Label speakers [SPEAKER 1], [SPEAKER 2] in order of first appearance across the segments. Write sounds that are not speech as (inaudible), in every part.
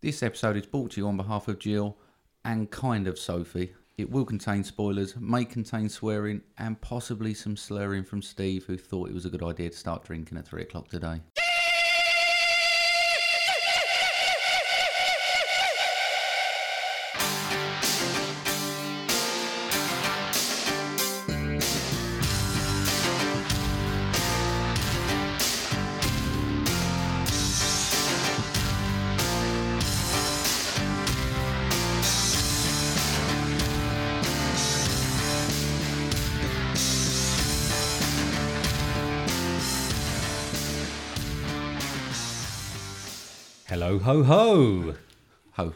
[SPEAKER 1] This episode is brought to you on behalf of Jill and kind of Sophie. It will contain spoilers, may contain swearing, and possibly some slurring from Steve, who thought it was a good idea to start drinking at three o'clock today.
[SPEAKER 2] Hello, ho, ho.
[SPEAKER 1] Ho.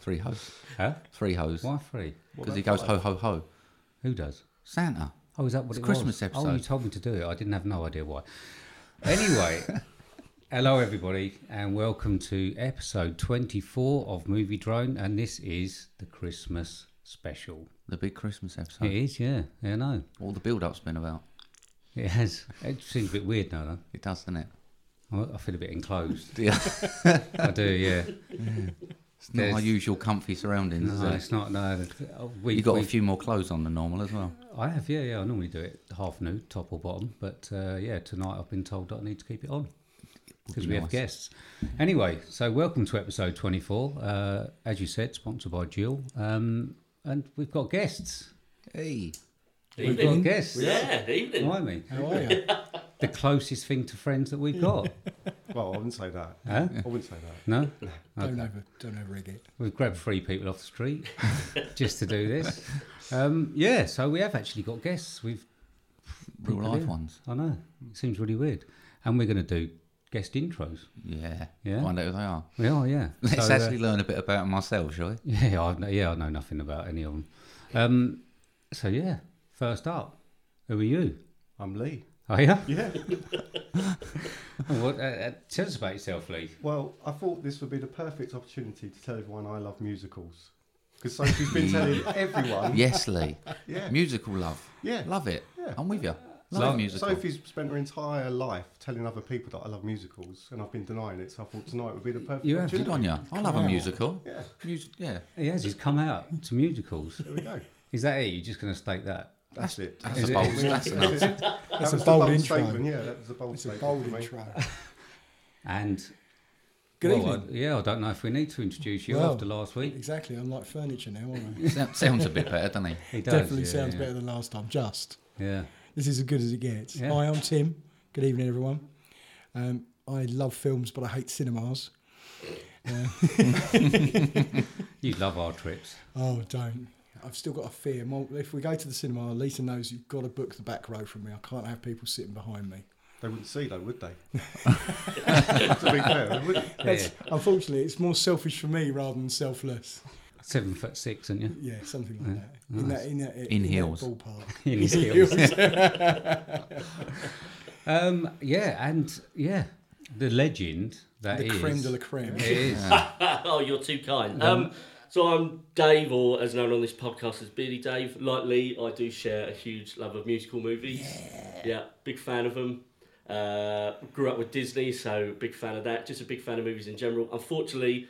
[SPEAKER 1] Three ho.
[SPEAKER 2] Huh?
[SPEAKER 1] Three hoes.
[SPEAKER 2] Why three?
[SPEAKER 1] Because he goes ho ho ho.
[SPEAKER 2] Who does?
[SPEAKER 1] Santa.
[SPEAKER 2] Oh, is that what
[SPEAKER 1] It's
[SPEAKER 2] it
[SPEAKER 1] Christmas
[SPEAKER 2] was? Oh, you
[SPEAKER 1] episode.
[SPEAKER 2] told me to do it. I didn't have no idea why.
[SPEAKER 1] (laughs)
[SPEAKER 2] Anyway, hello everybody, and welcome to episode 24 of Movie Drone, and this is the Christmas special.
[SPEAKER 1] The big Christmas
[SPEAKER 2] It
[SPEAKER 1] episode.
[SPEAKER 2] is, yeah, yeah, I know.
[SPEAKER 1] All the build up's been about.
[SPEAKER 2] It has. It seems a bit weird now, though.
[SPEAKER 1] It does, doesn't it?
[SPEAKER 2] I- I feel a bit enclosed.
[SPEAKER 1] Yeah.
[SPEAKER 2] I do, yeah.
[SPEAKER 1] (laughs) It's not our
[SPEAKER 2] There's-
[SPEAKER 1] usual comfy surroundings, is
[SPEAKER 2] No,
[SPEAKER 1] it?
[SPEAKER 2] it's not. No, Oh, we,
[SPEAKER 1] You got a
[SPEAKER 2] we-
[SPEAKER 1] few more clothes on than normal as well.
[SPEAKER 2] I have, yeah, yeah. I normally do it half nude, top or bottom, but uh, yeah, tonight I've been told that I need to keep it on because
[SPEAKER 1] be
[SPEAKER 2] we
[SPEAKER 1] nice.
[SPEAKER 2] have guests. Anyway, so welcome to episode 24. Uh, as you said, sponsored by Jill, um, and we've got guests.
[SPEAKER 1] Hey.
[SPEAKER 2] We've
[SPEAKER 3] Evening.
[SPEAKER 2] got guests.
[SPEAKER 3] Yeah, evening.
[SPEAKER 2] Blimey.
[SPEAKER 4] How are you?
[SPEAKER 2] (laughs) the closest thing to friends that we've got.
[SPEAKER 4] (laughs) well, I wouldn't say that.
[SPEAKER 2] huh?
[SPEAKER 4] I wouldn't say that.
[SPEAKER 2] No,
[SPEAKER 4] Don't over, don't overegg it.
[SPEAKER 2] we've grabbed three people off the
[SPEAKER 4] (laughs)
[SPEAKER 2] street just to do this. Um, yeah, so we have actually got guests. We've
[SPEAKER 1] Real
[SPEAKER 2] People
[SPEAKER 1] life
[SPEAKER 2] here.
[SPEAKER 1] ones.
[SPEAKER 2] I know. It seems really weird. And we're going to do guest intros.
[SPEAKER 1] Yeah.
[SPEAKER 2] Yeah.
[SPEAKER 1] Find out who they are.
[SPEAKER 2] We are, (laughs) yeah.
[SPEAKER 1] (laughs) Let's
[SPEAKER 2] So, uh,
[SPEAKER 1] actually learn a bit about myself, shall we?
[SPEAKER 2] yeah, I know, yeah, I know nothing about any of them. Um, so yeah, first up, who are you?
[SPEAKER 4] I'm Lee.
[SPEAKER 2] Oh yeah.
[SPEAKER 4] Yeah.
[SPEAKER 2] (laughs) what, uh, uh, tell us about yourself, Lee.
[SPEAKER 4] Well, I thought this would be the perfect opportunity to tell everyone I love musicals. Because Sophie's been telling everyone.
[SPEAKER 1] Yes,
[SPEAKER 2] (laughs)
[SPEAKER 1] Lee.
[SPEAKER 4] Yeah.
[SPEAKER 1] Musical love.
[SPEAKER 4] Yeah.
[SPEAKER 1] Love it.
[SPEAKER 4] Yeah.
[SPEAKER 1] I'm with you. Love
[SPEAKER 2] Love-
[SPEAKER 1] musical.
[SPEAKER 4] Sophie's spent her entire life telling other people that I love musicals, and I've been denying it. So I thought tonight would be the perfect
[SPEAKER 2] You have
[SPEAKER 1] Good
[SPEAKER 4] opportunity.
[SPEAKER 1] on you. I love a
[SPEAKER 4] on.
[SPEAKER 1] musical.
[SPEAKER 4] Yeah.
[SPEAKER 1] Mus- yeah.
[SPEAKER 2] He has. He's come out to musicals.
[SPEAKER 4] There we go.
[SPEAKER 2] Is that it? You're just going to state that?
[SPEAKER 4] That's it.
[SPEAKER 1] That's
[SPEAKER 2] Is
[SPEAKER 1] a
[SPEAKER 2] it-
[SPEAKER 1] bold.
[SPEAKER 2] is
[SPEAKER 1] That's a,
[SPEAKER 4] That's
[SPEAKER 3] a bold intro.
[SPEAKER 4] statement. Yeah, that was a bold
[SPEAKER 3] It's a
[SPEAKER 4] statement.
[SPEAKER 3] bold
[SPEAKER 4] for me.
[SPEAKER 3] intro.
[SPEAKER 2] (laughs) And
[SPEAKER 3] Good
[SPEAKER 2] well,
[SPEAKER 3] evening.
[SPEAKER 2] I- yeah, I don't know if we need to introduce you
[SPEAKER 3] Well,
[SPEAKER 2] after last week.
[SPEAKER 3] Exactly, I'm like furniture now, aren't
[SPEAKER 2] (laughs)
[SPEAKER 3] I?
[SPEAKER 1] sou- sounds a bit better, doesn't he?
[SPEAKER 2] He does,
[SPEAKER 3] Definitely
[SPEAKER 2] yeah,
[SPEAKER 3] sounds
[SPEAKER 2] yeah.
[SPEAKER 3] better than last time. Just
[SPEAKER 2] Yeah.
[SPEAKER 3] this is as good as it gets.
[SPEAKER 2] Yeah.
[SPEAKER 3] Hi, I'm Tim. Good evening, everyone. Um, I love films, but I hate cinemas. Uh,
[SPEAKER 2] You love our trips.
[SPEAKER 3] oh, don't. I've still got a fear. My, if we go to the cinema, Lisa knows you've got to book the back row from me. I can't have people sitting behind me.
[SPEAKER 4] They wouldn't see though, would they? (laughs) to be fair, they wouldn't.
[SPEAKER 2] Yeah.
[SPEAKER 3] Unfortunately, it's more selfish for me rather than selfless.
[SPEAKER 2] Seven foot six, aren't you?
[SPEAKER 3] Yeah, something like that. In
[SPEAKER 2] Nice.
[SPEAKER 3] that, in that, in,
[SPEAKER 1] In
[SPEAKER 3] that
[SPEAKER 1] heels.
[SPEAKER 3] ballpark.
[SPEAKER 2] (laughs)
[SPEAKER 3] (laughs)
[SPEAKER 2] In his heels. Um, yeah, and yeah, the legend that
[SPEAKER 3] the
[SPEAKER 2] is-
[SPEAKER 3] creme de la creme.
[SPEAKER 2] It is.
[SPEAKER 5] oh, you're too kind. Um, so I'm Dave, or as known on this podcast as Beardy Dave. Like Lee, I do share a huge love of musical movies. Yeah, big fan of them. Uh, grew up with Disney, so big fan of that. Just a big fan of movies in general. Unfortunately,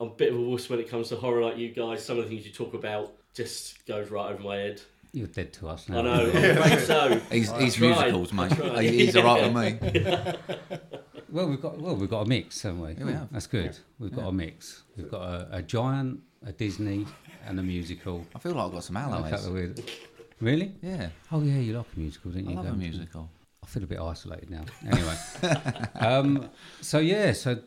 [SPEAKER 5] I'm a bit of a wuss when it comes to horror, like you guys. Some of the things you talk about just goes right over my head.
[SPEAKER 2] (laughs) You're dead to us now.
[SPEAKER 5] I know.
[SPEAKER 3] (laughs)
[SPEAKER 5] I'm afraid so.
[SPEAKER 1] He's, he's
[SPEAKER 5] tried.
[SPEAKER 1] musicals, mate.
[SPEAKER 5] I tried.
[SPEAKER 1] He- He's all right
[SPEAKER 2] (laughs)
[SPEAKER 1] with me.
[SPEAKER 2] (laughs) Well, we've got well, we've got a mix, haven't we?
[SPEAKER 1] Yeah, we have.
[SPEAKER 2] That's good. We've got a mix. We've got a, a giant, a Disney, and a musical.
[SPEAKER 1] I feel like I've got some
[SPEAKER 2] A couple
[SPEAKER 1] allies.
[SPEAKER 2] of weird- Really?
[SPEAKER 1] Oh, Yeah.
[SPEAKER 2] Oh yeah, you like a musical, don't
[SPEAKER 1] I
[SPEAKER 2] you?
[SPEAKER 1] love a
[SPEAKER 2] Gavin?
[SPEAKER 1] musical.
[SPEAKER 2] I feel a bit isolated now. Anyway, um, so yeah, so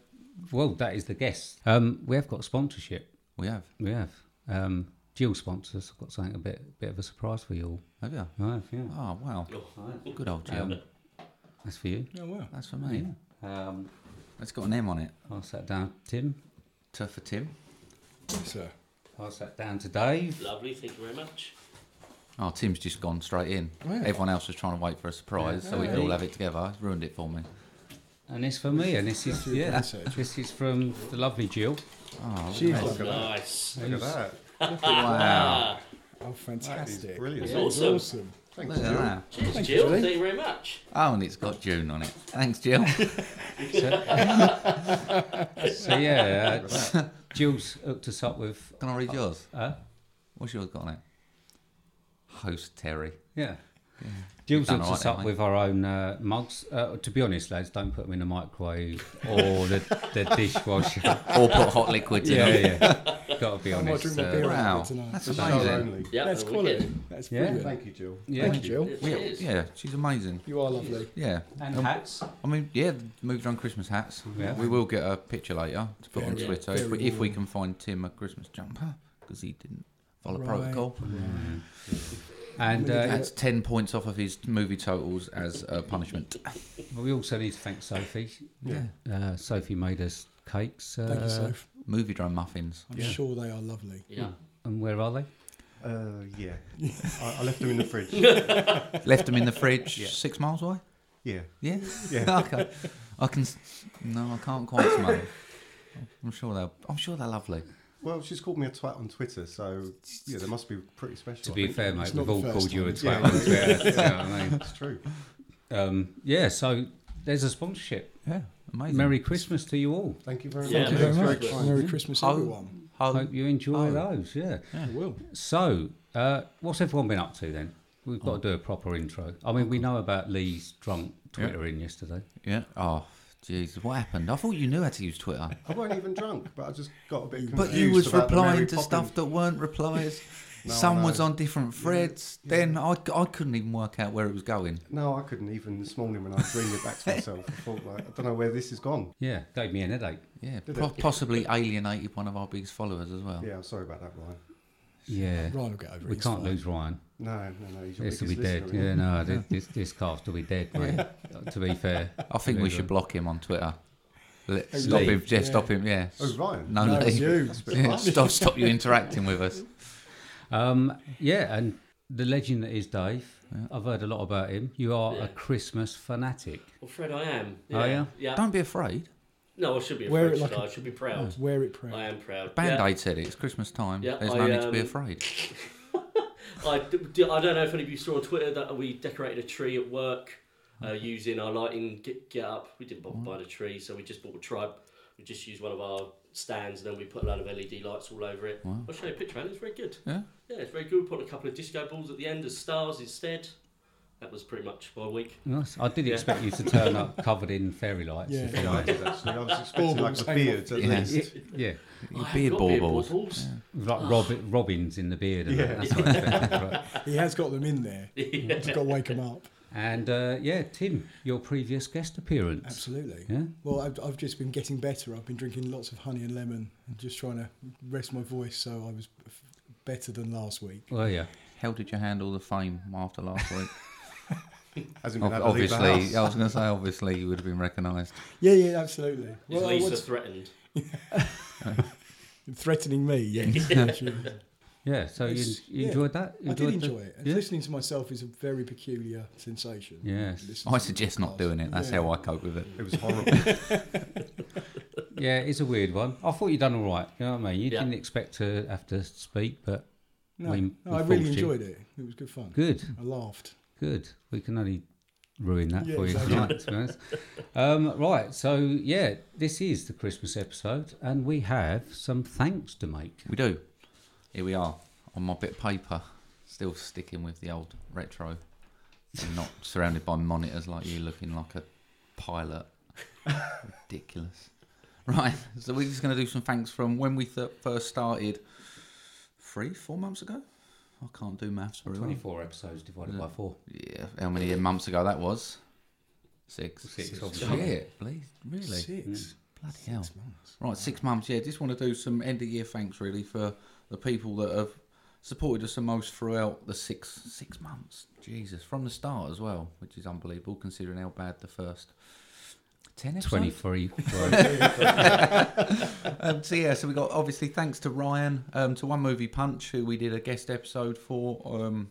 [SPEAKER 2] well, that is the guest. Um, we have got sponsorship.
[SPEAKER 1] We have.
[SPEAKER 2] We have. Um, Jill sponsors. I've got something a bit, bit of a surprise for you all.
[SPEAKER 1] Have you?
[SPEAKER 2] I have, yeah.
[SPEAKER 1] Oh, wow. Good old Jill.
[SPEAKER 2] Um, that's for you.
[SPEAKER 3] Oh, wow.
[SPEAKER 1] That's for me.
[SPEAKER 2] Um,
[SPEAKER 1] It's got an M on it.
[SPEAKER 2] pass that down, Tim.
[SPEAKER 1] Tough for Tim.
[SPEAKER 3] So,
[SPEAKER 2] Pass that down to Dave.
[SPEAKER 5] Lovely. Thank you very much.
[SPEAKER 1] Oh, Tim's just gone straight in.
[SPEAKER 3] Yeah.
[SPEAKER 1] Everyone else was trying to wait for a surprise, so we could all have it together. It's ruined it for me.
[SPEAKER 2] And it's for me. And this is yeah.
[SPEAKER 3] Research.
[SPEAKER 2] This is from the lovely Jill.
[SPEAKER 1] Oh,
[SPEAKER 3] Jeez.
[SPEAKER 1] wow.
[SPEAKER 4] Look at that.
[SPEAKER 5] Nice.
[SPEAKER 4] Look at that.
[SPEAKER 1] wow.
[SPEAKER 4] That is
[SPEAKER 3] oh, fantastic.
[SPEAKER 4] brilliant.
[SPEAKER 3] That is
[SPEAKER 5] Awesome.
[SPEAKER 3] awesome. Thanks,
[SPEAKER 1] Look at
[SPEAKER 3] Jill.
[SPEAKER 1] that.
[SPEAKER 5] Cheers,
[SPEAKER 3] Thank you,
[SPEAKER 5] Jill.
[SPEAKER 3] Julie.
[SPEAKER 5] Thank you very much.
[SPEAKER 1] Oh, and it's got June on it. Thanks,
[SPEAKER 3] (laughs)
[SPEAKER 1] Jill.
[SPEAKER 2] (laughs) So yeah, uh, Jill's hooked us up with.
[SPEAKER 1] Can I read yours?
[SPEAKER 2] Uh,
[SPEAKER 1] What's yours got on it? Host Terry.
[SPEAKER 2] yeah. Jill's
[SPEAKER 1] done
[SPEAKER 2] hooked
[SPEAKER 1] all right
[SPEAKER 2] us
[SPEAKER 1] there,
[SPEAKER 2] up
[SPEAKER 1] mate.
[SPEAKER 2] with our own uh, mugs. Uh, to be honest, lads, don't put them in the microwave or the, the
[SPEAKER 1] (laughs)
[SPEAKER 2] dishwasher.
[SPEAKER 1] Or put hot liquids in
[SPEAKER 2] yeah,
[SPEAKER 1] it.
[SPEAKER 2] yeah. Got to be
[SPEAKER 3] I might
[SPEAKER 2] honest.
[SPEAKER 3] drink my
[SPEAKER 2] uh,
[SPEAKER 3] beer out
[SPEAKER 1] Wow,
[SPEAKER 3] of it tonight.
[SPEAKER 1] that's
[SPEAKER 4] The
[SPEAKER 1] amazing.
[SPEAKER 4] show only.
[SPEAKER 5] Yeah,
[SPEAKER 3] That's
[SPEAKER 5] we're
[SPEAKER 3] quality.
[SPEAKER 5] good.
[SPEAKER 3] That's
[SPEAKER 2] Yeah.
[SPEAKER 3] brilliant.
[SPEAKER 4] Thank you, Jill.
[SPEAKER 2] yeah.
[SPEAKER 3] Thank you, Jill.
[SPEAKER 5] Yeah,
[SPEAKER 1] Yeah,
[SPEAKER 5] cheers.
[SPEAKER 1] yeah, she's amazing.
[SPEAKER 3] You are lovely.
[SPEAKER 1] Yeah,
[SPEAKER 2] And hats.
[SPEAKER 1] I mean, yeah, moved on Christmas hats.
[SPEAKER 2] Yeah.
[SPEAKER 1] We will get a picture later to put on
[SPEAKER 5] Very,
[SPEAKER 1] Twitter if we,
[SPEAKER 3] very
[SPEAKER 1] if we
[SPEAKER 3] warm.
[SPEAKER 1] can find Tim a Christmas jumper because he didn't follow
[SPEAKER 3] Right.
[SPEAKER 1] protocol.
[SPEAKER 2] And
[SPEAKER 3] Really
[SPEAKER 2] uh,
[SPEAKER 1] That's ten points off of his movie totals as a punishment.
[SPEAKER 2] we also need to thank Sophie.
[SPEAKER 4] Yeah.
[SPEAKER 2] Uh, Sophie made us cakes. Uh,
[SPEAKER 3] Thank you, Soph.
[SPEAKER 1] movie drone muffins.
[SPEAKER 3] I'm
[SPEAKER 2] yeah.
[SPEAKER 3] sure they are lovely.
[SPEAKER 5] Yeah.
[SPEAKER 2] And where are they?
[SPEAKER 4] Uh, yeah. I, I left them in the fridge.
[SPEAKER 1] Left them in the
[SPEAKER 3] (laughs)
[SPEAKER 1] fridge
[SPEAKER 4] Yeah.
[SPEAKER 1] six miles away.
[SPEAKER 4] Yeah.
[SPEAKER 1] Yeah.
[SPEAKER 4] (laughs)
[SPEAKER 1] (laughs)
[SPEAKER 4] Yeah.
[SPEAKER 1] okay. I can. s- No, I can't quite smell. them. I'm sure they're. I'm sure they're lovely.
[SPEAKER 4] Well, she's called me a twat on Twitter, so yeah, they must be pretty special.
[SPEAKER 2] To
[SPEAKER 4] I
[SPEAKER 2] be
[SPEAKER 4] think.
[SPEAKER 2] fair, mate,
[SPEAKER 3] It's
[SPEAKER 2] we've
[SPEAKER 3] not the
[SPEAKER 2] all
[SPEAKER 3] first
[SPEAKER 2] called you a twat
[SPEAKER 4] time.
[SPEAKER 2] on (laughs) Twitter. you know what I mean?
[SPEAKER 4] It's true.
[SPEAKER 2] um, yeah, so there's a sponsorship.
[SPEAKER 1] Yeah, amazing.
[SPEAKER 2] Merry Christmas to you all.
[SPEAKER 4] Thank you very
[SPEAKER 5] Yeah,
[SPEAKER 4] much.
[SPEAKER 5] Thank you very
[SPEAKER 4] It's
[SPEAKER 5] much.
[SPEAKER 4] kind.
[SPEAKER 3] Merry Christmas,
[SPEAKER 1] Oh.
[SPEAKER 3] everyone.
[SPEAKER 1] Ho-
[SPEAKER 2] Hope you enjoy
[SPEAKER 1] Oh.
[SPEAKER 2] those, yeah.
[SPEAKER 3] I will.
[SPEAKER 2] So, uh, what's everyone been up to then? We've got to do a proper intro. I mean, we know about Lee's drunk
[SPEAKER 1] Yeah.
[SPEAKER 2] twittering yesterday.
[SPEAKER 1] yeah. Oh, Jesus, what happened? I thought you knew how to use
[SPEAKER 4] (laughs)
[SPEAKER 1] Twitter.
[SPEAKER 4] I wasn't even drunk, but I just got a bit confused.
[SPEAKER 1] But you was
[SPEAKER 4] about the Mary
[SPEAKER 1] replying to
[SPEAKER 4] Poppins-
[SPEAKER 1] stuff that weren't replies.
[SPEAKER 4] (laughs) No, I
[SPEAKER 1] Some
[SPEAKER 4] know.
[SPEAKER 1] was on different threads. Then I, I couldn't even work out where it was going.
[SPEAKER 4] No, I couldn't even this morning when I was reading it back to myself. I thought, like, I don't know where this has gone.
[SPEAKER 2] Yeah, gave me an headache.
[SPEAKER 1] Yeah,
[SPEAKER 4] Did (laughs)
[SPEAKER 1] po- possibly alienated one of our biggest followers as well.
[SPEAKER 4] Yeah, I'm sorry about that, Ryan.
[SPEAKER 2] Yeah,
[SPEAKER 3] Ryan will get over it.
[SPEAKER 2] we
[SPEAKER 3] he's
[SPEAKER 2] can't
[SPEAKER 3] fine.
[SPEAKER 2] lose Ryan.
[SPEAKER 4] No, no, no. He's your
[SPEAKER 2] This will be
[SPEAKER 4] biggest
[SPEAKER 2] dead.
[SPEAKER 4] listener,
[SPEAKER 2] Yeah,
[SPEAKER 4] isn't
[SPEAKER 2] no, thi- this, this cast will be
[SPEAKER 3] (laughs)
[SPEAKER 2] dead, mate. to be fair.
[SPEAKER 1] I think
[SPEAKER 2] There
[SPEAKER 1] we
[SPEAKER 2] you
[SPEAKER 1] should
[SPEAKER 2] go.
[SPEAKER 1] block him on Twitter. Let,
[SPEAKER 3] Hey,
[SPEAKER 1] stop
[SPEAKER 2] Lee.
[SPEAKER 1] him. Yeah,
[SPEAKER 3] Yeah.
[SPEAKER 1] stop him. Yeah.
[SPEAKER 4] he? Oh, Ryan.
[SPEAKER 1] No,
[SPEAKER 3] No, it's
[SPEAKER 1] Lee.
[SPEAKER 3] you.
[SPEAKER 1] (laughs) Yeah, stop, stop you interacting with
[SPEAKER 4] (laughs)
[SPEAKER 1] us.
[SPEAKER 2] Um, yeah, and the legend that is Dave. I've heard a lot about him. You are
[SPEAKER 5] Yeah.
[SPEAKER 2] a Christmas fanatic.
[SPEAKER 5] Well, Fred, I am. Yeah.
[SPEAKER 2] Are ya?
[SPEAKER 5] Yeah.
[SPEAKER 1] Don't be afraid.
[SPEAKER 5] No, I should be
[SPEAKER 3] Wear
[SPEAKER 5] afraid.
[SPEAKER 3] it like
[SPEAKER 5] should I?
[SPEAKER 3] a- Mm.
[SPEAKER 5] I should be proud.
[SPEAKER 3] Wear it proud.
[SPEAKER 5] I am proud.
[SPEAKER 1] Band
[SPEAKER 5] Yeah.
[SPEAKER 1] Aid said it. It's Christmas time.
[SPEAKER 5] Yeah,
[SPEAKER 1] There's
[SPEAKER 5] I,
[SPEAKER 1] no need to be
[SPEAKER 5] um,
[SPEAKER 1] afraid.
[SPEAKER 5] I, d- I don't know if any of you saw on Twitter that we decorated a tree at work uh, using our lighting get, get up. We didn't bother buying a tree, so we just bought a tribe. We just used one of our stands and then we put a load of LED lights all over it.
[SPEAKER 1] Wow.
[SPEAKER 5] I'll show you a picture, and it's very good.
[SPEAKER 1] Yeah.
[SPEAKER 5] Yeah, it's very good. We put a couple of disco balls at the end as stars instead. That was pretty much my week.
[SPEAKER 2] Nice. I did
[SPEAKER 5] Yeah.
[SPEAKER 2] expect you to turn up covered in fairy lights.
[SPEAKER 3] Yeah.
[SPEAKER 2] if
[SPEAKER 4] Yeah, I did actually. I was expecting like
[SPEAKER 3] Baubles
[SPEAKER 4] a
[SPEAKER 3] hanging
[SPEAKER 4] beard at
[SPEAKER 1] Yeah.
[SPEAKER 4] least.
[SPEAKER 2] I'm- Yeah,
[SPEAKER 1] Your
[SPEAKER 5] I have
[SPEAKER 1] beard
[SPEAKER 5] got
[SPEAKER 1] baubles.
[SPEAKER 5] baubles.
[SPEAKER 3] Oh.
[SPEAKER 2] like Robin, Robins in the beard. And
[SPEAKER 4] Yeah.
[SPEAKER 5] (laughs)
[SPEAKER 2] that. That's what I expected, right.
[SPEAKER 3] He has got them in there.
[SPEAKER 5] Yeah.
[SPEAKER 3] Just got to wake him up.
[SPEAKER 2] And uh, yeah, Tim, your previous guest appearance.
[SPEAKER 3] Absolutely.
[SPEAKER 2] Yeah.
[SPEAKER 3] Well, I've, I've just been getting better. I've been drinking lots of honey and lemon and just trying to rest my voice so I was f- better than last week.
[SPEAKER 2] Well, Oh, yeah.
[SPEAKER 1] How did you handle the fame after last
[SPEAKER 4] (laughs)
[SPEAKER 1] week?
[SPEAKER 4] Hasn't been
[SPEAKER 1] Ob-
[SPEAKER 4] able to leave the house.
[SPEAKER 1] obviously, I was going to say, obviously, you would have been recognised.
[SPEAKER 3] Yeah, yeah, absolutely.
[SPEAKER 5] Is
[SPEAKER 3] Well, I
[SPEAKER 5] Lisa
[SPEAKER 3] was
[SPEAKER 5] threatened?
[SPEAKER 3] threatening me, yes.
[SPEAKER 1] (laughs)
[SPEAKER 3] yeah. (laughs)
[SPEAKER 2] Yeah, so you,
[SPEAKER 3] It's-
[SPEAKER 2] you
[SPEAKER 3] yeah.
[SPEAKER 2] enjoyed that?
[SPEAKER 3] I did
[SPEAKER 2] Enjoyed the-
[SPEAKER 3] enjoy it. And
[SPEAKER 2] yeah?
[SPEAKER 3] listening to myself is a very peculiar sensation.
[SPEAKER 2] Yes.
[SPEAKER 3] Listening
[SPEAKER 1] I
[SPEAKER 3] to
[SPEAKER 1] suggest not
[SPEAKER 3] podcasts.
[SPEAKER 1] doing it. That's
[SPEAKER 3] Yeah.
[SPEAKER 1] how I cope with it.
[SPEAKER 4] It was horrible.
[SPEAKER 2] Yeah, it's a weird one. I thought you'd done all right. You know what I mean? You
[SPEAKER 5] Yeah.
[SPEAKER 2] didn't expect to have to speak, but
[SPEAKER 3] No,
[SPEAKER 2] we,
[SPEAKER 3] no,
[SPEAKER 2] we
[SPEAKER 3] I really
[SPEAKER 2] forced you.
[SPEAKER 3] enjoyed it. It was good fun.
[SPEAKER 2] Good,
[SPEAKER 3] I laughed.
[SPEAKER 2] good. We can only ruin that
[SPEAKER 3] Yeah,
[SPEAKER 2] for you
[SPEAKER 3] exactly.
[SPEAKER 2] tonight, to be
[SPEAKER 3] (laughs)
[SPEAKER 2] honest. Um, right, so yeah, this is the Christmas episode, and we have some thanks to make.
[SPEAKER 1] We do. Here we are on my bit of paper, still sticking with the old retro, and not surrounded by monitors like you, looking like a pilot. Ridiculous. Right, so we're just going to do some thanks from when we th- first started, three, four months ago. I can't do maths very well.
[SPEAKER 2] 24 episodes divided
[SPEAKER 1] Yeah.
[SPEAKER 2] by four.
[SPEAKER 1] Yeah, how many months ago that was? Six.
[SPEAKER 2] Six,
[SPEAKER 1] Six.
[SPEAKER 2] obviously.
[SPEAKER 1] Shit, please, really? Mm.
[SPEAKER 3] Six.
[SPEAKER 1] Bloody hell.
[SPEAKER 3] Six months.
[SPEAKER 1] Right, six months. Yeah, just want to do some end of year thanks really for the people that have supported us the most throughout the six six months. Jesus, from the start as well, which is unbelievable considering how bad the first ten episodes. (laughs)
[SPEAKER 2] 23. were-
[SPEAKER 1] Um, so yeah, so we got obviously thanks to Ryan um, to One Movie Punch who we did a guest episode for um,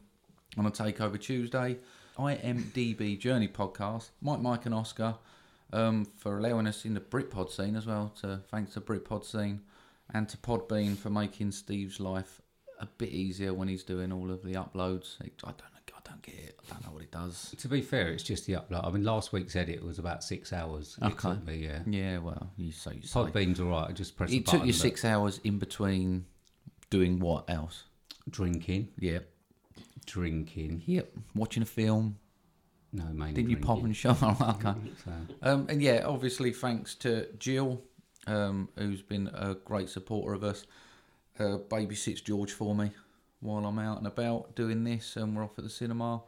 [SPEAKER 1] on a Takeover Tuesday, IMDb Journey podcast, Mike, Mike and Oscar um, for allowing us in the Britpod scene as well. To thanks to Britpod scene and to Podbean for making Steve's life a bit easier when he's doing all of the uploads. I don't, I don't get it. I don't know what it does.
[SPEAKER 2] To be fair, it's just the upload. I mean, last week's edit was about six hours. It
[SPEAKER 1] Okay.
[SPEAKER 2] took me, yeah.
[SPEAKER 1] Yeah, well, you so you say.
[SPEAKER 2] Podbean's all right. I just press. the
[SPEAKER 1] It took
[SPEAKER 2] button,
[SPEAKER 1] you
[SPEAKER 2] but
[SPEAKER 1] six hours in between doing what else?
[SPEAKER 2] Drinking,
[SPEAKER 1] Yep.
[SPEAKER 2] drinking.
[SPEAKER 1] Yep. Watching a film.
[SPEAKER 2] No, mainly.
[SPEAKER 1] Didn't you pop and shove? okay.
[SPEAKER 2] So,
[SPEAKER 1] Um, and yeah, obviously, thanks to Jill, um, who's been a great supporter of us, uh, babysits George for me while I'm out and about doing this, and we're off at the cinema.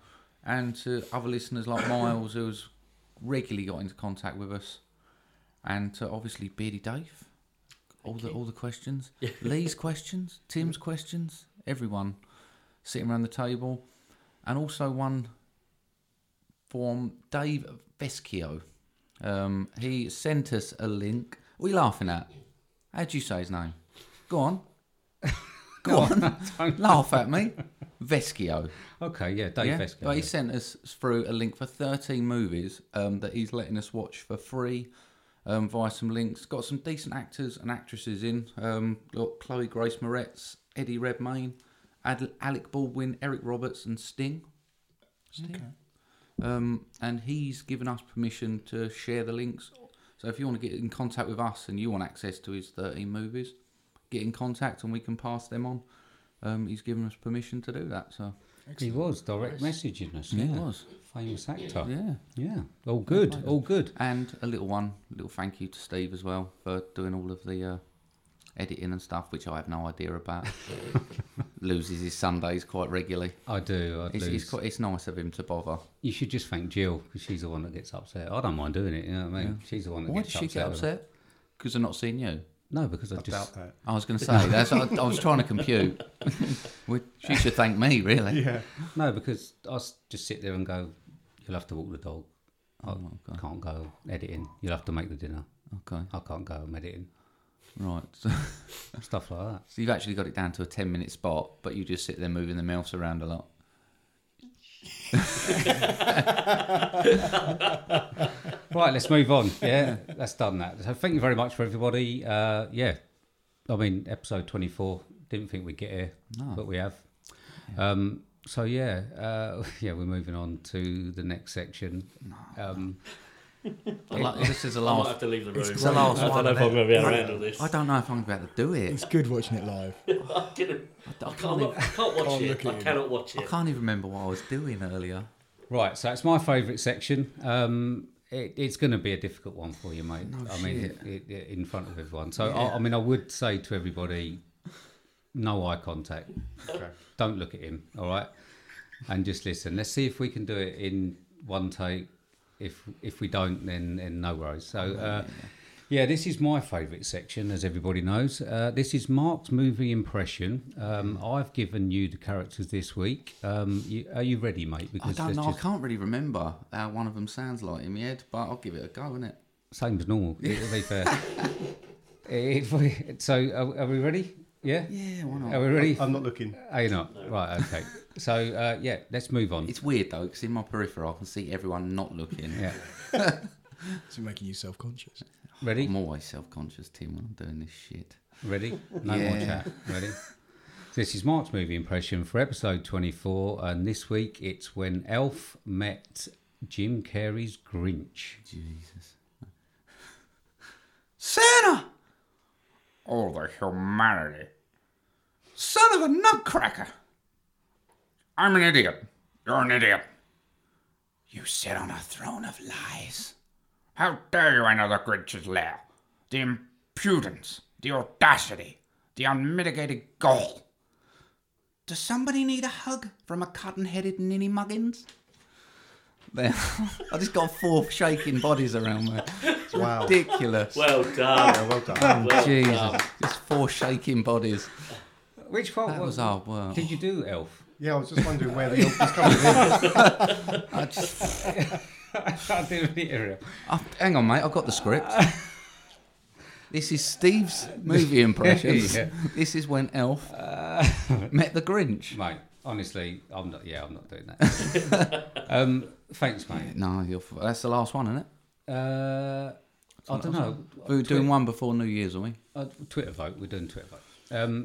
[SPEAKER 1] And to other listeners like Miles, who's regularly got into contact with us, and to obviously Beardy Dave, all the all the questions, Lee's questions, Tim's questions, everyone sitting around the table, and also one from Dave Vescio. Um, he sent us a link. What are you laughing at? How'd you say his name? Go on. Go on. Laugh at me. Vescio.
[SPEAKER 2] okay, yeah, Dave
[SPEAKER 1] yeah?
[SPEAKER 2] Fesco.
[SPEAKER 1] Well, he sent us through a link for 13 movies um, that he's letting us watch for free um, via some links. Got some decent actors and actresses in. Um, got Chloe Grace Moretz, Eddie Redmayne, Ad- Alec Baldwin, Eric Roberts, and Sting. Sting. Um, and he's given us permission to share the links. So if you want to get in contact with us and you want access to his 13 movies, get in contact and we can pass them on. Um, he's given us permission to do that. So
[SPEAKER 2] He was direct messaging us.
[SPEAKER 1] Yeah,
[SPEAKER 2] Yeah,
[SPEAKER 1] he was.
[SPEAKER 2] famous actor. Yeah,
[SPEAKER 1] yeah.
[SPEAKER 2] all good, all good.
[SPEAKER 1] And a little one, a little thank you to Steve as well for doing all of the uh, editing and stuff, which I have no idea (laughs) about. Loses his Sundays quite regularly.
[SPEAKER 2] I do. I
[SPEAKER 1] It's,
[SPEAKER 2] do.
[SPEAKER 1] it's, quite, it's nice of him to bother.
[SPEAKER 2] You should just thank Jill because she's the one that gets upset. I don't mind doing it. You know what I mean? She's the one that
[SPEAKER 1] Why does
[SPEAKER 2] gets
[SPEAKER 1] she
[SPEAKER 2] upset.
[SPEAKER 1] get
[SPEAKER 2] with-
[SPEAKER 1] upset? Because they're not seeing you.
[SPEAKER 2] No, because I
[SPEAKER 4] I
[SPEAKER 2] just
[SPEAKER 4] doubt that.
[SPEAKER 1] I was going to (laughs) say that's. I, I was trying to compute. (laughs) We- she should thank me, really.
[SPEAKER 4] Yeah.
[SPEAKER 2] no because I s- just sit there and go. You'll have to walk the dog.
[SPEAKER 1] Oh,
[SPEAKER 2] I can't go editing. You'll have to make the dinner.
[SPEAKER 1] Okay,
[SPEAKER 2] I can't go. I'm editing
[SPEAKER 1] right. So, (laughs)
[SPEAKER 2] stuff like that.
[SPEAKER 1] so you've actually got it down to a ten-minute spot, but you just sit there moving the mouse around a lot.
[SPEAKER 2] Right, let's move on. Yeah, that's done that. So thank you very much for everybody. Uh, yeah, I mean episode twenty four. Didn't think we'd get here,
[SPEAKER 1] Oh.
[SPEAKER 2] but we have. Um, so yeah, uh, (laughs) yeah, we're moving on to the next section. Um,
[SPEAKER 1] I like- (laughs) this is the
[SPEAKER 5] I might
[SPEAKER 1] last.
[SPEAKER 5] have to leave the room.
[SPEAKER 1] It's the last
[SPEAKER 5] I don't
[SPEAKER 1] one,
[SPEAKER 5] know if
[SPEAKER 1] isn't
[SPEAKER 5] I'm going to be able to handle this.
[SPEAKER 1] I don't know if I'm going to be able to do it.
[SPEAKER 3] It's good watching
[SPEAKER 1] (laughs)
[SPEAKER 3] it live.
[SPEAKER 5] (laughs) I didn't.
[SPEAKER 1] I
[SPEAKER 5] I
[SPEAKER 1] can't
[SPEAKER 5] can't,
[SPEAKER 1] even-
[SPEAKER 5] I can't watch
[SPEAKER 3] Can't look at
[SPEAKER 5] it. I
[SPEAKER 3] you.
[SPEAKER 5] cannot watch
[SPEAKER 1] I
[SPEAKER 5] it.
[SPEAKER 1] can't even remember what I was doing earlier.
[SPEAKER 2] right, so it's my favourite section. Um, it, it's going to be a difficult one for you, mate.
[SPEAKER 1] Oh,
[SPEAKER 2] I mean, it, it, in front of everyone. So I, I mean, I would say to everybody, no eye contact.
[SPEAKER 4] Okay.
[SPEAKER 2] Don't look at him, all right? And just listen. Let's see if we can do it in one take. If if we don't, then then no worries. So
[SPEAKER 1] Oh,
[SPEAKER 2] uh, yeah, this is my favourite section, as everybody knows. Uh, this is Mark's movie impression. Um, I've given you the characters this week. Um, you, are you ready, mate?
[SPEAKER 1] I don't
[SPEAKER 2] there's
[SPEAKER 1] know. I
[SPEAKER 2] just-
[SPEAKER 1] can't really remember how one of them sounds like in my head, but I'll give it a go, innit?
[SPEAKER 2] same as normal. To be
[SPEAKER 1] (laughs)
[SPEAKER 2] fair. If we- so are, are we ready? Yeah.
[SPEAKER 1] Yeah, why not?
[SPEAKER 2] Are we ready?
[SPEAKER 4] I'm not looking.
[SPEAKER 2] Are you not? Right. Okay. So uh, yeah, let's move on.
[SPEAKER 1] It's weird though, because in my peripheral, I can see everyone not looking.
[SPEAKER 2] Yeah.
[SPEAKER 3] Is it making you self-conscious?
[SPEAKER 2] Ready?
[SPEAKER 1] I'm always self-conscious, Tim, when I'm doing this shit.
[SPEAKER 2] Ready? No more
[SPEAKER 1] Yeah.
[SPEAKER 2] chat. Ready? This is Mark's movie impression for episode 24, and this week it's when Elf met Jim Carrey's Grinch.
[SPEAKER 1] Jesus. Santa! Oh, the humanity. Son of a nutcracker! I'm an idiot. You're an idiot. You sit on a throne of lies.
[SPEAKER 6] How dare you enter the Grinch's lair? The impudence, the audacity, the unmitigated gall.
[SPEAKER 1] Does somebody need a hug from a cotton-headed ninny muggins? There. I just got four shaking bodies around me. It's
[SPEAKER 4] Wow.
[SPEAKER 1] ridiculous.
[SPEAKER 5] Well done.
[SPEAKER 4] Yeah, well done.
[SPEAKER 5] well done.
[SPEAKER 1] Jesus. Just four shaking bodies.
[SPEAKER 2] Which one
[SPEAKER 1] That was hard work.
[SPEAKER 2] Did you do Elf? (laughs)
[SPEAKER 4] Yeah, I was just wondering where the elf was coming in.
[SPEAKER 1] I just,
[SPEAKER 2] I didn't hear it.
[SPEAKER 1] I, hang on, mate. I've got the
[SPEAKER 3] (laughs)
[SPEAKER 1] script. this is Steve's
[SPEAKER 3] (laughs)
[SPEAKER 1] movie impressions.
[SPEAKER 2] Yeah.
[SPEAKER 1] This is when Elf
[SPEAKER 3] Uh,
[SPEAKER 1] met the Grinch.
[SPEAKER 2] Mate, honestly, I'm not, yeah, I'm not doing that.
[SPEAKER 1] (laughs)
[SPEAKER 2] um, thanks, mate.
[SPEAKER 1] No, you're, f- that's the last one, isn't it?
[SPEAKER 2] Uh, I don't know.
[SPEAKER 1] We were doing one before New Year's, weren't we?
[SPEAKER 2] Uh, Twitter vote. We're doing Twitter vote. Um,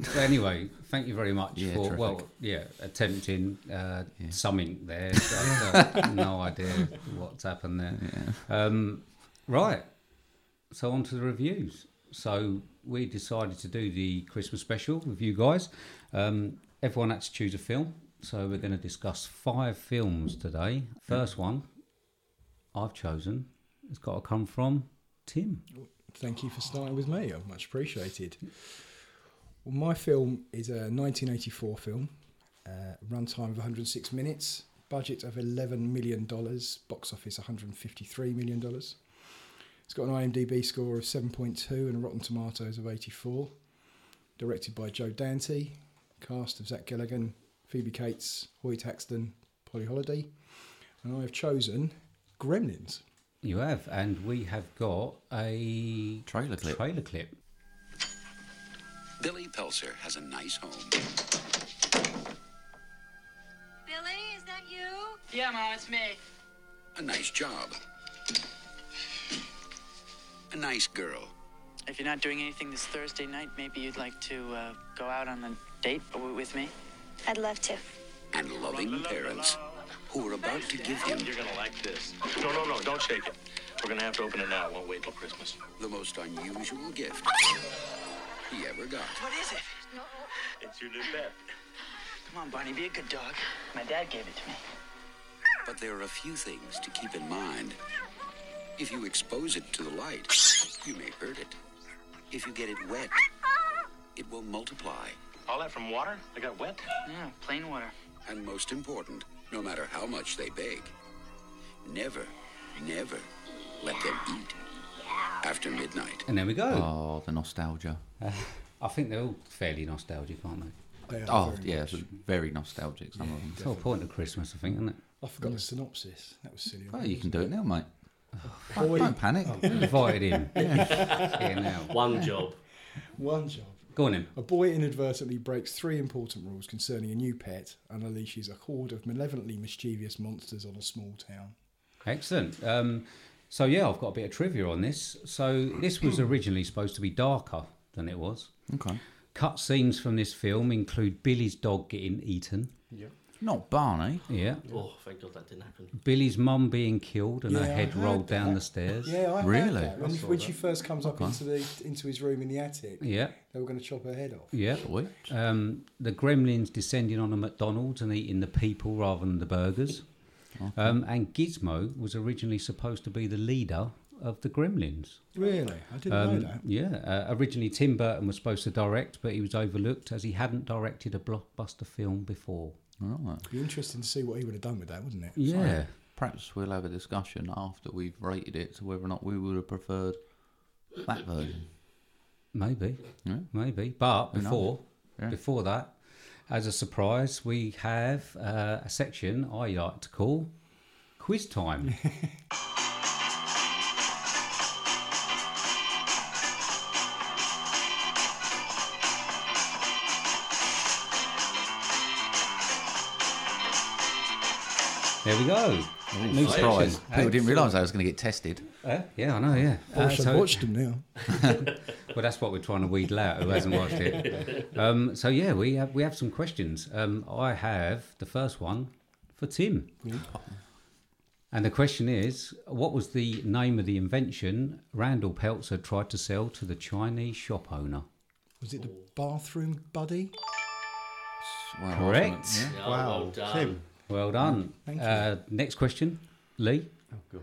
[SPEAKER 1] (laughs)
[SPEAKER 2] but anyway, thank you very much
[SPEAKER 1] Yeah,
[SPEAKER 2] for
[SPEAKER 1] terrific.
[SPEAKER 2] well, yeah, attempting uh, something
[SPEAKER 1] (laughs)
[SPEAKER 2] there. I've got no idea what's happened there. Um, right. So on to the reviews. So we decided to do the Christmas special with you guys. Um, everyone had to choose a film. So we're going to discuss five films today. First one I've chosen. It's got to come from Tim.
[SPEAKER 3] Thank you for starting with me. I'm much appreciated. Well, my film is a 1984 film, uh, runtime of 106 minutes, budget of 11 million dollars, box office 153 million dollars. It's got an IMDb score of 7.2 and a Rotten Tomatoes of 84. Directed by Joe Dante, cast of Zach Gilligan, Phoebe Cates, Hoyt Taxton, Polly Holiday, and I have chosen Gremlins.
[SPEAKER 2] You have, and we have got a
[SPEAKER 1] Trailer clip.
[SPEAKER 2] Trailer clip.
[SPEAKER 7] Billy Pelser has a nice home.
[SPEAKER 8] Billy, is that you?
[SPEAKER 9] Yeah, Mom, it's me.
[SPEAKER 7] a nice job, a nice girl.
[SPEAKER 9] If you're not doing anything this Thursday night, maybe you'd like to uh, go out on a date w- with me.
[SPEAKER 8] I'd love to.
[SPEAKER 7] and loving parents who were about to give him
[SPEAKER 10] You're gonna like this. No, no, no, don't shake it. We're gonna have to open it now. It won't wait till Christmas.
[SPEAKER 7] the most unusual gift he ever got.
[SPEAKER 9] What is it?
[SPEAKER 10] It's your new pet.
[SPEAKER 9] Come on, Barney, be a good dog. My dad gave it to me.
[SPEAKER 7] But there are a few things to keep in mind. If you expose it to the light, you may hurt it. If you get it wet, it will multiply.
[SPEAKER 10] All that from water? I got wet?
[SPEAKER 9] Yeah, plain water.
[SPEAKER 7] And most important, no matter how much they beg, never, never let them eat after midnight.
[SPEAKER 2] And there we go. Uh,
[SPEAKER 1] Oh, the nostalgia.
[SPEAKER 2] I think they're all fairly nostalgic, aren't they?
[SPEAKER 3] They are
[SPEAKER 1] Oh,
[SPEAKER 3] very
[SPEAKER 1] yeah,
[SPEAKER 3] much-
[SPEAKER 1] very nostalgic, some of them.
[SPEAKER 2] It's the whole point of Christmas, I think, isn't it? (laughs)
[SPEAKER 3] I forgot the synopsis. That was silly.
[SPEAKER 1] Well, you can do it now, mate.
[SPEAKER 3] Oh,
[SPEAKER 1] Don't,
[SPEAKER 3] wait.
[SPEAKER 1] don't panic.
[SPEAKER 2] Invited
[SPEAKER 3] (laughs)
[SPEAKER 2] him. Here now.
[SPEAKER 5] One job.
[SPEAKER 3] One job.
[SPEAKER 2] Go on, him.
[SPEAKER 3] A boy inadvertently breaks three important rules concerning a new pet and unleashes a horde of malevolently mischievous monsters on a small town.
[SPEAKER 2] Excellent. Um, so yeah, I've got a bit of trivia on this. So this
[SPEAKER 3] (clears throat)
[SPEAKER 2] was originally supposed to be darker than it was.
[SPEAKER 1] Okay.
[SPEAKER 2] Cut scenes from this film include Billy's dog getting eaten.
[SPEAKER 1] Not Barney.
[SPEAKER 2] Yeah.
[SPEAKER 5] Oh, thank God that
[SPEAKER 1] (laughs)
[SPEAKER 5] didn't happen.
[SPEAKER 2] Billy's mum being killed and her
[SPEAKER 3] Yeah, I
[SPEAKER 2] head
[SPEAKER 3] heard
[SPEAKER 2] rolled down
[SPEAKER 3] that.
[SPEAKER 2] the stairs.
[SPEAKER 3] Yeah, I heard
[SPEAKER 1] Really?
[SPEAKER 3] that. When, when she first comes up into the into his room in the attic,
[SPEAKER 2] Yeah.
[SPEAKER 3] they were going to chop her head off.
[SPEAKER 2] Yeah.
[SPEAKER 1] Which?
[SPEAKER 2] Um, the gremlins descending on a McDonald's and eating the people rather than the burgers. Um, and Gizmo was originally supposed to be the leader of the gremlins.
[SPEAKER 3] Really? I didn't know that.
[SPEAKER 2] Yeah, uh, originally Tim Burton was supposed to direct, but he was overlooked as he hadn't directed a blockbuster film before.
[SPEAKER 1] Right.
[SPEAKER 3] It'd be interesting to see what he would have done with that, wouldn't it?
[SPEAKER 2] Yeah.
[SPEAKER 1] Perhaps we'll have a discussion after we've rated it to whether or not we would have preferred that version.
[SPEAKER 2] Maybe,
[SPEAKER 1] Yeah.
[SPEAKER 2] maybe. But
[SPEAKER 1] knows?
[SPEAKER 2] before,
[SPEAKER 1] Yeah.
[SPEAKER 2] before that, as a surprise, we have uh, a section I like to call
[SPEAKER 1] (laughs)
[SPEAKER 2] quiz time. there we go. New
[SPEAKER 1] Surprise.
[SPEAKER 2] section.
[SPEAKER 1] People didn't realise I was going to get tested.
[SPEAKER 2] Uh, yeah, I know. Yeah.
[SPEAKER 3] I
[SPEAKER 2] Uh,
[SPEAKER 3] should have
[SPEAKER 2] so-
[SPEAKER 3] watched him now.
[SPEAKER 2] well, that's what we're trying to wheedle out. Who hasn't
[SPEAKER 1] (laughs)
[SPEAKER 2] watched it? Um, so yeah, we have we have some questions. Um, I have the first one for Tim,
[SPEAKER 1] Mm-hmm.
[SPEAKER 2] and the question is: What was the name of the invention Randall Peltzer tried to sell to the Chinese shop owner?
[SPEAKER 3] Was it the bathroom buddy?
[SPEAKER 1] Well,
[SPEAKER 2] Correct.
[SPEAKER 1] ultimately, yeah.
[SPEAKER 5] Yeah, well done.
[SPEAKER 4] Tim.
[SPEAKER 2] Well done.
[SPEAKER 3] Thank you.
[SPEAKER 2] Uh, next question, Lee.
[SPEAKER 4] Oh, good.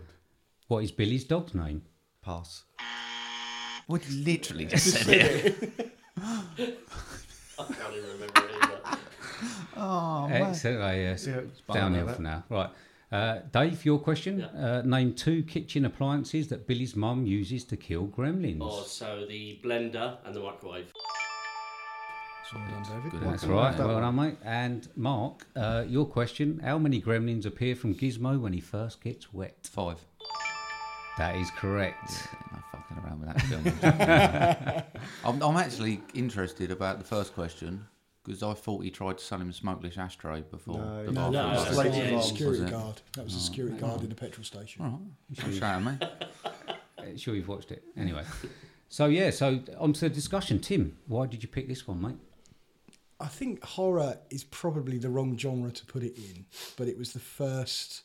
[SPEAKER 2] What is Billy's dog's name?
[SPEAKER 4] Pass.
[SPEAKER 1] We literally just said it.
[SPEAKER 5] I can't even remember it either.
[SPEAKER 2] Excellent. I, uh,
[SPEAKER 4] Oh, Yeah, it's
[SPEAKER 2] downhill
[SPEAKER 4] about
[SPEAKER 2] for now. Right. Uh, Dave, your question.
[SPEAKER 5] Yeah.
[SPEAKER 2] Uh, name two kitchen appliances that Billy's mum uses to kill gremlins.
[SPEAKER 5] Oh, so the blender and the microwave.
[SPEAKER 3] Well done, David.
[SPEAKER 1] Good
[SPEAKER 3] Well
[SPEAKER 2] That's
[SPEAKER 1] answer.
[SPEAKER 2] right. Well done, mate. And Mark, uh, your question: How many gremlins appear from Gizmo when he first gets wet?
[SPEAKER 1] Five.
[SPEAKER 2] That is correct.
[SPEAKER 1] No fucking around with that film. I'm, I'm actually interested about the first question because I thought he tried to sell him a smokeless ashtray before
[SPEAKER 4] No,
[SPEAKER 1] the
[SPEAKER 4] no,
[SPEAKER 1] bathroom.
[SPEAKER 5] no,
[SPEAKER 1] was set.
[SPEAKER 5] it's like-
[SPEAKER 3] done.
[SPEAKER 5] Yeah,
[SPEAKER 3] security
[SPEAKER 1] was it?
[SPEAKER 3] guard. That was a security guard in the petrol
[SPEAKER 1] eh?
[SPEAKER 3] station.
[SPEAKER 1] All right. Don't shout at me.
[SPEAKER 2] Uh, Sure, you've watched it. Anyway. So, yeah, so on to the discussion. Tim, why did you pick this one, mate?
[SPEAKER 3] I think horror is probably the wrong genre to put it in, but it was the first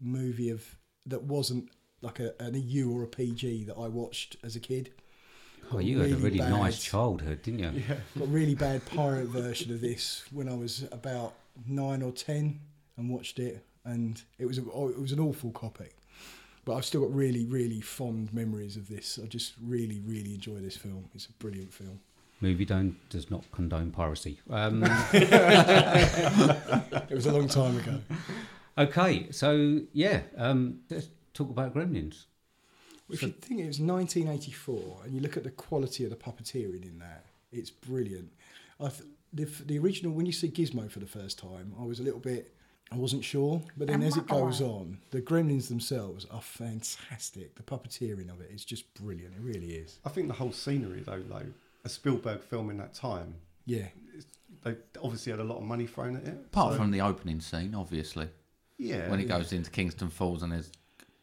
[SPEAKER 3] movie of that wasn't like a, an EU or a PG that I watched as a kid.
[SPEAKER 2] Oh,
[SPEAKER 3] Got
[SPEAKER 2] you had a really
[SPEAKER 3] bad-
[SPEAKER 2] nice childhood, didn't you?
[SPEAKER 3] Got a really bad pirate version of this when I was about nine or ten and watched it, and it was a, oh, it was an awful copy. But I've still got really, really fond memories of this. I just really, really enjoy this film. It's a brilliant film.
[SPEAKER 2] Movie don't does not condone piracy. Um,
[SPEAKER 3] It was a long time ago.
[SPEAKER 2] Okay, so yeah, um, let's talk about Gremlins.
[SPEAKER 3] If you think it was 1984, and you look at the quality of the puppeteering in that, it's brilliant. I th- the, f- the original, when you see Gizmo for the first time, I was a little bit, I wasn't sure. But then as it goes on, the gremlins themselves are fantastic. The puppeteering of it is just brilliant. It really is.
[SPEAKER 4] I think the whole scenery, though, though, a Spielberg film in that time.
[SPEAKER 3] Yeah.
[SPEAKER 4] it's- They obviously had a lot of money thrown at it.
[SPEAKER 1] Apart
[SPEAKER 4] so-
[SPEAKER 1] from the opening scene, obviously.
[SPEAKER 4] Yeah.
[SPEAKER 1] When it
[SPEAKER 4] Yeah.
[SPEAKER 1] goes into Kingston Falls and there's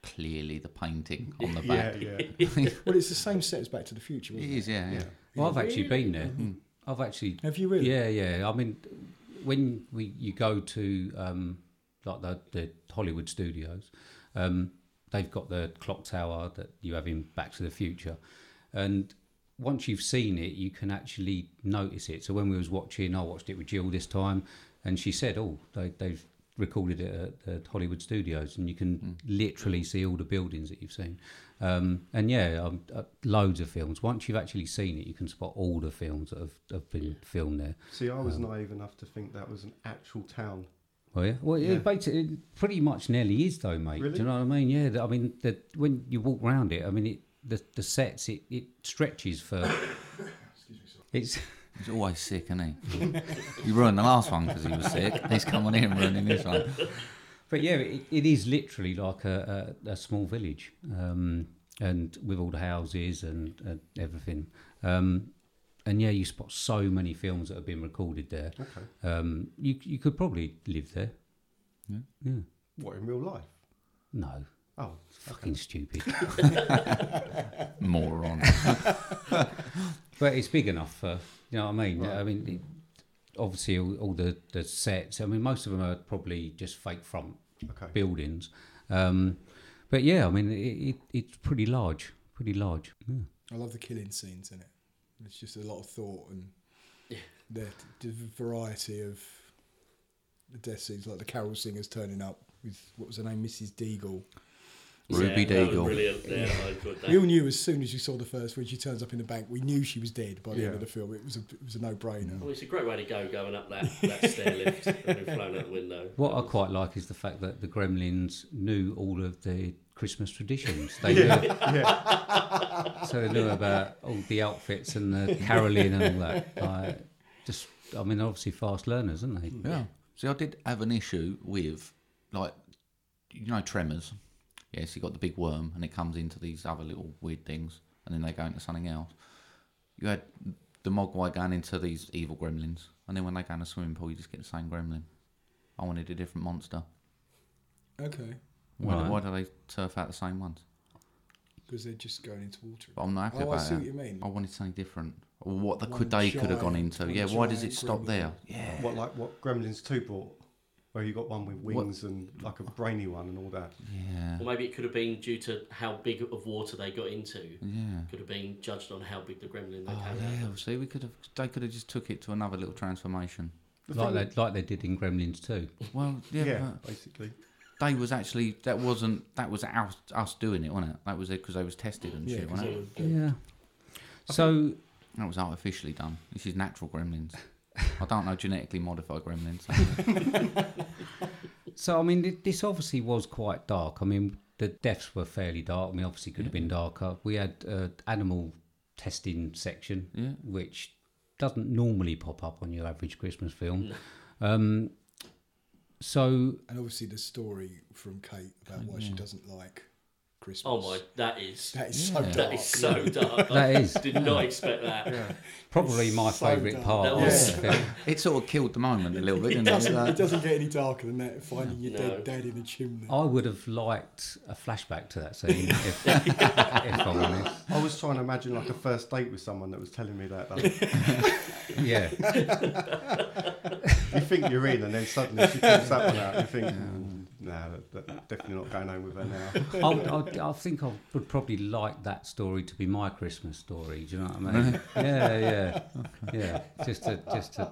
[SPEAKER 1] clearly the painting on the
[SPEAKER 4] (laughs) Yeah,
[SPEAKER 1] back. (laughs)
[SPEAKER 3] yeah. well, it's the same set as Back to the Future. Isn't
[SPEAKER 1] It is, yeah, yeah.
[SPEAKER 2] Well, I've actually been there. I've actually.
[SPEAKER 3] Have you Oh, really?
[SPEAKER 2] Yeah, yeah. I mean, when we you go to um, like the, the Hollywood studios, um, they've got the clock tower that you have in Back to the Future, and once you've seen it, you can actually notice it. So when we was watching, I watched it with Jill this time, and she said, "Oh, they, they've." Recorded it at the Hollywood studios, and you can
[SPEAKER 4] Hmm.
[SPEAKER 2] literally see all the buildings that you've seen. Um, and yeah, um, uh, loads of films. Once you've actually seen it, you can spot all the films that have, have been filmed there.
[SPEAKER 4] See, I was
[SPEAKER 2] Um,
[SPEAKER 4] naive enough to think that was an actual town.
[SPEAKER 2] Oh yeah. Well,
[SPEAKER 4] Yeah.
[SPEAKER 2] It, basically, it pretty much nearly is though, mate. Do
[SPEAKER 4] Really?
[SPEAKER 2] you know what I mean? Yeah. th- I mean, the, when you walk round it, I mean, it the, the sets it, it stretches
[SPEAKER 4] (coughs)
[SPEAKER 2] for. it's (laughs)
[SPEAKER 1] He's always sick, isn't he? you ruined the last one because he was sick. He's coming in ruining this one.
[SPEAKER 2] But yeah, it, it is literally like a, a, a small village, um, and with all the houses and, and everything. Um, and yeah, you spot so many films that have been recorded there.
[SPEAKER 4] Okay.
[SPEAKER 2] Um, you you could probably live there.
[SPEAKER 1] Yeah.
[SPEAKER 2] Yeah.
[SPEAKER 4] What, in real life?
[SPEAKER 2] No.
[SPEAKER 4] Oh,
[SPEAKER 2] Fucking stupid. (laughs)
[SPEAKER 1] Moron.
[SPEAKER 2] but it's big enough for you know what I mean.
[SPEAKER 1] Right.
[SPEAKER 2] I mean, it, obviously all, all the the sets. I mean, most of them are probably just fake front
[SPEAKER 4] Okay.
[SPEAKER 2] buildings. Um, but yeah, I mean, it, it, it's pretty large, pretty large. Yeah.
[SPEAKER 3] I love the killing scenes in it. It's just a lot of thought and the, the variety of the death scenes, like the carol singers turning up with what was her name, Mrs. Deagle.
[SPEAKER 1] Ruby
[SPEAKER 5] Yeah, that was
[SPEAKER 1] Deagle.
[SPEAKER 5] brilliant. Yeah, I enjoyed that.
[SPEAKER 3] We all knew as soon as you saw the first when she turns up in the bank, we knew she was dead by the end
[SPEAKER 4] Yeah.
[SPEAKER 3] of the film. It was a it was a no brainer.
[SPEAKER 5] Well, Oh, it's a great way to go going up that, that stair lift and then flown out the window.
[SPEAKER 2] What I quite like is the fact that the Gremlins knew all of the Christmas traditions. They knew, so they knew about all the outfits and the caroling and all that. Like, just, I mean, they're obviously fast learners, aren't they?
[SPEAKER 1] Yeah. See, I did have an issue with, like, you know, Tremors. Yes, you got the big worm, and it comes into these other little weird things, and then they go into something else. You had the Mogwai going into these evil gremlins, and then when they go in a swimming pool, you just get the same gremlin. I wanted a different monster.
[SPEAKER 3] Okay,
[SPEAKER 1] Why,
[SPEAKER 2] Right.
[SPEAKER 1] why do they turf out the same ones?
[SPEAKER 3] because they're just going into water.
[SPEAKER 1] But I'm not happy
[SPEAKER 3] Oh, I
[SPEAKER 1] about
[SPEAKER 3] see
[SPEAKER 1] that.
[SPEAKER 3] what you mean.
[SPEAKER 1] I wanted something different. Or what the,
[SPEAKER 3] One
[SPEAKER 1] could they could have gone
[SPEAKER 3] giant-
[SPEAKER 1] into?
[SPEAKER 3] one
[SPEAKER 1] Yeah, why does it
[SPEAKER 3] giant
[SPEAKER 1] stop
[SPEAKER 3] gremlin.
[SPEAKER 1] there? Yeah.
[SPEAKER 4] What, like what Gremlins 2 brought? Where you got one with wings and like a brainy one and all that.
[SPEAKER 1] Yeah.
[SPEAKER 5] Or maybe it could have been due to how big of water they got into.
[SPEAKER 1] Yeah.
[SPEAKER 5] Could have been judged on how big the gremlin they
[SPEAKER 1] Oh
[SPEAKER 5] came out
[SPEAKER 1] yeah,
[SPEAKER 5] of.
[SPEAKER 1] see, we could have they could have just took it to another little transformation.
[SPEAKER 2] Like they, like they did in Gremlins too.
[SPEAKER 1] Well, yeah,
[SPEAKER 4] yeah, basically.
[SPEAKER 1] but they was actually that wasn't that was us, us doing it, wasn't it? That was it because they was tested and
[SPEAKER 3] Yeah,
[SPEAKER 1] shit,
[SPEAKER 3] 'cause
[SPEAKER 1] wasn't it?
[SPEAKER 2] Yeah. So
[SPEAKER 1] That was artificially done. This is natural gremlins. I don't know genetically modified gremlins.
[SPEAKER 2] So I mean, th- this obviously was quite dark. I mean, the deaths were fairly dark. I mean, obviously could have been darker. We had uh, animal testing section,
[SPEAKER 1] Yeah.
[SPEAKER 2] which doesn't normally pop up on your average Christmas film. Um, so
[SPEAKER 3] And obviously the story from Kate about why she doesn't like Christmas.
[SPEAKER 5] Oh my, that is
[SPEAKER 3] That is so dark.
[SPEAKER 5] That
[SPEAKER 1] (laughs)
[SPEAKER 5] is so dark.
[SPEAKER 2] That
[SPEAKER 5] I
[SPEAKER 2] is.
[SPEAKER 5] Did
[SPEAKER 2] yeah.
[SPEAKER 5] not expect that.
[SPEAKER 2] Probably my
[SPEAKER 3] So
[SPEAKER 2] favourite
[SPEAKER 3] dark.
[SPEAKER 2] part.
[SPEAKER 5] That
[SPEAKER 2] of
[SPEAKER 5] was- (laughs)
[SPEAKER 2] the film.
[SPEAKER 1] It sort of killed the moment a little bit,
[SPEAKER 3] It
[SPEAKER 1] didn't
[SPEAKER 3] doesn't,
[SPEAKER 1] it?
[SPEAKER 3] it doesn't get any darker than that. Finding your
[SPEAKER 5] No.
[SPEAKER 3] dead dad in a chimney.
[SPEAKER 1] Oh,
[SPEAKER 2] I would have liked a flashback to that scene,
[SPEAKER 5] (laughs)
[SPEAKER 2] if, if I'm honest.
[SPEAKER 4] I was trying to imagine like a first date with someone that was telling me that. Like,
[SPEAKER 2] Yeah.
[SPEAKER 4] you think you're in, and then suddenly she pulls that one out. You think, "Mm, no, that, that- definitely not going home with her now.
[SPEAKER 2] I, I, I think I would probably like that story to be my Christmas story. Do you know what I mean? yeah, yeah, yeah. Just to just to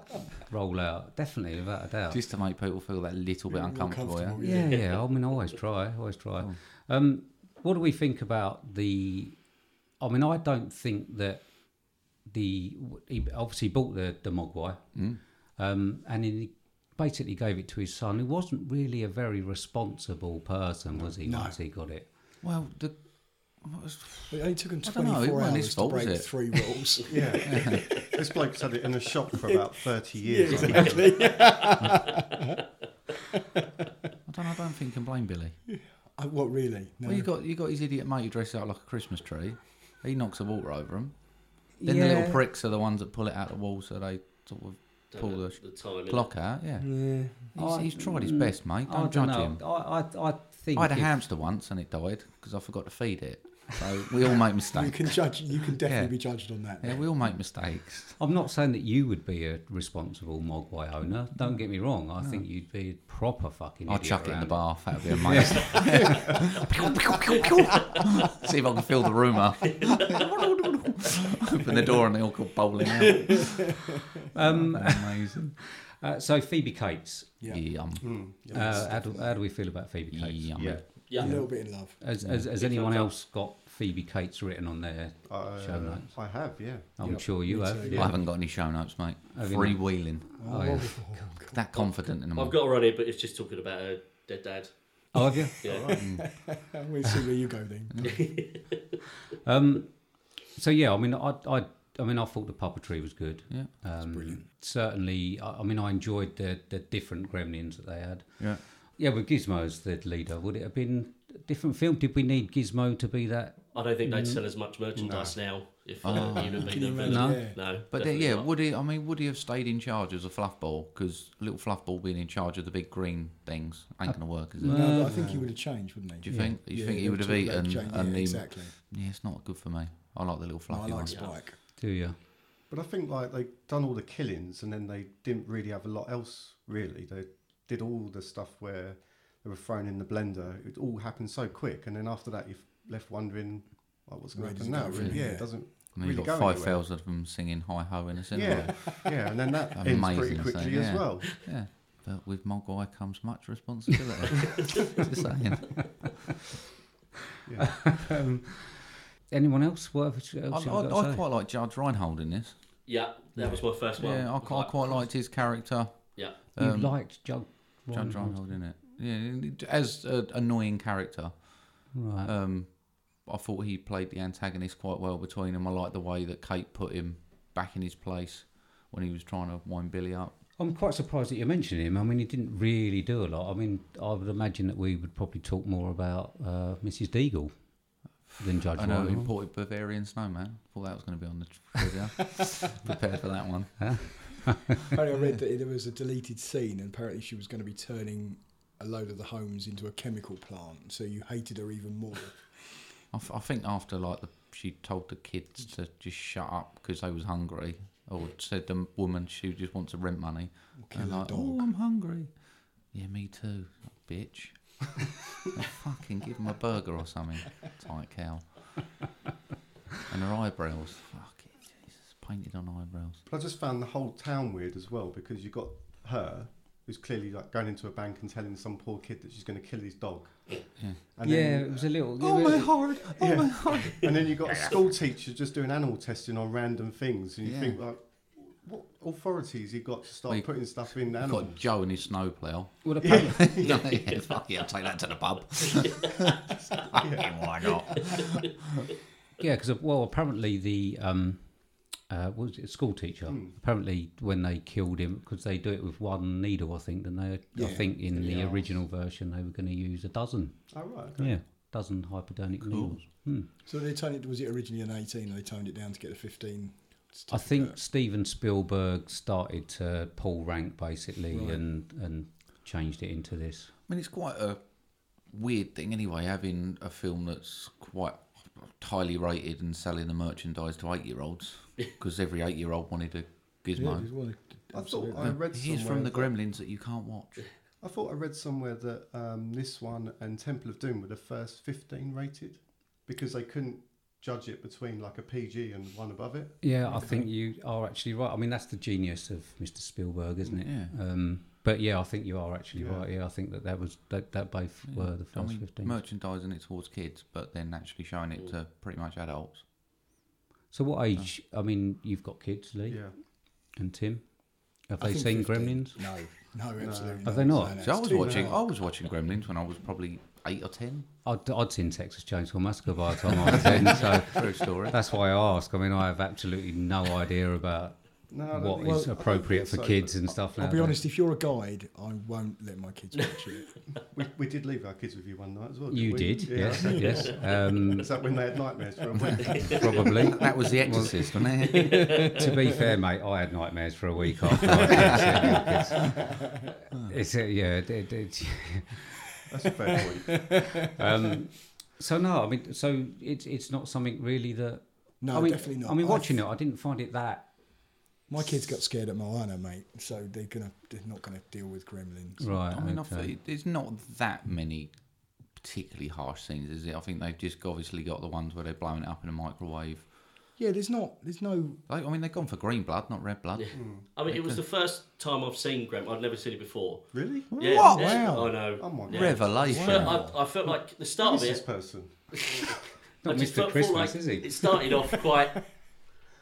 [SPEAKER 2] roll out, definitely without a doubt.
[SPEAKER 1] Just to make people feel that little bit uncomfortable. Yeah?
[SPEAKER 3] comfortable,
[SPEAKER 2] yeah, yeah. I mean, I always try, always try. Um, what do we think about the? I mean, I don't think that the he obviously bought the the Mogwai, um, and he basically gave it to his son, who wasn't really a very responsible person, was he? Once he got it.
[SPEAKER 1] Well, the, what was,
[SPEAKER 3] It only took him
[SPEAKER 1] I don't know, it
[SPEAKER 3] 24
[SPEAKER 1] wasn't his
[SPEAKER 3] hours to
[SPEAKER 1] fault, was
[SPEAKER 3] break
[SPEAKER 1] it?
[SPEAKER 3] three
[SPEAKER 1] (laughs)
[SPEAKER 3] rules.
[SPEAKER 4] Yeah. (laughs) this bloke's had it in a shop for about 30 years. I think.
[SPEAKER 3] exactly.
[SPEAKER 1] I don't. I don't think you can blame Billy.
[SPEAKER 3] Uh, what really? No.
[SPEAKER 1] Well, you got you got his idiot mate who dresses up like a Christmas tree. He knocks a water over him. Then the little
[SPEAKER 2] Yeah.
[SPEAKER 1] pricks are the ones that pull it out the wall, so they sort of pull the
[SPEAKER 5] The timing.
[SPEAKER 1] clock out. Yeah,
[SPEAKER 3] Yeah.
[SPEAKER 1] he's,
[SPEAKER 2] I-
[SPEAKER 1] he's tried his best, mate. Don't, judge
[SPEAKER 2] know.
[SPEAKER 1] him.
[SPEAKER 2] I, I, I think
[SPEAKER 1] I had a
[SPEAKER 2] if-
[SPEAKER 1] hamster once and it died because I forgot to feed it. So we all make
[SPEAKER 3] You
[SPEAKER 1] mistakes.
[SPEAKER 3] can judge. You can definitely
[SPEAKER 1] Yeah.
[SPEAKER 3] be judged on that.
[SPEAKER 1] Yeah, we all make mistakes.
[SPEAKER 2] I'm not saying that you would be a responsible Mogwai owner. Don't get me wrong. I think you'd be a proper fucking.
[SPEAKER 1] I'll
[SPEAKER 2] idiot
[SPEAKER 1] chuck it in the
[SPEAKER 2] around
[SPEAKER 1] bath. That'd be amazing. See if I can fill the room up. Open the door and they all go bowling out. Um, amazing.
[SPEAKER 2] Uh, so Phoebe Cates.
[SPEAKER 3] Yeah.
[SPEAKER 1] Yum.
[SPEAKER 4] Mm, yeah.
[SPEAKER 2] Uh, how, do, how do we feel about Phoebe Cates?
[SPEAKER 1] Yum.
[SPEAKER 4] Yeah.
[SPEAKER 5] Yeah.
[SPEAKER 3] A little bit in love.
[SPEAKER 2] Has, has, has anyone else got Phoebe Cates written on their
[SPEAKER 4] Uh,
[SPEAKER 2] show notes?
[SPEAKER 4] I have, yeah.
[SPEAKER 3] Oh.
[SPEAKER 2] I'm sure you
[SPEAKER 3] me
[SPEAKER 2] have.
[SPEAKER 3] too.
[SPEAKER 1] I
[SPEAKER 2] Yeah.
[SPEAKER 1] haven't got any show notes, mate.
[SPEAKER 2] Have you
[SPEAKER 1] Free
[SPEAKER 2] not?
[SPEAKER 1] wheeling.
[SPEAKER 2] Oh, yeah.
[SPEAKER 1] That confident in them. all.
[SPEAKER 5] I've got her on here, but it's just talking about her dead dad.
[SPEAKER 2] oh, have you?
[SPEAKER 5] Yeah.
[SPEAKER 3] Uh, We'll see where you
[SPEAKER 1] (laughs)
[SPEAKER 3] go
[SPEAKER 1] Uh,
[SPEAKER 3] then.
[SPEAKER 2] Um, so yeah, I mean, I, I, I mean, I thought the puppetry was good.
[SPEAKER 1] Yeah.
[SPEAKER 2] um, brilliant. Certainly, I, I mean, I enjoyed the the different gremlins that they had.
[SPEAKER 1] Yeah.
[SPEAKER 2] Yeah, with Gizmo as the leader, would it have been a different film? Did we need Gizmo to be that?
[SPEAKER 5] I don't think they'd
[SPEAKER 1] Mm-hmm.
[SPEAKER 5] sell as much merchandise now if
[SPEAKER 1] Oh.
[SPEAKER 5] uh, you'd have been
[SPEAKER 3] you
[SPEAKER 5] the
[SPEAKER 3] imagine?
[SPEAKER 5] villain.
[SPEAKER 2] No.
[SPEAKER 3] Yeah.
[SPEAKER 5] No,
[SPEAKER 1] But then,
[SPEAKER 5] definitely
[SPEAKER 1] yeah,
[SPEAKER 5] not.
[SPEAKER 1] would he? I mean, would he have stayed in charge as a fluffball? Because little fluffball being in charge of the big green things ain't gonna work, is it?
[SPEAKER 3] No, but I think he would have changed, wouldn't he?
[SPEAKER 1] Do you think? Do you think he would have
[SPEAKER 3] talked about
[SPEAKER 1] eaten?
[SPEAKER 3] change-
[SPEAKER 1] and
[SPEAKER 3] yeah,
[SPEAKER 1] he-
[SPEAKER 3] exactly.
[SPEAKER 1] yeah, it's not good for me. I like the little
[SPEAKER 3] No, I
[SPEAKER 1] fluffy
[SPEAKER 3] like
[SPEAKER 1] ones.
[SPEAKER 3] Spike.
[SPEAKER 2] Do you?
[SPEAKER 4] But I think like they've done all the killings and then they didn't really have a lot else really. They did all the stuff where they were thrown in the blender. It all happened so quick, and then after that you're left wondering like, what's going
[SPEAKER 3] Where
[SPEAKER 4] to
[SPEAKER 3] does
[SPEAKER 4] happen now.
[SPEAKER 3] it go
[SPEAKER 4] Really,
[SPEAKER 3] from
[SPEAKER 4] yeah,
[SPEAKER 3] here?
[SPEAKER 4] it doesn't.
[SPEAKER 1] And then
[SPEAKER 4] really
[SPEAKER 1] you've got
[SPEAKER 4] go
[SPEAKER 1] five
[SPEAKER 4] anywhere.
[SPEAKER 1] thousand of them singing "Hi Ho" in a
[SPEAKER 4] Yeah,
[SPEAKER 1] cinema.
[SPEAKER 4] yeah, and
[SPEAKER 1] (laughs)
[SPEAKER 4] then that ends
[SPEAKER 1] Amazing
[SPEAKER 4] pretty
[SPEAKER 1] scene,
[SPEAKER 4] quickly
[SPEAKER 1] yeah.
[SPEAKER 4] as well.
[SPEAKER 1] Yeah. But with Mogwai comes much responsibility.
[SPEAKER 2] (laughs)
[SPEAKER 1] Just saying.
[SPEAKER 2] Um, anyone else? What else
[SPEAKER 1] I,
[SPEAKER 2] you
[SPEAKER 1] I,
[SPEAKER 2] got to
[SPEAKER 1] I
[SPEAKER 2] say?
[SPEAKER 1] quite like Judge Reinhold in this.
[SPEAKER 5] Yeah, that was my first one.
[SPEAKER 1] yeah, I quite, I quite liked his character.
[SPEAKER 5] Yeah.
[SPEAKER 2] You
[SPEAKER 1] Um,
[SPEAKER 2] liked Jug
[SPEAKER 1] Judge Reinhold in it. Yeah, as an annoying character.
[SPEAKER 2] Right.
[SPEAKER 1] Um, I thought he played the antagonist quite well between them. I like the way that Kate put him back in his place when he was trying to wind Billy up.
[SPEAKER 2] I'm quite surprised that you mentioned him. I mean, he didn't really do a lot. I mean, I would imagine that we would probably talk more about uh, Mrs. Deagle than Judge
[SPEAKER 1] I know,
[SPEAKER 2] Reinhold.
[SPEAKER 1] imported Bavarian snowman. Thought that was going to be on the trivia. Prepared for that one.
[SPEAKER 3] (laughs) Apparently, I read that there was a deleted scene, and apparently she was going to be turning a load of the homes into a chemical plant. So you hated her even more.
[SPEAKER 1] I, th- I think after like the, she told the kids to just shut up because they was hungry, or said the woman she just wants to rent money.
[SPEAKER 3] kill
[SPEAKER 1] And
[SPEAKER 3] the
[SPEAKER 1] like,
[SPEAKER 3] dog.
[SPEAKER 1] oh, I'm hungry. Yeah, me too, bitch. (laughs) fucking give him a burger or something, tight cow. And her eyebrows, fuck it, Jesus, painted on eyebrows.
[SPEAKER 4] But I just found the whole town weird as well because you got her, who's clearly like going into a bank and telling some poor kid that she's going to kill his dog. And
[SPEAKER 2] yeah,
[SPEAKER 4] then,
[SPEAKER 2] it was a little.
[SPEAKER 1] Oh
[SPEAKER 2] it
[SPEAKER 1] my
[SPEAKER 2] was-
[SPEAKER 1] heart! Oh my heart!
[SPEAKER 4] and then you got a school teacher just doing animal testing on random things, and you
[SPEAKER 1] Yeah.
[SPEAKER 4] think like, what authorities he got to start
[SPEAKER 1] Well, you-
[SPEAKER 4] putting stuff in
[SPEAKER 1] I've
[SPEAKER 4] animals?
[SPEAKER 1] got Joe and his snowplow.
[SPEAKER 2] Well,
[SPEAKER 1] (laughs)
[SPEAKER 2] apparently,
[SPEAKER 1] yeah, (laughs) fuck yeah, take that to the pub. Why not?
[SPEAKER 2] yeah, because well, apparently the um, uh, what was it school teacher? Apparently, when they killed him, because they do it with one needle, I think. Then they, I
[SPEAKER 3] Yeah.
[SPEAKER 2] think in the original version, they were going to use a dozen.
[SPEAKER 4] Oh right, okay.
[SPEAKER 2] Yeah. dozen hypodermic needles. Hmm.
[SPEAKER 3] So they toned it. Was it originally an eighteen? and They toned it down to get a fifteen.
[SPEAKER 2] I think Steven Spielberg started to pull rank basically
[SPEAKER 3] Right.
[SPEAKER 2] and and changed it into this.
[SPEAKER 1] I mean, it's quite a weird thing anyway, having a film that's quite highly rated and selling the merchandise to eight year (laughs) olds because every eight year old wanted a gizmo.
[SPEAKER 4] I thought I
[SPEAKER 1] No,
[SPEAKER 4] read
[SPEAKER 1] Here's
[SPEAKER 4] somewhere
[SPEAKER 1] from the
[SPEAKER 4] that-
[SPEAKER 1] Gremlins that you can't watch.
[SPEAKER 4] I thought I read somewhere that um, this one and Temple of Doom were the first 15 rated because they couldn't judge it between like a PG and one above it.
[SPEAKER 2] Yeah, I think you are actually right. I mean, that's the genius of Mr. Spielberg, isn't it?
[SPEAKER 1] Yeah.
[SPEAKER 2] Um, but yeah, I think you are actually
[SPEAKER 4] Yeah.
[SPEAKER 2] right. Yeah, I think that that was that, that both were the
[SPEAKER 1] I
[SPEAKER 2] first
[SPEAKER 1] mean,
[SPEAKER 2] fifteen.
[SPEAKER 1] merchandising it towards kids, but then actually showing it to pretty much adults.
[SPEAKER 2] so what age? I mean, you've got kids, Lee
[SPEAKER 4] Yeah.
[SPEAKER 2] and Tim. Have
[SPEAKER 3] I
[SPEAKER 2] they seen
[SPEAKER 3] think 15.
[SPEAKER 2] Gremlins?
[SPEAKER 3] No, no, absolutely.
[SPEAKER 2] Are they
[SPEAKER 3] No,
[SPEAKER 2] not?
[SPEAKER 3] no,
[SPEAKER 1] So I
[SPEAKER 3] it's
[SPEAKER 1] was
[SPEAKER 3] too
[SPEAKER 1] watching.
[SPEAKER 3] dark.
[SPEAKER 1] I was watching Gremlins when I was probably eight or ten.
[SPEAKER 2] I'd, I'd seen Texas Chainsaw Massacre by the time I
[SPEAKER 4] (laughs)
[SPEAKER 2] was ten, so
[SPEAKER 1] True story.
[SPEAKER 2] that's why I ask. I mean, I have absolutely no idea about
[SPEAKER 4] No, I don't
[SPEAKER 2] what is
[SPEAKER 4] think so. I don't
[SPEAKER 2] appropriate
[SPEAKER 4] think
[SPEAKER 2] for
[SPEAKER 4] so,
[SPEAKER 2] kids and stuff.
[SPEAKER 3] I'll be
[SPEAKER 2] nowadays.
[SPEAKER 3] honest. If you're a guide, I won't let my kids watch it.
[SPEAKER 4] but We, we did leave our kids with you one night as well.
[SPEAKER 2] You
[SPEAKER 4] didn't we?
[SPEAKER 2] did,
[SPEAKER 4] Yeah.
[SPEAKER 2] yes,
[SPEAKER 4] (laughs)
[SPEAKER 2] yes. Um,
[SPEAKER 4] Is that when they had nightmares for
[SPEAKER 2] (laughs)
[SPEAKER 4] a week? (laughs)
[SPEAKER 2] probably.
[SPEAKER 1] that was The Exorcist, wasn't it?
[SPEAKER 2] to be fair, mate, I had nightmares for a week after. I had sex with
[SPEAKER 4] (laughs)
[SPEAKER 2] kids. It's, uh, yeah, it, it, (laughs) it's-
[SPEAKER 4] That's a fair point.
[SPEAKER 2] um, so no, I mean, so it's it's not something really that.
[SPEAKER 3] No,
[SPEAKER 2] I mean,
[SPEAKER 3] definitely not.
[SPEAKER 2] I mean,
[SPEAKER 3] I
[SPEAKER 2] watching
[SPEAKER 3] th-
[SPEAKER 2] it, I didn't find it that
[SPEAKER 3] My kids got scared at Moana, mate. So they're gonna, they're not gonna deal with gremlins.
[SPEAKER 2] right.
[SPEAKER 1] I mean, I
[SPEAKER 2] okay.
[SPEAKER 1] feel there's not that many particularly harsh scenes, is it? I think they've just obviously got the ones where they're blowing it up in a microwave.
[SPEAKER 3] Yeah, there's not, there's no.
[SPEAKER 1] Like, I mean, they've gone for green blood, not red blood.
[SPEAKER 5] I mean, it was the first time I've seen Graham. I'd never seen it before.
[SPEAKER 4] Really?
[SPEAKER 5] Yeah,
[SPEAKER 1] What?
[SPEAKER 5] yeah,
[SPEAKER 3] Wow.
[SPEAKER 5] I know.
[SPEAKER 4] Oh my
[SPEAKER 5] yeah.
[SPEAKER 4] God.
[SPEAKER 1] Revelation.
[SPEAKER 5] But I, I felt like the start
[SPEAKER 4] Who's
[SPEAKER 5] of
[SPEAKER 4] this
[SPEAKER 5] it.
[SPEAKER 4] person?
[SPEAKER 2] not
[SPEAKER 5] I just
[SPEAKER 2] Mr.
[SPEAKER 5] felt,
[SPEAKER 2] Christmas,
[SPEAKER 5] felt like
[SPEAKER 2] is he?
[SPEAKER 5] It
[SPEAKER 2] (laughs)
[SPEAKER 5] started off quite.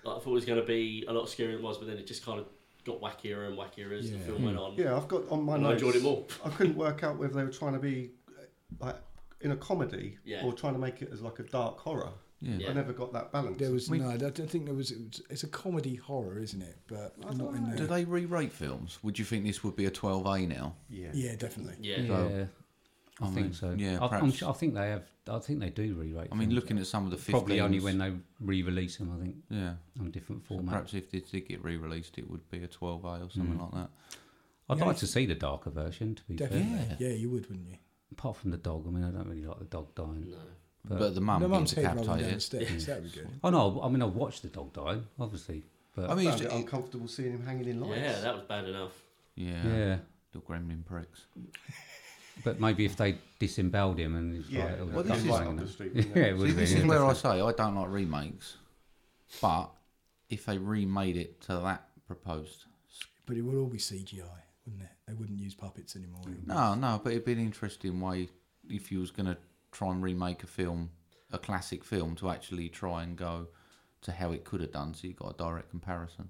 [SPEAKER 5] Like, I thought it was going to be a lot scarier than it was, but then it just kind of got wackier and wackier as the
[SPEAKER 3] Yeah.
[SPEAKER 2] Hmm.
[SPEAKER 5] film went on.
[SPEAKER 4] Yeah, I've got on my
[SPEAKER 5] And I
[SPEAKER 4] notes.
[SPEAKER 5] enjoyed it more.
[SPEAKER 4] I couldn't work out whether they were trying to be uh, like in a comedy
[SPEAKER 5] Yeah.
[SPEAKER 4] or trying to make it as like a dark horror.
[SPEAKER 5] Yeah.
[SPEAKER 4] I never got that balance.
[SPEAKER 3] There was no. I don't think there was. It was it's a comedy horror, isn't it? But not in
[SPEAKER 1] Do
[SPEAKER 3] there.
[SPEAKER 1] they re-rate films? Would you think this would be a 12A now?
[SPEAKER 4] yeah.
[SPEAKER 3] Yeah, definitely.
[SPEAKER 5] Yeah.
[SPEAKER 2] yeah, I,
[SPEAKER 1] I
[SPEAKER 2] think
[SPEAKER 1] mean,
[SPEAKER 2] so.
[SPEAKER 1] yeah,
[SPEAKER 2] I, I'm
[SPEAKER 1] perhaps.
[SPEAKER 2] sure, I think they have. I think they do re-rate.
[SPEAKER 1] I mean,
[SPEAKER 2] films.
[SPEAKER 1] looking at some of the 15s,
[SPEAKER 2] probably only when they re-release them. I think
[SPEAKER 1] yeah.
[SPEAKER 2] on different
[SPEAKER 1] So
[SPEAKER 2] formats.
[SPEAKER 1] perhaps if this did get re-released, it would be a 12A or
[SPEAKER 2] Mm.
[SPEAKER 1] something like that.
[SPEAKER 2] I'd
[SPEAKER 3] Yeah,
[SPEAKER 2] like
[SPEAKER 3] if-
[SPEAKER 2] to see the darker version. To be fair,
[SPEAKER 3] Definitely. Yeah. you would, wouldn't you?
[SPEAKER 2] apart from the dog. I mean, I don't really like the dog dying.
[SPEAKER 1] But, the mum
[SPEAKER 3] No, mum's
[SPEAKER 1] gets
[SPEAKER 3] head rolling down the
[SPEAKER 1] decapitated.
[SPEAKER 3] stairs. That would be good.
[SPEAKER 2] Oh no! I mean, I watched the dog dying, obviously, but
[SPEAKER 1] I mean,
[SPEAKER 4] I
[SPEAKER 1] it's,
[SPEAKER 4] found it
[SPEAKER 1] it,
[SPEAKER 4] uncomfortable seeing him hanging in lights.
[SPEAKER 5] Yeah, that was bad enough.
[SPEAKER 1] yeah,
[SPEAKER 2] yeah.
[SPEAKER 1] little gremlin pricks.
[SPEAKER 2] But maybe if they disemboweled him and it's
[SPEAKER 4] Yeah,
[SPEAKER 2] like, oh,
[SPEAKER 4] well,
[SPEAKER 2] the
[SPEAKER 4] this
[SPEAKER 2] dog
[SPEAKER 4] is
[SPEAKER 2] dying
[SPEAKER 4] up the
[SPEAKER 2] now.
[SPEAKER 4] street, isn't
[SPEAKER 2] (laughs)
[SPEAKER 4] it?
[SPEAKER 2] yeah, it would
[SPEAKER 1] See,
[SPEAKER 2] have been.
[SPEAKER 1] this is
[SPEAKER 2] yeah.
[SPEAKER 1] where I say I don't like remakes, but if they remade it to that proposed,
[SPEAKER 3] But it would all be CGI, wouldn't it? They wouldn't use puppets anymore.
[SPEAKER 1] no, no, but it'd be an interesting way if you was going to try and remake a film, a classic film, to actually try and go to how it could have done, so you got a direct comparison.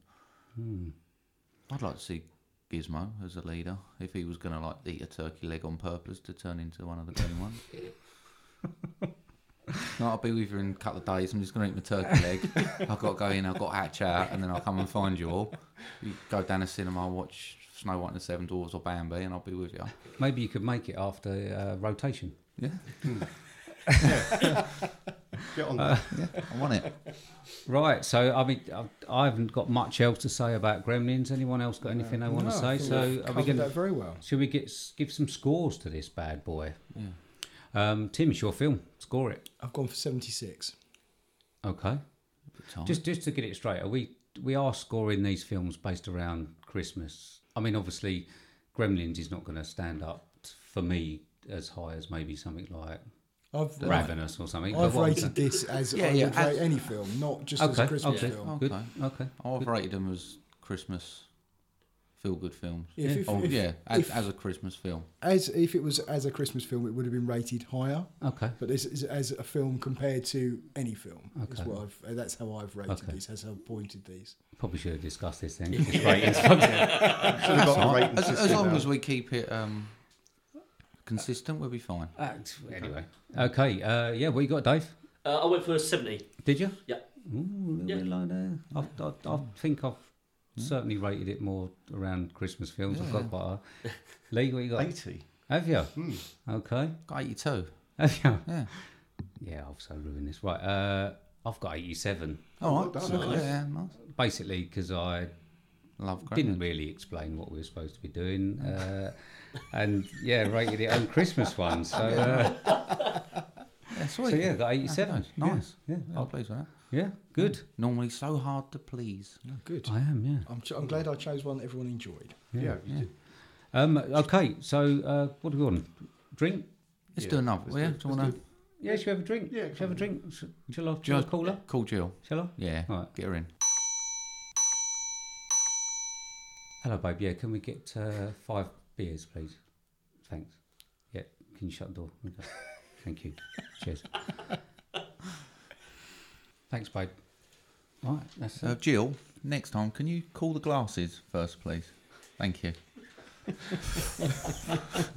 [SPEAKER 1] I'd like to see Gizmo as a leader if he was going to like eat a turkey leg on purpose to turn into one of the green ones. No, I'll be with you in a couple of days. I'm just going to eat my turkey leg. I've got to go in, I've got to hatch out, and then I'll come and find you all. You go down to cinema, watch Snow White and the Seven Dwarfs or Bambi, and I'll be with you.
[SPEAKER 2] Maybe you could make it after uh, rotation.
[SPEAKER 1] Yeah,
[SPEAKER 4] Get
[SPEAKER 2] (laughs)
[SPEAKER 4] on that.
[SPEAKER 1] I want it.
[SPEAKER 2] Right. So I mean, I, I haven't got much else to say about Gremlins. Anyone else got anything they want
[SPEAKER 3] No,
[SPEAKER 2] to
[SPEAKER 3] I
[SPEAKER 2] say?
[SPEAKER 3] think
[SPEAKER 2] So
[SPEAKER 3] we've
[SPEAKER 2] are we
[SPEAKER 3] covered
[SPEAKER 2] going?
[SPEAKER 3] that
[SPEAKER 2] to
[SPEAKER 3] very well.
[SPEAKER 2] Should we get give some scores to this bad boy? Um, Tim, it's your film. Score it.
[SPEAKER 3] I've gone for seventy-six.
[SPEAKER 2] Okay.
[SPEAKER 1] Tom.
[SPEAKER 2] Just just to get it straight, are we we are scoring these films based around Christmas. I mean, obviously, Gremlins is not going to stand up t- for me as high as maybe something like
[SPEAKER 3] I've
[SPEAKER 2] Ravenous or something. but
[SPEAKER 3] I've
[SPEAKER 2] what I'm
[SPEAKER 3] rated
[SPEAKER 2] saying-
[SPEAKER 3] this as
[SPEAKER 1] Yeah,
[SPEAKER 3] I
[SPEAKER 1] yeah,
[SPEAKER 3] would
[SPEAKER 1] as- Oh.
[SPEAKER 3] rate any film, not just as
[SPEAKER 2] Okay,
[SPEAKER 3] a Christmas
[SPEAKER 2] okay,
[SPEAKER 3] film.
[SPEAKER 2] good,
[SPEAKER 1] Okay.
[SPEAKER 2] okay.
[SPEAKER 1] I've rated them as Christmas feel good films.
[SPEAKER 3] If- if-
[SPEAKER 1] oh,
[SPEAKER 3] if-
[SPEAKER 1] yeah, as,
[SPEAKER 3] if-
[SPEAKER 1] as a Christmas film.
[SPEAKER 3] As if it was as a Christmas film, it would have been rated higher.
[SPEAKER 2] Okay.
[SPEAKER 3] But this is as a film compared to any film. Is what I've, uh, that's how I've rated
[SPEAKER 2] Okay.
[SPEAKER 3] these. That's how I've pointed these.
[SPEAKER 2] Probably should have discussed this then. 'cause it's ratings.
[SPEAKER 4] Should have got the rating
[SPEAKER 1] As, as
[SPEAKER 4] system
[SPEAKER 1] long
[SPEAKER 4] now.
[SPEAKER 1] as we keep it um, consistent, we'll be fine.
[SPEAKER 2] Uh, anyway, okay. Uh, yeah, what you got, Dave?
[SPEAKER 5] Uh, I went for 70.
[SPEAKER 2] Did you?
[SPEAKER 5] Yeah.
[SPEAKER 2] Ooh, a little
[SPEAKER 5] Yeah.
[SPEAKER 2] bit low there. I, I, I think I've certainly rated it more around Christmas films. I've got quite a. Lee, what you got?
[SPEAKER 4] 80.
[SPEAKER 5] Hmm.
[SPEAKER 2] Have you? Okay. (laughs)
[SPEAKER 1] Got 82.
[SPEAKER 2] Have you?
[SPEAKER 1] Yeah.
[SPEAKER 2] Yeah, I've so ruined this. Right, uh, I've got 87.
[SPEAKER 1] All right.
[SPEAKER 4] well
[SPEAKER 1] so-
[SPEAKER 4] done, nice.
[SPEAKER 1] Yeah, nice.
[SPEAKER 2] Basically, because I
[SPEAKER 1] Love Gremlins.
[SPEAKER 2] didn't really explain what we were supposed to be doing. Uh, and yeah, rated it on Christmas one. So,
[SPEAKER 5] (laughs)
[SPEAKER 2] uh,
[SPEAKER 1] Yeah, sweet.
[SPEAKER 2] so yeah, got 87.
[SPEAKER 1] Nice. nice.
[SPEAKER 2] Yeah,
[SPEAKER 1] I'm pleased with that.
[SPEAKER 2] yeah, good.
[SPEAKER 1] Normally so hard to please.
[SPEAKER 3] Good.
[SPEAKER 2] I am, yeah.
[SPEAKER 3] I'm, ch- I'm glad I chose one that everyone enjoyed.
[SPEAKER 4] Yeah, you did.
[SPEAKER 2] Um, okay, so uh, what do we want? Drink?
[SPEAKER 1] Let's
[SPEAKER 4] Yeah,
[SPEAKER 1] do another.
[SPEAKER 4] let's
[SPEAKER 1] Well, yeah,
[SPEAKER 4] do-
[SPEAKER 1] do you
[SPEAKER 4] let's
[SPEAKER 1] want
[SPEAKER 4] do-
[SPEAKER 1] to
[SPEAKER 2] Yeah, shall we have a drink?
[SPEAKER 4] Yeah,
[SPEAKER 2] shall we have a drink? Sh- Shall I, shall I
[SPEAKER 1] Just-
[SPEAKER 2] call her?
[SPEAKER 1] call Jill?
[SPEAKER 2] Shall I?
[SPEAKER 1] Yeah.
[SPEAKER 2] Alright.
[SPEAKER 1] Get her in.
[SPEAKER 2] Hello, babe. Yeah, can we get uh, five beers, please? Thanks. Yeah, can you shut the door? Okay. Thank you. Cheers. Thanks, babe. All right, that's
[SPEAKER 1] Uh,
[SPEAKER 2] it.
[SPEAKER 1] Jill, next time, can you call the glasses first, please? Thank you. (laughs)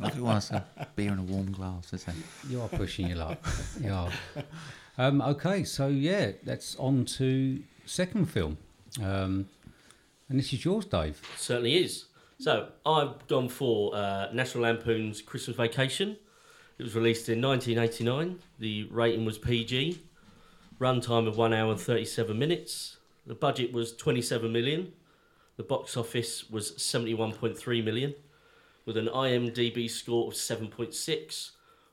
[SPEAKER 1] I do want to say beer in a warm glass, is it?
[SPEAKER 2] You are pushing your luck. You are. Um, okay, so yeah, that's on to second film. Um, and this is yours, Dave.
[SPEAKER 5] Certainly is. So I've gone for uh, National Lampoon's Christmas Vacation. It was released in 1989. The rating was PG. Runtime of one hour and 37 minutes. The budget was 27 million. The box office was 71.3 million, with an IMDb score of 7.6,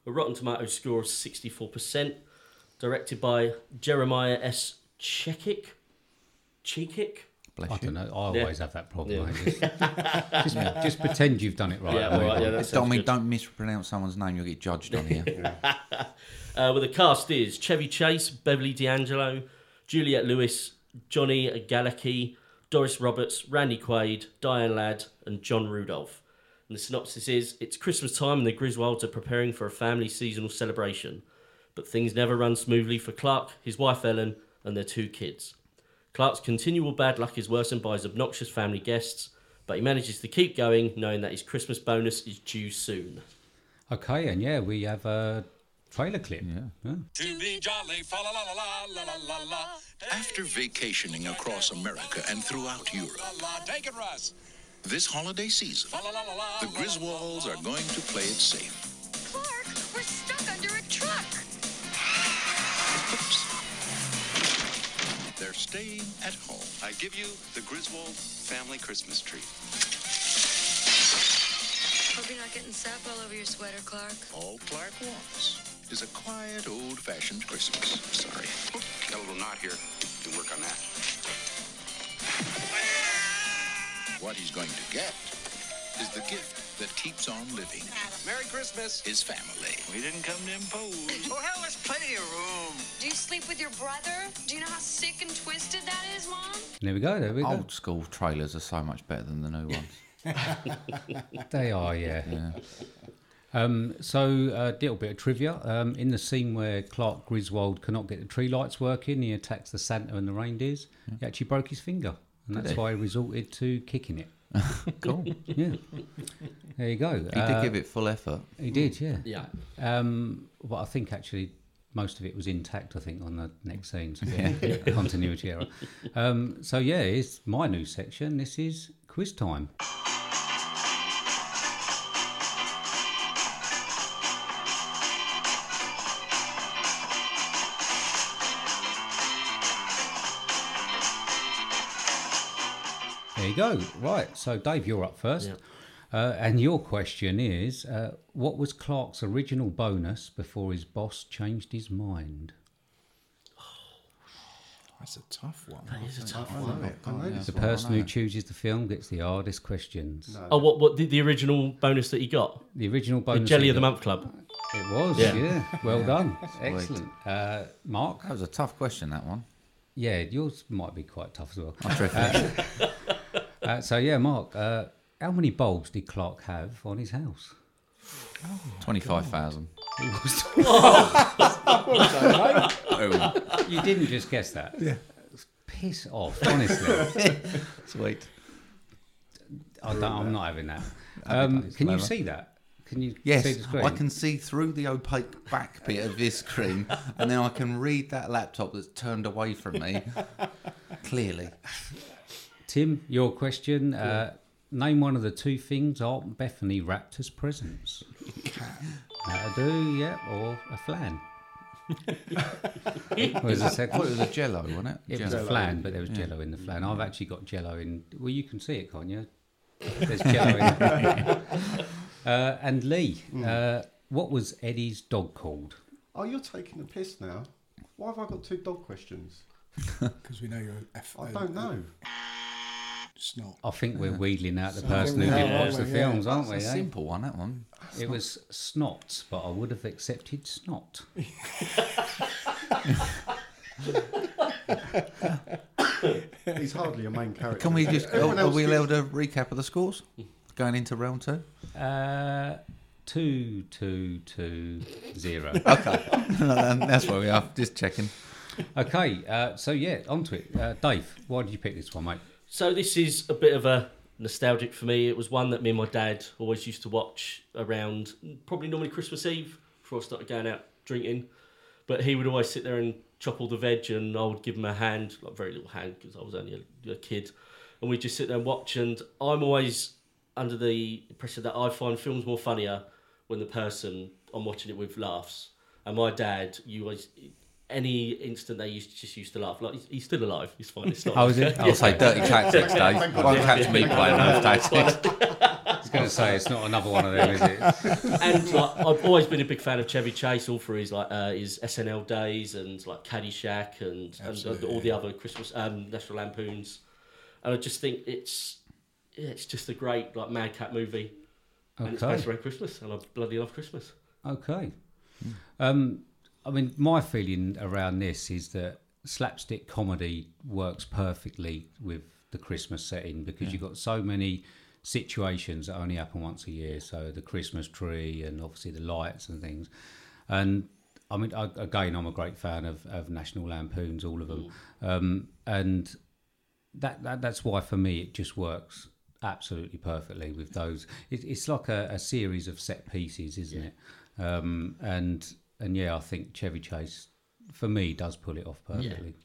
[SPEAKER 5] a Rotten Tomatoes score of 64%. Directed by Jeremiah S. Chekik. Chekik.
[SPEAKER 1] Bless
[SPEAKER 2] I
[SPEAKER 1] you.
[SPEAKER 2] don't know. I always have that problem.
[SPEAKER 5] Yeah.
[SPEAKER 2] mate.
[SPEAKER 5] (laughs)
[SPEAKER 2] Just, just, just pretend you've done it right.
[SPEAKER 5] Yeah,
[SPEAKER 2] and move
[SPEAKER 5] alright, yeah,
[SPEAKER 2] on.
[SPEAKER 5] that
[SPEAKER 1] It's
[SPEAKER 5] sounds
[SPEAKER 1] Dominic,
[SPEAKER 5] good.
[SPEAKER 1] Oh, don't mispronounce someone's name, you'll get judged on here.
[SPEAKER 5] Uh, well, the cast is Chevy Chase, Beverly D'Angelo, Juliette Lewis, Johnny Galecki, Doris Roberts, Randy Quaid, Diane Ladd, and John Rudolph. And the synopsis is it's Christmas time and the Griswolds are preparing for a family seasonal celebration. But things never run smoothly for Clark, his wife Ellen, and their two kids. Clark's continual bad luck is worsened by his obnoxious family guests, but he manages to keep going, knowing that his Christmas bonus is due soon.
[SPEAKER 2] Okay, and yeah, we have a trailer clip. yeah.
[SPEAKER 7] After vacationing across America and (laughs) throughout Europe, this holiday season, the Griswolds are going to play it safe.
[SPEAKER 8] Clark, we're stuck under a truck.
[SPEAKER 7] Oops. They're staying at home.
[SPEAKER 10] I give you the Griswold family Christmas tree.
[SPEAKER 8] Hope you're not getting sap all over your sweater, Clark.
[SPEAKER 7] All Clark wants is a quiet, old-fashioned Christmas. Sorry.
[SPEAKER 10] Got a little knot here. You work on that.
[SPEAKER 7] What he's going to get is the gift that keeps on living.
[SPEAKER 10] Merry Christmas.
[SPEAKER 7] His family.
[SPEAKER 10] We didn't come to impose. Oh, hell, there's plenty of room.
[SPEAKER 8] Do you sleep with your brother? Do you know how sick and twisted that is, Mom?
[SPEAKER 2] There we go. There we go.
[SPEAKER 1] Old school trailers are so much better than the new ones.
[SPEAKER 5] Oh.
[SPEAKER 2] They are, (laughs) yeah. Um, so, a little bit of trivia. Um, in the scene where Clark Griswold cannot get the tree lights working, he attacks the Santa and the reindeers. He actually broke his finger, and that's
[SPEAKER 1] he?
[SPEAKER 2] why he resorted to kicking it.
[SPEAKER 1] cool. He
[SPEAKER 2] Yeah. there you go. He
[SPEAKER 1] did give it full effort.
[SPEAKER 2] He did, yeah.
[SPEAKER 5] Yeah.
[SPEAKER 2] Um, well, I think actually most of it was intact. I think on the next scene, so yeah, continuity error. Um, so yeah, it's my new section. This is quiz time. There you go. Right. So, Dave, you're up first.
[SPEAKER 5] Yeah.
[SPEAKER 2] Uh, and your question is uh, What was Clark's original bonus before his boss changed his mind?
[SPEAKER 3] That's a tough one.
[SPEAKER 4] I know it. I know this
[SPEAKER 2] The
[SPEAKER 4] one.
[SPEAKER 2] person who chooses the film gets the hardest questions.
[SPEAKER 5] Oh, what, what the, the original bonus that he got?
[SPEAKER 2] The original
[SPEAKER 5] The
[SPEAKER 2] bonus.
[SPEAKER 5] Jelly
[SPEAKER 2] he
[SPEAKER 5] of the
[SPEAKER 2] got-
[SPEAKER 5] Month Club.
[SPEAKER 2] It was, yeah.
[SPEAKER 5] Yeah.
[SPEAKER 2] Well done. Excellent. Uh, Mark?
[SPEAKER 1] That was a tough question, that one.
[SPEAKER 2] Yeah, yours might be quite tough as well.
[SPEAKER 1] I'm terrific.
[SPEAKER 2] Uh, so, yeah, Mark, uh, how many bulbs did Clark have on his house?
[SPEAKER 1] 25,000.
[SPEAKER 2] (laughs)
[SPEAKER 1] Oh,
[SPEAKER 2] You didn't just guess that. Yeah. Piss off, honestly.
[SPEAKER 1] sweet.
[SPEAKER 2] I don't, I'm not
[SPEAKER 1] (laughs)
[SPEAKER 2] having that. Um,
[SPEAKER 1] it's
[SPEAKER 2] can you
[SPEAKER 1] clever.
[SPEAKER 2] see that? Can you see the
[SPEAKER 1] Yes,
[SPEAKER 2] screen?
[SPEAKER 1] I can see through the opaque back bit of this screen, and then I can read that laptop that's turned away from me clearly.
[SPEAKER 2] Tim, your question. Uh, name one of the two things Art
[SPEAKER 1] (laughs) (laughs)
[SPEAKER 2] and Bethany wrapped as presents. That'll do, yeah, or a flan. Where's the
[SPEAKER 1] I thought it
[SPEAKER 2] second?
[SPEAKER 1] was a Jello, wasn't it?
[SPEAKER 2] It was
[SPEAKER 1] Jell-O.
[SPEAKER 2] flan, but there was jello in the flan. I've actually got jello in. Well, you can see it,
[SPEAKER 1] (laughs)
[SPEAKER 2] can't you? There's jello in it. Uh, and Lee,
[SPEAKER 1] Hmm.
[SPEAKER 2] uh, what was Eddie's dog called?
[SPEAKER 4] Oh, you're taking the piss now. Why have I got two dog questions?
[SPEAKER 3] Because we know you're a F. uh,
[SPEAKER 4] I don't know.
[SPEAKER 3] Snot.
[SPEAKER 2] I think we're wheedling out the
[SPEAKER 3] Something
[SPEAKER 2] person who
[SPEAKER 3] we
[SPEAKER 2] did
[SPEAKER 3] know,
[SPEAKER 2] watch the
[SPEAKER 3] yeah.
[SPEAKER 2] films, aren't
[SPEAKER 1] It's a
[SPEAKER 2] we? eh?
[SPEAKER 1] simple one, that one.
[SPEAKER 2] It was snot, but I would have accepted snot.
[SPEAKER 4] He's hardly a main character.
[SPEAKER 1] Can we just?
[SPEAKER 4] Everyone
[SPEAKER 1] Are
[SPEAKER 4] else
[SPEAKER 1] we
[SPEAKER 4] is-
[SPEAKER 1] allowed a recap of the scores going into round two?
[SPEAKER 2] Uh, two, two, two,
[SPEAKER 1] (laughs)
[SPEAKER 2] zero.
[SPEAKER 1] That's where we are. Just checking.
[SPEAKER 2] okay, uh, so yeah, onto it. Uh, Dave, why did you pick this one, mate?
[SPEAKER 5] So this is a bit of a nostalgic for me. It was one that me and my dad always used to watch around probably normally Christmas Eve before I started going out drinking. But he would always sit there and chop all the veg, and I would give him a hand, like very little hand because I was only a, a kid, and we'd just sit there and watch. And I'm always under the impression that I find films more funnier when the person I'm watching it with laughs. And my dad, you always. Any instant they used just used to laugh. Like he's, he's still alive. He's
[SPEAKER 2] (laughs)
[SPEAKER 5] fine. It's not.
[SPEAKER 2] Oh, is he?
[SPEAKER 5] (laughs)
[SPEAKER 1] I'll say dirty tactics, Dave. Won't catch me playing those tactics.
[SPEAKER 2] I was going to say it's not another one of them, is
[SPEAKER 1] (laughs)
[SPEAKER 2] it?
[SPEAKER 5] (laughs) and like, I've always been a big fan of Chevy Chase, all for his like uh, his SNL days and like Caddyshack and, and all the other Christmas um, National Lampoons. And I just think it's yeah, it's just a great like Mad Cat movie, and it's
[SPEAKER 2] Okay.
[SPEAKER 5] based around Christmas, and I bloody love Christmas.
[SPEAKER 2] Okay. Um, I mean, my feeling around this is that slapstick comedy works perfectly with the Christmas setting because you've got so many situations that only happen once a year. So the Christmas tree and obviously the lights and things. And I mean, I, again, I'm a great fan of, of National Lampoons, all of them.
[SPEAKER 1] Mm.
[SPEAKER 2] Um, and that, that that's why for me it just works absolutely perfectly with those. It, it's like a, a series of set pieces, isn't it? Um, and and yeah, I think Chevy Chase for me does pull it off perfectly.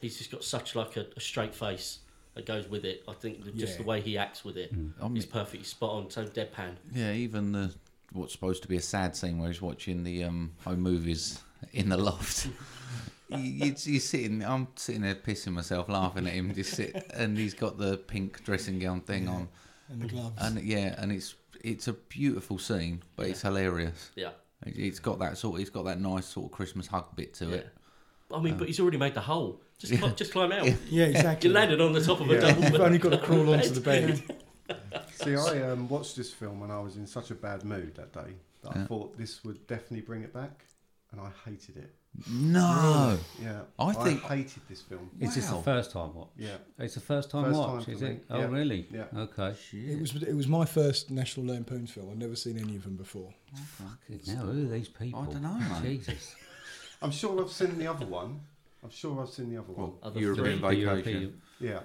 [SPEAKER 5] He's just got such like a, a straight face that goes with it. I think the, just
[SPEAKER 3] Yeah.
[SPEAKER 5] the way he acts with it,
[SPEAKER 1] I'm-
[SPEAKER 5] he's perfectly spot on. So deadpan.
[SPEAKER 1] Yeah, even the what's supposed to be a sad scene where he's watching the um, home movies in the loft. (laughs) you, you, you're sitting. I'm sitting there pissing myself, laughing at him. Just sit, and he's got the pink dressing gown thing on,
[SPEAKER 3] And the gloves.
[SPEAKER 1] and yeah, and it's it's a beautiful scene, but it's hilarious.
[SPEAKER 5] Yeah.
[SPEAKER 1] It- It's got that sort. It's got that nice sort of Christmas hug bit to it.
[SPEAKER 5] I mean, but he's already made the hole. Just cli- just climb out.
[SPEAKER 3] yeah,
[SPEAKER 5] You
[SPEAKER 3] exactly.
[SPEAKER 5] landed on the top of a
[SPEAKER 4] Yeah.
[SPEAKER 3] (laughs)
[SPEAKER 5] double.
[SPEAKER 3] You've only
[SPEAKER 5] (laughs)
[SPEAKER 3] got to crawl onto the bed.
[SPEAKER 4] See, I um, watched this film when I was in such a bad mood that day that I thought this would definitely bring it back, and I hated it.
[SPEAKER 1] No,
[SPEAKER 4] Yeah,
[SPEAKER 1] I think-
[SPEAKER 4] hated this film.
[SPEAKER 2] Is this the
[SPEAKER 1] Wow.
[SPEAKER 2] first time watch?
[SPEAKER 4] Yeah.
[SPEAKER 2] It's the first time
[SPEAKER 4] First
[SPEAKER 2] watch,
[SPEAKER 4] time
[SPEAKER 2] is
[SPEAKER 4] for me.
[SPEAKER 2] it? Oh,
[SPEAKER 4] Yeah.
[SPEAKER 2] really?
[SPEAKER 4] Yeah.
[SPEAKER 2] Okay.
[SPEAKER 3] It was it was my first National Lampoon's film. I've never seen any of them before.
[SPEAKER 2] Good. Now, who are these people?
[SPEAKER 1] dunno, mate.
[SPEAKER 2] Jesus.
[SPEAKER 4] I'm sure I've seen the other one. I'm sure I've seen the other one.
[SPEAKER 5] Other
[SPEAKER 1] European
[SPEAKER 2] The
[SPEAKER 1] vacation.
[SPEAKER 2] European-
[SPEAKER 4] Yeah,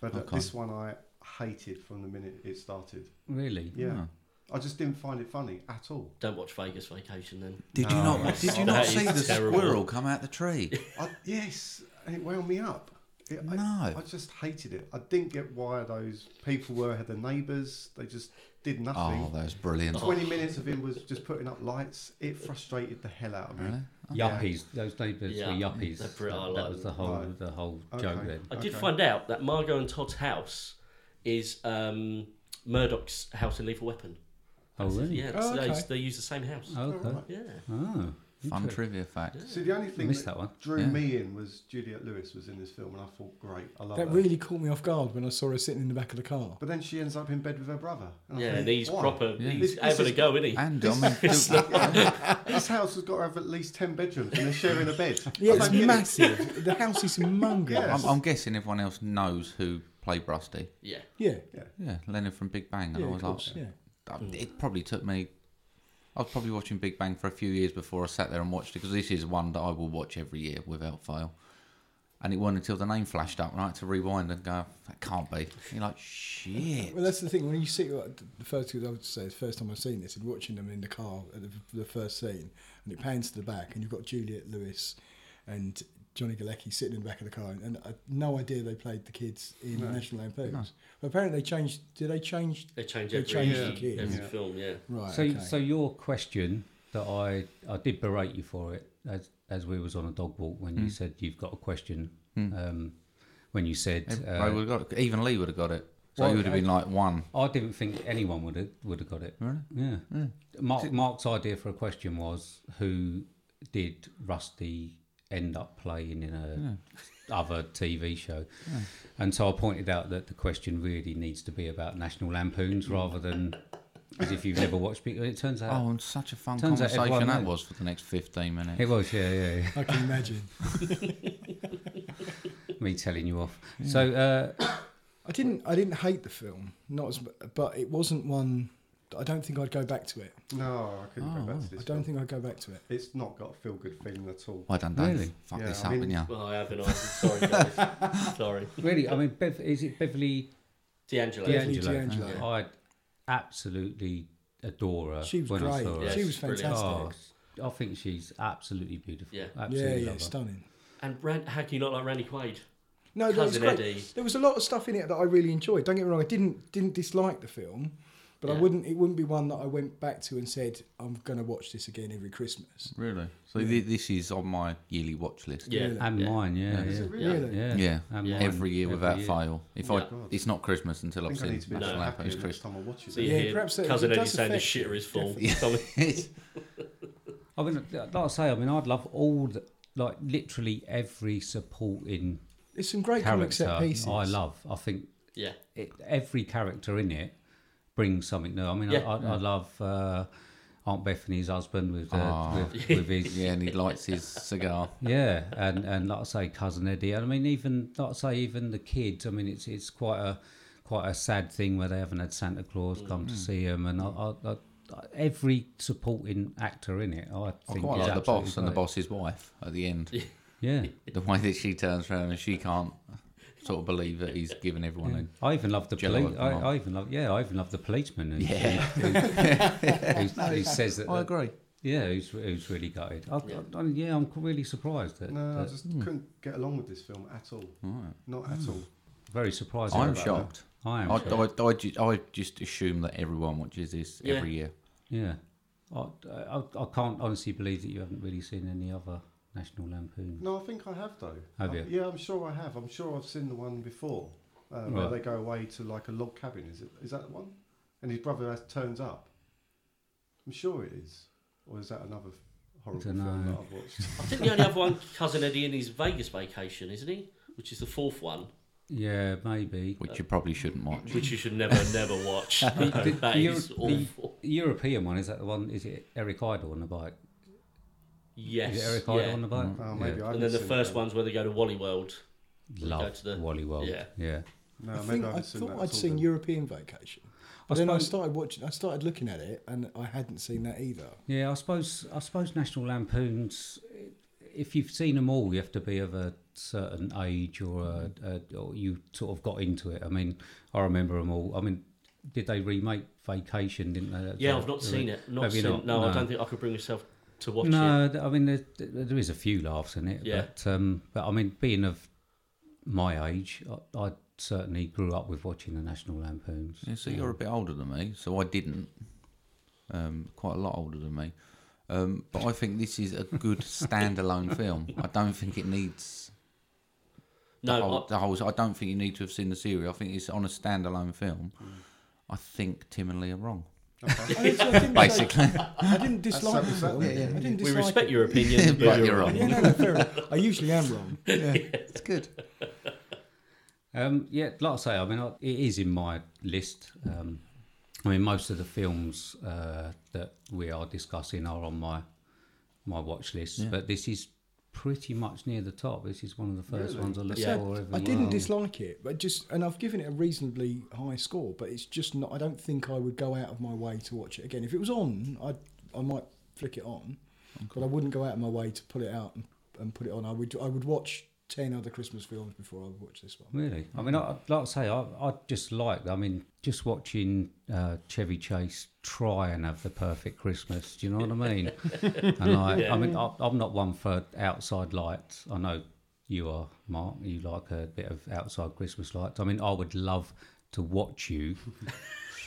[SPEAKER 4] but uh,
[SPEAKER 1] Okay.
[SPEAKER 4] this one I hated from the minute it started.
[SPEAKER 2] Really?
[SPEAKER 4] Yeah, I just didn't find it funny at all.
[SPEAKER 5] Don't watch Vegas Vacation then.
[SPEAKER 1] Did you
[SPEAKER 4] No,
[SPEAKER 1] not? Did you
[SPEAKER 5] that
[SPEAKER 1] not
[SPEAKER 5] is
[SPEAKER 1] see the
[SPEAKER 5] terrible.
[SPEAKER 1] squirrel come out the tree?
[SPEAKER 4] I, yes, and it wound me up. It, I,
[SPEAKER 1] No.
[SPEAKER 4] I just hated it. I didn't get why those people were the neighbours. They just did
[SPEAKER 1] Oh,
[SPEAKER 4] nothing.
[SPEAKER 1] that was brilliant.
[SPEAKER 4] 20 minutes of him was just putting up lights. It frustrated the hell out of me.
[SPEAKER 2] Yuppies. Those neighbours
[SPEAKER 5] Yeah.
[SPEAKER 2] were yuppies.
[SPEAKER 5] They're pretty- I
[SPEAKER 2] that,
[SPEAKER 5] like
[SPEAKER 2] that was the
[SPEAKER 5] them.
[SPEAKER 2] whole
[SPEAKER 4] Right.
[SPEAKER 2] the whole joke then.
[SPEAKER 5] I did
[SPEAKER 4] Okay.
[SPEAKER 5] find out that Margot and Todd's house is um, Murdoch's house in Lethal Weapon.
[SPEAKER 2] Oh, really?
[SPEAKER 5] Yeah,
[SPEAKER 3] Oh,
[SPEAKER 5] they-
[SPEAKER 3] okay.
[SPEAKER 5] they use the same house.
[SPEAKER 2] Okay.
[SPEAKER 5] Yeah.
[SPEAKER 2] Oh.
[SPEAKER 1] Fun trivia fact.
[SPEAKER 4] See, the only thing
[SPEAKER 2] missed that one.
[SPEAKER 4] drew
[SPEAKER 1] Yeah.
[SPEAKER 4] me in was Juliet Lewis was in this film, and I thought, great, I love
[SPEAKER 3] That
[SPEAKER 4] her.
[SPEAKER 3] really caught me off guard when I saw her sitting in the back of the car.
[SPEAKER 4] But then she ends up in bed with her brother. And I
[SPEAKER 5] Yeah,
[SPEAKER 4] think,
[SPEAKER 5] and he's
[SPEAKER 4] why?
[SPEAKER 5] proper. He's
[SPEAKER 4] This- this
[SPEAKER 5] having a
[SPEAKER 4] is-
[SPEAKER 5] go, isn't he?
[SPEAKER 1] And I mean, do-
[SPEAKER 4] (laughs)
[SPEAKER 5] (laughs)
[SPEAKER 4] This house has got to have at least 10 bedrooms, and they're sharing a bed.
[SPEAKER 3] Yeah,
[SPEAKER 4] I
[SPEAKER 3] it's
[SPEAKER 4] don't get it.
[SPEAKER 3] massive. the house is humongous.
[SPEAKER 4] Yeah.
[SPEAKER 1] I'm, I'm guessing everyone else knows who played Rusty.
[SPEAKER 5] yeah.
[SPEAKER 3] Yeah.
[SPEAKER 1] Yeah, Leonard from Big Bang. And
[SPEAKER 3] Yeah,
[SPEAKER 1] I
[SPEAKER 3] of
[SPEAKER 1] was
[SPEAKER 3] course,
[SPEAKER 1] like,
[SPEAKER 3] yeah.
[SPEAKER 1] I- it probably took me. I was probably watching Big Bang for a few years before I sat there and watched it because this is one that I will watch every year without fail. And it wasn't until the name flashed up and I had to rewind and go, that can't be. And you're like, shit.
[SPEAKER 3] Well, that's the thing. When you see like, the first, two, I would say, the first time I've seen this, and watching them in the car at the, the first scene, and it pans to the back, and you've got Juliet Lewis and Johnny Galecki sitting in the back of the car, and, I had no idea they played the kids in National Lampoons. But apparently, they changed. Did they change?
[SPEAKER 5] They change
[SPEAKER 3] They
[SPEAKER 5] every,
[SPEAKER 3] change the kids.
[SPEAKER 5] every
[SPEAKER 4] Yeah.
[SPEAKER 5] film, yeah.
[SPEAKER 3] Right.
[SPEAKER 2] So,
[SPEAKER 3] okay.
[SPEAKER 2] so your question that I I did berate you for it as as we was on a dog walk when you said you've got a question.
[SPEAKER 1] Hmm.
[SPEAKER 2] Um, when you said
[SPEAKER 1] Everybody
[SPEAKER 2] uh,
[SPEAKER 1] would've got it. Even Lee would have got it. So
[SPEAKER 2] Well,
[SPEAKER 1] he would have been
[SPEAKER 2] I-
[SPEAKER 1] like one.
[SPEAKER 2] I didn't think anyone would have would have got it.
[SPEAKER 1] Really?
[SPEAKER 2] Yeah.
[SPEAKER 3] Hmm.
[SPEAKER 1] Yeah.
[SPEAKER 2] Mark, Mark's idea for a question was who did Rusty end up playing in a
[SPEAKER 3] Hmm.
[SPEAKER 2] other TV show, and so I pointed out that the question really needs to be about National Lampoons rather than as if you've never watched. It It turns out
[SPEAKER 1] Oh, and such a fun
[SPEAKER 2] Turns out
[SPEAKER 1] conversation
[SPEAKER 2] everyone
[SPEAKER 1] that
[SPEAKER 2] knows.
[SPEAKER 1] was for the next 15 minutes.
[SPEAKER 2] it was. Yeah, yeah. yeah. (laughs)
[SPEAKER 3] I can imagine.
[SPEAKER 2] Me telling you off. So uh,
[SPEAKER 3] I didn't. I didn't hate the film, not as, mu- but it wasn't one. that I don't think I'd go back to it.
[SPEAKER 4] No, I couldn't
[SPEAKER 1] Oh,
[SPEAKER 4] go back
[SPEAKER 1] wow.
[SPEAKER 4] to this.
[SPEAKER 3] I don't
[SPEAKER 4] film.
[SPEAKER 3] think I'd go back to it.
[SPEAKER 4] it's not got a feel good feeling at all.
[SPEAKER 1] Why done, Dave?
[SPEAKER 2] Really?
[SPEAKER 1] Fuck
[SPEAKER 4] Yeah,
[SPEAKER 1] this
[SPEAKER 4] I
[SPEAKER 1] up,
[SPEAKER 4] mean-
[SPEAKER 1] didn't you?
[SPEAKER 5] Well, I haven't. I'm
[SPEAKER 3] (laughs)
[SPEAKER 5] sorry, guys. sorry.
[SPEAKER 2] really, I mean, Bev, is it Beverly?
[SPEAKER 5] D'Angelo.
[SPEAKER 3] Yeah.
[SPEAKER 2] D'Angelo.
[SPEAKER 3] D'Angelo.
[SPEAKER 2] Yeah. I absolutely adore her.
[SPEAKER 3] She was
[SPEAKER 2] when I
[SPEAKER 3] great.
[SPEAKER 2] saw her.
[SPEAKER 5] Yes,
[SPEAKER 3] she was
[SPEAKER 5] brilliant.
[SPEAKER 3] fantastic.
[SPEAKER 2] Oh, I think she's absolutely beautiful.
[SPEAKER 5] Yeah.
[SPEAKER 3] yeah,
[SPEAKER 2] absolutely
[SPEAKER 3] yeah,
[SPEAKER 2] love her.
[SPEAKER 3] stunning.
[SPEAKER 5] And Ran- how can you not like Randy Quaid?
[SPEAKER 3] No, that was
[SPEAKER 5] Cousin
[SPEAKER 3] great.
[SPEAKER 5] Eddie.
[SPEAKER 3] There was a lot of stuff in it that I really enjoyed. Don't get me wrong, I didn't didn't dislike the film, but I
[SPEAKER 5] Yeah.
[SPEAKER 3] wouldn't. It wouldn't be one that I went back to and said I'm going to watch this again every Christmas.
[SPEAKER 1] Really? So thi- this is on my yearly watch list.
[SPEAKER 5] Yeah.
[SPEAKER 3] Really?
[SPEAKER 2] And
[SPEAKER 5] yeah.
[SPEAKER 2] mine, yeah,
[SPEAKER 4] Is
[SPEAKER 2] yeah.
[SPEAKER 4] it really?
[SPEAKER 5] Yeah.
[SPEAKER 2] yeah.
[SPEAKER 1] Yeah.
[SPEAKER 2] And mine
[SPEAKER 1] Every year without
[SPEAKER 2] Um, year.
[SPEAKER 1] fail. If
[SPEAKER 5] Yeah.
[SPEAKER 1] I, it's not Christmas until
[SPEAKER 4] I
[SPEAKER 1] I've
[SPEAKER 4] think I
[SPEAKER 1] seen
[SPEAKER 4] need to be a
[SPEAKER 1] National
[SPEAKER 4] little
[SPEAKER 1] Lampoon.
[SPEAKER 4] happier
[SPEAKER 1] It's
[SPEAKER 4] next
[SPEAKER 1] Christmas.
[SPEAKER 4] time I watch it.
[SPEAKER 5] So you
[SPEAKER 3] Yeah,
[SPEAKER 5] hear
[SPEAKER 3] perhaps it-
[SPEAKER 5] cousin
[SPEAKER 3] it
[SPEAKER 5] Eddie
[SPEAKER 3] does
[SPEAKER 5] saying the
[SPEAKER 3] affect
[SPEAKER 5] shitter
[SPEAKER 3] you,
[SPEAKER 5] is full.
[SPEAKER 3] (laughs)
[SPEAKER 2] I mean, like I say, I mean, I'd love all the, like literally every supporting
[SPEAKER 3] There's some great comic
[SPEAKER 2] character
[SPEAKER 3] set pieces.
[SPEAKER 2] I love. I think
[SPEAKER 5] yeah.
[SPEAKER 2] it, every character in it brings something new. I mean,
[SPEAKER 5] Yeah.
[SPEAKER 2] I, I, I love uh, Aunt Bethany's husband with, uh,
[SPEAKER 1] Ah.
[SPEAKER 5] (laughs)
[SPEAKER 2] with, with his
[SPEAKER 1] Yeah, and he lights his
[SPEAKER 2] (laughs)
[SPEAKER 1] cigar.
[SPEAKER 2] Yeah, and and like I say, cousin Eddie. And I mean, even like I say, even the kids. I mean, it's it's quite a quite a sad thing where they haven't had Santa Claus come
[SPEAKER 1] Mm.
[SPEAKER 2] to see them, and I, I, I, every supporting actor in it, I
[SPEAKER 1] I
[SPEAKER 2] think
[SPEAKER 1] Oh, quite like
[SPEAKER 2] is
[SPEAKER 1] the
[SPEAKER 2] absolutely
[SPEAKER 1] boss and the
[SPEAKER 2] great.
[SPEAKER 1] boss's wife at the end.
[SPEAKER 2] Yeah,
[SPEAKER 1] the way that she turns around and she can't sort of believe that he's given everyone a
[SPEAKER 2] I even love the
[SPEAKER 1] Jello
[SPEAKER 2] police. I,
[SPEAKER 1] Mom.
[SPEAKER 2] I even love yeah, I even love the policeman. Who,
[SPEAKER 1] Yeah. (laughs)
[SPEAKER 2] who, who, who says that?
[SPEAKER 1] I
[SPEAKER 2] that-
[SPEAKER 1] agree.
[SPEAKER 2] yeah, who's, who's really gutted. I,
[SPEAKER 5] Yeah.
[SPEAKER 2] I, I mean, yeah, I'm really surprised. That,
[SPEAKER 4] No, I
[SPEAKER 2] that-
[SPEAKER 4] just couldn't get along with this film at all. Not at all.
[SPEAKER 2] very surprised.
[SPEAKER 1] I'm
[SPEAKER 2] about
[SPEAKER 1] shocked.
[SPEAKER 2] that. I
[SPEAKER 1] I,
[SPEAKER 2] am.
[SPEAKER 1] I,
[SPEAKER 2] shocked.
[SPEAKER 1] I, ju- I just assume that everyone watches this
[SPEAKER 5] Yeah.
[SPEAKER 1] every year.
[SPEAKER 2] Yeah, I, I, I can't honestly believe that you haven't really seen any other National Lampoon.
[SPEAKER 4] No, I think I have though.
[SPEAKER 2] Have
[SPEAKER 4] I-
[SPEAKER 2] you?
[SPEAKER 4] Yeah, I'm sure I have. I'm sure I've seen the one before uh, where
[SPEAKER 2] Right.
[SPEAKER 4] they go away to like a log cabin. Is it? Is that the one? And his brother has, turns up. I'm sure it is. Or is that another horrible
[SPEAKER 2] Dunno.
[SPEAKER 4] film that I've watched?
[SPEAKER 5] (laughs) I think the only other one, cousin Eddie, in his Vegas vacation, isn't he? Which is the fourth one,
[SPEAKER 2] Yeah, maybe.
[SPEAKER 1] Which you probably shouldn't watch.
[SPEAKER 5] which you should never, never
[SPEAKER 2] (laughs)
[SPEAKER 5] watch.
[SPEAKER 2] The-
[SPEAKER 5] that
[SPEAKER 2] the
[SPEAKER 5] is
[SPEAKER 2] Euro- the
[SPEAKER 5] awful.
[SPEAKER 2] European one is that the one? Is it Eric Idle on the bike?
[SPEAKER 5] Yes.
[SPEAKER 2] Is it Eric Idle
[SPEAKER 5] yeah.
[SPEAKER 2] on the bike?
[SPEAKER 4] oh, maybe
[SPEAKER 2] yeah.
[SPEAKER 4] I.
[SPEAKER 5] And then the first one's where they go to Wally World. go
[SPEAKER 2] Love
[SPEAKER 5] to the-
[SPEAKER 2] Wally World.
[SPEAKER 5] yeah.
[SPEAKER 2] yeah.
[SPEAKER 4] No,
[SPEAKER 3] I
[SPEAKER 4] maybe
[SPEAKER 3] think
[SPEAKER 4] I,
[SPEAKER 3] I,
[SPEAKER 4] haven't seen that
[SPEAKER 3] thought
[SPEAKER 4] at
[SPEAKER 3] I'd
[SPEAKER 4] all
[SPEAKER 3] seen
[SPEAKER 4] then.
[SPEAKER 3] European Vacation.
[SPEAKER 2] I
[SPEAKER 3] But then I
[SPEAKER 2] suppose-
[SPEAKER 3] started watching. I started looking at it, and I hadn't seen that either.
[SPEAKER 2] Yeah, I suppose I suppose National Lampoons. If you've seen them all, you have to be of a certain age or a, a, or you sort of got into it. I mean, I remember them all. I mean, did they remake Vacation? Didn't they?
[SPEAKER 5] Yeah, I've not seen it. Not
[SPEAKER 2] Have you
[SPEAKER 5] seen.
[SPEAKER 2] not?
[SPEAKER 5] No, I
[SPEAKER 2] No.
[SPEAKER 5] don't think I could bring myself to watch it.
[SPEAKER 2] no, th- I mean there, there is a few laughs in it,
[SPEAKER 5] Yeah.
[SPEAKER 2] but um, but I mean being of my age, I, I certainly grew up with watching the National Lampoons.
[SPEAKER 1] Yeah, so you're a bit older than me, so I didn't. Um, quite a lot older than me. Um, but I think this is a good standalone film. I don't think it needs the,
[SPEAKER 5] No,
[SPEAKER 1] whole,
[SPEAKER 5] I-
[SPEAKER 1] the whole. I Oh, don't think you need to have seen the series. I think it's on a standalone film.
[SPEAKER 5] Mm.
[SPEAKER 1] I think Tim and Lee are wrong.
[SPEAKER 3] I didn't- I didn't-
[SPEAKER 1] Basically,
[SPEAKER 3] I didn't dislike
[SPEAKER 4] That's-
[SPEAKER 3] the film.
[SPEAKER 4] that's- yeah,
[SPEAKER 3] I didn't
[SPEAKER 5] we
[SPEAKER 3] dislike
[SPEAKER 5] respect
[SPEAKER 3] it.
[SPEAKER 2] (laughs)
[SPEAKER 5] your opinion,
[SPEAKER 1] but you're wrong.
[SPEAKER 3] Yeah, no, no, fair enough. I usually am wrong.
[SPEAKER 1] It's good.
[SPEAKER 2] Um, yeah, like I say, I mean, I, it is in my list. Um, I mean, most of the films uh, that we are discussing are on my my watch list, but this is pretty much near the top. This is one of the first ones I look
[SPEAKER 5] Yeah.
[SPEAKER 2] for. Every
[SPEAKER 3] I didn't
[SPEAKER 2] year.
[SPEAKER 3] dislike it, but just and I've given it a reasonably high score, but it's just not. I don't think I would go out of my way to watch it again. If it was on, I I might flick it on, but I wouldn't go out of my way to pull it out and, and put it on. I would I would watch ten other Christmas films before I would watch this one.
[SPEAKER 2] Really? I mean, I, like I say, I, I just like, I mean, just watching uh, Chevy Chase try and have the perfect Christmas. Do you know what
[SPEAKER 1] (laughs)
[SPEAKER 2] I mean? and like, I mean, I, I'm not one for outside lights. I know you are, Mark. You like a bit of outside
[SPEAKER 1] (laughs)
[SPEAKER 2] Christmas lights. I mean, I would love to watch you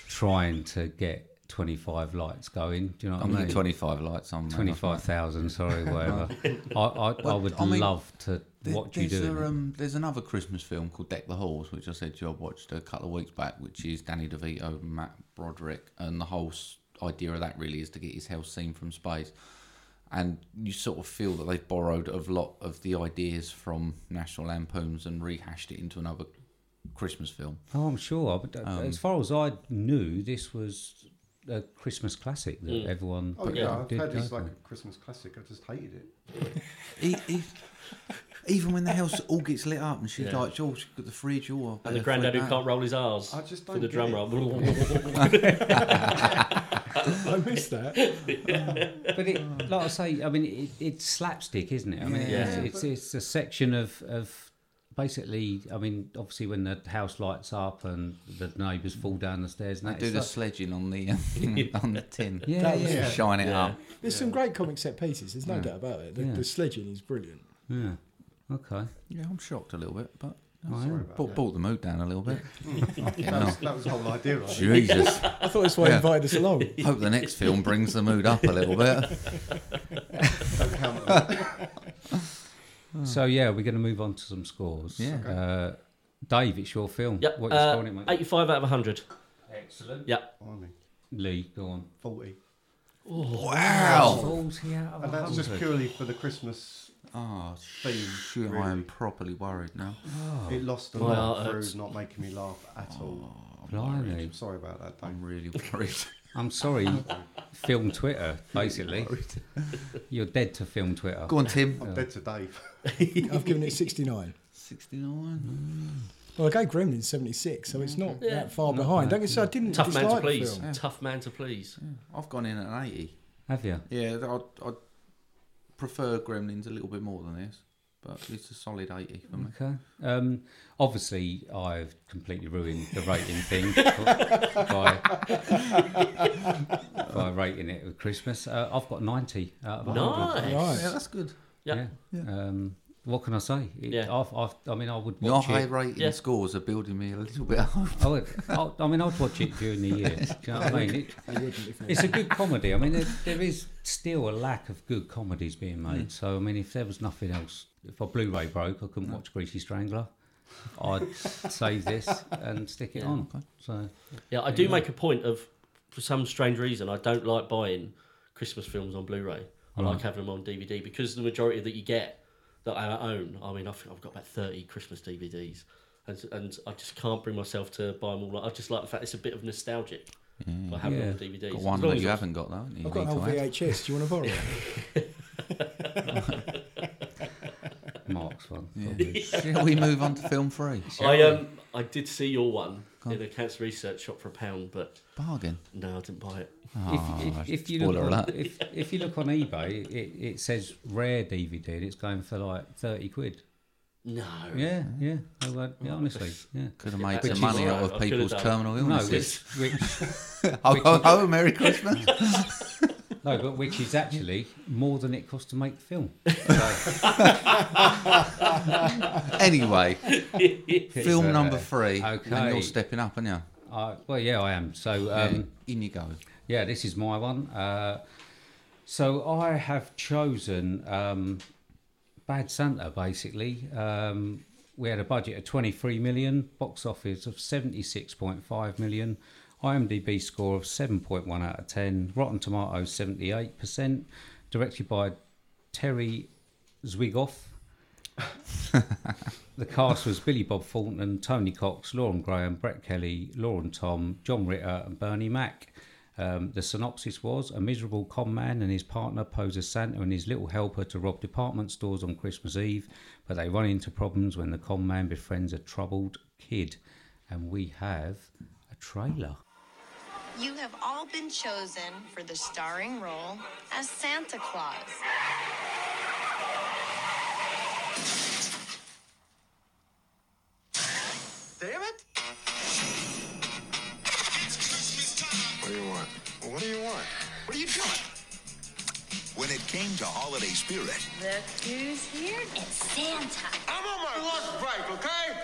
[SPEAKER 2] trying to get 25 lights going. Do you know what
[SPEAKER 1] I'm
[SPEAKER 2] I mean?
[SPEAKER 1] getting 25 lights
[SPEAKER 2] uh,
[SPEAKER 1] on. mate.
[SPEAKER 2] 25,000,
[SPEAKER 1] (laughs)
[SPEAKER 2] sorry, whatever. I, I, I
[SPEAKER 1] Well,
[SPEAKER 2] would
[SPEAKER 1] I mean,
[SPEAKER 2] love to
[SPEAKER 1] There-
[SPEAKER 2] watch you
[SPEAKER 1] there's
[SPEAKER 2] doing
[SPEAKER 1] a,
[SPEAKER 2] it.
[SPEAKER 1] um, There's another Christmas film called Deck the Halls, which I said to you I watched a couple of weeks back, which is Danny DeVito, Matt Broderick, and the whole s- idea of that really is to get his house seen from space. And you sort of feel that they've borrowed a lot of the ideas from National Lampoons and rehashed it into another Christmas film.
[SPEAKER 2] Oh, I'm sure. But uh,
[SPEAKER 1] Um,
[SPEAKER 2] as far as I knew, this was a Christmas classic that
[SPEAKER 5] Mm.
[SPEAKER 2] everyone.
[SPEAKER 4] Oh yeah, I've
[SPEAKER 2] did
[SPEAKER 4] heard it's
[SPEAKER 2] go
[SPEAKER 4] like
[SPEAKER 2] for.
[SPEAKER 4] a Christmas classic. I just hated it.
[SPEAKER 1] E- e- even when the house all gets lit up and she's
[SPEAKER 5] Yeah.
[SPEAKER 1] like, George, you've got the fridge, oh, all
[SPEAKER 5] And the granddad who can't roll his R's
[SPEAKER 4] I just
[SPEAKER 5] for
[SPEAKER 4] don't
[SPEAKER 5] the drum
[SPEAKER 4] get
[SPEAKER 5] roll.
[SPEAKER 3] (laughs) I missed that.
[SPEAKER 2] but
[SPEAKER 4] (laughs)
[SPEAKER 2] it, like I say, I mean, it, it's slapstick, isn't it? I mean,
[SPEAKER 5] Yeah.
[SPEAKER 2] it's, it's it's a section of of basically. I mean, obviously, when the house lights up and the neighbours fall down the stairs, and
[SPEAKER 1] They
[SPEAKER 2] that,
[SPEAKER 1] do the
[SPEAKER 2] it's
[SPEAKER 1] sledging on the um,
[SPEAKER 5] (laughs)
[SPEAKER 1] on the tin.
[SPEAKER 2] like- yeah,
[SPEAKER 3] That was-
[SPEAKER 2] yeah,
[SPEAKER 4] Yeah.
[SPEAKER 1] Shine it
[SPEAKER 5] Yeah.
[SPEAKER 1] up.
[SPEAKER 3] There's some great comic set pieces. There's no doubt about it. The,
[SPEAKER 2] Yeah.
[SPEAKER 3] the sledging is brilliant.
[SPEAKER 2] yeah. Okay.
[SPEAKER 1] Yeah, I'm shocked a little bit, but
[SPEAKER 4] Sorry about
[SPEAKER 1] brought,
[SPEAKER 4] that.
[SPEAKER 1] brought the mood down a little
[SPEAKER 5] (laughs)
[SPEAKER 1] bit. Fucking
[SPEAKER 4] That was,
[SPEAKER 1] hell.
[SPEAKER 4] that was the whole idea. Of it.
[SPEAKER 1] Jesus.
[SPEAKER 3] I thought that's why he
[SPEAKER 1] Yeah.
[SPEAKER 3] invited us (laughs) along.
[SPEAKER 1] Hope the next film brings the mood up a little
[SPEAKER 5] (laughs)
[SPEAKER 1] bit.
[SPEAKER 4] Don't count on that.
[SPEAKER 2] So yeah, we're going to move on to some scores.
[SPEAKER 1] Hmm. Yeah. Okay.
[SPEAKER 2] Uh, Dave, it's your film.
[SPEAKER 5] (laughs) Yep.
[SPEAKER 2] What you
[SPEAKER 5] uh,
[SPEAKER 2] scoring it, mate?
[SPEAKER 5] 85 out of 100.
[SPEAKER 2] Excellent.
[SPEAKER 5] Yep.
[SPEAKER 4] Blimey,
[SPEAKER 2] Lee, go on.
[SPEAKER 4] forty,
[SPEAKER 1] Wow.
[SPEAKER 2] Forty out of
[SPEAKER 4] and that's just
[SPEAKER 2] 100.
[SPEAKER 4] purely for the Christmas.
[SPEAKER 2] Ah,
[SPEAKER 1] Oh,
[SPEAKER 4] Theme,
[SPEAKER 1] shoot, I
[SPEAKER 4] really.
[SPEAKER 1] am properly worried now.
[SPEAKER 4] It lost a
[SPEAKER 5] My
[SPEAKER 4] lot
[SPEAKER 5] heart
[SPEAKER 4] through
[SPEAKER 5] hurts.
[SPEAKER 4] not making me laugh at
[SPEAKER 2] Ah,
[SPEAKER 4] all.
[SPEAKER 2] Blimey.
[SPEAKER 4] I'm sorry about that. Dave.
[SPEAKER 1] I'm really worried.
[SPEAKER 2] I'm sorry, film Twitter, basically. You're dead to film Twitter.
[SPEAKER 1] Go on, Tim.
[SPEAKER 4] I'm dead to Dave.
[SPEAKER 3] I've given it 69.
[SPEAKER 1] 69.
[SPEAKER 3] Well, I gave Gremlin 76, so it's not
[SPEAKER 5] Yeah.
[SPEAKER 3] that far behind. Don't get so I didn't
[SPEAKER 5] Tough man
[SPEAKER 3] dislike
[SPEAKER 5] to
[SPEAKER 3] the
[SPEAKER 5] please.
[SPEAKER 3] film.
[SPEAKER 5] Tough man to please.
[SPEAKER 1] I've gone in at an 80.
[SPEAKER 2] Have you?
[SPEAKER 1] Yeah, I, I prefer Gremlins a little bit more than this, but it's a solid 80 for me.
[SPEAKER 2] Okay. Um, obviously, I've completely ruined the rating thing by, by rating it with Christmas. Uh, I've got 90 out of 100.
[SPEAKER 5] Nice.
[SPEAKER 3] Right.
[SPEAKER 1] Yeah, that's good.
[SPEAKER 5] Yeah.
[SPEAKER 2] Um, what can I say? It,
[SPEAKER 5] Yeah.
[SPEAKER 2] I've, I've, I mean, I would
[SPEAKER 1] Your
[SPEAKER 2] watch
[SPEAKER 1] high
[SPEAKER 2] it.
[SPEAKER 1] rating
[SPEAKER 5] Yeah.
[SPEAKER 1] scores are building me a little bit (laughs) up.
[SPEAKER 2] I, would, I, Oh, I mean, I'd watch it during the year. Do you know what I mean? It,
[SPEAKER 3] I wouldn't if
[SPEAKER 2] It's a good comedy. I mean, there, there is still a lack of good comedies being
[SPEAKER 3] Mm.
[SPEAKER 2] made. So, I mean, if there was nothing else, if a Blu-ray broke, I couldn't watch Greasy Strangler. I'd save this and stick it on. So,
[SPEAKER 5] Yeah, I do make a point of, for some strange reason, I don't like buying Christmas films on Blu-ray. I
[SPEAKER 1] Mm.
[SPEAKER 5] like having them on DVD because the majority that you get that I own, I mean, I think I've got about 30 Christmas DVDs. And, and I just can't bring myself to buy them all. I just like the fact it's a bit of nostalgic by having
[SPEAKER 2] Yeah.
[SPEAKER 5] them on DVDs.
[SPEAKER 1] Mm. Got
[SPEAKER 5] As
[SPEAKER 1] one
[SPEAKER 5] long
[SPEAKER 1] that
[SPEAKER 5] as
[SPEAKER 1] you
[SPEAKER 5] I-
[SPEAKER 1] haven't got, though. haven't you?
[SPEAKER 3] I've got an
[SPEAKER 1] Need to
[SPEAKER 3] old
[SPEAKER 1] add.
[SPEAKER 3] VHS. Do you want to borrow it?
[SPEAKER 2] Mark's one.
[SPEAKER 1] Shall we move on to film three?
[SPEAKER 5] (laughs) I, um, I did see your one in a cancer research shop for a pound, but
[SPEAKER 1] Bargain.
[SPEAKER 5] no, I didn't buy it.
[SPEAKER 2] If, if, if you
[SPEAKER 1] Ah, spoiler
[SPEAKER 2] look on,
[SPEAKER 1] alert.
[SPEAKER 2] if, if you look on eBay, it, it says rare DVD and it's going for like 30 quid.
[SPEAKER 5] No.
[SPEAKER 2] Yeah, yeah. I went- yeah, honestly, yeah.
[SPEAKER 1] Could have made
[SPEAKER 5] Which
[SPEAKER 1] some
[SPEAKER 5] is
[SPEAKER 1] money
[SPEAKER 5] alright,
[SPEAKER 1] out
[SPEAKER 5] I
[SPEAKER 1] of
[SPEAKER 5] could have
[SPEAKER 1] people's
[SPEAKER 5] done.
[SPEAKER 1] terminal
[SPEAKER 2] No,
[SPEAKER 1] illnesses.
[SPEAKER 2] which,
[SPEAKER 1] (laughs)
[SPEAKER 2] which,
[SPEAKER 1] Oh, oh, oh, Merry Christmas.
[SPEAKER 2] no, but which is actually more than it cost to make the film. (laughs)
[SPEAKER 1] anyway, film
[SPEAKER 2] Okay.
[SPEAKER 1] number three. And
[SPEAKER 2] Okay.
[SPEAKER 1] you're stepping up, aren't you?
[SPEAKER 2] Uh, well, yeah, I am. So, um,
[SPEAKER 1] In you go.
[SPEAKER 2] Yeah, this is my one. Uh, so I have chosen um, Bad Santa. Basically, um, we had a budget of twenty-three million, box office of seventy-six point five million, IMDb score of seven point one out of ten, Rotten Tomatoes seventy-eight percent, directed by Terry Zwigoff. The cast was Billy Bob Thornton, Tony Cox, Lauren Graham, Brett Kelly, Lauren Tom, John Ritter, and Bernie Mac. Um, the synopsis was a miserable con man and his partner pose as Santa and his little helper to rob department stores on Christmas Eve, but they run into problems when the con man befriends a troubled kid. And we have a trailer.
[SPEAKER 8] You have all been chosen for the starring role as Santa Claus.
[SPEAKER 11] Damn it! It's Christmas time! What do you want? What do you want? What are you doing?
[SPEAKER 7] When it came to holiday spirit,
[SPEAKER 8] Look who's here. It's Santa.
[SPEAKER 11] I'm on my luck break, okay?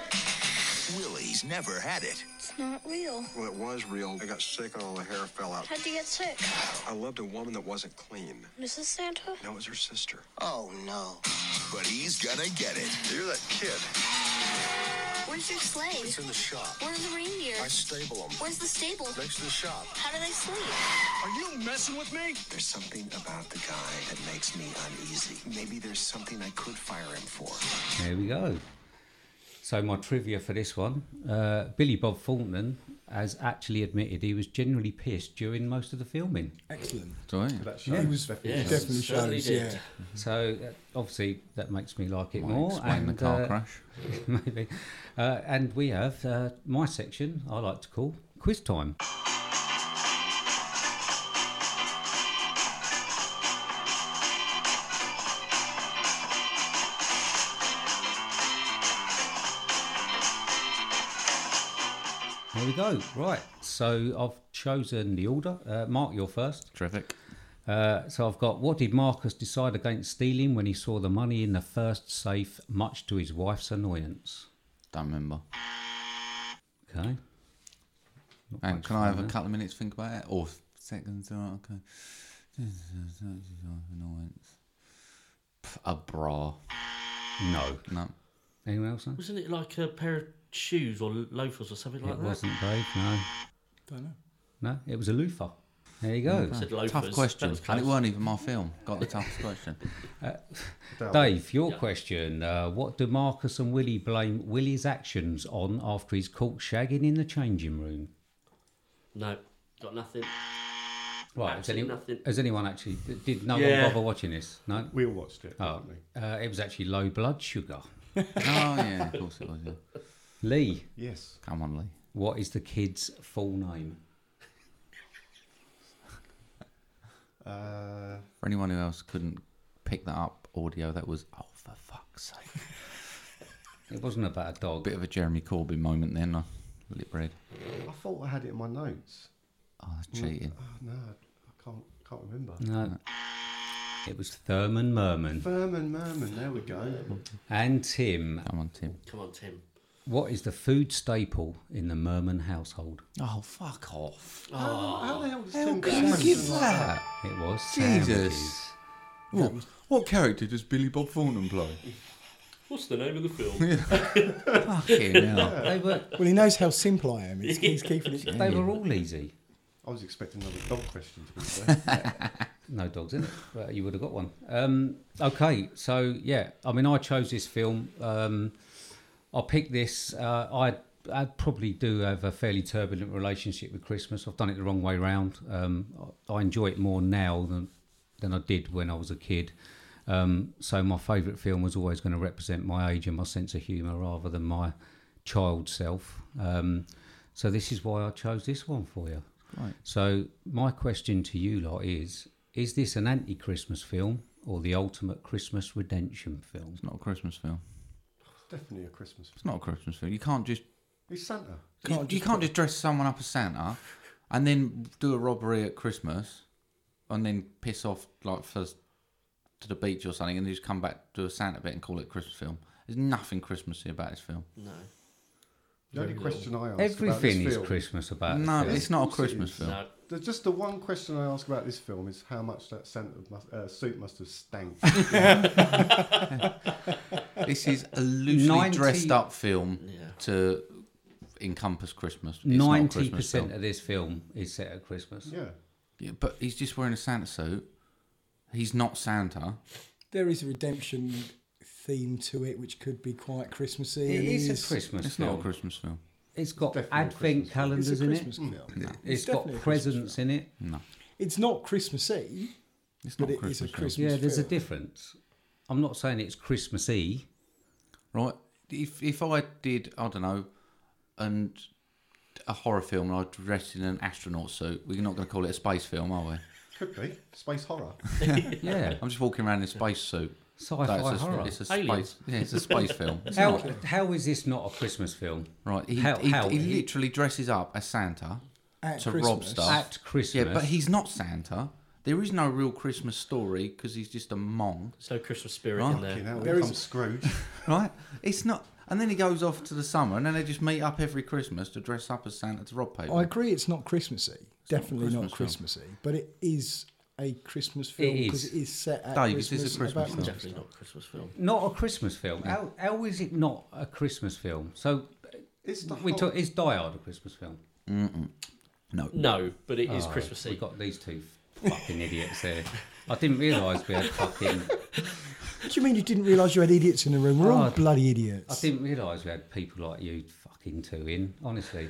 [SPEAKER 7] Willie's never had it.
[SPEAKER 8] It's
[SPEAKER 11] It's not real. Well, it was real. I got sick and all the hair fell out.
[SPEAKER 8] How'd you get sick?
[SPEAKER 11] I loved a woman that wasn't clean.
[SPEAKER 8] Mrs. Santa?
[SPEAKER 11] No, it was her sister. Oh, no. But he's gonna get it. You're that kid.
[SPEAKER 8] Where's your sleigh?
[SPEAKER 11] It's in the shop.
[SPEAKER 8] Where's the reindeer?
[SPEAKER 11] I stable them.
[SPEAKER 8] Where's the stable?
[SPEAKER 11] Next to the shop.
[SPEAKER 8] How do they sleep?
[SPEAKER 11] Are you messing with me? There's something about the guy that makes me uneasy. Maybe there's something I could fire him for.
[SPEAKER 2] There we go. So my trivia for this one: uh, Billy Bob Thornton has actually admitted he was generally pissed during most of the filming.
[SPEAKER 3] Excellent.
[SPEAKER 1] Sorry.
[SPEAKER 3] It was
[SPEAKER 5] Yes,
[SPEAKER 3] definitely
[SPEAKER 5] certainly
[SPEAKER 3] shows.
[SPEAKER 5] did.
[SPEAKER 3] Yeah.
[SPEAKER 2] So uh, obviously that makes me like it
[SPEAKER 1] Might
[SPEAKER 2] more.
[SPEAKER 1] explain the
[SPEAKER 2] uh,
[SPEAKER 1] car crash.
[SPEAKER 2] (laughs) maybe. Uh, and we have uh, my section. I like to call quiz time. There we go. Right. So I've chosen the order. Uh, Mark, you're first.
[SPEAKER 1] Terrific.
[SPEAKER 2] Uh, so I've got what did Marcus decide against stealing when he saw the money in the first safe, much to his wife's annoyance?
[SPEAKER 1] Don't remember.
[SPEAKER 2] Okay. Not
[SPEAKER 1] And
[SPEAKER 2] much
[SPEAKER 1] can I have
[SPEAKER 2] further.
[SPEAKER 1] a couple of minutes to think about it? Or seconds? All right, okay. Annoyance. Pff, A bra.
[SPEAKER 2] No.
[SPEAKER 1] No.
[SPEAKER 2] Anyone else? No?
[SPEAKER 5] Wasn't it like a pair of shoes or loafers or something like
[SPEAKER 2] It
[SPEAKER 5] that?
[SPEAKER 2] wasn't Dave. No.
[SPEAKER 3] Don't know.
[SPEAKER 2] No. It was a loofah. There you go.
[SPEAKER 5] Said
[SPEAKER 1] Tough
[SPEAKER 5] loafers. That
[SPEAKER 1] question.
[SPEAKER 5] was
[SPEAKER 1] And it
[SPEAKER 5] close.
[SPEAKER 1] weren't even my film. Got the toughest
[SPEAKER 2] (laughs)
[SPEAKER 1] question.
[SPEAKER 2] Dave, your question. Uh, what do Marcus and Willie blame Willie's actions on after he's caught shagging in the changing room?
[SPEAKER 5] No, got nothing.
[SPEAKER 2] Right, has,
[SPEAKER 5] Absolutely
[SPEAKER 2] any-
[SPEAKER 5] nothing.
[SPEAKER 2] has anyone actually, did no
[SPEAKER 5] Yeah.
[SPEAKER 2] one bother watching this? No?
[SPEAKER 4] We all watched it.
[SPEAKER 2] Oh,
[SPEAKER 4] haven't we?
[SPEAKER 2] uh, it was actually low blood sugar.
[SPEAKER 1] Oh, yeah, of course it was. Yeah.
[SPEAKER 2] Lee,
[SPEAKER 4] Yes.
[SPEAKER 1] Come on, Lee.
[SPEAKER 2] what is the kid's full name?
[SPEAKER 4] Uh,
[SPEAKER 1] For anyone who else couldn't pick that up audio, that was, oh, for fuck's sake.
[SPEAKER 2] It wasn't about a dog.
[SPEAKER 1] Bit of a Jeremy Corbyn moment then, uh, lip read.
[SPEAKER 4] I thought I had it in my notes.
[SPEAKER 1] Oh, that's cheating.
[SPEAKER 4] Oh, no, I can't can't remember.
[SPEAKER 2] No. It was Thurman Merman.
[SPEAKER 4] Furman Merman. There we go.
[SPEAKER 2] And Tim,
[SPEAKER 1] Come on,
[SPEAKER 5] (laughs)
[SPEAKER 1] Tim.
[SPEAKER 5] Come on, Tim.
[SPEAKER 2] what is the food staple in the Merman household?
[SPEAKER 1] Oh, fuck off.
[SPEAKER 4] How, how the hell does Tim
[SPEAKER 1] Can you
[SPEAKER 4] Burton
[SPEAKER 1] give that?
[SPEAKER 2] Uh, It was
[SPEAKER 1] Jesus.
[SPEAKER 2] sandwiches.
[SPEAKER 1] What, what character does Billy Bob Thornton play?
[SPEAKER 5] What's the name of the film?
[SPEAKER 1] Fucking hell.
[SPEAKER 2] They were,
[SPEAKER 3] Well, he knows how simple I am. He's, he's keeping it.
[SPEAKER 2] they were all easy.
[SPEAKER 4] I was expecting another dog question to
[SPEAKER 2] (laughs)
[SPEAKER 4] be fair.
[SPEAKER 2] No dogs in it, but you would have got one. Um, okay, so yeah, I mean, I chose this film. Um, I picked this. Uh, I I probably do have a fairly turbulent relationship with Christmas. I've done it the wrong way round. Um, I, I enjoy it more now than than I did when I was a kid. Um, so my favourite film was always going to represent my age and my sense of humour rather than my child self. Um, so this is why I chose this one for you.
[SPEAKER 1] Right.
[SPEAKER 2] So my question to you lot is: Is this an anti-Christmas film or the ultimate Christmas redemption film?
[SPEAKER 1] It's not a Christmas film.
[SPEAKER 4] It's definitely a Christmas.
[SPEAKER 1] It's not a Christmas film. You can't just
[SPEAKER 4] Who's Santa?
[SPEAKER 1] you, you can't just dress someone up as Santa and then do a robbery at Christmas and then piss off like for to the beach or something and just come back to a Santa bit and call it a Christmas film. There's nothing Christmassy about this film.
[SPEAKER 5] No.
[SPEAKER 4] The only question I ask about this
[SPEAKER 2] Everything is
[SPEAKER 4] film,
[SPEAKER 2] Christmas about this
[SPEAKER 1] no,
[SPEAKER 2] film.
[SPEAKER 1] it's not a
[SPEAKER 4] Of course it
[SPEAKER 1] Christmas
[SPEAKER 4] is.
[SPEAKER 1] film.
[SPEAKER 5] No.
[SPEAKER 4] The, just the one question I ask about this film is how much that Santa must, uh, suit must
[SPEAKER 2] (laughs)
[SPEAKER 4] have stank.
[SPEAKER 1] This is a loosely
[SPEAKER 2] 90
[SPEAKER 1] dressed up film
[SPEAKER 5] Yeah.
[SPEAKER 1] to encompass Christmas. It's not a
[SPEAKER 2] Ninety
[SPEAKER 1] Christmas
[SPEAKER 2] percent
[SPEAKER 1] film.
[SPEAKER 2] of this film is set at Christmas.
[SPEAKER 4] yeah.
[SPEAKER 1] Yeah, but he's just wearing a Santa suit. He's not Santa.
[SPEAKER 3] There is a redemption theme to it, which could be quite Christmassy.
[SPEAKER 2] It
[SPEAKER 3] and
[SPEAKER 2] is a Christmas
[SPEAKER 1] It's
[SPEAKER 2] film.
[SPEAKER 1] not a Christmas film.
[SPEAKER 2] it's got
[SPEAKER 4] Definitely a
[SPEAKER 2] advent
[SPEAKER 4] Christmas film.
[SPEAKER 2] calendars
[SPEAKER 3] It's a
[SPEAKER 2] in
[SPEAKER 3] Christmas
[SPEAKER 2] it.
[SPEAKER 3] film.
[SPEAKER 2] It's
[SPEAKER 3] It's
[SPEAKER 2] got
[SPEAKER 3] definitely a Christmas
[SPEAKER 2] presents in it.
[SPEAKER 3] It's not Christmassy,
[SPEAKER 1] It's not
[SPEAKER 3] but
[SPEAKER 1] a
[SPEAKER 3] it is
[SPEAKER 1] Christmas
[SPEAKER 3] a
[SPEAKER 1] film.
[SPEAKER 3] Christmas.
[SPEAKER 2] Yeah, there's a
[SPEAKER 3] film.
[SPEAKER 2] difference. I'm not saying it's Christmassy.
[SPEAKER 1] right? If if I did, I don't know, and a horror film and I dressed in an astronaut suit, we're not going to call it a space film, are we?
[SPEAKER 4] Could be. Space horror.
[SPEAKER 2] Yeah,
[SPEAKER 1] I'm just walking around in a space suit.
[SPEAKER 2] sci-fi
[SPEAKER 1] it's a,
[SPEAKER 2] horror.
[SPEAKER 1] It's a
[SPEAKER 5] Aliens.
[SPEAKER 1] space. Yeah, it's a space
[SPEAKER 2] (laughs)
[SPEAKER 1] film. It's
[SPEAKER 2] How,
[SPEAKER 1] not.
[SPEAKER 2] how is this not a Christmas film?
[SPEAKER 1] Right, he,
[SPEAKER 2] How-
[SPEAKER 1] he,
[SPEAKER 2] how-
[SPEAKER 1] he
[SPEAKER 2] he-
[SPEAKER 1] literally dresses up as Santa
[SPEAKER 3] At
[SPEAKER 1] to rob
[SPEAKER 3] Christmas.
[SPEAKER 1] stuff
[SPEAKER 2] At Christmas.
[SPEAKER 1] Yeah, but he's not Santa. There is no real Christmas story because he's just a mong,
[SPEAKER 5] There's no Christmas spirit in
[SPEAKER 1] Right.
[SPEAKER 5] there.
[SPEAKER 4] You know,
[SPEAKER 3] There
[SPEAKER 4] there
[SPEAKER 3] is-
[SPEAKER 4] is Scrooge.
[SPEAKER 1] (laughs) right? It's not. And then he goes off to the summer, and then they just meet up every Christmas to dress up as Santa to rob
[SPEAKER 2] Oh,
[SPEAKER 1] people.
[SPEAKER 3] I agree it's not Christmassy.
[SPEAKER 1] not
[SPEAKER 3] Definitely not,
[SPEAKER 1] Christmas
[SPEAKER 3] Christmassy. But it is a Christmas film
[SPEAKER 2] It
[SPEAKER 3] because
[SPEAKER 2] is.
[SPEAKER 3] it is set at
[SPEAKER 1] Dave, is
[SPEAKER 3] Christmas.
[SPEAKER 1] this a Christmas
[SPEAKER 3] about
[SPEAKER 1] film?
[SPEAKER 3] Christmas
[SPEAKER 1] Definitely not a Christmas film.
[SPEAKER 2] Not a Christmas film. How, how is it not a Christmas film? So
[SPEAKER 4] It's the
[SPEAKER 2] we
[SPEAKER 4] whole-
[SPEAKER 2] took is Die Hard a Christmas film?
[SPEAKER 1] Mm-mm. No.
[SPEAKER 5] No, but it is
[SPEAKER 2] Oh,
[SPEAKER 5] Christmassy.
[SPEAKER 2] We got these two fucking idiots there. I didn't realise we had fucking.
[SPEAKER 3] What do you mean you didn't realise you had idiots in the room? We're all
[SPEAKER 2] Oh,
[SPEAKER 3] bloody
[SPEAKER 2] I
[SPEAKER 3] idiots.
[SPEAKER 2] didn't realise we had people like you fucking two in. Honestly,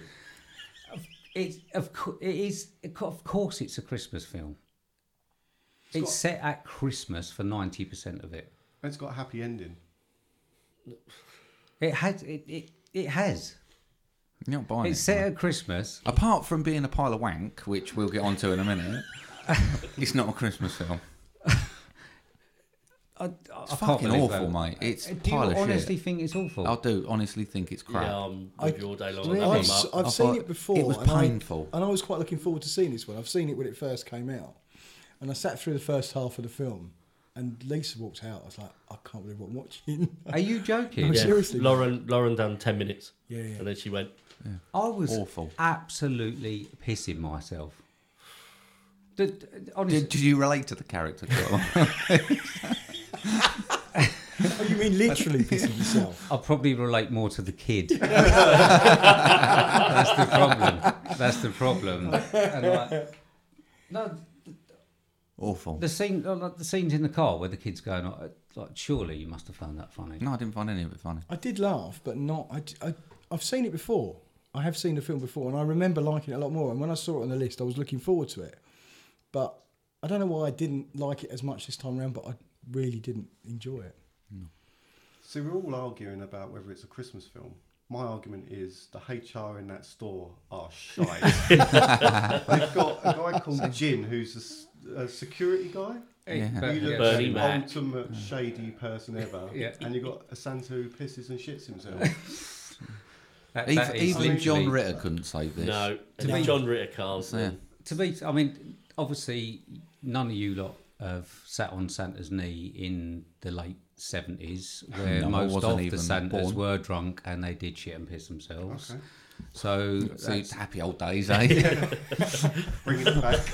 [SPEAKER 2] it's of cou- it is of course it's a Christmas film. It's,
[SPEAKER 4] got-
[SPEAKER 2] set at Christmas for ninety percent of it.
[SPEAKER 4] It's got a happy ending.
[SPEAKER 2] It has it it, it has.
[SPEAKER 1] You're not buying
[SPEAKER 2] It's
[SPEAKER 1] it.
[SPEAKER 2] set at Christmas.
[SPEAKER 1] Apart from being a pile of wank, which we'll get onto in a
[SPEAKER 2] (laughs)
[SPEAKER 1] minute, it's not a Christmas film.
[SPEAKER 2] I, I
[SPEAKER 1] It's
[SPEAKER 2] can't
[SPEAKER 1] fucking
[SPEAKER 2] believe
[SPEAKER 1] awful,
[SPEAKER 2] that. Uh,
[SPEAKER 1] mate. It's a
[SPEAKER 2] Do you
[SPEAKER 1] pile of
[SPEAKER 2] honestly
[SPEAKER 1] shit.
[SPEAKER 2] think it's awful?
[SPEAKER 1] I do honestly think it's crap.
[SPEAKER 5] Yeah, I'm
[SPEAKER 3] I-
[SPEAKER 5] with you all day long. on
[SPEAKER 3] I've,
[SPEAKER 5] that one, Mark.
[SPEAKER 3] s- I've
[SPEAKER 1] I
[SPEAKER 3] seen
[SPEAKER 1] thought
[SPEAKER 3] it before.
[SPEAKER 1] it was
[SPEAKER 3] and I-
[SPEAKER 1] painful.
[SPEAKER 3] And I, was quite looking forward to seeing this one. I've seen it when it first came out. And I sat through the first half of the film. And Lisa walked out. I was like, I can't believe what I'm watching. (laughs)
[SPEAKER 2] Are you joking?
[SPEAKER 3] No,
[SPEAKER 5] Yeah,
[SPEAKER 3] seriously.
[SPEAKER 5] Lauren, Lauren done 10 minutes.
[SPEAKER 3] Yeah, yeah.
[SPEAKER 5] And then she went,
[SPEAKER 2] I was
[SPEAKER 1] Awful.
[SPEAKER 2] absolutely pissing myself. The- the- honestly,
[SPEAKER 1] Did, did you relate to the character? Carl?
[SPEAKER 3] Oh, you mean literally pissing yourself?
[SPEAKER 2] I'll probably relate more to
[SPEAKER 1] (laughs)
[SPEAKER 2] the kid. That's the problem. That's the problem. And like, no,
[SPEAKER 1] Awful.
[SPEAKER 2] the scene, like the scenes in the car where the kid's going, like, like, surely you must have found that funny.
[SPEAKER 1] No, I didn't find any of it funny.
[SPEAKER 3] (laughs) I did laugh, but not. I, I, have seen it before. I have seen the film before, and I remember liking it a lot more. And when I saw it on the list, I was looking forward to it. But I don't know why I didn't like it as much this time around, but I really didn't enjoy it.
[SPEAKER 4] So we're all arguing about whether it's a Christmas film. My argument is the HR in that store are shy.
[SPEAKER 2] (laughs)
[SPEAKER 4] They've got a guy called Jin who's a s- a, security guy.
[SPEAKER 2] But-
[SPEAKER 4] He looks
[SPEAKER 2] yeah, Mm.
[SPEAKER 5] Bernie
[SPEAKER 4] the
[SPEAKER 5] Mac.
[SPEAKER 4] ultimate shady person ever.
[SPEAKER 2] Yeah.
[SPEAKER 4] And you've got a Santa who pisses and shits
[SPEAKER 2] (laughs)
[SPEAKER 4] himself.
[SPEAKER 2] that-
[SPEAKER 1] Even,
[SPEAKER 2] that is
[SPEAKER 1] even John
[SPEAKER 2] literally-
[SPEAKER 1] Ritter couldn't save this.
[SPEAKER 5] no.
[SPEAKER 2] To
[SPEAKER 5] To
[SPEAKER 2] me-
[SPEAKER 5] John Ritter Carlson.
[SPEAKER 1] Yeah.
[SPEAKER 2] To be, I mean, obviously, none of you lot have sat on Santa's knee in the late
[SPEAKER 1] (laughs)
[SPEAKER 2] seventies, where
[SPEAKER 1] No, I
[SPEAKER 2] most
[SPEAKER 1] wasn't
[SPEAKER 2] of the
[SPEAKER 1] even
[SPEAKER 2] Santas
[SPEAKER 1] born.
[SPEAKER 2] were drunk and they did shit and piss themselves.
[SPEAKER 4] Okay.
[SPEAKER 2] So
[SPEAKER 1] See, it's happy old days, eh?
[SPEAKER 4] Bring it
[SPEAKER 2] (laughs)
[SPEAKER 4] back.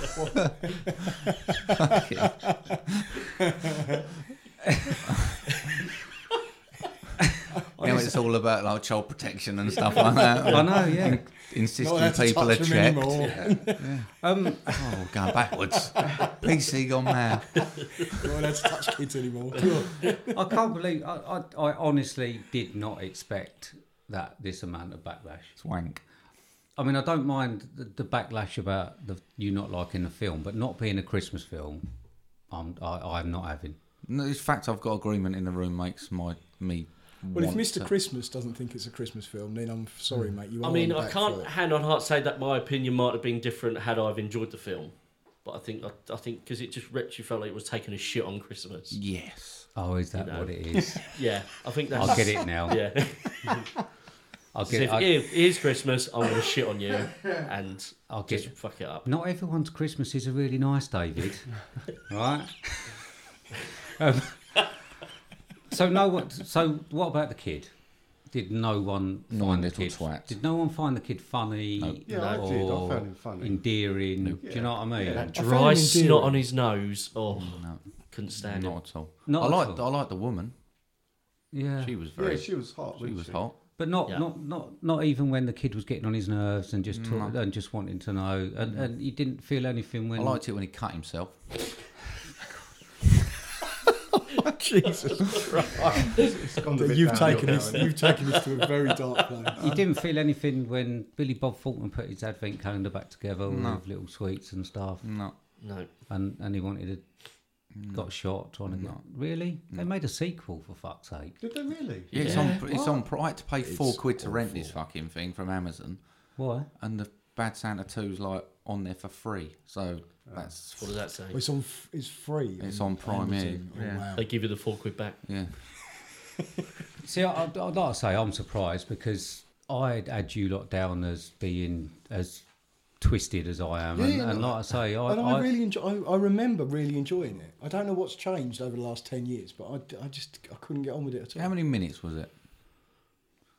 [SPEAKER 1] now it's all about like child protection and stuff like that.
[SPEAKER 2] I know, yeah.
[SPEAKER 1] Insisting
[SPEAKER 3] allowed to
[SPEAKER 1] people are
[SPEAKER 3] touch 'em
[SPEAKER 1] checked.
[SPEAKER 3] anymore.
[SPEAKER 2] Um,
[SPEAKER 1] Oh, going backwards. PC gone mad.
[SPEAKER 3] Not allowed to touch
[SPEAKER 1] (laughs)
[SPEAKER 3] kids anymore.
[SPEAKER 2] I can't believe I, I, I honestly did not expect that this amount of backlash.
[SPEAKER 1] It's wank.
[SPEAKER 2] I mean, I don't mind the, the backlash about the, you not liking the film, but not being a Christmas film, I'm I, I'm not having.
[SPEAKER 1] No, this fact I've got agreement in the room makes my me.
[SPEAKER 3] Well, if
[SPEAKER 1] want
[SPEAKER 3] Mr.
[SPEAKER 1] to-
[SPEAKER 3] Christmas doesn't think it's a Christmas film, then I'm
[SPEAKER 2] Hmm.
[SPEAKER 3] sorry, mate. You
[SPEAKER 5] I
[SPEAKER 3] are
[SPEAKER 5] mean,
[SPEAKER 3] on
[SPEAKER 5] I
[SPEAKER 3] back for
[SPEAKER 5] can't
[SPEAKER 3] it.
[SPEAKER 5] hand on heart say that my opinion might have been different had I've enjoyed the film. But I think I, I think because it just wrecked you felt like it was taking a shit on Christmas.
[SPEAKER 1] yes,
[SPEAKER 2] Oh, is that
[SPEAKER 5] know.
[SPEAKER 2] what it is?
[SPEAKER 5] Yeah, I think that's
[SPEAKER 2] I'll get it now.
[SPEAKER 5] (laughs) Yeah,
[SPEAKER 2] I'll
[SPEAKER 5] So
[SPEAKER 2] get
[SPEAKER 5] if
[SPEAKER 2] it. I,
[SPEAKER 5] it is Christmas, I'm gonna shit on you and
[SPEAKER 2] I'll
[SPEAKER 5] I'll
[SPEAKER 2] get-
[SPEAKER 5] just fuck it up.
[SPEAKER 2] not everyone's Christmas is a really
[SPEAKER 1] (laughs)
[SPEAKER 2] nice, David. right? um, so no one. So what about the kid? Did no one
[SPEAKER 1] No
[SPEAKER 2] find the
[SPEAKER 1] little
[SPEAKER 2] kid?
[SPEAKER 1] twat.
[SPEAKER 2] Did no one find the kid funny?
[SPEAKER 4] Yeah, I did. I
[SPEAKER 2] or
[SPEAKER 4] found him funny.
[SPEAKER 2] Endearing. Do you know what I mean?
[SPEAKER 5] That
[SPEAKER 3] found
[SPEAKER 5] dry
[SPEAKER 3] him endearing.
[SPEAKER 5] snot on his nose. Oh,
[SPEAKER 1] no,
[SPEAKER 5] couldn't stand it.
[SPEAKER 1] not at all.
[SPEAKER 2] Not
[SPEAKER 1] I
[SPEAKER 2] at
[SPEAKER 1] like
[SPEAKER 2] all.
[SPEAKER 1] I like the woman.
[SPEAKER 2] Yeah.
[SPEAKER 1] She was
[SPEAKER 4] Yeah,
[SPEAKER 1] very.
[SPEAKER 4] she was hot.
[SPEAKER 1] she
[SPEAKER 4] wasn't
[SPEAKER 1] was hot.
[SPEAKER 2] But not,
[SPEAKER 5] Yeah.
[SPEAKER 2] not not not even when the kid was getting on his nerves and just talk, and just wanting to know, and, and he didn't feel anything
[SPEAKER 1] I
[SPEAKER 2] when.
[SPEAKER 1] liked it when he cut himself.
[SPEAKER 3] Jesus, (laughs)
[SPEAKER 4] It's gone a bit
[SPEAKER 3] you've
[SPEAKER 4] downhill
[SPEAKER 3] taken
[SPEAKER 4] now,
[SPEAKER 3] this.
[SPEAKER 4] hasn't it? (laughs)
[SPEAKER 3] You've taken this to
[SPEAKER 2] (laughs)
[SPEAKER 3] a very dark place.
[SPEAKER 2] He didn't feel anything when Billy Bob Thornton put his advent calendar back together with little sweets and stuff,
[SPEAKER 1] No,
[SPEAKER 5] No,
[SPEAKER 2] and and he wanted
[SPEAKER 3] Mm.
[SPEAKER 2] to got shot trying to get really. They made a sequel for fuck's sake.
[SPEAKER 4] Did they really?
[SPEAKER 1] yeah, it's on. It's on. pri- I had to pay four
[SPEAKER 3] It's
[SPEAKER 1] quid to rent
[SPEAKER 3] awful.
[SPEAKER 1] this fucking thing from Amazon,
[SPEAKER 2] Why?
[SPEAKER 1] and the Bad Santa 2's like on there for free.
[SPEAKER 3] Oh.
[SPEAKER 1] So that's
[SPEAKER 5] what does that say?
[SPEAKER 3] Well, it's on. f- It's free.
[SPEAKER 1] It's on Prime,
[SPEAKER 2] E,
[SPEAKER 3] Amazon.
[SPEAKER 1] yeah.
[SPEAKER 3] Oh, wow.
[SPEAKER 5] They give you the four quid back.
[SPEAKER 1] yeah.
[SPEAKER 2] See, I, I'd, I'd like to say I'm surprised because I'd had you lot down as being as twisted as I am,
[SPEAKER 3] Yeah,
[SPEAKER 2] and,
[SPEAKER 3] yeah,
[SPEAKER 2] and
[SPEAKER 3] no,
[SPEAKER 2] like I say, I,
[SPEAKER 3] And I,
[SPEAKER 2] I-
[SPEAKER 3] really enjoy. I, I remember really enjoying it. I don't know what's changed over the last ten years, but I, I just I couldn't get on with it at all.
[SPEAKER 1] How many minutes was it?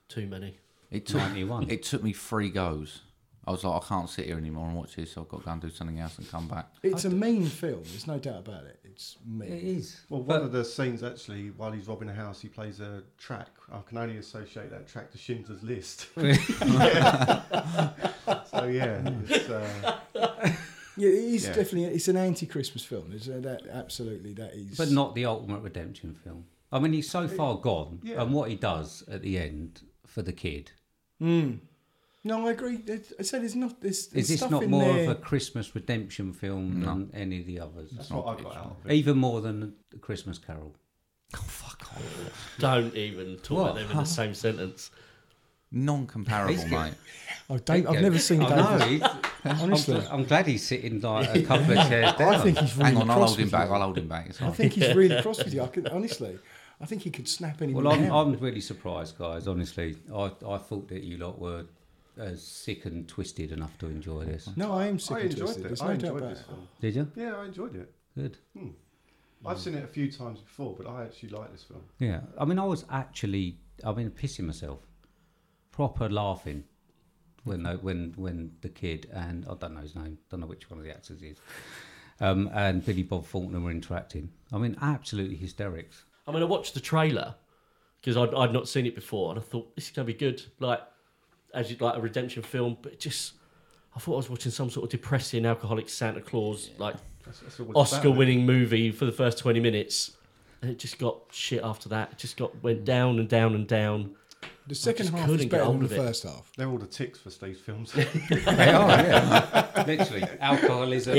[SPEAKER 5] Too many.
[SPEAKER 1] It took
[SPEAKER 2] 91.
[SPEAKER 1] It took me three goes. I was like, I can't sit here anymore and watch this. I've got to go and do something else and come back.
[SPEAKER 3] It's a mean film. There's no doubt about it. It's mean.
[SPEAKER 2] It is.
[SPEAKER 4] Well, one of the scenes actually, while he's robbing a house, he plays a track. I can only associate that track to Schindler's
[SPEAKER 3] (laughs)
[SPEAKER 4] List. (laughs) so yeah,
[SPEAKER 3] Hmm.
[SPEAKER 4] it's, uh,
[SPEAKER 3] Yeah, it is
[SPEAKER 4] Yeah.
[SPEAKER 3] definitely. It's an anti-Christmas film. Is that absolutely that is?
[SPEAKER 2] But not the ultimate redemption film. I mean, he's so far gone,
[SPEAKER 3] Yeah.
[SPEAKER 2] and what he does at the end for the kid
[SPEAKER 3] Mm. No, I agree. It- I said it's not. There's,
[SPEAKER 2] is
[SPEAKER 3] there's
[SPEAKER 2] this
[SPEAKER 3] stuff
[SPEAKER 2] not
[SPEAKER 3] in
[SPEAKER 2] more
[SPEAKER 3] there-
[SPEAKER 2] of a Christmas redemption film
[SPEAKER 1] No.
[SPEAKER 2] than any of the others?
[SPEAKER 4] That's what I got out of it.
[SPEAKER 2] Even more than the Christmas Carol.
[SPEAKER 5] Don't even talk
[SPEAKER 2] What?
[SPEAKER 5] about them in the same sentence.
[SPEAKER 1] Non-comparable,
[SPEAKER 2] He's-
[SPEAKER 1] mate.
[SPEAKER 3] I don't, I've never seen
[SPEAKER 2] I know,
[SPEAKER 3] David.
[SPEAKER 2] he's-
[SPEAKER 3] Honestly.
[SPEAKER 2] Oh, I'm, gl- I'm glad he's sitting like a couple of chairs down.
[SPEAKER 3] (laughs) I think he's really
[SPEAKER 1] Hang on, I'll
[SPEAKER 3] cross
[SPEAKER 1] hold him
[SPEAKER 3] with
[SPEAKER 1] back.
[SPEAKER 3] you.
[SPEAKER 1] I'll hold him back. It's
[SPEAKER 3] I
[SPEAKER 1] all right.
[SPEAKER 3] think he's really cross with you. I can, honestly, I think he could snap anyone.
[SPEAKER 2] Well, I'm,
[SPEAKER 3] now.
[SPEAKER 2] I'm really surprised, guys. Honestly, I, I thought that you lot were as sick and twisted enough to enjoy this.
[SPEAKER 3] no, I am sick
[SPEAKER 4] I
[SPEAKER 3] and
[SPEAKER 4] enjoyed
[SPEAKER 3] twisted. There's
[SPEAKER 4] it.
[SPEAKER 3] no
[SPEAKER 4] I
[SPEAKER 3] doubt
[SPEAKER 4] enjoyed
[SPEAKER 3] about
[SPEAKER 4] this
[SPEAKER 3] it. Hmm.
[SPEAKER 4] film.
[SPEAKER 2] Did you?
[SPEAKER 4] Yeah, I enjoyed it.
[SPEAKER 2] Good.
[SPEAKER 4] I've seen it a few times before, but I actually like this film.
[SPEAKER 2] Yeah. I mean, I was actually, I mean, pissing myself, proper laughing when the, when when the kid and I don't know his name, don't know which one of the actors he is, um, and Billy Bob Faulkner were interacting. I mean, absolutely hysterics.
[SPEAKER 5] I mean, I watched the trailer because I'd, I'd not seen it before, and I thought this is gonna be good, like as you like a redemption film. But it just, I thought I was watching some sort of depressing alcoholic Santa Claus like
[SPEAKER 4] That's, that's all it's about,
[SPEAKER 5] Oscar winning movie for the first 20 minutes. And it just got shit after that. It just got went down and down and down.
[SPEAKER 3] The second
[SPEAKER 5] just
[SPEAKER 3] half is
[SPEAKER 5] couldn't get
[SPEAKER 3] better than
[SPEAKER 5] hold
[SPEAKER 3] the
[SPEAKER 5] of it.
[SPEAKER 3] first half.
[SPEAKER 4] They're all the ticks for Steve's
[SPEAKER 3] (laughs)
[SPEAKER 4] films. (laughs)
[SPEAKER 2] They are, yeah. Literally, alcoholism.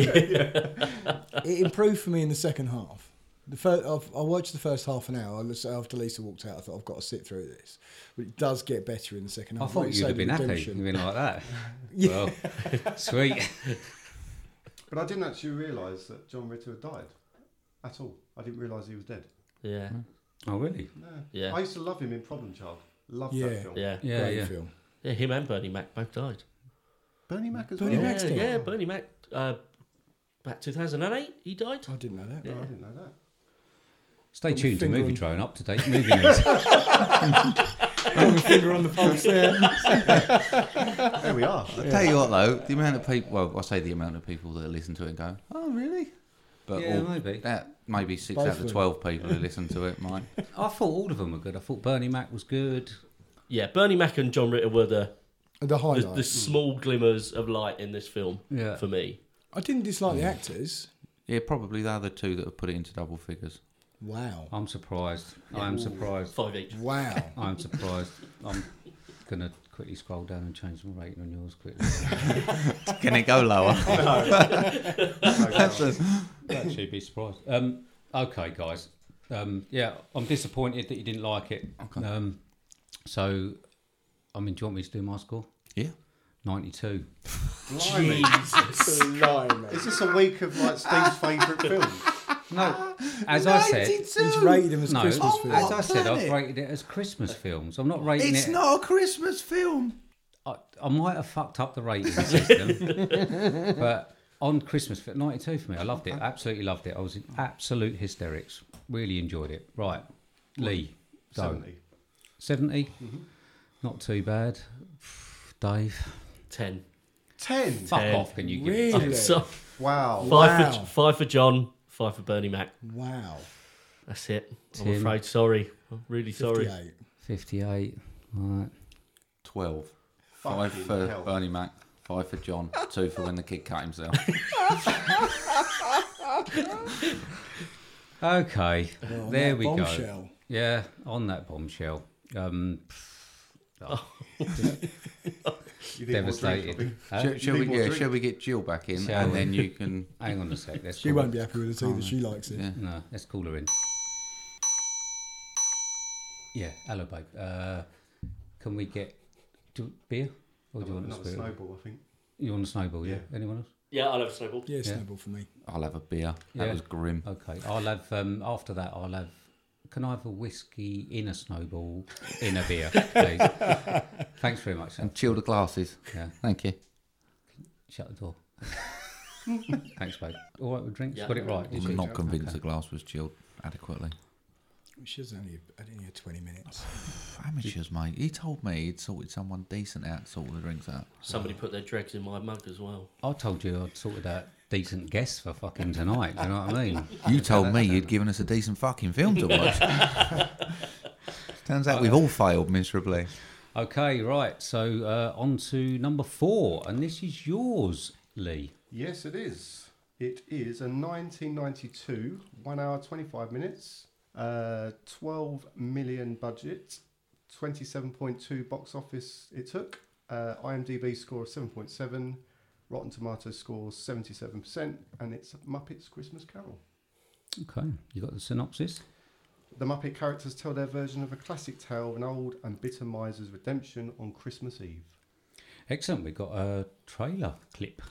[SPEAKER 3] It improved for me in the second half. The first, I've, I watched the first half an hour. and so After Lisa walked out, I thought I've got to sit through this. But it does get better in the second
[SPEAKER 2] I
[SPEAKER 3] half.
[SPEAKER 2] thought
[SPEAKER 3] Like
[SPEAKER 2] you'd
[SPEAKER 3] say,
[SPEAKER 2] have
[SPEAKER 3] the
[SPEAKER 2] been happy.
[SPEAKER 3] redemption.
[SPEAKER 2] You'd been like that.
[SPEAKER 3] (laughs) Yeah.
[SPEAKER 2] Well, sweet.
[SPEAKER 4] but I didn't actually realise that John Ritter had died at all. I didn't realise he was dead.
[SPEAKER 5] Yeah.
[SPEAKER 2] Oh, really?
[SPEAKER 4] No.
[SPEAKER 5] Yeah.
[SPEAKER 4] I used to love him in Problem Child. Loved
[SPEAKER 3] Yeah.
[SPEAKER 4] that film.
[SPEAKER 5] Yeah.
[SPEAKER 2] Yeah,
[SPEAKER 3] Great
[SPEAKER 2] yeah.
[SPEAKER 3] film.
[SPEAKER 5] Yeah, him and Bernie Mac both died.
[SPEAKER 4] Bernie Mac as
[SPEAKER 3] Bernie
[SPEAKER 4] well.
[SPEAKER 3] Mac- Mac's
[SPEAKER 5] yeah,
[SPEAKER 3] dead.
[SPEAKER 5] yeah, Bernie Mac. Uh, back 2008, he died.
[SPEAKER 3] I didn't know that.
[SPEAKER 4] No, I didn't know that.
[SPEAKER 2] Stay
[SPEAKER 3] my
[SPEAKER 2] tuned to
[SPEAKER 3] finger
[SPEAKER 2] Movie
[SPEAKER 3] on-
[SPEAKER 2] Drone up to date movie
[SPEAKER 3] (laughs)
[SPEAKER 2] news.
[SPEAKER 3] Got my finger on the pulse there.
[SPEAKER 4] There we
[SPEAKER 3] (laughs)
[SPEAKER 4] are.
[SPEAKER 1] I tell you what, though, the amount of people, well, I say the amount of people that listen to it go, oh, really? But
[SPEAKER 2] Yeah,
[SPEAKER 1] all-
[SPEAKER 2] maybe.
[SPEAKER 1] That, maybe six
[SPEAKER 3] Both
[SPEAKER 1] out
[SPEAKER 3] of
[SPEAKER 1] of
[SPEAKER 3] them.
[SPEAKER 1] 12 people who listen to it
[SPEAKER 2] (laughs)
[SPEAKER 1] might.
[SPEAKER 2] I thought all of them were good. I thought Bernie Mac was good.
[SPEAKER 5] Yeah, Bernie Mac and John Ritter were the
[SPEAKER 3] The
[SPEAKER 5] the,
[SPEAKER 3] highlight.
[SPEAKER 5] the small glimmers of light in this film
[SPEAKER 2] Yeah.
[SPEAKER 5] for me.
[SPEAKER 3] I didn't dislike the actors.
[SPEAKER 1] Yeah, probably the other two that have put it into double
[SPEAKER 2] (laughs)
[SPEAKER 1] figures.
[SPEAKER 3] Wow.
[SPEAKER 2] I'm surprised. I am surprised.
[SPEAKER 5] Five each.
[SPEAKER 3] Wow.
[SPEAKER 2] I'm surprised. I'm gonna quickly scroll down and change the rating on yours
[SPEAKER 3] (laughs)
[SPEAKER 2] quickly.
[SPEAKER 1] Can it go
[SPEAKER 2] (laughs)
[SPEAKER 1] lower?
[SPEAKER 2] Actually, be surprised. Um, okay, guys. Um, yeah, I'm disappointed that you didn't like it.
[SPEAKER 1] Okay.
[SPEAKER 2] Um, so, I mean, do you want me to do my score?
[SPEAKER 1] yeah.
[SPEAKER 3] (laughs)
[SPEAKER 2] 92.
[SPEAKER 4] Blimey. Is this a week of like
[SPEAKER 3] (laughs)
[SPEAKER 4] Steve's favourite films?
[SPEAKER 2] No, as I said,
[SPEAKER 3] He's rated them as
[SPEAKER 2] no, Oh,
[SPEAKER 3] Christmas
[SPEAKER 2] as
[SPEAKER 3] films.
[SPEAKER 2] I said, I've
[SPEAKER 1] planet?
[SPEAKER 2] rated it as Christmas films. I'm not rating it.
[SPEAKER 1] not a Christmas film.
[SPEAKER 2] I, I might have fucked up the rating system, (laughs) but on Christmas, fit 92 for me. I loved it. Absolutely loved it. I was in absolute hysterics. Really enjoyed it. Right. Lee. go.
[SPEAKER 4] 70.
[SPEAKER 2] 70? Not too bad. (sighs) Dave.
[SPEAKER 5] Ten.
[SPEAKER 4] 10.
[SPEAKER 2] Fuck off, can you give it?
[SPEAKER 3] Really?
[SPEAKER 5] (laughs) So,
[SPEAKER 4] Wow.
[SPEAKER 5] five,
[SPEAKER 3] Wow.
[SPEAKER 5] for, five for John, five for Bernie Mac.
[SPEAKER 3] Wow.
[SPEAKER 5] That's it. I'm
[SPEAKER 2] Tim.
[SPEAKER 5] afraid. Sorry. I'm really sorry.
[SPEAKER 3] 58.
[SPEAKER 2] 58. All right.
[SPEAKER 1] 12. Five
[SPEAKER 4] Fucking
[SPEAKER 1] for
[SPEAKER 4] hell.
[SPEAKER 1] Bernie Mac, five for John, two for when the kid cut
[SPEAKER 2] (laughs)
[SPEAKER 1] himself.
[SPEAKER 2] Okay.
[SPEAKER 3] Well,
[SPEAKER 2] there
[SPEAKER 3] that
[SPEAKER 2] we go.
[SPEAKER 3] bombshell.
[SPEAKER 2] Yeah, on that bombshell. Um,
[SPEAKER 4] You need more drink,
[SPEAKER 2] devastated. Huh?
[SPEAKER 1] shall, shall
[SPEAKER 4] need
[SPEAKER 1] we,
[SPEAKER 4] more
[SPEAKER 1] yeah,
[SPEAKER 4] drink?
[SPEAKER 1] shall we get Jill back in
[SPEAKER 2] Shall
[SPEAKER 1] and
[SPEAKER 2] we?
[SPEAKER 1] then you
[SPEAKER 2] (laughs)
[SPEAKER 1] can.
[SPEAKER 2] Hang on a sec. Let's
[SPEAKER 3] She
[SPEAKER 2] call-
[SPEAKER 3] won't be happy with it either. She likes it.
[SPEAKER 1] Yeah.
[SPEAKER 2] No, let's call her in. Yeah, hello, babe. Uh, can we get do, beer? Or do you want a
[SPEAKER 4] Another
[SPEAKER 2] spirit?
[SPEAKER 4] snowball, I think.
[SPEAKER 2] You want a snowball, yeah? Anyone else?
[SPEAKER 5] Yeah, I'll have a snowball.
[SPEAKER 3] Yeah, snowball for me.
[SPEAKER 1] I'll have a beer. That
[SPEAKER 2] Yeah.
[SPEAKER 1] was grim.
[SPEAKER 2] Okay, I'll have, um, after that, I'll have, can I have a whiskey in a snowball in a beer, please? Thanks very much, sir.
[SPEAKER 1] And chill the glasses.
[SPEAKER 2] Yeah,
[SPEAKER 1] Thank you.
[SPEAKER 2] shut the door. Thanks, babe. All right with drinks?
[SPEAKER 5] Yeah.
[SPEAKER 2] Got it right, did you?
[SPEAKER 1] I'm not convinced the glass was chilled adequately.
[SPEAKER 3] which is only only a twenty
[SPEAKER 5] (laughs)
[SPEAKER 3] minutes.
[SPEAKER 1] Amateurs, mate. He told me he'd sorted someone decent out, to sort the drinks out.
[SPEAKER 5] Somebody put their dregs in my mug as well.
[SPEAKER 2] I told you I'd sorted out decent guests for fucking tonight. do you know what I mean?
[SPEAKER 1] You told me you'd given us a decent fucking film to (laughs) watch. Turns out we've all failed miserably. (laughs)
[SPEAKER 2] Okay, right. So uh, on to number four, and this is yours, Lee.
[SPEAKER 4] Yes, it is. It is a 1992, one hour, 25 minutes, uh, 12 million budget, 27.2 box office it took, uh, IMDb score of 7.7, Rotten Tomatoes score 77%, and it's Muppets Christmas Carol.
[SPEAKER 2] Okay, you got the synopsis.
[SPEAKER 4] The Muppet characters tell their version of a classic tale of an old and bitter miser's redemption on Christmas Eve.
[SPEAKER 2] Excellent. We got a trailer clip.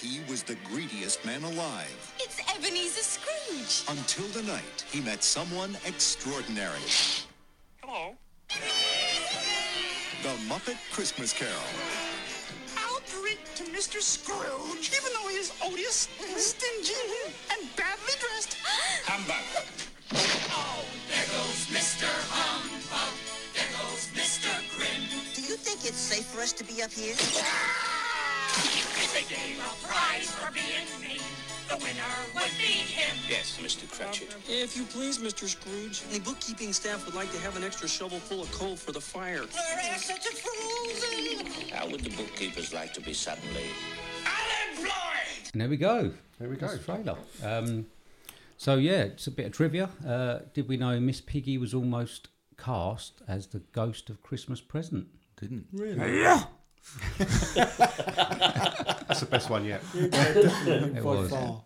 [SPEAKER 11] He was the greediest man alive
[SPEAKER 8] It's Ebenezer Scrooge.
[SPEAKER 11] until the night he met someone extraordinary.
[SPEAKER 8] Hello.
[SPEAKER 11] The Muppet Christmas Carol.
[SPEAKER 12] I'll bring to Mr. Scrooge, even though he is odious, stingy, and badly dressed.
[SPEAKER 10] Humbug.
[SPEAKER 12] Oh, there goes Mr. Humbug. There goes Mr. Grim.
[SPEAKER 13] Do you think it's safe for us to be up here?
[SPEAKER 12] If they gave a prize for being mean, the winner would be him.
[SPEAKER 10] Yes, Mr. Cratchit.
[SPEAKER 14] If you please, Mr. Scrooge, the bookkeeping staff would like to have an extra shovel full of coal for the fire.
[SPEAKER 12] We're such a fools.
[SPEAKER 10] How would the bookkeepers like to be suddenly?
[SPEAKER 12] Unemployed.
[SPEAKER 2] And there we go.
[SPEAKER 4] There we
[SPEAKER 2] That's
[SPEAKER 4] go.
[SPEAKER 2] the trailer. Um, so yeah, it's a bit of trivia. Uh, did we know Miss Piggy was almost cast as the ghost of Christmas present?
[SPEAKER 1] Didn't
[SPEAKER 3] Really?
[SPEAKER 1] Yeah.
[SPEAKER 4] That's the best one yet.
[SPEAKER 3] Yeah, definitely,
[SPEAKER 2] It
[SPEAKER 3] by
[SPEAKER 2] was.
[SPEAKER 3] far.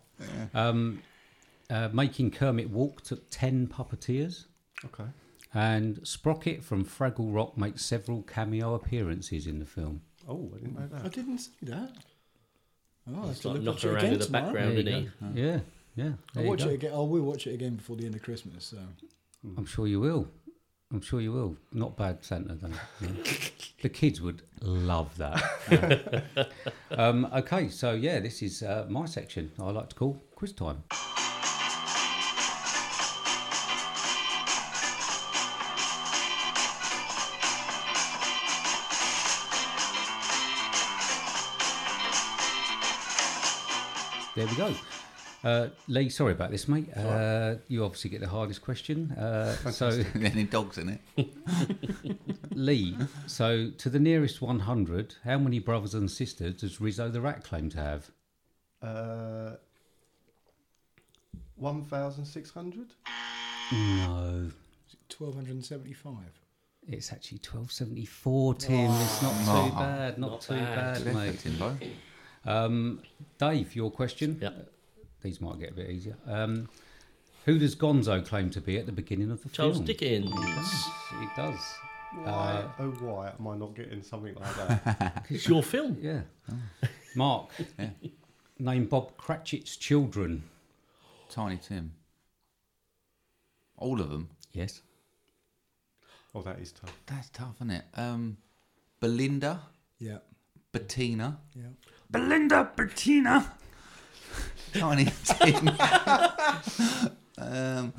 [SPEAKER 2] Um, uh, making Kermit walk took ten puppeteers.
[SPEAKER 4] Okay.
[SPEAKER 2] And Sprocket from Fraggle Rock makes several cameo appearances in the film.
[SPEAKER 4] Oh, I didn't know
[SPEAKER 3] I
[SPEAKER 4] that.
[SPEAKER 3] didn't see that. Oh, I'll have
[SPEAKER 5] It's
[SPEAKER 3] to
[SPEAKER 5] like
[SPEAKER 3] look watch
[SPEAKER 5] knock
[SPEAKER 3] it
[SPEAKER 5] around in
[SPEAKER 3] again
[SPEAKER 5] the
[SPEAKER 3] tomorrow.
[SPEAKER 5] background,
[SPEAKER 2] There you
[SPEAKER 5] isn't he?
[SPEAKER 2] go. Yeah, yeah. there
[SPEAKER 3] I'll
[SPEAKER 2] you
[SPEAKER 3] watch
[SPEAKER 2] go.
[SPEAKER 3] it again. I will watch it again before the end of Christmas. So
[SPEAKER 2] I'm sure you will. I'm sure you will. Not bad Santa, though. the kids would love that. um, okay, so yeah, this is uh, my section. I like to call quiz time. There we go. Uh, Lee, sorry about this, mate. Uh, you obviously get the hardest question. Uh, so,
[SPEAKER 1] Any dogs in it?
[SPEAKER 2] Lee, so to the nearest 100, how many brothers and sisters does Rizzo the Rat claim to have?
[SPEAKER 4] Uh, 1,600?
[SPEAKER 2] No,
[SPEAKER 3] twelve hundred and seventy-five.
[SPEAKER 2] it's actually 1274, Tim. it's not too bad, not,
[SPEAKER 5] not
[SPEAKER 2] too
[SPEAKER 5] bad.
[SPEAKER 2] bad,
[SPEAKER 1] Good effort,
[SPEAKER 2] mate.
[SPEAKER 1] Timbo.
[SPEAKER 2] Um, Dave, your question.
[SPEAKER 5] Yeah.
[SPEAKER 2] These might get a bit easier. Um, who does Gonzo claim to be at the beginning of the
[SPEAKER 5] Charles
[SPEAKER 2] film?
[SPEAKER 5] Dickens.
[SPEAKER 2] He does. He does.
[SPEAKER 4] Why? oh, why am I not getting something like that?
[SPEAKER 5] It's your film.
[SPEAKER 2] Yeah. Oh.
[SPEAKER 5] (laughs)
[SPEAKER 2] Mark, name Bob Cratchit's children.
[SPEAKER 1] Tiny Tim. All of them.
[SPEAKER 2] Yes.
[SPEAKER 4] oh, that is tough.
[SPEAKER 1] That's tough, isn't it? Um, Belinda,
[SPEAKER 3] Yeah,
[SPEAKER 1] Bettina,
[SPEAKER 3] yeah.
[SPEAKER 1] Belinda, Bettina, (laughs) Tiny Tim, (laughs) um,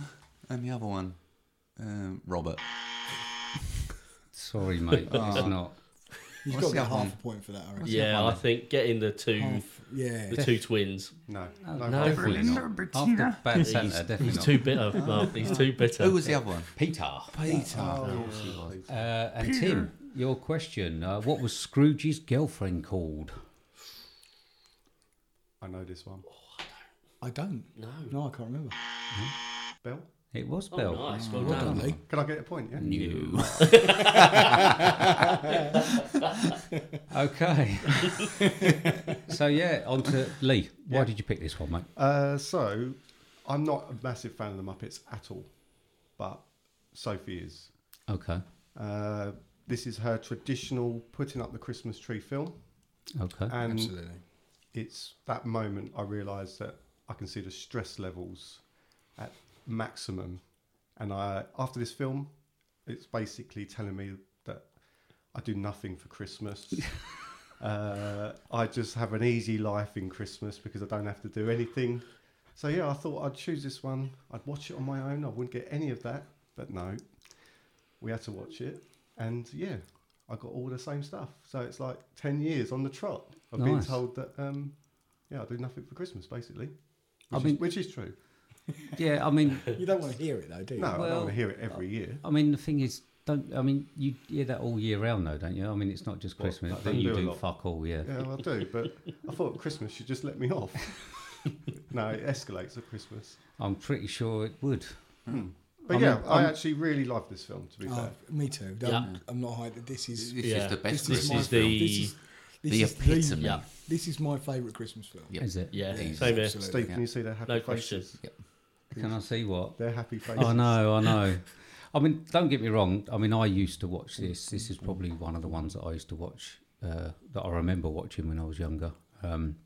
[SPEAKER 1] and the other one, um, Robert.
[SPEAKER 2] Sorry, mate. It's
[SPEAKER 5] Oh.
[SPEAKER 2] not.
[SPEAKER 3] You've
[SPEAKER 1] What's
[SPEAKER 3] got to
[SPEAKER 1] the
[SPEAKER 3] get
[SPEAKER 1] other
[SPEAKER 3] half
[SPEAKER 1] one?
[SPEAKER 3] a point for that, I reckon.
[SPEAKER 5] Yeah, I think getting the two,
[SPEAKER 3] Half, yeah.
[SPEAKER 5] the two twins.
[SPEAKER 4] No.
[SPEAKER 5] no.
[SPEAKER 2] definitely not. After Bad Santa,
[SPEAKER 5] He's,
[SPEAKER 2] definitely
[SPEAKER 5] he's
[SPEAKER 2] not.
[SPEAKER 5] too bitter, Mark. He's too bitter.
[SPEAKER 1] Who was the other one?
[SPEAKER 2] Peter.
[SPEAKER 1] Peter.
[SPEAKER 2] Uh, and Tim, your question. Uh, what was Scrooge's girlfriend called?
[SPEAKER 4] I know this one.
[SPEAKER 3] I don't.
[SPEAKER 5] No.
[SPEAKER 3] No, I can't remember.
[SPEAKER 4] Bell?
[SPEAKER 2] It was
[SPEAKER 5] Oh,
[SPEAKER 2] Belle.
[SPEAKER 5] nice. Well
[SPEAKER 3] Well done,
[SPEAKER 5] done.
[SPEAKER 3] Lee.
[SPEAKER 4] Can I get a point? Yeah.
[SPEAKER 1] You.
[SPEAKER 2] Okay. (laughs) so, yeah, on to Lee. Why did you pick this one, mate?
[SPEAKER 4] Uh, so, I'm not a massive fan of the Muppets at all, but Sophie is.
[SPEAKER 2] Okay.
[SPEAKER 4] Uh, this is her traditional putting up the Christmas tree film,
[SPEAKER 2] Okay.
[SPEAKER 4] and
[SPEAKER 3] Absolutely.
[SPEAKER 4] it's that moment I realised that I can see the stress levels at maximum, and I after this film, it's basically telling me that I do nothing
[SPEAKER 2] (laughs)
[SPEAKER 4] for Christmas. uh, I just have an easy life in Christmas because I don't have to do anything. So yeah, I thought I'd choose this one. I'd watch it on my own. I wouldn't get any of that, but no, we had to watch it, and yeah, I got all the same stuff. So it's like ten years on the trot of being
[SPEAKER 2] Nice.
[SPEAKER 4] told that, um, yeah, I do nothing for Christmas basically,
[SPEAKER 2] I
[SPEAKER 4] which,
[SPEAKER 2] mean-
[SPEAKER 4] is, which is true.
[SPEAKER 2] Yeah, I mean,
[SPEAKER 3] You don't want to hear it though, do you?
[SPEAKER 4] No, I don't want to hear it
[SPEAKER 5] uh,
[SPEAKER 4] every year.
[SPEAKER 2] I mean, the thing is, don't. I mean, you hear that all year round, though, don't you? I mean, it's not just Christmas.
[SPEAKER 4] Well, I
[SPEAKER 2] but
[SPEAKER 4] don't
[SPEAKER 2] you
[SPEAKER 4] a
[SPEAKER 2] do,
[SPEAKER 4] lot.
[SPEAKER 2] fuck all, yeah.
[SPEAKER 4] Yeah, well, I do, but I thought Christmas should just let me
[SPEAKER 5] (laughs)
[SPEAKER 4] off. no, it escalates at Christmas.
[SPEAKER 2] I'm pretty sure it would.
[SPEAKER 4] Hmm. But
[SPEAKER 2] I
[SPEAKER 4] yeah,
[SPEAKER 2] mean,
[SPEAKER 4] I
[SPEAKER 2] I'm-
[SPEAKER 4] actually really love this film. To be
[SPEAKER 3] Oh,
[SPEAKER 4] fair,
[SPEAKER 3] me too. Don't- I'm not hiding. This is
[SPEAKER 1] This is Yeah. the best
[SPEAKER 3] This is, my
[SPEAKER 1] Christmas
[SPEAKER 3] film.
[SPEAKER 1] film.
[SPEAKER 3] This is,
[SPEAKER 1] The-
[SPEAKER 3] this
[SPEAKER 1] the
[SPEAKER 3] is
[SPEAKER 1] epitome. Yeah.
[SPEAKER 3] This is my favourite Christmas film.
[SPEAKER 1] Yep. Is it? Yeah,
[SPEAKER 3] Yes,
[SPEAKER 1] same here.
[SPEAKER 3] absolutely.
[SPEAKER 4] Steve, can you see their happy
[SPEAKER 5] No question.
[SPEAKER 4] faces?
[SPEAKER 2] Can I see what?
[SPEAKER 4] Their
[SPEAKER 1] Oh,
[SPEAKER 4] happy faces.
[SPEAKER 2] I know, I know. (laughs) I mean, don't get me wrong. I mean, I used to watch this. This is probably one of the ones that I used to watch uh, that I remember watching when I was younger. Um,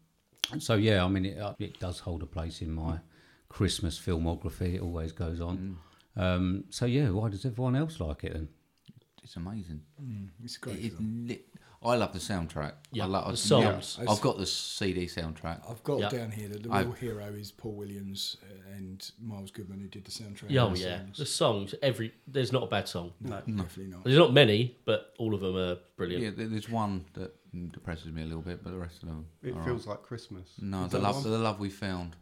[SPEAKER 2] so yeah, I mean, it, uh, it does hold a place in my Christmas filmography. It always goes on.
[SPEAKER 1] Mm.
[SPEAKER 2] Um, so yeah, why does everyone else like it then?
[SPEAKER 1] It's amazing.
[SPEAKER 3] Mm, it's a great.
[SPEAKER 1] It is lit- I love the soundtrack.
[SPEAKER 5] Yeah,
[SPEAKER 1] I love,
[SPEAKER 5] the
[SPEAKER 1] I-
[SPEAKER 5] songs.
[SPEAKER 1] I've got the CD soundtrack.
[SPEAKER 3] I've got
[SPEAKER 1] Yeah.
[SPEAKER 3] down here that the
[SPEAKER 1] I've-
[SPEAKER 3] real hero is Paul Williams and Miles Goodman, who did the soundtrack.
[SPEAKER 5] Yeah, oh
[SPEAKER 3] and the
[SPEAKER 5] yeah,
[SPEAKER 3] songs.
[SPEAKER 5] the songs. Every there's not a bad song.
[SPEAKER 3] No, No. definitely not.
[SPEAKER 5] There's not many, but all of them are brilliant.
[SPEAKER 1] Yeah, there- there's one that depresses me a little bit, but the rest of them.
[SPEAKER 4] It
[SPEAKER 1] are
[SPEAKER 4] feels
[SPEAKER 1] all right.
[SPEAKER 4] like Christmas.
[SPEAKER 1] No,
[SPEAKER 4] Is
[SPEAKER 1] the
[SPEAKER 4] that
[SPEAKER 1] love,
[SPEAKER 4] the
[SPEAKER 1] the love we found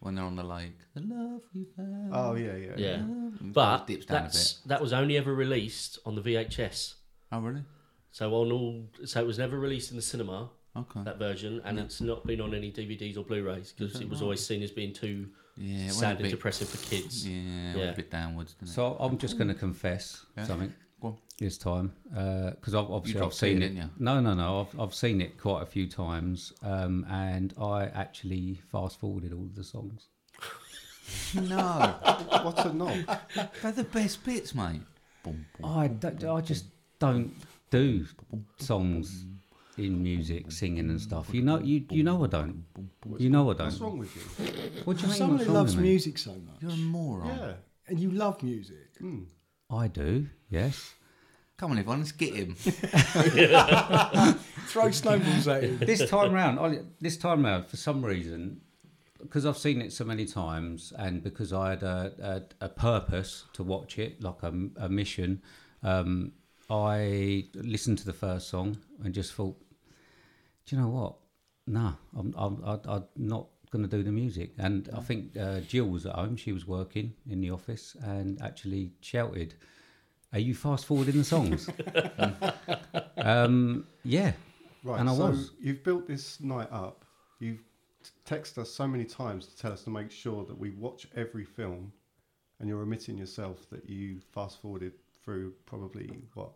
[SPEAKER 1] when they're on the lake. The love we found.
[SPEAKER 4] Oh, yeah, yeah,
[SPEAKER 5] Yeah,
[SPEAKER 1] Mm,
[SPEAKER 5] but
[SPEAKER 1] dips down a
[SPEAKER 5] that's that was only ever released on the VHS.
[SPEAKER 1] Oh really?
[SPEAKER 5] So on all, so it was never released in the cinema.
[SPEAKER 1] Okay.
[SPEAKER 5] That version, and it's not been on any DVDs or Blu-rays because
[SPEAKER 1] Is that
[SPEAKER 5] it was
[SPEAKER 1] right?
[SPEAKER 5] always seen as being too
[SPEAKER 1] Yeah, it went a
[SPEAKER 5] sad and
[SPEAKER 1] bit-
[SPEAKER 5] depressing for kids.
[SPEAKER 1] Yeah, it went a bit downwards. Didn't it?
[SPEAKER 2] So I'm just going to confess
[SPEAKER 1] Yeah.
[SPEAKER 2] something
[SPEAKER 1] Go on. (laughs)
[SPEAKER 2] this time because I've obviously I've
[SPEAKER 1] dropped it,
[SPEAKER 2] seen it.
[SPEAKER 1] didn't you?
[SPEAKER 2] No, no, no. I've I've seen it quite a few times, um, and I actually fast forwarded all of the songs.
[SPEAKER 1] No,
[SPEAKER 4] what a knob!
[SPEAKER 1] (laughs) they're the best bits, mate. Boom, boom.
[SPEAKER 2] Oh, I don't, I just don't do songs in music, singing and stuff. You know, you you know I don't. You know I don't.
[SPEAKER 4] What's wrong with you?
[SPEAKER 2] What do you mean?
[SPEAKER 3] Someone
[SPEAKER 2] what's
[SPEAKER 3] who
[SPEAKER 2] wrong
[SPEAKER 3] loves
[SPEAKER 2] with me?
[SPEAKER 3] music so much.
[SPEAKER 1] You're a moron.
[SPEAKER 4] Yeah.
[SPEAKER 3] And you love music.
[SPEAKER 2] I do. Yes.
[SPEAKER 1] Come on, everyone, let's get him.
[SPEAKER 3] Throw snowballs
[SPEAKER 2] (laughs)
[SPEAKER 3] at him.
[SPEAKER 2] this time round, I, this time round, for some reason, because I've seen it so many times, and because I had a, a, a purpose to watch it, like a, a mission, um, I listened to the first song and just thought, do you know what? Nah, I'm, I'm, I- I'm not going to do the music. And I think uh, Jill was at home; she was working in the office, and actually shouted, "Are you fast forwarding the songs?" um, yeah,
[SPEAKER 4] Right.
[SPEAKER 2] and I
[SPEAKER 4] so
[SPEAKER 2] was.
[SPEAKER 4] you've built this night up. You've t- texted us so many times to tell us to make sure that we watch every film, and you're admitting yourself that you fast forwarded through probably what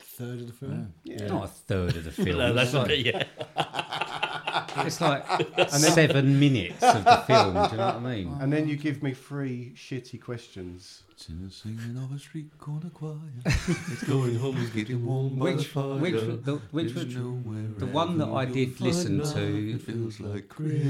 [SPEAKER 3] Third of the film.
[SPEAKER 2] Not a third
[SPEAKER 3] (laughs)
[SPEAKER 2] of the film.
[SPEAKER 5] (laughs) No, that's
[SPEAKER 2] It's like-
[SPEAKER 5] a bit, yeah.
[SPEAKER 2] It's like
[SPEAKER 3] (laughs)
[SPEAKER 2] seven minutes of the film. Do you know what I mean?
[SPEAKER 4] And then you give me three shitty questions.
[SPEAKER 1] Sinners singing of a street corner choir. It's going home, it's getting warm by
[SPEAKER 2] Which,
[SPEAKER 1] the fire.
[SPEAKER 2] which, the, which,
[SPEAKER 1] There's
[SPEAKER 2] which
[SPEAKER 1] nowhere
[SPEAKER 2] the one that
[SPEAKER 1] ever
[SPEAKER 2] I
[SPEAKER 1] you'll
[SPEAKER 2] did
[SPEAKER 1] find
[SPEAKER 2] listen
[SPEAKER 1] love.
[SPEAKER 2] to
[SPEAKER 1] It feels like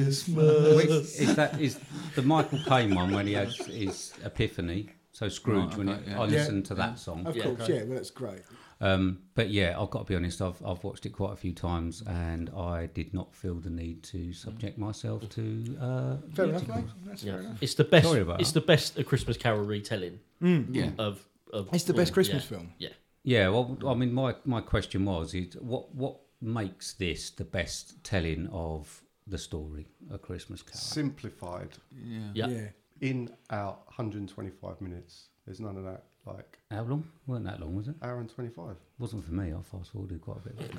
[SPEAKER 2] which,
[SPEAKER 1] Christmas.
[SPEAKER 2] is that is the Michael Caine one when he has his epiphany. So Scrooge,
[SPEAKER 1] Right,
[SPEAKER 2] when
[SPEAKER 1] okay,
[SPEAKER 2] it,
[SPEAKER 1] yeah.
[SPEAKER 2] I
[SPEAKER 1] Yeah.
[SPEAKER 2] listened to that song.
[SPEAKER 3] Of
[SPEAKER 5] Yeah.
[SPEAKER 3] course,
[SPEAKER 5] Okay.
[SPEAKER 3] yeah. Well, that's great.
[SPEAKER 2] Um, but yeah, I've got to be honest. I've I've watched it quite a few times, and I did not feel the need to subject myself to. Uh,
[SPEAKER 3] Fair enough,
[SPEAKER 2] musicals.
[SPEAKER 3] mate. That's fair
[SPEAKER 5] Yeah.
[SPEAKER 3] enough.
[SPEAKER 5] It's the best.
[SPEAKER 2] Sorry about
[SPEAKER 5] it's
[SPEAKER 2] that.
[SPEAKER 5] the best A Christmas Carol retelling.
[SPEAKER 1] Yeah.
[SPEAKER 5] Of, of
[SPEAKER 3] It's the best
[SPEAKER 5] all-
[SPEAKER 3] Christmas
[SPEAKER 5] yeah,
[SPEAKER 3] film.
[SPEAKER 5] Yeah.
[SPEAKER 2] Yeah, well, I mean, my, my question was, is what what makes this the best telling of the story, A Christmas Carol?
[SPEAKER 4] Simplified
[SPEAKER 1] Yeah.
[SPEAKER 5] Yeah.
[SPEAKER 3] Yeah.
[SPEAKER 4] in out 125 minutes. There's none of that like
[SPEAKER 2] How long? weren't that long, was it?
[SPEAKER 4] hour and 25.
[SPEAKER 2] Wasn't for me. I fast forwarded quite a bit.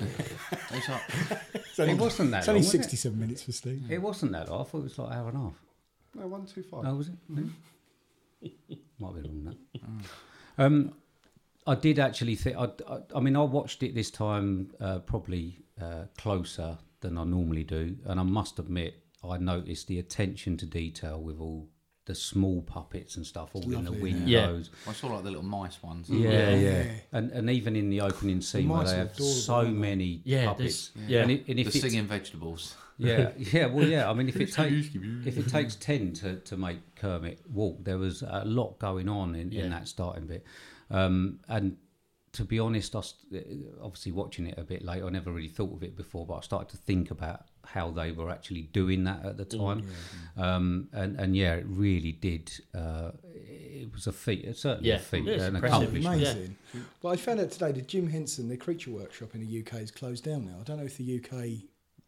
[SPEAKER 1] It's like,
[SPEAKER 2] it wasn't that.
[SPEAKER 3] It's only
[SPEAKER 2] long, was it?
[SPEAKER 3] 67 minutes for Steve.
[SPEAKER 2] It? wasn't that long. I thought it was like an hour and a half.
[SPEAKER 4] No, 125.
[SPEAKER 2] Oh, was it?
[SPEAKER 3] Mm-hmm.
[SPEAKER 2] (laughs) Might be wrong that. um, I did actually think. I, I, I mean, I watched it this time uh, probably uh, closer than I normally do, and I must admit, I noticed the attention to detail with all the small puppets and stuff, all in the
[SPEAKER 3] Lovely, isn't
[SPEAKER 5] it? Yeah.
[SPEAKER 2] windows.
[SPEAKER 1] I saw like the little mice ones.
[SPEAKER 2] Yeah, yeah,
[SPEAKER 3] Yeah.
[SPEAKER 2] and and even in the opening scene where
[SPEAKER 3] mice
[SPEAKER 2] they
[SPEAKER 3] are
[SPEAKER 2] have
[SPEAKER 3] adorable,
[SPEAKER 2] so
[SPEAKER 3] aren't they?
[SPEAKER 2] many
[SPEAKER 5] Yeah,
[SPEAKER 2] puppets,
[SPEAKER 5] there's- yeah.
[SPEAKER 2] and, it, and
[SPEAKER 1] The
[SPEAKER 2] if it's
[SPEAKER 1] singing vegetables.
[SPEAKER 2] yeah, (laughs) yeah, well, yeah. I mean, if it takes if it takes ten to, to make Kermit walk, there was a lot going on in,
[SPEAKER 5] Yeah.
[SPEAKER 2] in that starting bit, um, and to be honest, I st- obviously watching it a bit late, I never really thought of it before, but I started to think about how they were actually doing that at the
[SPEAKER 5] Mm,
[SPEAKER 2] time. Um, and, and yeah, it really did. Uh, it was a feat, it's certainly
[SPEAKER 5] Yeah.
[SPEAKER 2] a feat,
[SPEAKER 5] Yeah, it's
[SPEAKER 2] an
[SPEAKER 5] impressive.
[SPEAKER 2] accomplishment.
[SPEAKER 3] Amazing. Well, I found out today that Jim Henson, the Creature Workshop in the UK, is closed down now. I don't know if the UK,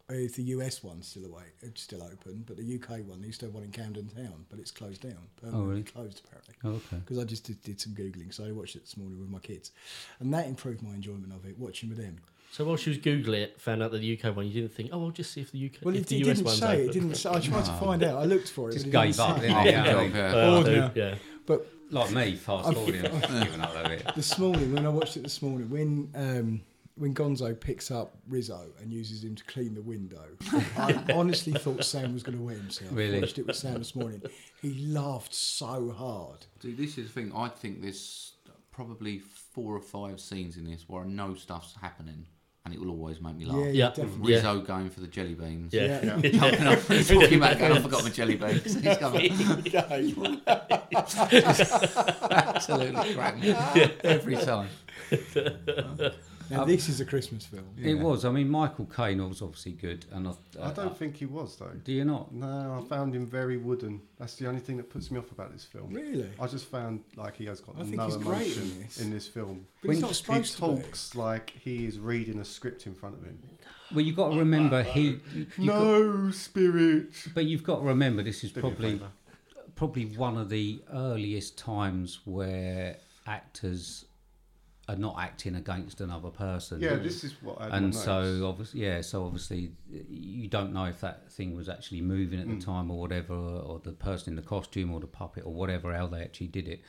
[SPEAKER 3] uh, if the US one's still away, it's still open, but the UK one, they used to have one in Camden Town, but it's closed down. Permanently
[SPEAKER 2] Oh, really?
[SPEAKER 3] Closed apparently.
[SPEAKER 2] Oh, okay.
[SPEAKER 3] Because I just did, did some googling, so I watched it this morning with my kids, and that improved my enjoyment of it watching with them.
[SPEAKER 5] So while she was googling it, found out that the UK one. You didn't think, oh, I'll just see if the UK,
[SPEAKER 3] Well,
[SPEAKER 5] if
[SPEAKER 3] it,
[SPEAKER 5] the
[SPEAKER 3] it
[SPEAKER 5] US
[SPEAKER 3] didn't
[SPEAKER 5] one's
[SPEAKER 3] say.
[SPEAKER 5] open.
[SPEAKER 3] It didn't. Say, I
[SPEAKER 2] (laughs)
[SPEAKER 3] tried to
[SPEAKER 2] No.
[SPEAKER 3] find out. I looked for
[SPEAKER 2] Oh.
[SPEAKER 3] it.
[SPEAKER 2] Just
[SPEAKER 3] but it
[SPEAKER 2] gave up,
[SPEAKER 3] say.
[SPEAKER 2] didn't it? Yeah. Yeah.
[SPEAKER 5] Oh,
[SPEAKER 3] Bored
[SPEAKER 2] Yeah.
[SPEAKER 3] now.
[SPEAKER 2] Yeah.
[SPEAKER 3] But
[SPEAKER 2] Like me, fast (laughs)
[SPEAKER 3] I've-
[SPEAKER 2] forwarding, I've given up over it.
[SPEAKER 3] This morning, when I watched it this morning, when um, when Gonzo picks up Rizzo and uses him to clean the window, I
[SPEAKER 1] (laughs)
[SPEAKER 3] honestly thought Sam was going to wet himself.
[SPEAKER 1] Really?
[SPEAKER 3] I watched it with Sam this morning. He laughed so hard.
[SPEAKER 1] See, this is the thing. I think there's probably four or five scenes in this where I know stuff's happening. And it will always make me laugh.
[SPEAKER 3] Yeah, yeah, Yeah. definitely.
[SPEAKER 1] Rizzo going for the jelly beans. (laughs)
[SPEAKER 5] Yeah. Yeah. Yeah.
[SPEAKER 1] Jumping off, he's talking about going, I forgot my jelly beans. (laughs) He's going, Absolutely cracking. Every time.
[SPEAKER 3] (laughs) Now, this is a Christmas film.
[SPEAKER 2] It was. I mean, Michael Caine was obviously good, and I,
[SPEAKER 4] I don't think he was though.
[SPEAKER 2] Do you not?
[SPEAKER 4] No, I found him very wooden. That's the only thing that puts me off about this film.
[SPEAKER 3] Really?
[SPEAKER 4] I just found like he has got
[SPEAKER 3] I think
[SPEAKER 4] no
[SPEAKER 3] he's great in
[SPEAKER 4] emotion
[SPEAKER 3] this.
[SPEAKER 4] in this film.
[SPEAKER 3] But he's not supposed
[SPEAKER 4] he
[SPEAKER 3] to be.
[SPEAKER 4] talks like he is reading a script in front of him.
[SPEAKER 2] Well, you've got to remember he. you- you've
[SPEAKER 4] No spirit.
[SPEAKER 2] But you've got to remember this is
[SPEAKER 4] Do me a
[SPEAKER 2] probably
[SPEAKER 4] favour.
[SPEAKER 2] probably one of the earliest times where actors are not acting against another person.
[SPEAKER 4] Yeah, this is what everyone
[SPEAKER 2] And
[SPEAKER 4] knows.
[SPEAKER 2] so obviously, yeah, so obviously you don't know if that thing was actually moving at the
[SPEAKER 4] Mm.
[SPEAKER 2] time or whatever, or the person in the costume or the puppet or whatever how they actually did it.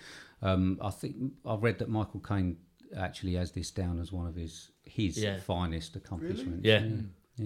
[SPEAKER 2] Um, I think I read that Michael Caine actually has this down as one of his his
[SPEAKER 5] Yeah.
[SPEAKER 2] finest accomplishments.
[SPEAKER 5] Yeah.
[SPEAKER 2] yeah.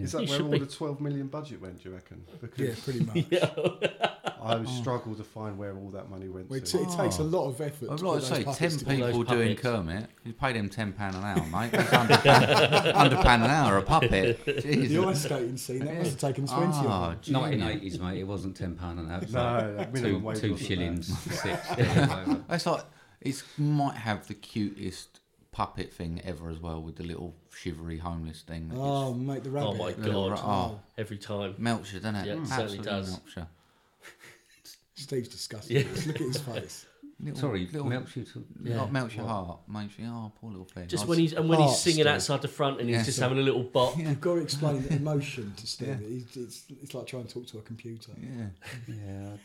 [SPEAKER 4] Is that
[SPEAKER 5] It
[SPEAKER 4] where
[SPEAKER 5] should
[SPEAKER 4] all
[SPEAKER 5] be.
[SPEAKER 4] the 12 million budget went, do you reckon?
[SPEAKER 3] Yeah, pretty
[SPEAKER 1] (laughs)
[SPEAKER 3] much.
[SPEAKER 4] I
[SPEAKER 2] Oh.
[SPEAKER 4] struggle to find where all that money went
[SPEAKER 3] Well, it
[SPEAKER 4] to.
[SPEAKER 3] ta- it takes a lot of effort.
[SPEAKER 1] I'd
[SPEAKER 3] to
[SPEAKER 1] like
[SPEAKER 3] put
[SPEAKER 1] to
[SPEAKER 3] those
[SPEAKER 1] say,
[SPEAKER 3] puppets
[SPEAKER 1] ten
[SPEAKER 3] together.
[SPEAKER 1] people doing Kermit. You paid him ten pound an hour, mate. That's under, under (laughs) pound an hour a puppet. Jeez.
[SPEAKER 3] The ice skating scene, that must have taken 20 of
[SPEAKER 1] Ah,
[SPEAKER 3] them.
[SPEAKER 1] gee.
[SPEAKER 2] Nineteen eighties, mate. It wasn't ten pound an hour. It was
[SPEAKER 1] No,
[SPEAKER 2] like
[SPEAKER 1] that minimum
[SPEAKER 2] two,
[SPEAKER 1] wage
[SPEAKER 2] two
[SPEAKER 1] wasn't
[SPEAKER 2] shillings,
[SPEAKER 1] there.
[SPEAKER 2] (laughs) six. yeah,
[SPEAKER 1] (laughs)
[SPEAKER 2] whatever.
[SPEAKER 1] It's like it might have the cutest puppet thing ever as well with the little shivery homeless thing. that is-
[SPEAKER 3] Oh, mate, the
[SPEAKER 5] Oh
[SPEAKER 3] rabbit.
[SPEAKER 5] my
[SPEAKER 1] The little
[SPEAKER 5] god!
[SPEAKER 1] ra- oh.
[SPEAKER 5] Every time
[SPEAKER 1] melts you, doesn't it?
[SPEAKER 5] Yeah, it certainly
[SPEAKER 1] Absolutely
[SPEAKER 5] does.
[SPEAKER 1] melts you.
[SPEAKER 3] Steve's disgusted.
[SPEAKER 5] Yeah.
[SPEAKER 3] Just Look at
[SPEAKER 1] (laughs)
[SPEAKER 3] his face.
[SPEAKER 1] Little-
[SPEAKER 2] Sorry,
[SPEAKER 1] little-
[SPEAKER 2] melts you to-
[SPEAKER 1] Yeah,
[SPEAKER 2] Yeah.
[SPEAKER 1] melts your
[SPEAKER 2] What?
[SPEAKER 1] heart, makes you oh poor little thing.
[SPEAKER 5] Just
[SPEAKER 1] I'd-
[SPEAKER 5] when he's and when
[SPEAKER 3] Heart
[SPEAKER 5] he's singing
[SPEAKER 3] still.
[SPEAKER 5] outside the front and
[SPEAKER 1] Yeah.
[SPEAKER 5] he's just having a little bop.
[SPEAKER 3] You've got to explain the emotion to Steve.
[SPEAKER 1] Yeah.
[SPEAKER 3] It's, it's, it's like trying to talk to a computer.
[SPEAKER 1] Yeah.
[SPEAKER 2] Yeah.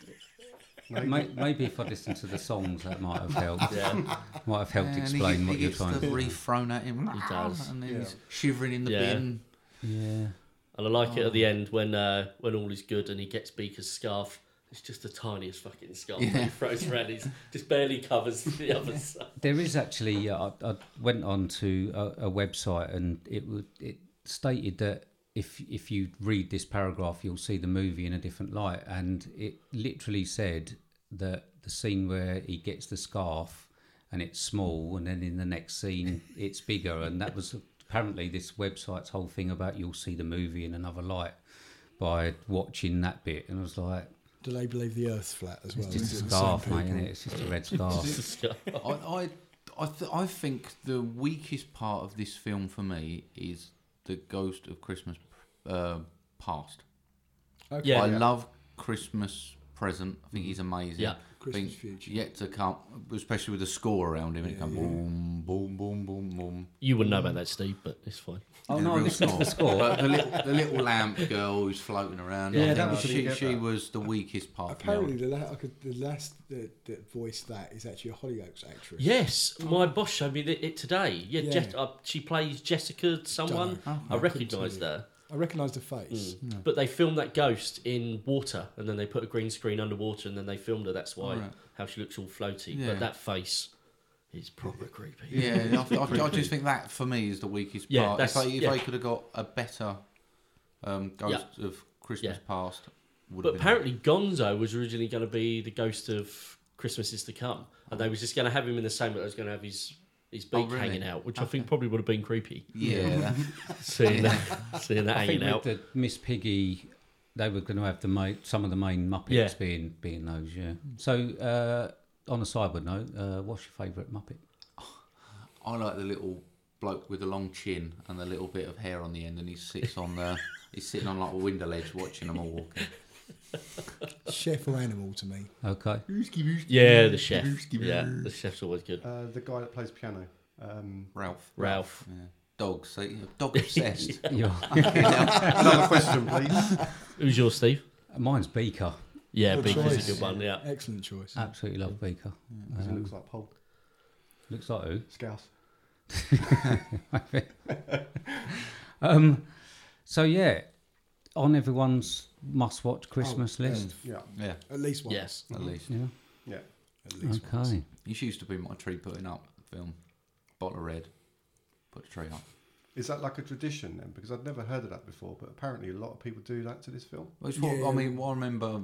[SPEAKER 2] I'd-
[SPEAKER 4] Maybe.
[SPEAKER 2] May- Maybe if I listened to the songs, that might have helped.
[SPEAKER 5] Yeah.
[SPEAKER 2] Might have helped
[SPEAKER 1] Yeah, and he
[SPEAKER 2] explain
[SPEAKER 1] gets-
[SPEAKER 2] what
[SPEAKER 1] he
[SPEAKER 2] you're
[SPEAKER 1] gets
[SPEAKER 2] trying
[SPEAKER 1] the
[SPEAKER 2] to
[SPEAKER 1] wreath thrown at him.
[SPEAKER 5] He does.
[SPEAKER 1] And then
[SPEAKER 4] Yeah.
[SPEAKER 1] he's shivering in the
[SPEAKER 5] Yeah.
[SPEAKER 1] bin.
[SPEAKER 5] (laughs)
[SPEAKER 2] Yeah.
[SPEAKER 5] And I like it at the end when uh, when all is good and he gets Beaker's scarf. It's just the tiniest fucking scarf that he
[SPEAKER 1] Yeah.
[SPEAKER 5] throws around. He's just barely covers the other side.
[SPEAKER 2] There is actually. I, I went on to a, a website and it would it stated that if if you read this paragraph, you'll see the movie in a different light, and it literally said that the scene where he gets the scarf and it's small, and then in the next scene it's bigger, and that was apparently this website's whole thing about you'll see the movie in another light by watching that bit, and I was like.
[SPEAKER 3] Do they believe the Earth's flat as well?
[SPEAKER 2] It's just
[SPEAKER 3] Is
[SPEAKER 2] a
[SPEAKER 3] it the
[SPEAKER 2] scarf,
[SPEAKER 3] same
[SPEAKER 2] mate,
[SPEAKER 3] people?
[SPEAKER 2] innit? It's just a red scarf.
[SPEAKER 1] I, I, I, th- I think the weakest part of this film for me is the Ghost of Christmas uh, Past.
[SPEAKER 3] Okay.
[SPEAKER 1] I
[SPEAKER 3] Yeah.
[SPEAKER 1] love Christmas Present. I think he's amazing.
[SPEAKER 5] Yeah.
[SPEAKER 1] I think
[SPEAKER 3] Christmas Future.
[SPEAKER 1] Yet to come, especially with the score around him. it comes boom, boom, boom, boom, boom.
[SPEAKER 5] You wouldn't know about that, Steve, but it's fine.
[SPEAKER 2] Oh,
[SPEAKER 1] And the
[SPEAKER 2] no, I
[SPEAKER 1] real
[SPEAKER 2] listened to
[SPEAKER 5] (laughs)
[SPEAKER 2] the score.
[SPEAKER 1] But the, little, the little lamp girl who's floating around. I
[SPEAKER 2] Yeah,
[SPEAKER 1] think
[SPEAKER 2] that was-
[SPEAKER 1] she,
[SPEAKER 4] Yeah.
[SPEAKER 1] she was the weakest part. for me.
[SPEAKER 3] Apparently, the, la- I could, the last that, that voiced that is actually a Hollyoaks actress.
[SPEAKER 5] Yes, my boss showed me th- it today. Yeah,
[SPEAKER 3] Yeah.
[SPEAKER 5] Jess- uh, she plays Jessica someone.
[SPEAKER 3] Dunno.
[SPEAKER 5] I
[SPEAKER 3] Okay.
[SPEAKER 5] recognise
[SPEAKER 3] Couldn't tell you.
[SPEAKER 5] that.
[SPEAKER 3] I recognise the face.
[SPEAKER 2] Mm.
[SPEAKER 5] But they filmed that ghost in water, and then they put a green screen underwater, and then they filmed her. That's why
[SPEAKER 1] Alright.
[SPEAKER 5] how she looks all floaty.
[SPEAKER 1] Yeah.
[SPEAKER 5] But that face is proper creepy.
[SPEAKER 1] (laughs) Yeah, I, I, I just think that for me is the weakest
[SPEAKER 5] Yeah,
[SPEAKER 1] part. If
[SPEAKER 5] that's-
[SPEAKER 1] they, if
[SPEAKER 5] yeah.
[SPEAKER 1] they could have got a better um, Ghost of Christmas
[SPEAKER 5] Yeah.
[SPEAKER 1] Past, would
[SPEAKER 5] But
[SPEAKER 1] have been.
[SPEAKER 5] apparently, Gonzo was originally going to be the ghost of Christmas is to come, and they was just going to have him in the same, but they was going to have his his beak
[SPEAKER 1] Oh, really?
[SPEAKER 5] hanging out, which I think probably would have been creepy.
[SPEAKER 1] Yeah.
[SPEAKER 5] (laughs)
[SPEAKER 1] (laughs)
[SPEAKER 5] seeing that, seeing that
[SPEAKER 2] I think with
[SPEAKER 5] hanging out.
[SPEAKER 2] the Miss Piggy, they were going to have the ma- some of the main Muppets
[SPEAKER 5] Yeah.
[SPEAKER 2] being being those. Yeah. So uh, on a sideward note, uh, what's your favourite Muppet?
[SPEAKER 1] I like the little bloke with the long chin and the little bit of hair on the end, and he sits on the he's sitting on like a window ledge watching them all walking.
[SPEAKER 3] Chef or animal to me.
[SPEAKER 2] Okay.
[SPEAKER 5] Yeah, the chef. Yeah, the chef's always good.
[SPEAKER 4] Uh, the guy that plays piano. Um,
[SPEAKER 1] Ralph.
[SPEAKER 5] Ralph.
[SPEAKER 1] Yeah. Dogs. So you're dog obsessed.
[SPEAKER 5] (laughs) Yeah.
[SPEAKER 4] Another question, please.
[SPEAKER 5] Who's yours, Steve?
[SPEAKER 2] (laughs) Mine's Beaker.
[SPEAKER 5] Yeah,
[SPEAKER 3] Good
[SPEAKER 5] Beaker's
[SPEAKER 3] choice.
[SPEAKER 5] a good one. Yeah.
[SPEAKER 3] Excellent choice.
[SPEAKER 2] Absolutely love Beaker.
[SPEAKER 4] Because it
[SPEAKER 2] Um,
[SPEAKER 4] looks like Polk.
[SPEAKER 2] looks like who?
[SPEAKER 4] Scouse.
[SPEAKER 2] um, so yeah, on everyone's must-watch Christmas
[SPEAKER 4] Oh,
[SPEAKER 2] list.
[SPEAKER 4] Yeah.
[SPEAKER 1] Yeah.
[SPEAKER 3] At least once.
[SPEAKER 5] Yes.
[SPEAKER 1] At least.
[SPEAKER 2] Yeah.
[SPEAKER 4] Yeah.
[SPEAKER 3] At least
[SPEAKER 2] Okay.
[SPEAKER 3] once.
[SPEAKER 1] This used to be my tree putting up film. Bottle of red. Put the tree up.
[SPEAKER 4] Is that like a tradition then? Because I'd never heard of that before, but apparently a lot of people do that to this film.
[SPEAKER 1] Well, it's what,
[SPEAKER 3] Yeah.
[SPEAKER 1] I mean, what I remember,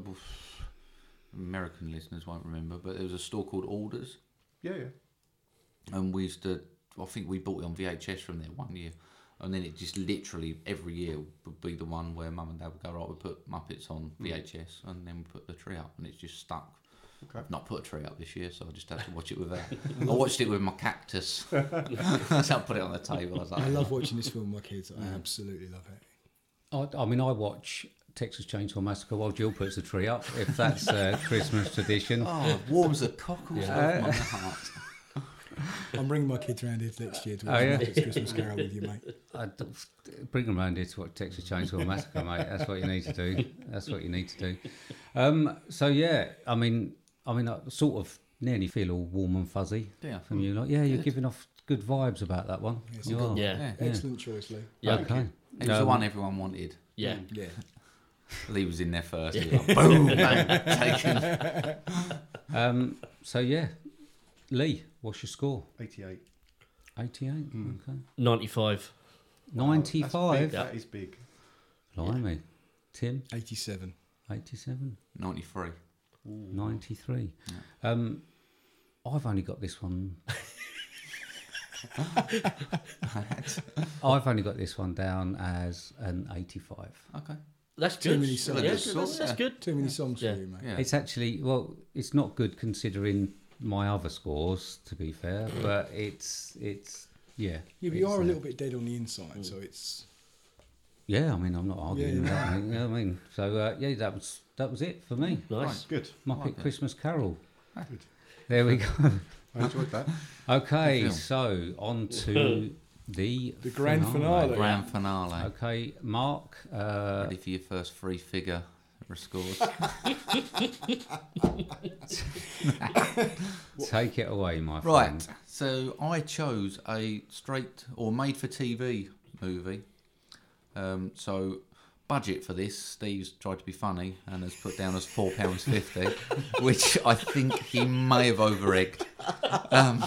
[SPEAKER 1] American listeners won't remember, but there was a store called Alders,
[SPEAKER 4] Yeah, yeah.
[SPEAKER 1] and we used to, I think we bought it on VHS from there one year, and then it just literally every year would be the one where mum and dad would go, right, we put Muppets on
[SPEAKER 3] Hmm.
[SPEAKER 1] VHS, and then we put the tree up, and it's just stuck.
[SPEAKER 4] Okay.
[SPEAKER 1] I've not put a tree up this year, so I just had to watch it with that. I watched it with my
[SPEAKER 3] (laughs)
[SPEAKER 1] cactus. so I put it on the table. I was like,
[SPEAKER 3] I love watching this film with my kids.
[SPEAKER 2] Mm.
[SPEAKER 3] I absolutely love it.
[SPEAKER 2] I, I mean, I watch Texas Chainsaw Massacre while Jill puts the tree up. If that's a Christmas tradition.
[SPEAKER 1] oh, it warms the cockles
[SPEAKER 2] Yeah.
[SPEAKER 1] off my heart.
[SPEAKER 3] I'm bringing my kids round here next year to
[SPEAKER 2] Oh,
[SPEAKER 3] watch
[SPEAKER 2] yeah?
[SPEAKER 3] Muppets Christmas Carol with
[SPEAKER 2] (laughs)
[SPEAKER 3] you, mate.
[SPEAKER 2] I don't- bring them round here to watch Texas Chainsaw Massacre, mate. That's what you need to do. That's what you need to do. Um, so yeah, I mean, I mean, I sort of nearly feel all warm and fuzzy
[SPEAKER 1] Yeah.
[SPEAKER 2] from you. Like, yeah, you're giving off good vibes about that one.
[SPEAKER 3] It's a
[SPEAKER 2] you
[SPEAKER 3] good
[SPEAKER 2] are.
[SPEAKER 3] one.
[SPEAKER 5] Yeah.
[SPEAKER 3] Excellent choice, Lee.
[SPEAKER 5] Yeah.
[SPEAKER 2] Oh, Okay.
[SPEAKER 1] It was the one everyone wanted.
[SPEAKER 5] Yeah.
[SPEAKER 3] Yeah.
[SPEAKER 1] Lee was in there first. He was like, boom, bang, taken.
[SPEAKER 2] Um, so yeah, Lee, what's your score?
[SPEAKER 4] 88.
[SPEAKER 2] 88. Okay.
[SPEAKER 5] 95.
[SPEAKER 4] Wow,
[SPEAKER 2] 95.
[SPEAKER 4] that's big. That is big.
[SPEAKER 2] Blimey. Tim,
[SPEAKER 3] 87.
[SPEAKER 2] 87.
[SPEAKER 1] 93.
[SPEAKER 2] 93. Um, I've only got this one. I've only got this one down as an 85.
[SPEAKER 1] Okay.
[SPEAKER 5] That's
[SPEAKER 3] Too
[SPEAKER 5] good.
[SPEAKER 3] many
[SPEAKER 5] Yeah,
[SPEAKER 3] songs.
[SPEAKER 5] that's, that's
[SPEAKER 1] Yeah.
[SPEAKER 5] good.
[SPEAKER 3] Too many songs
[SPEAKER 5] Yeah.
[SPEAKER 3] for you, mate.
[SPEAKER 1] Yeah.
[SPEAKER 2] It's actually, well, it's not good considering my other scores, to be fair, but it's, it's, yeah.
[SPEAKER 3] Yeah, but you
[SPEAKER 2] it's,
[SPEAKER 3] are a
[SPEAKER 2] uh,
[SPEAKER 3] little bit dead on the inside,
[SPEAKER 2] Mm.
[SPEAKER 3] so it's
[SPEAKER 2] Yeah, I mean, I'm not arguing with
[SPEAKER 3] Yeah.
[SPEAKER 2] that. mate, You know what I mean? So, uh, yeah, that was, that was it for me.
[SPEAKER 5] Nice.
[SPEAKER 4] Good.
[SPEAKER 2] Muppet
[SPEAKER 1] like it.
[SPEAKER 2] Christmas Carol.
[SPEAKER 4] Good.
[SPEAKER 2] There we go.
[SPEAKER 4] (laughs) I enjoyed that.
[SPEAKER 2] Okay,
[SPEAKER 1] film.
[SPEAKER 2] so on
[SPEAKER 4] (laughs)
[SPEAKER 2] to the
[SPEAKER 3] The grand finale.
[SPEAKER 1] Grand finale.
[SPEAKER 2] Okay, Mark. Uh,
[SPEAKER 1] Ready for your first three figure scores?
[SPEAKER 2] take it away, my
[SPEAKER 1] right.
[SPEAKER 2] friend.
[SPEAKER 1] So I chose a straight or made for TV movie. Um, so budget for this, Steve's tried to be funny and has put down as four pounds fifty, which I think he may have over egged. Um,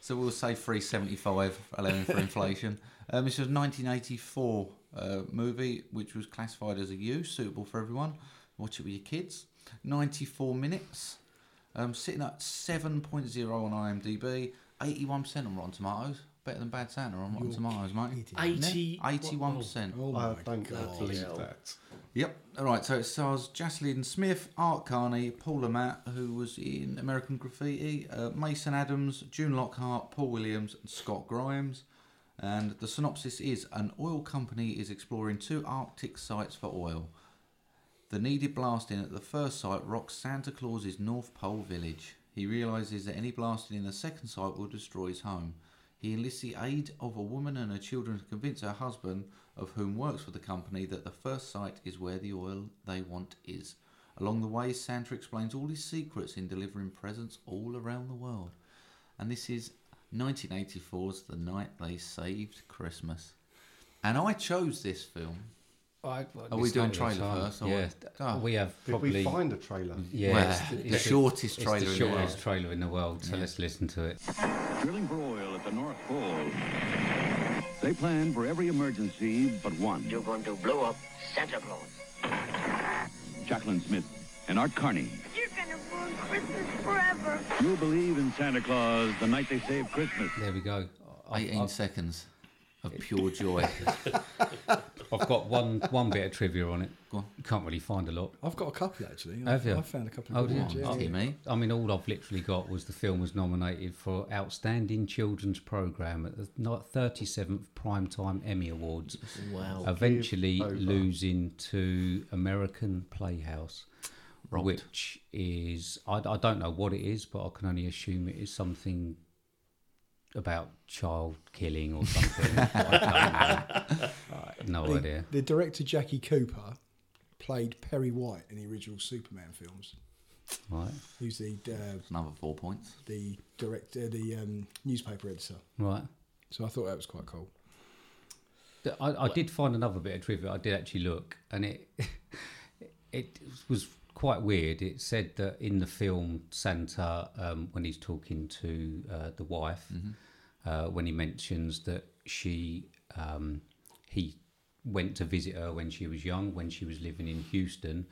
[SPEAKER 1] so we'll say three seventy five, allowing for inflation. Um, this was nineteen eighty four uh, movie, which was classified as a U, suitable for everyone. Watch it with your kids. Ninety four minutes. Um, sitting at 7.0 on IMDb, 81% on Rotten Tomatoes. Better than Bad Santa on Rotten Tomatoes, mate.
[SPEAKER 3] kidding.
[SPEAKER 5] 80.
[SPEAKER 1] Yeah, 81%.
[SPEAKER 3] Oh my
[SPEAKER 4] I don't
[SPEAKER 3] god.
[SPEAKER 4] believe
[SPEAKER 5] hell.
[SPEAKER 4] that.
[SPEAKER 1] Yep. All right. So it stars Jocelyn Smith, Art Carney, Paula Matt, who was in American Graffiti, uh, Mason Adams, June Lockhart, Paul Williams, and Scott Grimes. And the synopsis is: An oil company is exploring two Arctic sites for oil. The needed blasting at the first site rocks Santa Claus's North Pole village. He realizes that any blasting in the second site will destroy his home. He enlists the aid of a woman and her children to convince her husband, of whom works for the company, that the first site is where the oil they want is. Along the way, Santa explains all his secrets in delivering presents all around the world. And this is 1984's The Night They Saved Christmas. And I chose this film. Are we doing trailer first? Or
[SPEAKER 2] Yeah,
[SPEAKER 1] Oh.
[SPEAKER 2] we have
[SPEAKER 4] Did
[SPEAKER 2] probably. Mm.
[SPEAKER 4] we find a trailer?
[SPEAKER 2] yeah,
[SPEAKER 1] Well,
[SPEAKER 2] it's
[SPEAKER 1] the
[SPEAKER 2] it's
[SPEAKER 1] shortest
[SPEAKER 2] it's
[SPEAKER 1] trailer
[SPEAKER 2] the
[SPEAKER 1] in the
[SPEAKER 2] shortest
[SPEAKER 1] world.
[SPEAKER 2] trailer in the world. So let's listen to it.
[SPEAKER 15] Drilling for oil at the North Pole. They plan for every emergency but one.
[SPEAKER 13] You're going to blow up Santa Claus.
[SPEAKER 15] Jacqueline Smith and Art Carney.
[SPEAKER 12] You're gonna ruin Christmas forever.
[SPEAKER 15] You'll believe in Santa Claus the night they save Christmas.
[SPEAKER 2] There we go. I-
[SPEAKER 1] 18
[SPEAKER 2] I-
[SPEAKER 1] seconds. of pure joy.
[SPEAKER 2] I've got one one bit of trivia on it. Can't really find a lot.
[SPEAKER 3] I've got a couple actually.
[SPEAKER 2] Have
[SPEAKER 3] I've,
[SPEAKER 2] you?
[SPEAKER 3] I've found a couple
[SPEAKER 2] Oh,
[SPEAKER 3] of good ones,
[SPEAKER 2] dear.
[SPEAKER 3] yeah.
[SPEAKER 2] I- I mean, all I've literally got was the film was nominated for Outstanding Children's Programme at the ni- 37th Primetime Emmy Awards.
[SPEAKER 5] Wow.
[SPEAKER 2] Eventually
[SPEAKER 5] Give over.
[SPEAKER 2] losing to American Playhouse, which is, I, I don't know what it is, but I can only assume it is something about child killing or something. I don't know. No
[SPEAKER 3] the,
[SPEAKER 2] idea.
[SPEAKER 3] The director Jackie Cooper played Perry White in the original Superman films.
[SPEAKER 2] Right.
[SPEAKER 3] Who's the uh,
[SPEAKER 1] Another four points.
[SPEAKER 3] the director, the um, newspaper editor.
[SPEAKER 2] Right.
[SPEAKER 3] So I thought that was quite cool. (laughs)
[SPEAKER 2] Th- I, I did find another bit of trivia. I did actually look, and it (laughs) it was quite weird. It said that in the film Santa, um, when he's talking to uh, the wife, uh, when he mentions that she um, he went to visit her when she was young, when she was living in Houston.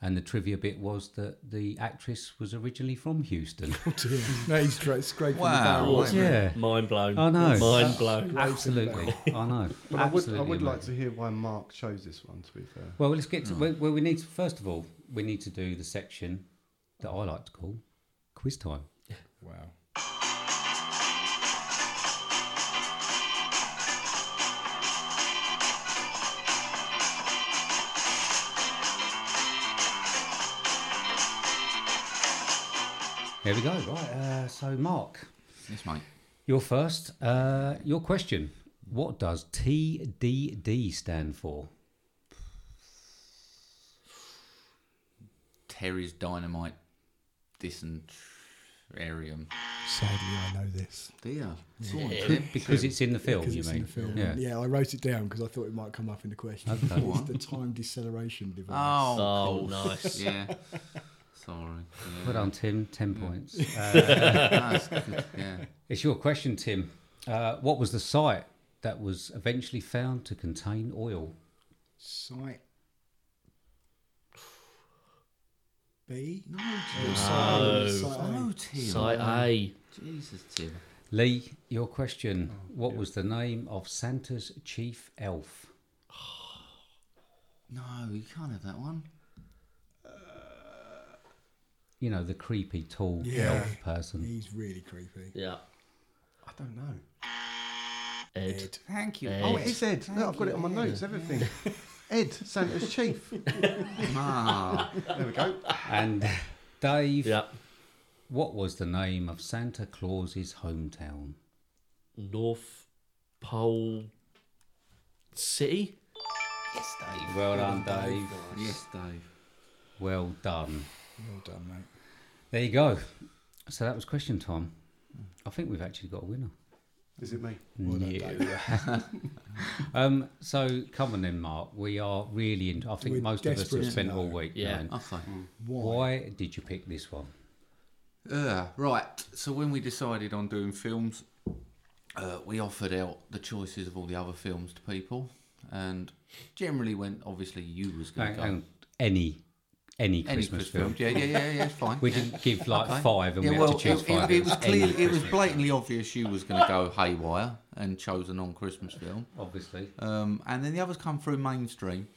[SPEAKER 2] And the trivia bit was that the actress was originally from
[SPEAKER 4] (laughs)
[SPEAKER 2] Houston.
[SPEAKER 3] No, he's scra- scraping the barrel.
[SPEAKER 2] yeah.
[SPEAKER 5] Mind blown.
[SPEAKER 2] I know.
[SPEAKER 5] Mind blown.
[SPEAKER 2] Absolutely. I know.
[SPEAKER 4] But I would, I
[SPEAKER 2] Absolutely
[SPEAKER 4] would
[SPEAKER 2] amazing.
[SPEAKER 4] like to hear why Mark chose this one. To be fair,
[SPEAKER 2] Well, let's get to. Well, we need to, first of all, we need to do the section that I like to call quiz time.
[SPEAKER 3] Wow.
[SPEAKER 2] Here we go. Right. Uh, so, Mark,
[SPEAKER 1] Yes, mate.
[SPEAKER 2] you're first. Uh, your question: What does TDD stand for?
[SPEAKER 1] Terry's dynamite dysenterium.
[SPEAKER 3] Sadly, I know this.
[SPEAKER 1] Dear. Go on,
[SPEAKER 2] Yeah.
[SPEAKER 1] Tim.
[SPEAKER 2] Because it's in the film,
[SPEAKER 3] because
[SPEAKER 2] you
[SPEAKER 3] it's
[SPEAKER 2] mean?
[SPEAKER 3] In the film.
[SPEAKER 2] Yeah.
[SPEAKER 3] Yeah. I wrote it down because I thought it might come up in the question. (laughs)
[SPEAKER 2] Okay.
[SPEAKER 3] it's the time deceleration device.
[SPEAKER 1] Oh,
[SPEAKER 5] Oh,
[SPEAKER 1] cool.
[SPEAKER 5] nice.
[SPEAKER 1] yeah. Sorry. Yeah.
[SPEAKER 2] Well done, Tim. Ten points.
[SPEAKER 1] Nice.
[SPEAKER 2] Uh,
[SPEAKER 1] Yeah.
[SPEAKER 2] It's your question, Tim. Uh, what was the site that was eventually found to contain oil?
[SPEAKER 3] Site B. No,
[SPEAKER 5] No.
[SPEAKER 1] Oh, Tim.
[SPEAKER 5] Site A.
[SPEAKER 1] Jesus, Tim.
[SPEAKER 2] Lee, your question. what was the name of Santa's chief elf?
[SPEAKER 1] No, you can't have that one.
[SPEAKER 2] You know, the creepy, tall
[SPEAKER 3] Yeah.
[SPEAKER 2] elf person.
[SPEAKER 3] He's really creepy.
[SPEAKER 5] Yeah.
[SPEAKER 4] I don't know.
[SPEAKER 5] Ed.
[SPEAKER 4] Thank you.
[SPEAKER 5] Ed.
[SPEAKER 4] Oh, it is Ed. No, I've got it on my notes. Everything. Ed, Santa's
[SPEAKER 2] (laughs)
[SPEAKER 4] chief.
[SPEAKER 1] Ah.
[SPEAKER 4] There we go.
[SPEAKER 2] And Dave,
[SPEAKER 5] Yeah.
[SPEAKER 2] what was the name of Santa Claus's hometown?
[SPEAKER 5] North Pole City.
[SPEAKER 1] Yes, Dave.
[SPEAKER 2] Well done, Dave.
[SPEAKER 1] Yes, Dave.
[SPEAKER 2] Well done.
[SPEAKER 3] Well done, mate.
[SPEAKER 2] There you go. So that was question time. I think we've actually got a winner.
[SPEAKER 4] Is it me?
[SPEAKER 3] Well done,
[SPEAKER 2] Yeah.
[SPEAKER 3] Dave.
[SPEAKER 2] Um, so come on then, Mark. We are really. In- I think
[SPEAKER 3] We're
[SPEAKER 2] most of us
[SPEAKER 3] desperate
[SPEAKER 2] have
[SPEAKER 3] to
[SPEAKER 2] spent
[SPEAKER 3] know.
[SPEAKER 2] all week.
[SPEAKER 5] Yeah.
[SPEAKER 2] knowing.
[SPEAKER 1] Okay.
[SPEAKER 3] Why?
[SPEAKER 2] Why did you pick this one?
[SPEAKER 1] Uh, right. So when we decided on doing films, uh, we offered out the choices of all the other films to people, and generally went obviously you was going
[SPEAKER 2] Hang-
[SPEAKER 1] to go
[SPEAKER 2] hang on. any any
[SPEAKER 1] any
[SPEAKER 2] Christmas, film?
[SPEAKER 1] Yeah, yeah, yeah, yeah. It's fine.
[SPEAKER 2] We
[SPEAKER 1] yeah. (laughs)
[SPEAKER 2] didn't give like
[SPEAKER 1] Okay.
[SPEAKER 2] five, and
[SPEAKER 1] yeah,
[SPEAKER 2] we
[SPEAKER 1] well,
[SPEAKER 2] had to choose
[SPEAKER 1] it,
[SPEAKER 2] five.
[SPEAKER 1] It, it was
[SPEAKER 2] any
[SPEAKER 1] clearly, it was
[SPEAKER 2] Christmas
[SPEAKER 1] blatantly obvious you was going to go haywire and chose a non-Christmas film.
[SPEAKER 2] film, obviously.
[SPEAKER 1] Um, and then the others come through mainstream.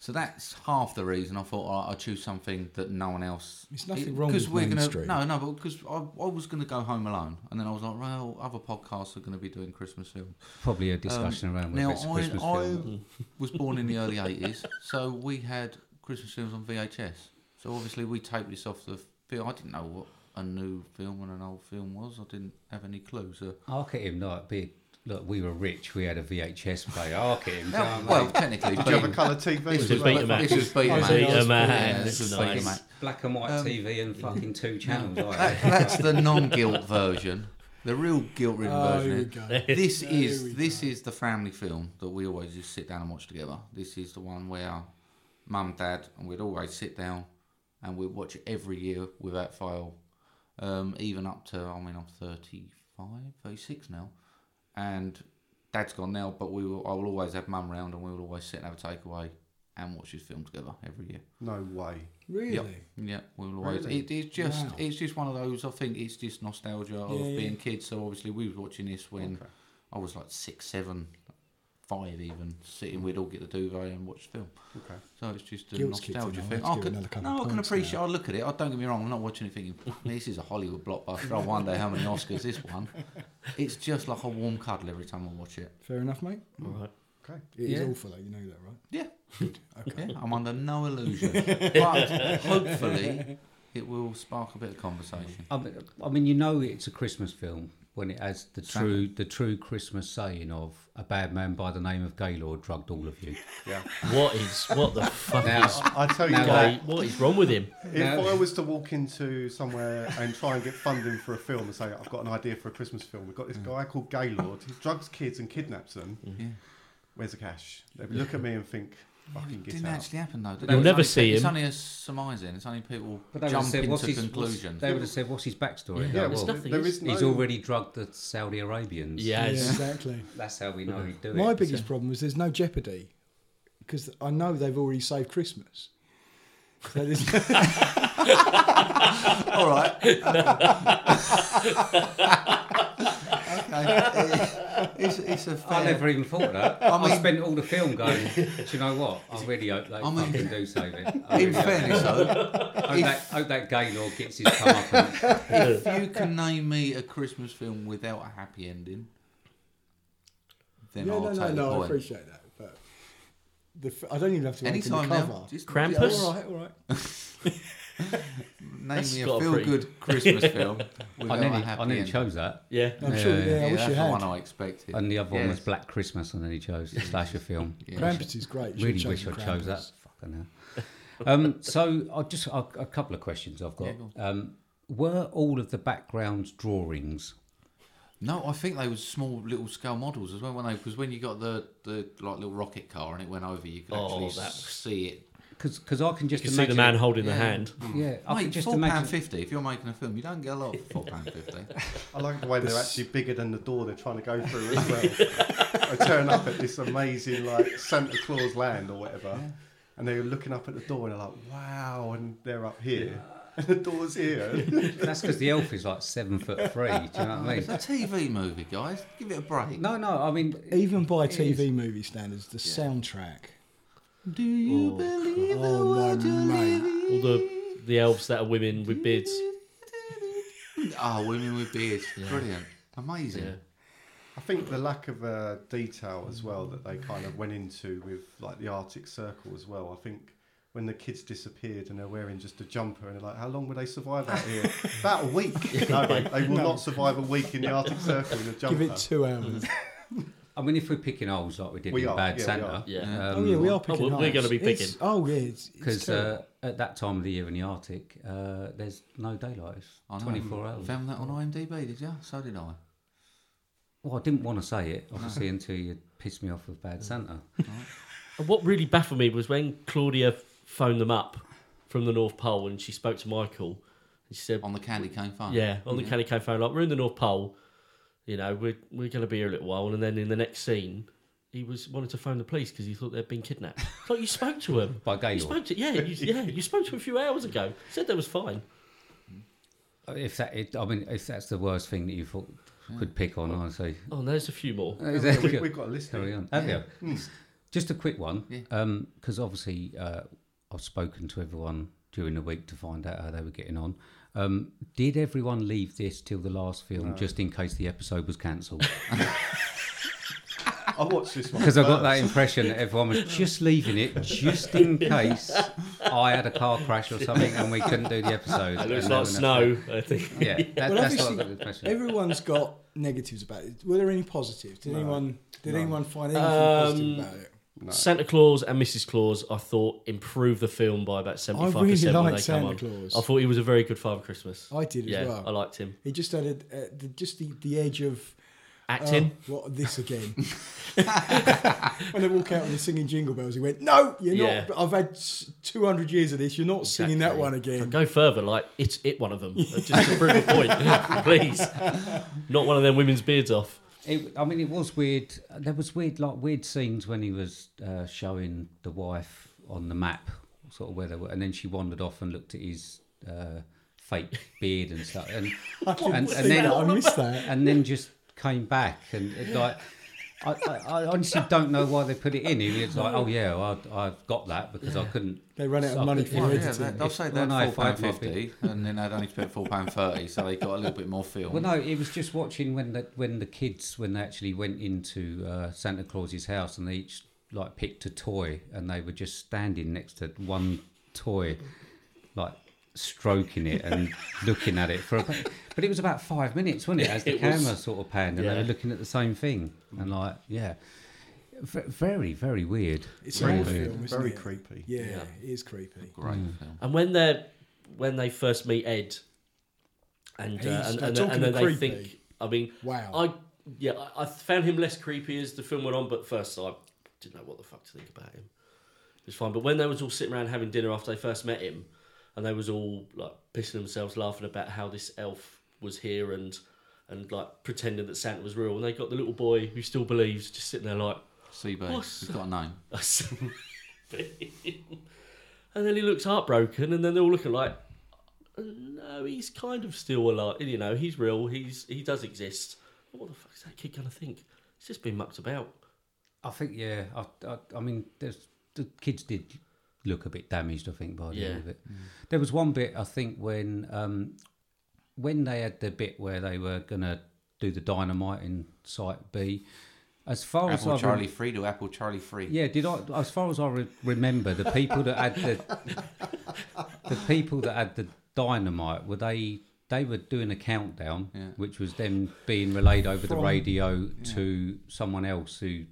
[SPEAKER 1] So that's half the reason I thought all right, I'll choose something that no one else.
[SPEAKER 3] There's nothing wrong
[SPEAKER 1] because
[SPEAKER 3] with
[SPEAKER 1] we're gonna-
[SPEAKER 3] mainstream.
[SPEAKER 1] no, no, but because I, I was going to go home alone, and then I was like, well, other podcasts are going to be doing Christmas films.
[SPEAKER 2] Probably a
[SPEAKER 1] Um,
[SPEAKER 2] discussion around whether
[SPEAKER 1] now,
[SPEAKER 2] it's a
[SPEAKER 1] I-
[SPEAKER 2] Christmas
[SPEAKER 1] I,
[SPEAKER 2] film.
[SPEAKER 1] was born in the early 80s, so we had Christmas films on VHS. So obviously we taped this off the film. I didn't know what a new film and an old film was. I didn't have any clue. So
[SPEAKER 2] I'll get him like big. Look, we were rich. We had a VHS player. I'll get him.
[SPEAKER 1] Well,
[SPEAKER 2] down,
[SPEAKER 1] well,
[SPEAKER 2] mate.
[SPEAKER 1] technically,
[SPEAKER 4] Did you have a
[SPEAKER 1] being-
[SPEAKER 4] colour TV?
[SPEAKER 5] This was Betamax.
[SPEAKER 1] This was Betamax.
[SPEAKER 5] Betamax.
[SPEAKER 1] Yeah,
[SPEAKER 5] This was
[SPEAKER 1] Betamax.
[SPEAKER 5] nice.
[SPEAKER 2] black and white
[SPEAKER 1] Um,
[SPEAKER 2] TV and
[SPEAKER 1] (laughs)
[SPEAKER 2] fucking two channels. like
[SPEAKER 1] That- that's the non-guilt version. The real guilt-ridden
[SPEAKER 3] Oh,
[SPEAKER 1] version.
[SPEAKER 3] here we go.
[SPEAKER 1] This
[SPEAKER 3] There we
[SPEAKER 1] is this is the family film that we always just sit down and watch together. This is the one where mum, dad, and we'd always sit down and we'd watch it every year without fail. Um, even up to I mean I'm 35, 36 now, and dad's gone now. But we will I will always have mum round and we will always sit and have a takeaway and watch this film together every year.
[SPEAKER 4] No way.
[SPEAKER 3] (laughs) Really?
[SPEAKER 1] Yep. Yep. We'll always.
[SPEAKER 4] Really?
[SPEAKER 1] It is just.
[SPEAKER 3] Wow.
[SPEAKER 1] It's just one of those. I think it's just nostalgia of
[SPEAKER 3] Yeah, yeah.
[SPEAKER 1] being kids. So obviously we was watching this when
[SPEAKER 4] Okay.
[SPEAKER 1] I was like six, seven, five, even sitting, we'd all get the duvet and watch the film.
[SPEAKER 4] Okay.
[SPEAKER 1] So it's just a
[SPEAKER 3] Guilt's kicked
[SPEAKER 1] nostalgia
[SPEAKER 3] in, I'll
[SPEAKER 1] thing.
[SPEAKER 3] have to
[SPEAKER 1] I
[SPEAKER 3] give
[SPEAKER 1] can,
[SPEAKER 3] another couple
[SPEAKER 1] no,
[SPEAKER 3] of
[SPEAKER 1] I can
[SPEAKER 3] points
[SPEAKER 1] appreciate. I look at it. I don't get me wrong. I'm not watching it
[SPEAKER 3] (laughs)
[SPEAKER 1] thinking this is a Hollywood blockbuster. I wonder how many Oscars this
[SPEAKER 3] (laughs)
[SPEAKER 1] one. It's just like a warm cuddle every time I watch it.
[SPEAKER 3] Fair enough, mate.
[SPEAKER 1] All right.
[SPEAKER 3] Okay. It is
[SPEAKER 1] Yeah.
[SPEAKER 3] awful, though. You know that, right?
[SPEAKER 1] Yeah.
[SPEAKER 3] Good. Okay.
[SPEAKER 1] Yeah, I'm under no (laughs) illusion, but hopefully it will spark a bit of conversation.
[SPEAKER 2] I mean, I mean, you know, it's a Christmas film when it has the
[SPEAKER 1] Sam-
[SPEAKER 2] true the true Christmas saying of a bad man by the name of Gaylord drugged all of
[SPEAKER 1] (laughs)
[SPEAKER 2] you.
[SPEAKER 4] Yeah.
[SPEAKER 16] What is what the fuck
[SPEAKER 2] Now-
[SPEAKER 16] is?
[SPEAKER 4] I tell you
[SPEAKER 2] now
[SPEAKER 4] what,
[SPEAKER 2] that-
[SPEAKER 16] what is wrong with him?
[SPEAKER 4] If
[SPEAKER 2] Now-
[SPEAKER 4] I was to walk into somewhere and try and get funding for a film and say, I've got an idea for a Christmas film, we've got
[SPEAKER 2] Mm.
[SPEAKER 4] this guy called Gaylord, he drugs kids and kidnaps them.
[SPEAKER 2] Mm-hmm.
[SPEAKER 1] Yeah.
[SPEAKER 4] Where's the cash? They would look at me and think, fucking get
[SPEAKER 1] didn't
[SPEAKER 4] out.
[SPEAKER 1] actually happen though. did
[SPEAKER 16] You'll
[SPEAKER 1] it? It's
[SPEAKER 16] never
[SPEAKER 1] only-
[SPEAKER 16] see
[SPEAKER 1] It's
[SPEAKER 16] him.
[SPEAKER 1] only a surmising. It's only people
[SPEAKER 2] But they would have
[SPEAKER 1] jump
[SPEAKER 2] said,
[SPEAKER 1] into
[SPEAKER 2] what's his, what's-
[SPEAKER 1] conclusions.
[SPEAKER 2] they would have said, what's his backstory?
[SPEAKER 1] Yeah,
[SPEAKER 2] Oh,
[SPEAKER 1] there's
[SPEAKER 2] well,
[SPEAKER 1] nothing. There
[SPEAKER 4] is
[SPEAKER 2] He's
[SPEAKER 4] no-
[SPEAKER 2] already drugged the Saudi Arabians.
[SPEAKER 16] Yes.
[SPEAKER 3] Yeah, exactly.
[SPEAKER 2] That's how we know he'd do it.
[SPEAKER 3] My biggest problem is there's no jeopardy because I know they've already saved Christmas. So there's-
[SPEAKER 1] All right. okay. (laughs) It's, it's a fair.
[SPEAKER 2] I never even thought of that.
[SPEAKER 1] (laughs) I
[SPEAKER 2] I,
[SPEAKER 1] mean-
[SPEAKER 2] spent all the film going,
[SPEAKER 1] (laughs)
[SPEAKER 2] do you know what? I really hope they
[SPEAKER 1] I mean-
[SPEAKER 2] fucking do save
[SPEAKER 1] (laughs)
[SPEAKER 2] it. I
[SPEAKER 1] In
[SPEAKER 2] really hope
[SPEAKER 1] fairness,
[SPEAKER 2] they do.
[SPEAKER 1] though,
[SPEAKER 2] hope,
[SPEAKER 1] if-
[SPEAKER 2] that, hope that Gaylord
[SPEAKER 1] (laughs)
[SPEAKER 2] gets his come up. And,
[SPEAKER 1] if you
[SPEAKER 3] (laughs)
[SPEAKER 1] can name me a Christmas film without a happy ending, then
[SPEAKER 3] yeah,
[SPEAKER 1] I'll
[SPEAKER 3] no,
[SPEAKER 1] take
[SPEAKER 3] no,
[SPEAKER 1] the
[SPEAKER 3] no. I
[SPEAKER 1] point.
[SPEAKER 3] appreciate that, but the f- I don't even have to open
[SPEAKER 1] Anytime
[SPEAKER 3] the
[SPEAKER 1] now,
[SPEAKER 3] cover.
[SPEAKER 1] just-
[SPEAKER 16] Krampus?
[SPEAKER 3] Yeah, all right, all right.
[SPEAKER 1] Name
[SPEAKER 16] That's
[SPEAKER 1] me a
[SPEAKER 16] got a pretty- (laughs)
[SPEAKER 1] feel-good Christmas film without
[SPEAKER 2] I
[SPEAKER 1] a
[SPEAKER 2] nearly,
[SPEAKER 1] happy
[SPEAKER 2] I nearly
[SPEAKER 1] ending.
[SPEAKER 2] chose that.
[SPEAKER 5] Yeah.
[SPEAKER 3] I'm sure. Yeah, I wish
[SPEAKER 1] that's
[SPEAKER 3] you
[SPEAKER 1] the
[SPEAKER 3] had.
[SPEAKER 1] one I expected.
[SPEAKER 2] And the other one was
[SPEAKER 1] Yes.
[SPEAKER 2] Black Christmas, and then he chose the slasher film.
[SPEAKER 1] Yeah.
[SPEAKER 3] Krampus is great. You
[SPEAKER 2] Really
[SPEAKER 3] should
[SPEAKER 2] wish I
[SPEAKER 3] change
[SPEAKER 2] chose
[SPEAKER 3] Krampus.
[SPEAKER 2] that. Fucking hell. Um, (laughs) so I just a, a couple of questions I've got.
[SPEAKER 1] Yeah, go
[SPEAKER 2] um, were all of the backgrounds drawings?
[SPEAKER 1] No, I think they were small, little scale models as well, weren't they? Because when you got the, the like little rocket car and it went over, you could
[SPEAKER 16] Oh,
[SPEAKER 1] actually
[SPEAKER 16] that-
[SPEAKER 1] see it.
[SPEAKER 2] Because I can
[SPEAKER 16] You
[SPEAKER 2] just
[SPEAKER 16] can Oh, see
[SPEAKER 2] imagine
[SPEAKER 16] the man holding the
[SPEAKER 1] Yeah.
[SPEAKER 16] hand.
[SPEAKER 2] Yeah, I
[SPEAKER 1] Mate,
[SPEAKER 2] can just
[SPEAKER 1] four pound
[SPEAKER 2] imagine.
[SPEAKER 1] fifty. If you're making a film, you don't get a lot for four pound
[SPEAKER 16] (laughs)
[SPEAKER 1] fifty.
[SPEAKER 4] I like the way they're actually bigger than the door they're trying to go through as
[SPEAKER 2] (laughs)
[SPEAKER 4] well. I turn up at this amazing like Santa Claus land or whatever, and they're looking up at the door and they're like, "Wow!" and they're up here, (laughs) and the door's here.
[SPEAKER 2] That's because the elf is like seven foot three. Do you know what I
[SPEAKER 1] (laughs) It's
[SPEAKER 2] mean?
[SPEAKER 1] a TV movie, guys. Give it a break.
[SPEAKER 2] No, no. I mean,
[SPEAKER 3] Even by
[SPEAKER 2] It
[SPEAKER 3] TV movie standards, the soundtrack.
[SPEAKER 1] Do you believe the
[SPEAKER 3] Oh,
[SPEAKER 1] world
[SPEAKER 3] my
[SPEAKER 1] you
[SPEAKER 3] mate.
[SPEAKER 1] live in?
[SPEAKER 16] All the the elves that are women with beards.
[SPEAKER 1] Oh, women with beards. Brilliant. Amazing.
[SPEAKER 16] Yeah.
[SPEAKER 4] I think the lack of uh, detail as well that they kind of went into with like the Arctic Circle as well. I think when the kids disappeared and they're wearing just a jumper and they're like, "How long will they survive out
[SPEAKER 3] (laughs)
[SPEAKER 4] here?" About a week. No, mate, they will not survive a week in the Arctic Circle in a jumper.
[SPEAKER 3] Give it two hours.
[SPEAKER 2] I mean, if we're picking holes like we did
[SPEAKER 4] We
[SPEAKER 2] in
[SPEAKER 4] are,
[SPEAKER 2] Bad
[SPEAKER 4] yeah, we
[SPEAKER 2] Santa,
[SPEAKER 4] are.
[SPEAKER 16] Yeah.
[SPEAKER 2] um,
[SPEAKER 3] oh yeah, we are
[SPEAKER 16] Oh,
[SPEAKER 3] picking.
[SPEAKER 16] we're- we're
[SPEAKER 3] highs.
[SPEAKER 16] gonna be
[SPEAKER 3] It's-
[SPEAKER 16] picking.
[SPEAKER 3] oh yeah, it's
[SPEAKER 2] Because
[SPEAKER 3] because
[SPEAKER 2] uh, at that time of the year in the Arctic, uh, there's no daylight. It's
[SPEAKER 1] I know.
[SPEAKER 2] 24 hours.
[SPEAKER 1] Found that on IMDb, did you? So did I.
[SPEAKER 2] Well, I didn't want to say it, obviously, until you pissed me off with Bad Santa.
[SPEAKER 16] And what really baffled me was when Claudia phoned them up from the North Pole and she spoke to Michael. And she said,
[SPEAKER 1] On the candy cane phone.
[SPEAKER 16] "Yeah, on the
[SPEAKER 3] Mm.
[SPEAKER 16] Candy Cane phone, like we're in the North Pole. You know, we're we're going to be here a little while." And then in the next scene, he was wanted to phone the police because he thought they'd been kidnapped. (laughs) It's like you spoke to
[SPEAKER 3] (laughs)
[SPEAKER 16] him.
[SPEAKER 2] By
[SPEAKER 16] You
[SPEAKER 2] Gaylord.
[SPEAKER 16] spoke to yeah, you, yeah. You spoke to him a few hours ago. Said that was fine.
[SPEAKER 2] If that, it, I mean, if that's the worst thing that you thought could pick on, I'd say.
[SPEAKER 16] Oh, and there's a few
[SPEAKER 3] (laughs)
[SPEAKER 16] more.
[SPEAKER 2] (laughs)
[SPEAKER 4] Yeah, we, we've got a list
[SPEAKER 2] Carry
[SPEAKER 4] here. Hmm.
[SPEAKER 2] on. Have you? Just a quick one,
[SPEAKER 1] Yeah.
[SPEAKER 2] because obviously uh, I've spoken to everyone during the week to find out how they were getting on. Um, did everyone leave this till the last film, just in case the episode was
[SPEAKER 4] (laughs)
[SPEAKER 2] cancelled?
[SPEAKER 4] I watched this one
[SPEAKER 2] Because I got
[SPEAKER 4] first.
[SPEAKER 2] that impression that everyone was just leaving it just
[SPEAKER 4] (laughs)
[SPEAKER 2] in case I had a car crash or something and we couldn't do the episode.
[SPEAKER 16] It looks
[SPEAKER 2] And
[SPEAKER 16] like
[SPEAKER 2] then-
[SPEAKER 16] snow. I think.
[SPEAKER 3] (laughs)
[SPEAKER 2] Yeah, that,
[SPEAKER 3] Well,
[SPEAKER 2] that's what I got the
[SPEAKER 3] obviously,
[SPEAKER 2] impression.
[SPEAKER 3] everyone's got (laughs) negatives about it. Were there any positives? Did anyone? Did anyone find anything
[SPEAKER 16] Um,
[SPEAKER 3] positive about it?
[SPEAKER 16] Santa Claus and Mrs. Claus, I thought, improved the film by about
[SPEAKER 3] I
[SPEAKER 16] 75%
[SPEAKER 3] really
[SPEAKER 16] when
[SPEAKER 3] liked
[SPEAKER 16] they
[SPEAKER 3] Santa
[SPEAKER 16] come on.
[SPEAKER 3] Claus.
[SPEAKER 16] I thought he was a very good Father Christmas.
[SPEAKER 3] I did as
[SPEAKER 16] yeah,
[SPEAKER 3] well.
[SPEAKER 16] I liked him.
[SPEAKER 3] He just had a, uh, the, just the, the edge of
[SPEAKER 16] Acting.
[SPEAKER 3] Oh, what this
[SPEAKER 2] (laughs)
[SPEAKER 3] again? (laughs) when they walk out and they're singing Jingle Bells, he went, "No, you're
[SPEAKER 16] Yeah.
[SPEAKER 3] not. I've had two hundred years of this. You're not singing that one again."
[SPEAKER 16] Go further, like, it's it one of
[SPEAKER 3] (laughs)
[SPEAKER 16] them. Just to prove a point, (laughs) please. Not one of them women's beards off.
[SPEAKER 2] It, I mean, it was weird. There was weird, like weird scenes when he was uh, showing the wife on the map, sort of where they were, and then she wandered off and looked at his uh, fake beard and stuff, and
[SPEAKER 3] (laughs) I didn't
[SPEAKER 2] and,
[SPEAKER 3] see
[SPEAKER 2] and then (laughs)
[SPEAKER 3] that. I missed that.
[SPEAKER 2] and then just came back and it, like I, I, I honestly don't know why they put it in. He was like, "Oh yeah, I, I've got that because I
[SPEAKER 1] Yeah.
[SPEAKER 2] couldn't."
[SPEAKER 3] They run out of
[SPEAKER 2] suck
[SPEAKER 3] money
[SPEAKER 2] it.
[SPEAKER 3] for
[SPEAKER 1] Oh, yeah, they- they'll say they're
[SPEAKER 2] Well, no,
[SPEAKER 1] four
[SPEAKER 2] if I
[SPEAKER 1] pound
[SPEAKER 2] had
[SPEAKER 1] fifty, and then I'd only spent four pound thirty, so they got a little bit more film.
[SPEAKER 2] Well, no, it was just watching when the when the kids when they actually went into uh, Santa Claus's house and they each like picked a toy and they were just standing next to one toy, like stroking it
[SPEAKER 5] (laughs)
[SPEAKER 2] and looking at it for. A, but it was about five minutes, wasn't it? As the
[SPEAKER 5] It was-
[SPEAKER 2] camera sort of panned and they
[SPEAKER 5] Yeah.
[SPEAKER 2] were looking at the same thing and like yeah, v- very very weird.
[SPEAKER 3] It's
[SPEAKER 2] very
[SPEAKER 3] an old
[SPEAKER 2] weird.
[SPEAKER 3] film, isn't
[SPEAKER 4] Very
[SPEAKER 3] it?
[SPEAKER 4] creepy.
[SPEAKER 3] Yeah,
[SPEAKER 5] Yeah.
[SPEAKER 3] it is creepy.
[SPEAKER 1] Great
[SPEAKER 2] Mm.
[SPEAKER 1] film.
[SPEAKER 5] And when they are when they first meet Ed, and uh,
[SPEAKER 3] He's-
[SPEAKER 5] and,
[SPEAKER 3] uh,
[SPEAKER 5] and,
[SPEAKER 3] talking
[SPEAKER 5] and then
[SPEAKER 3] of
[SPEAKER 5] they
[SPEAKER 3] creepy.
[SPEAKER 5] think, I mean,
[SPEAKER 3] Wow.
[SPEAKER 5] I yeah, I, I found him less creepy as the film went on, but first I didn't know what the fuck to think about him. It was fine, but when they was all sitting around having dinner after they first met him, and they was all like pissing themselves laughing about how this elf was here and and like pretending that Santa was real, and they got the little boy who still believes just sitting there like
[SPEAKER 1] Seabird,
[SPEAKER 5] What's
[SPEAKER 1] he's got a name.
[SPEAKER 5] (laughs) and then he looks heartbroken, and then they're all looking like, no, he's kind of still alive. You know, he's real. He's he does exist. What the fuck's that kid gonna think? He's just been mucked about.
[SPEAKER 2] I think yeah. I, I, I mean, there's, the kids did look a bit damaged. I think by the
[SPEAKER 5] Yeah.
[SPEAKER 2] end of it,
[SPEAKER 3] Mm.
[SPEAKER 2] there was one bit I think when um, when they had the bit where they were gonna do the dynamite in Site B. As far as I
[SPEAKER 1] Apple
[SPEAKER 2] rem-
[SPEAKER 1] Charlie Free to Apple Charlie Free.
[SPEAKER 2] yeah, did I? As far as I re- remember, the people that had the the people that had the dynamite were they they were doing a countdown,
[SPEAKER 1] Yeah.
[SPEAKER 2] which was them being relayed over the
[SPEAKER 3] From-
[SPEAKER 2] radio to someone else who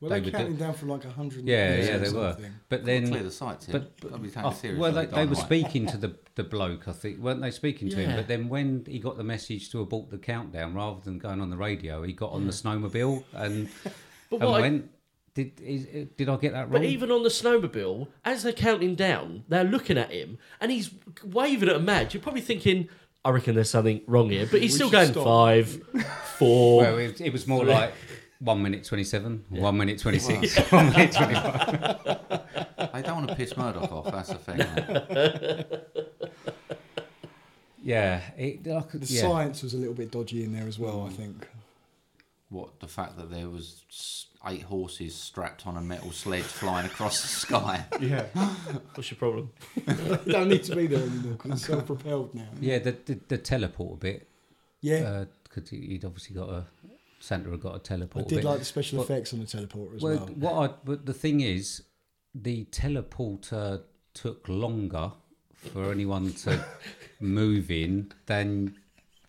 [SPEAKER 3] Well, they
[SPEAKER 2] were
[SPEAKER 3] were
[SPEAKER 2] do-
[SPEAKER 3] counting down for like a hundred.
[SPEAKER 2] yeah,
[SPEAKER 3] minutes
[SPEAKER 2] yeah,
[SPEAKER 3] or
[SPEAKER 2] they were.
[SPEAKER 3] something.
[SPEAKER 2] But
[SPEAKER 1] Gotta
[SPEAKER 2] then
[SPEAKER 1] clear the sights here.
[SPEAKER 2] But,
[SPEAKER 1] Gotta be taken
[SPEAKER 2] I-
[SPEAKER 1] serious
[SPEAKER 2] well,
[SPEAKER 1] when
[SPEAKER 2] they,
[SPEAKER 1] they
[SPEAKER 2] they were
[SPEAKER 1] dynamite.
[SPEAKER 2] speaking to the the bloke, I think, weren't they speaking to him?
[SPEAKER 5] Yeah.
[SPEAKER 2] But then when he got the message to abort the countdown, rather than going on the radio, he got on the snowmobile and
[SPEAKER 5] (laughs) But
[SPEAKER 2] and
[SPEAKER 5] what I-
[SPEAKER 2] went. Did is, uh, did I get that
[SPEAKER 5] But
[SPEAKER 2] wrong?
[SPEAKER 5] even on the snowmobile, as they're counting down, they're looking at him, and he's waving at Madge. You're probably thinking, I reckon there's something wrong here, but he's
[SPEAKER 3] We
[SPEAKER 5] still
[SPEAKER 3] should
[SPEAKER 5] going
[SPEAKER 3] stop.
[SPEAKER 5] five, four.
[SPEAKER 2] well, it, it was more
[SPEAKER 5] three.
[SPEAKER 2] like one minute twenty seven, one minute twenty six, one minute twenty five.
[SPEAKER 1] They don't want to piss Murdoch off. That's the thing. mate.
[SPEAKER 2] (laughs) Yeah, it, I could,
[SPEAKER 3] The
[SPEAKER 2] yeah. Mm.
[SPEAKER 3] science was a little bit dodgy in there as well. I think. (laughs)
[SPEAKER 1] What the fact that there was s- eight horses strapped on a metal sled flying across the sky.
[SPEAKER 4] Yeah.
[SPEAKER 5] What's your problem?
[SPEAKER 3] they don't need to be there anymore because it's self-propelled now.
[SPEAKER 2] Yeah, Uh, the the, the teleport bit.
[SPEAKER 3] Yeah.
[SPEAKER 2] because he'd obviously got a Santa had got a
[SPEAKER 3] I
[SPEAKER 2] teleport.
[SPEAKER 3] did
[SPEAKER 2] bit.
[SPEAKER 3] like the special
[SPEAKER 2] But-
[SPEAKER 3] effects on the teleporter as
[SPEAKER 2] well,
[SPEAKER 3] well.
[SPEAKER 2] what I but the thing is, the teleporter took longer for anyone to move in than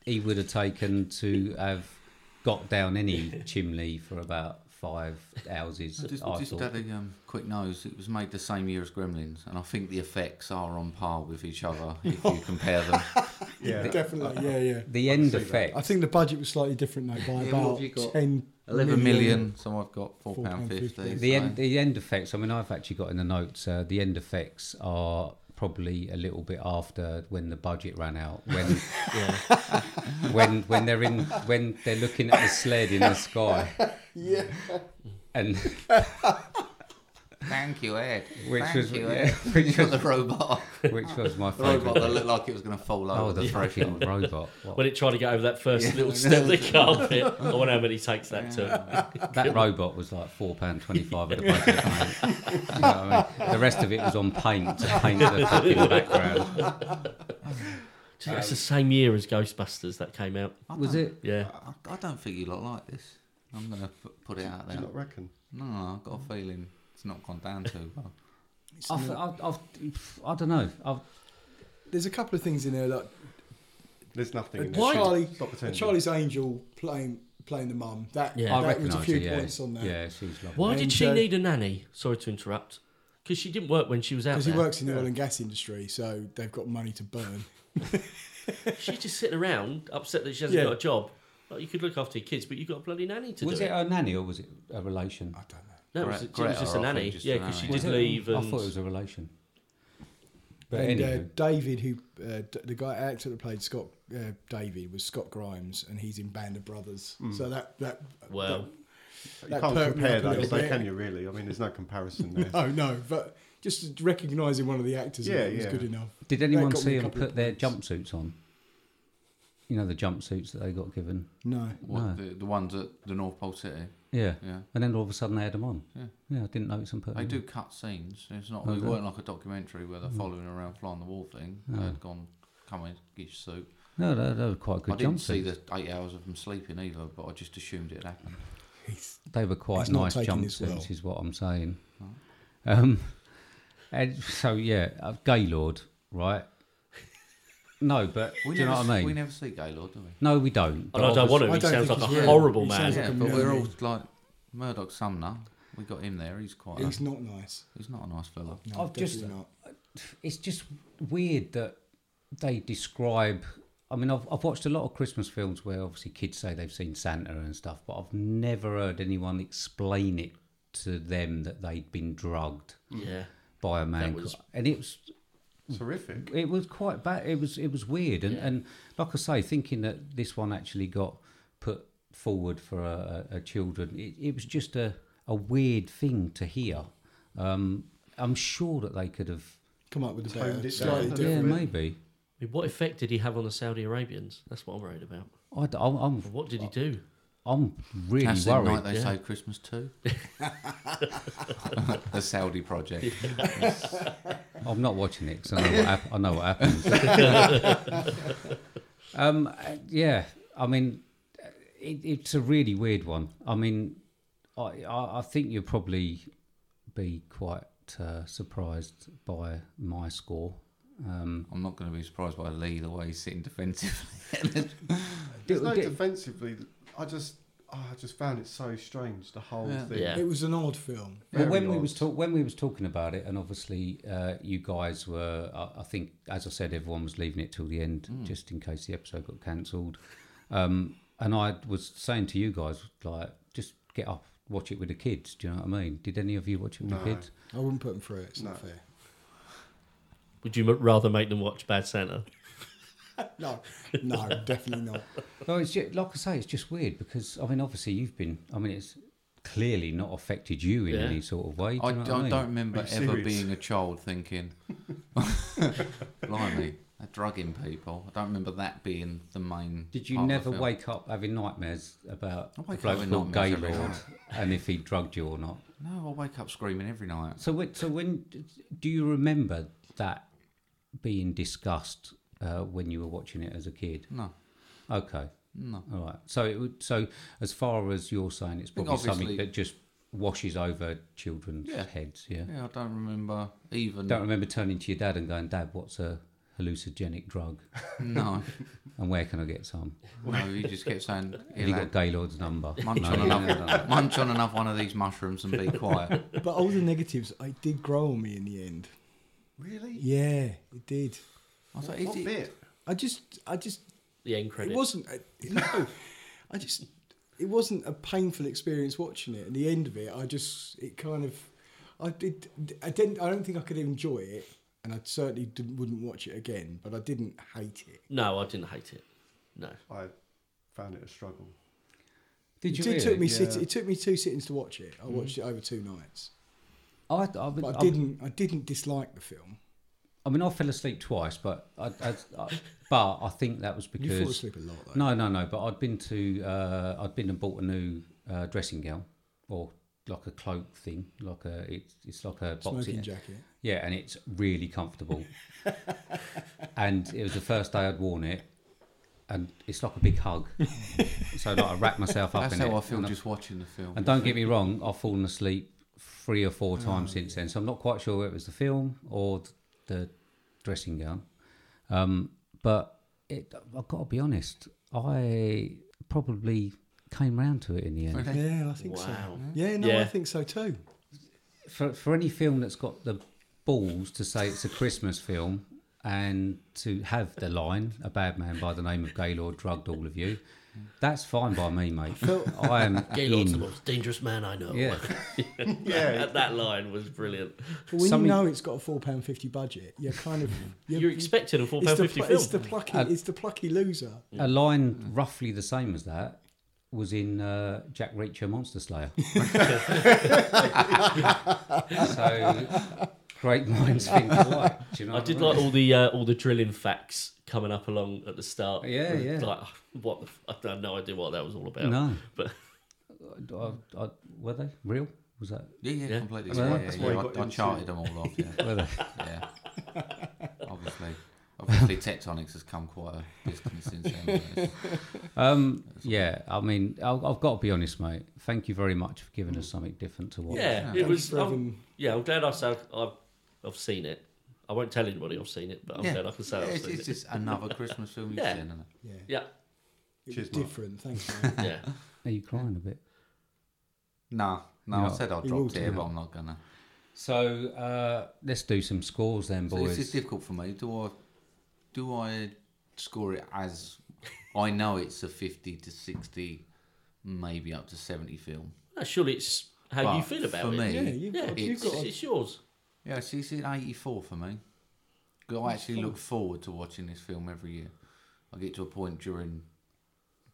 [SPEAKER 2] he would have taken to have got down any chimney for about five houses.
[SPEAKER 1] Just,
[SPEAKER 2] I
[SPEAKER 1] just
[SPEAKER 2] thought.
[SPEAKER 1] had a um, quick nose. It was made the same year as Gremlins, and I think the effects are on par with each other if
[SPEAKER 2] (laughs)
[SPEAKER 1] you compare them.
[SPEAKER 4] Yeah.
[SPEAKER 2] Uh,
[SPEAKER 3] Definitely. Yeah, yeah.
[SPEAKER 2] the end
[SPEAKER 4] that.
[SPEAKER 2] effect.
[SPEAKER 3] I think the budget was slightly different though, by
[SPEAKER 1] Yeah, what
[SPEAKER 3] about
[SPEAKER 1] have you got?
[SPEAKER 3] ten.
[SPEAKER 1] 11 million, so I've got £4.50.
[SPEAKER 3] £4.50.
[SPEAKER 2] the end the end effects i mean i've actually got in the notes uh, the end effects are probably a little bit after when the budget ran out
[SPEAKER 1] (laughs)
[SPEAKER 2] when (laughs) when when they're in when they're looking at the sled in the sky
[SPEAKER 3] Yeah.
[SPEAKER 2] and (laughs)
[SPEAKER 1] Thank you, Ed.
[SPEAKER 2] Which
[SPEAKER 1] Thank
[SPEAKER 2] was-
[SPEAKER 1] you,
[SPEAKER 2] yeah,
[SPEAKER 1] Ed.
[SPEAKER 2] which
[SPEAKER 1] (laughs) You got
[SPEAKER 2] was-
[SPEAKER 1] the
[SPEAKER 2] (laughs)
[SPEAKER 1] robot.
[SPEAKER 2] which was my
[SPEAKER 1] The robot that
[SPEAKER 2] favorite
[SPEAKER 1] looked like it was going to fall over
[SPEAKER 2] oh the
[SPEAKER 1] the
[SPEAKER 2] freaking
[SPEAKER 1] threshold.
[SPEAKER 2] robot What-
[SPEAKER 5] When it tried to get over that first
[SPEAKER 1] Yeah.
[SPEAKER 5] little step of the carpet, I wonder how many takes that took.
[SPEAKER 2] that robot was like four pound twenty five at a budget. mate. Do you know what I mean? The rest of it was on paint to paint the fucking background.
[SPEAKER 5] Do you think that's the same year as Ghostbusters that came out?
[SPEAKER 2] Was it?
[SPEAKER 5] Yeah.
[SPEAKER 1] I, I don't think you lot like this. I'm going to put it out
[SPEAKER 4] Do
[SPEAKER 1] there.
[SPEAKER 4] you not reckon?
[SPEAKER 1] No, no, I've got a feeling it's not gone down too well.
[SPEAKER 2] I, th- I, I, I don't know. I've,
[SPEAKER 3] There's a couple of things in there like
[SPEAKER 4] There's nothing.
[SPEAKER 3] a
[SPEAKER 4] in there.
[SPEAKER 5] Why-
[SPEAKER 4] Stop-
[SPEAKER 3] Charlie,
[SPEAKER 4] Stop
[SPEAKER 3] a
[SPEAKER 4] pretending.
[SPEAKER 3] Charlie's Angel playing playing the mum. That
[SPEAKER 5] Yeah.
[SPEAKER 2] I
[SPEAKER 3] that was a
[SPEAKER 2] recognise
[SPEAKER 3] few
[SPEAKER 2] her. Yeah,
[SPEAKER 3] points on that.
[SPEAKER 2] yeah, she was lovely.
[SPEAKER 5] Why did
[SPEAKER 3] And,
[SPEAKER 5] she
[SPEAKER 3] uh,
[SPEAKER 5] need a nanny? Sorry to interrupt. Because she didn't work when she was out
[SPEAKER 3] Because he
[SPEAKER 5] there.
[SPEAKER 3] works in the oil and gas industry, so they've got money to burn.
[SPEAKER 5] She's just sitting around, upset that she hasn't
[SPEAKER 3] Yeah.
[SPEAKER 5] got a job. Like, you could look after your kids, but you've got a bloody nanny to
[SPEAKER 2] Was
[SPEAKER 5] do
[SPEAKER 2] it
[SPEAKER 5] it.
[SPEAKER 2] a nanny or was it a relation?
[SPEAKER 3] I don't know.
[SPEAKER 5] No, it was,
[SPEAKER 1] Gre-
[SPEAKER 5] it was just
[SPEAKER 1] Greta,
[SPEAKER 5] a
[SPEAKER 1] I think,
[SPEAKER 5] nanny.
[SPEAKER 1] just
[SPEAKER 5] Yeah,
[SPEAKER 1] a
[SPEAKER 5] because she
[SPEAKER 1] nanny.
[SPEAKER 5] did
[SPEAKER 2] Was it?
[SPEAKER 5] leave and...
[SPEAKER 2] I thought it was a relation. But
[SPEAKER 3] and uh,
[SPEAKER 2] anywho,
[SPEAKER 3] David, who uh, d- the guy actor that played Scott uh, David was Scott Grimes, and he's in Band of Brothers. So that that
[SPEAKER 5] Well.
[SPEAKER 4] Hmm. You
[SPEAKER 3] that
[SPEAKER 4] can't
[SPEAKER 3] perked me
[SPEAKER 4] compare
[SPEAKER 3] up a little
[SPEAKER 4] those, though,
[SPEAKER 3] bit.
[SPEAKER 4] can you? Really? I mean, there's no comparison there.
[SPEAKER 3] (laughs) that, oh no, but just recognising one of the actors
[SPEAKER 4] Yeah,
[SPEAKER 3] was
[SPEAKER 4] yeah.
[SPEAKER 3] good enough.
[SPEAKER 2] did
[SPEAKER 3] That
[SPEAKER 2] anyone
[SPEAKER 3] got me
[SPEAKER 2] see
[SPEAKER 3] a
[SPEAKER 2] them
[SPEAKER 3] couple of
[SPEAKER 2] put their
[SPEAKER 3] points.
[SPEAKER 2] jumpsuits on? You know the jumpsuits that they got given.
[SPEAKER 3] No,
[SPEAKER 2] No.
[SPEAKER 1] What, the, the ones at the North Pole City?
[SPEAKER 2] Yeah.
[SPEAKER 1] Yeah.
[SPEAKER 2] And then all of a sudden they had them on.
[SPEAKER 1] Yeah.
[SPEAKER 2] I didn't notice them put
[SPEAKER 1] They
[SPEAKER 2] them
[SPEAKER 1] do
[SPEAKER 2] in.
[SPEAKER 1] cut scenes. It's not.
[SPEAKER 2] Mm. Oh,
[SPEAKER 1] It
[SPEAKER 2] do
[SPEAKER 1] weren't
[SPEAKER 2] they?
[SPEAKER 1] like a documentary where they're
[SPEAKER 2] Mm.
[SPEAKER 1] following around flying the wall thing.
[SPEAKER 2] Oh.
[SPEAKER 1] They'd gone come in, get your suit.
[SPEAKER 2] No, they, they were quite good
[SPEAKER 1] I didn't
[SPEAKER 2] jump
[SPEAKER 1] see
[SPEAKER 2] scenes.
[SPEAKER 1] the eight hours of them sleeping either, but I just assumed it happened.
[SPEAKER 2] They were quite
[SPEAKER 1] He's not
[SPEAKER 2] nice
[SPEAKER 1] taking
[SPEAKER 2] jump
[SPEAKER 1] this well.
[SPEAKER 2] scenes, is what I'm saying. Um, and so yeah, uh, Gaylord, right? No, but
[SPEAKER 1] We
[SPEAKER 2] do you
[SPEAKER 1] never
[SPEAKER 2] know what I
[SPEAKER 1] see-
[SPEAKER 2] mean?
[SPEAKER 1] we never see Gaylord, do we?
[SPEAKER 2] No, we don't.
[SPEAKER 5] Oh,
[SPEAKER 2] but
[SPEAKER 16] I don't want him.
[SPEAKER 2] obviously-
[SPEAKER 16] He sounds like a horrible man.
[SPEAKER 1] Yeah, but we're all like Murdoch Sumner. We got him there. He's quite.
[SPEAKER 3] He's
[SPEAKER 1] a,
[SPEAKER 3] not nice.
[SPEAKER 1] He's not a nice fella.
[SPEAKER 3] No,
[SPEAKER 2] I've just,
[SPEAKER 3] definitely not.
[SPEAKER 2] it's just weird that they describe. I mean, I've, I've watched a lot of Christmas films where obviously kids say they've seen Santa and stuff, but I've never heard anyone explain it to them that they'd been drugged
[SPEAKER 16] Yeah.
[SPEAKER 2] by a man.
[SPEAKER 16] was-
[SPEAKER 2] and it was
[SPEAKER 4] It's horrific.
[SPEAKER 2] It was quite bad. It was it was weird, and
[SPEAKER 4] Yeah.
[SPEAKER 2] and like I say, thinking that this one actually got put forward for a, a, a children, it, it was just a a weird thing to hear. Um, I'm sure that they could have
[SPEAKER 3] Come up with a
[SPEAKER 2] Toned
[SPEAKER 3] better,
[SPEAKER 2] it
[SPEAKER 3] slightly
[SPEAKER 2] down.
[SPEAKER 3] different.
[SPEAKER 2] Yeah, maybe.
[SPEAKER 16] I mean, what effect did he have on the Saudi Arabians? That's what I'm worried about.
[SPEAKER 2] I, d- I'm, I'm-
[SPEAKER 16] What did he do?
[SPEAKER 2] I'm really
[SPEAKER 1] That's the
[SPEAKER 2] worried.
[SPEAKER 1] night they
[SPEAKER 16] Yeah.
[SPEAKER 1] saved Christmas
[SPEAKER 2] (laughs)
[SPEAKER 1] too. (laughs) the Saudi project.
[SPEAKER 2] I'm not watching it because I know what, hap- I know what happens. (laughs) um, uh, yeah, I mean, uh, it, it's a really weird one. I mean, I, I, I think you'll probably be quite uh, surprised by my score. Um,
[SPEAKER 1] I'm not going to be surprised by Lee the way he's sitting defensively. (laughs)
[SPEAKER 4] There's no
[SPEAKER 2] Did-
[SPEAKER 4] defensively. I just, oh, I just found it so strange. The whole
[SPEAKER 1] Yeah.
[SPEAKER 4] thing.
[SPEAKER 3] It was an odd film.
[SPEAKER 2] Well,
[SPEAKER 4] Very
[SPEAKER 2] when we
[SPEAKER 4] odd.
[SPEAKER 2] was talk- when we was talking about it, and obviously uh, you guys were, I, I think, as I said, everyone was leaving it till the end,
[SPEAKER 1] Mm.
[SPEAKER 2] just in case the episode got cancelled. Um, and I was saying to you guys, like, just get up, watch it with the kids. Do you know what I mean? Did any of you watch it with
[SPEAKER 4] No.
[SPEAKER 2] the kids?
[SPEAKER 3] I wouldn't put him through it. It's not fair.
[SPEAKER 16] Would you m- rather make them watch Bad Santa?
[SPEAKER 3] No, no, definitely not.
[SPEAKER 2] No, it's just, like I say, it's just weird because I mean, obviously you've been. I mean, it's clearly not affected you in
[SPEAKER 16] Yeah.
[SPEAKER 2] any sort of way. Do
[SPEAKER 1] I,
[SPEAKER 2] you know
[SPEAKER 1] d-
[SPEAKER 2] what
[SPEAKER 1] I
[SPEAKER 2] mean?
[SPEAKER 1] don't remember
[SPEAKER 4] Are
[SPEAKER 1] ever
[SPEAKER 4] you serious?
[SPEAKER 1] being a child thinking, (laughs) blimey, they're drugging people. I don't remember that being the main.
[SPEAKER 2] Did you
[SPEAKER 1] part of the
[SPEAKER 2] never
[SPEAKER 1] film.
[SPEAKER 2] wake up having nightmares about
[SPEAKER 1] I
[SPEAKER 2] a
[SPEAKER 1] wake up
[SPEAKER 2] bloke
[SPEAKER 1] with
[SPEAKER 2] called
[SPEAKER 1] nightmares every
[SPEAKER 2] Gaylord
[SPEAKER 1] night.
[SPEAKER 2] and if he drugged you or not?
[SPEAKER 1] No, I wake up screaming every night.
[SPEAKER 2] So when, so when do you remember that being discussed uh, when you were watching it as a kid?
[SPEAKER 1] No.
[SPEAKER 2] Okay.
[SPEAKER 1] No.
[SPEAKER 2] All right. So it would, so as far as you're saying, it's
[SPEAKER 1] think
[SPEAKER 2] probably something
[SPEAKER 1] obviously-
[SPEAKER 2] that just washes over children's heads. Yeah.
[SPEAKER 1] Yeah, I don't remember even.
[SPEAKER 2] Don't remember turning to your dad and going, "Dad, what's a hallucinogenic drug?" (laughs)
[SPEAKER 1] No.
[SPEAKER 2] and where can I get some?
[SPEAKER 1] No, you just kept saying.
[SPEAKER 2] Have you
[SPEAKER 1] "He'll
[SPEAKER 2] got Gaylord's number?
[SPEAKER 1] Munch,
[SPEAKER 2] No,
[SPEAKER 1] on
[SPEAKER 2] you don't know
[SPEAKER 1] another,
[SPEAKER 2] that.
[SPEAKER 1] munch on another one of these mushrooms and be quiet.
[SPEAKER 3] But all the negatives, it did grow on me in the end.
[SPEAKER 4] Really?
[SPEAKER 3] Yeah, it did.
[SPEAKER 1] I was like,
[SPEAKER 4] What,
[SPEAKER 1] is
[SPEAKER 4] what
[SPEAKER 1] it-
[SPEAKER 4] bit?
[SPEAKER 3] I just, I just,
[SPEAKER 16] The end
[SPEAKER 3] it
[SPEAKER 16] credit.
[SPEAKER 3] wasn't. I, (laughs) no, I just, it wasn't a painful experience watching it. At the end of it, I just, it kind of, I did, I didn't, I don't think I could enjoy it, and I certainly didn't, wouldn't watch it again. But I didn't hate it.
[SPEAKER 16] No, I didn't hate it. No.
[SPEAKER 4] I found it a struggle.
[SPEAKER 2] Did you?
[SPEAKER 3] it took- took
[SPEAKER 2] really?
[SPEAKER 3] me sit,
[SPEAKER 4] Yeah.
[SPEAKER 3] it took me two sittings to watch it. I watched it over two nights,
[SPEAKER 2] I, I,
[SPEAKER 3] but I
[SPEAKER 2] I-
[SPEAKER 3] didn't. I didn't dislike the film.
[SPEAKER 2] I mean, I fell asleep twice, but I, I, I- but I think that was
[SPEAKER 3] fall
[SPEAKER 2] because
[SPEAKER 3] asleep a lot, though.
[SPEAKER 2] No, no, no. But I'd been to uh, I'd been and bought a new uh, dressing gown or like a cloak thing, like a it's it's like a boxing
[SPEAKER 3] Smoking jacket.
[SPEAKER 2] Yeah, and it's really
[SPEAKER 3] (laughs)
[SPEAKER 2] comfortable. and it was the first day I'd worn it, and it's like a big
[SPEAKER 3] (laughs)
[SPEAKER 2] hug. so like I wrapped myself up
[SPEAKER 1] That's
[SPEAKER 2] in it.
[SPEAKER 1] how I feel
[SPEAKER 2] and
[SPEAKER 1] just watching the film.
[SPEAKER 2] And don't get me wrong, I've fallen asleep three or four times since then. So I'm not quite sure whether it was the film or th- the dressing gown. Um, but it, I've got to be honest, I probably came round to it in the end.
[SPEAKER 3] Yeah, I think so.
[SPEAKER 16] Wow.
[SPEAKER 3] Yeah, no, I
[SPEAKER 16] Yeah.
[SPEAKER 3] think so too.
[SPEAKER 2] For, for any film that's got the balls to say it's a Christmas film and to have the line, a bad man by the name of Gaylord drugged all of you, that's fine by me, mate. I am
[SPEAKER 16] Gaylord's the
[SPEAKER 2] in.
[SPEAKER 16] most dangerous man I know.
[SPEAKER 5] (laughs)
[SPEAKER 2] Yeah.
[SPEAKER 16] yeah. that line was brilliant.
[SPEAKER 3] But when
[SPEAKER 2] Something-
[SPEAKER 3] you know it's got a four pound fifty budget, you're kind of you're,
[SPEAKER 16] You're expecting a
[SPEAKER 3] it's the
[SPEAKER 16] £4.50
[SPEAKER 3] pl-
[SPEAKER 16] film.
[SPEAKER 3] It's the plucky,
[SPEAKER 2] Uh,
[SPEAKER 3] it's the plucky loser.
[SPEAKER 2] A line roughly the same as that was in uh, Jack Reacher Monster Slayer. (laughs) so great minds think alike. Do you
[SPEAKER 16] I
[SPEAKER 2] know what
[SPEAKER 16] did
[SPEAKER 2] mean?
[SPEAKER 16] like all the uh, all the drilling facts coming up along at the start.
[SPEAKER 2] Yeah, yeah.
[SPEAKER 5] oh,
[SPEAKER 16] Like what the f- I have no idea what that was all about.
[SPEAKER 2] No.
[SPEAKER 16] but
[SPEAKER 2] I, I, were they real? Was that?
[SPEAKER 1] Yeah, yeah, completely.
[SPEAKER 2] Were
[SPEAKER 1] Yeah,
[SPEAKER 2] they?
[SPEAKER 1] yeah, yeah. I, I charted them all off. Yeah, yeah. Obviously, obviously, tectonics has come quite a distance since then. but it's-
[SPEAKER 2] Um, yeah, I mean, I've, I've got to be honest, mate. Thank you very much for giving us something different to watch.
[SPEAKER 5] Yeah,
[SPEAKER 3] Thank
[SPEAKER 5] it was.
[SPEAKER 3] you for
[SPEAKER 5] I'm-
[SPEAKER 3] having-
[SPEAKER 5] yeah, I'm glad I said I've, I've seen it. I won't tell anybody I've seen it, but I'm
[SPEAKER 1] Yeah.
[SPEAKER 5] glad I can say
[SPEAKER 1] Yeah,
[SPEAKER 5] I've
[SPEAKER 1] it's-
[SPEAKER 5] seen
[SPEAKER 1] it's
[SPEAKER 5] it.
[SPEAKER 1] just another Christmas film you've
[SPEAKER 5] yeah.
[SPEAKER 1] seen, isn't it?
[SPEAKER 5] Yeah.
[SPEAKER 3] Yeah. (laughs)
[SPEAKER 5] Yeah.
[SPEAKER 3] It
[SPEAKER 1] Cheers,
[SPEAKER 3] was
[SPEAKER 1] Mark.
[SPEAKER 3] different. Thanks,
[SPEAKER 5] (laughs)
[SPEAKER 3] mate.
[SPEAKER 5] Yeah.
[SPEAKER 2] Are you crying a bit?
[SPEAKER 1] No, no, I
[SPEAKER 2] No.
[SPEAKER 1] said I'd
[SPEAKER 3] You
[SPEAKER 1] drop
[SPEAKER 3] will
[SPEAKER 1] tear,
[SPEAKER 3] do.
[SPEAKER 1] but I'm not gonna.
[SPEAKER 2] So uh, let's do some scores then,
[SPEAKER 1] So
[SPEAKER 2] boys.
[SPEAKER 1] this is difficult for me. Do I do I score it as I know it's a fifty to sixty, maybe up to seventy film.
[SPEAKER 5] No, surely it's how you
[SPEAKER 1] But
[SPEAKER 5] feel about
[SPEAKER 1] for
[SPEAKER 5] it.
[SPEAKER 1] me,
[SPEAKER 5] yeah,
[SPEAKER 1] Yeah,
[SPEAKER 3] you've got-
[SPEAKER 5] it's,
[SPEAKER 3] you've got
[SPEAKER 5] it's,
[SPEAKER 3] a-
[SPEAKER 5] yours.
[SPEAKER 1] Yeah, so it's an eighty four for me. 'Cause I actually look forward to watching this film every year. I get to a point during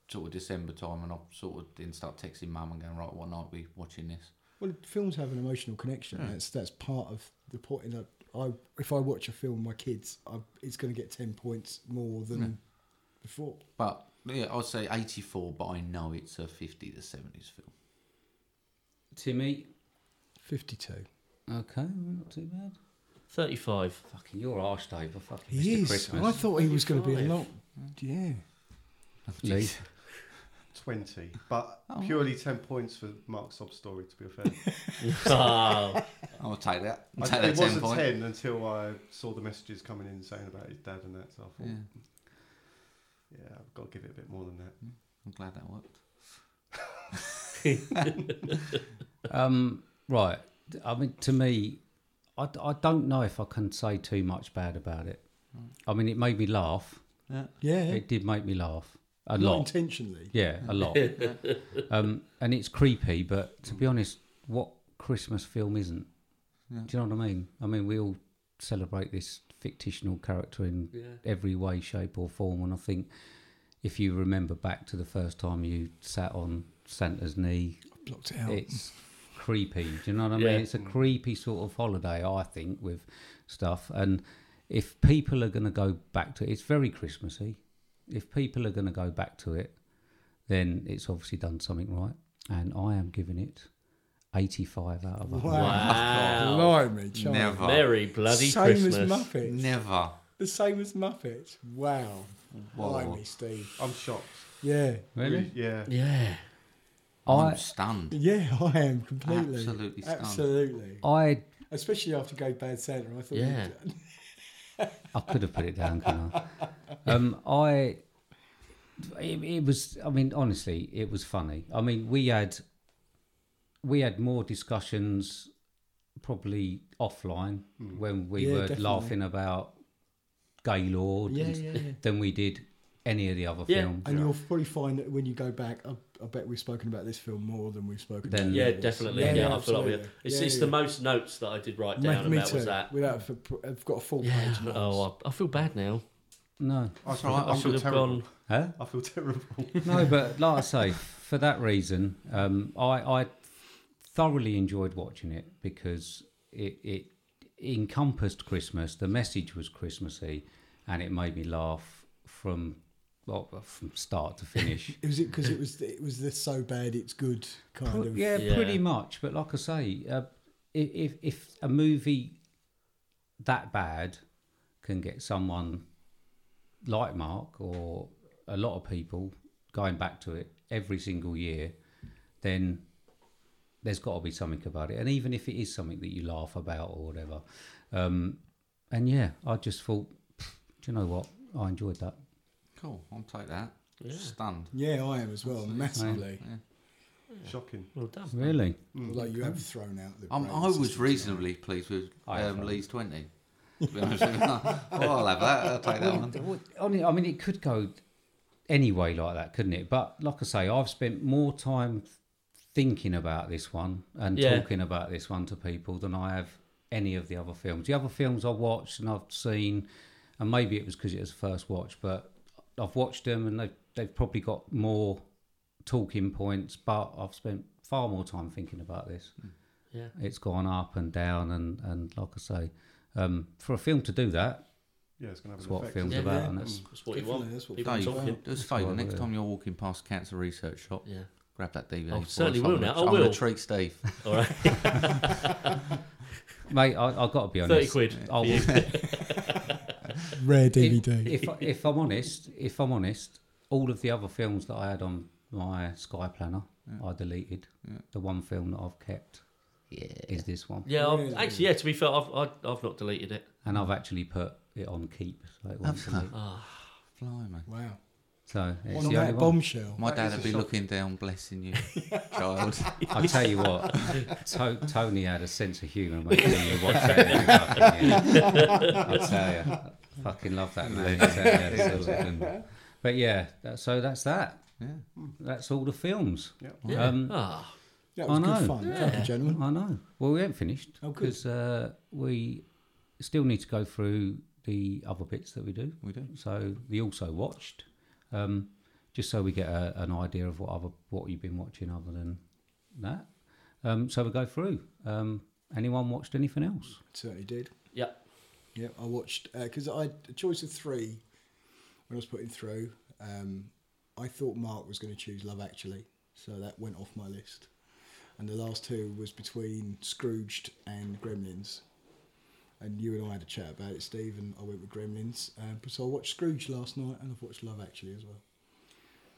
[SPEAKER 1] sort of December time and I sort of then start texting mum and going, Right, what night we watching this?
[SPEAKER 3] Well, films have an emotional connection. That's that's part of the point. That I, if I watch a film, with my kids, I, it's going to get ten points more than before.
[SPEAKER 1] But yeah, I'll say eighty four, but I know it's a fifty to seventies film.
[SPEAKER 2] Timmy.
[SPEAKER 3] Fifty-two.
[SPEAKER 2] Okay, we're not too bad.
[SPEAKER 3] (laughs)
[SPEAKER 5] 35.
[SPEAKER 2] Fucking, you're arsed over fucking
[SPEAKER 3] He
[SPEAKER 2] Mr.
[SPEAKER 3] is.
[SPEAKER 2] Christmas.
[SPEAKER 3] I thought he was going to be a
[SPEAKER 5] 25.
[SPEAKER 3] lot. Yeah.
[SPEAKER 2] Lee.
[SPEAKER 4] 20, but
[SPEAKER 1] Oh.
[SPEAKER 4] purely 10 points for Mark Sob's story, to be
[SPEAKER 1] (laughs)
[SPEAKER 4] fair.
[SPEAKER 5] (laughs) oh,
[SPEAKER 1] I'll take that. I'll
[SPEAKER 4] I,
[SPEAKER 1] take
[SPEAKER 4] it
[SPEAKER 1] that
[SPEAKER 4] was
[SPEAKER 1] ten
[SPEAKER 4] a
[SPEAKER 1] point.
[SPEAKER 4] 10 until I saw the messages coming in saying about his dad and that, so I thought,
[SPEAKER 1] Yeah.
[SPEAKER 4] yeah, I've got to give it a bit more than that.
[SPEAKER 1] I'm glad that worked.
[SPEAKER 2] Um, right. I mean, to me, I, I don't know if I can say too much bad about it. I mean, it made me laugh.
[SPEAKER 3] Yeah.
[SPEAKER 2] It did make me laugh a
[SPEAKER 3] Not
[SPEAKER 2] lot.
[SPEAKER 3] intentionally.
[SPEAKER 2] Yeah, a lot. um, and it's creepy, but to be honest, what Christmas film isn't? Do you know what I mean? I mean, we all celebrate this fictional character in every way, shape, or form. And I think if you remember back to the first time you sat on Santa's knee,
[SPEAKER 3] Blocked it out.
[SPEAKER 2] it's creepy. Do you know what I
[SPEAKER 5] Yeah.
[SPEAKER 2] mean? It's a creepy sort of holiday, I think, with stuff. And if people are going to go back to it, it's very Christmassy. If people are going to go back to it, then it's obviously done something right. And I am giving it 85 out of 100.
[SPEAKER 5] Wow.
[SPEAKER 3] Blimey, child.
[SPEAKER 1] Never.
[SPEAKER 5] Merry bloody
[SPEAKER 3] Same
[SPEAKER 5] Christmas.
[SPEAKER 3] as Muppets.
[SPEAKER 1] Never.
[SPEAKER 3] The same as Muppets. Wow.
[SPEAKER 1] Whoa.
[SPEAKER 3] Blimey, Steve.
[SPEAKER 4] I'm shocked.
[SPEAKER 3] Yeah.
[SPEAKER 2] Really?
[SPEAKER 4] Yeah.
[SPEAKER 5] Yeah.
[SPEAKER 1] I'm
[SPEAKER 2] I,
[SPEAKER 1] stunned.
[SPEAKER 3] Yeah, (laughs) I am completely.
[SPEAKER 1] Absolutely stunned.
[SPEAKER 3] Absolutely.
[SPEAKER 2] I,
[SPEAKER 3] Especially after Go Bad Santa. I thought.
[SPEAKER 5] Yeah.
[SPEAKER 3] you'd- (laughs)
[SPEAKER 2] I could have put it down, couldn't I? Um, I. It, it was. I mean, honestly, it was funny. I mean, we had we had more discussions probably offline when we
[SPEAKER 3] Hmm. Yeah,
[SPEAKER 2] were
[SPEAKER 3] definitely.
[SPEAKER 2] laughing about Gaylord
[SPEAKER 3] Yeah,
[SPEAKER 2] and-
[SPEAKER 3] yeah, yeah.
[SPEAKER 2] than we did any of the other
[SPEAKER 5] Yeah.
[SPEAKER 2] films.
[SPEAKER 3] And you'll probably find that when you go back, I, I bet we've spoken about this film more than we've spoken.
[SPEAKER 2] Then-
[SPEAKER 3] about
[SPEAKER 5] Yeah,
[SPEAKER 3] others.
[SPEAKER 5] definitely. Yeah, I feel like we
[SPEAKER 3] absolutely.
[SPEAKER 5] It's,
[SPEAKER 3] Yeah,
[SPEAKER 5] it's
[SPEAKER 3] yeah.
[SPEAKER 5] the most notes that I did write
[SPEAKER 3] Me-
[SPEAKER 5] down
[SPEAKER 3] me
[SPEAKER 5] about
[SPEAKER 3] too.
[SPEAKER 5] was that.
[SPEAKER 3] Without, for- I've got a full
[SPEAKER 5] Yeah.
[SPEAKER 3] page. notes.
[SPEAKER 5] Oh, I, I feel bad now.
[SPEAKER 2] No,
[SPEAKER 4] I, feel, Oh, I,
[SPEAKER 5] I should
[SPEAKER 4] feel
[SPEAKER 5] have
[SPEAKER 4] terrible.
[SPEAKER 5] gone.
[SPEAKER 2] huh?
[SPEAKER 4] I feel (laughs) terrible.
[SPEAKER 2] No, but like I say, for that reason, um, I, I thoroughly enjoyed watching it because it, it encompassed Christmas. The message was Christmassy, and it made me laugh from well, from start to finish.
[SPEAKER 3] Is it because it was it was the so bad it's good kind
[SPEAKER 2] Pr-
[SPEAKER 3] of?
[SPEAKER 2] yeah,
[SPEAKER 5] Yeah.
[SPEAKER 2] pretty much. But like I say, uh, i- if if a movie that bad can get someone like Mark or a lot of people going back to it every single year, then there's got to be something about it. And even if it is something that you laugh about or whatever, um, and yeah, I just thought, "Pff, do you know what? I enjoyed that.
[SPEAKER 1] Cool. I'll take that. Stunned.
[SPEAKER 3] Yeah, I am as well, massively.
[SPEAKER 4] Shocking.
[SPEAKER 5] Well done.
[SPEAKER 2] Really?
[SPEAKER 3] Although you have thrown out the.
[SPEAKER 1] I'm,
[SPEAKER 3] brain
[SPEAKER 1] Um, I was
[SPEAKER 3] system.
[SPEAKER 1] reasonably pleased with
[SPEAKER 2] I have
[SPEAKER 1] um,
[SPEAKER 2] fun.
[SPEAKER 1] Lee's 20. To be honest with
[SPEAKER 5] (laughs)
[SPEAKER 1] you. well, I'll have that. I'll take that one.
[SPEAKER 2] Well, only- I mean, it could go any way like that, couldn't it? But like I say, I've spent more time thinking about this one and
[SPEAKER 5] Yeah.
[SPEAKER 2] talking about this one to people than I have any of the other films. The other films I watched and I've seen, and maybe it was because it was the first watch, but I've watched them and they've, they've probably got more talking points, but I've spent far more time thinking about this
[SPEAKER 5] Yeah.
[SPEAKER 2] it's gone up and down and and like I say, um, for a film to do that,
[SPEAKER 4] Yeah, it's going to
[SPEAKER 2] that's
[SPEAKER 4] have an
[SPEAKER 2] what
[SPEAKER 4] effect.
[SPEAKER 2] films
[SPEAKER 5] Yeah.
[SPEAKER 2] about,
[SPEAKER 5] Yeah.
[SPEAKER 2] and that's
[SPEAKER 5] That's what you want.
[SPEAKER 3] Definitely, that's what
[SPEAKER 5] People
[SPEAKER 1] Dave,
[SPEAKER 5] talking.
[SPEAKER 1] do us a favour.
[SPEAKER 2] Well,
[SPEAKER 1] Next
[SPEAKER 2] yeah.
[SPEAKER 1] time you're walking past Cancer Research Shop,
[SPEAKER 5] Yeah.
[SPEAKER 1] Grab that DVD.
[SPEAKER 5] I
[SPEAKER 1] for
[SPEAKER 5] certainly
[SPEAKER 1] us.
[SPEAKER 5] will
[SPEAKER 1] I'm
[SPEAKER 5] now.
[SPEAKER 1] Gonna,
[SPEAKER 5] I
[SPEAKER 1] am
[SPEAKER 5] will.
[SPEAKER 1] gonna treat
[SPEAKER 5] (laughs)
[SPEAKER 1] Steve.
[SPEAKER 5] All right.
[SPEAKER 2] Mate, I, I've got to be
[SPEAKER 5] 30
[SPEAKER 2] honest.
[SPEAKER 5] quid
[SPEAKER 2] I
[SPEAKER 5] for
[SPEAKER 3] (laughs)
[SPEAKER 5] you.
[SPEAKER 3] Rare
[SPEAKER 2] If-
[SPEAKER 3] DVD.
[SPEAKER 2] If, if I'm honest, if I'm honest, all of the other films that I had on my Sky Planner, I deleted. The one film that I've kept is this one.
[SPEAKER 5] yeah, I've, actually, yeah. To be fair, I've, I've I've not deleted it.
[SPEAKER 2] And I've actually put it on keep. So it won't delete.
[SPEAKER 1] Blimey.
[SPEAKER 3] Wow.
[SPEAKER 2] So it's
[SPEAKER 3] On
[SPEAKER 2] the only
[SPEAKER 3] that
[SPEAKER 2] one.
[SPEAKER 3] bombshell.
[SPEAKER 1] My
[SPEAKER 3] That
[SPEAKER 1] dad
[SPEAKER 3] is a
[SPEAKER 1] would be
[SPEAKER 3] shock.
[SPEAKER 1] looking down, blessing
[SPEAKER 5] (laughs)
[SPEAKER 1] you, child.
[SPEAKER 2] I tell you what, to- Tony had a sense of humour mate, when you watch that. every fucking year. I tell you, I fucking love that man. I tell you, it's so good. but yeah, that, so that's that.
[SPEAKER 1] Yeah,
[SPEAKER 2] that's all the films.
[SPEAKER 5] Yeah.
[SPEAKER 2] Um,
[SPEAKER 5] Ah.
[SPEAKER 3] That was
[SPEAKER 2] I know.
[SPEAKER 3] good fun. Thank you, gentlemen.
[SPEAKER 2] I know. Well, we haven't finished
[SPEAKER 3] Oh, good.
[SPEAKER 2] because uh, we still need to go through the other bits that we do.
[SPEAKER 1] We do.
[SPEAKER 2] So the also watched, um, just so we get a, an idea of what other what you've been watching other than that. Um, so we go through. Um, anyone watched anything else?
[SPEAKER 3] Certainly did.
[SPEAKER 5] Yep.
[SPEAKER 3] Yep. I watched because I had a choice of three when I was putting through. Um, I thought Mark was going to choose Love Actually, so that went off my list. And the last two was between Scrooged and Gremlins. And you and I had a chat about it, Steve, and I went with Gremlins. Um, so I watched Scrooge last night, and I've watched Love Actually as well.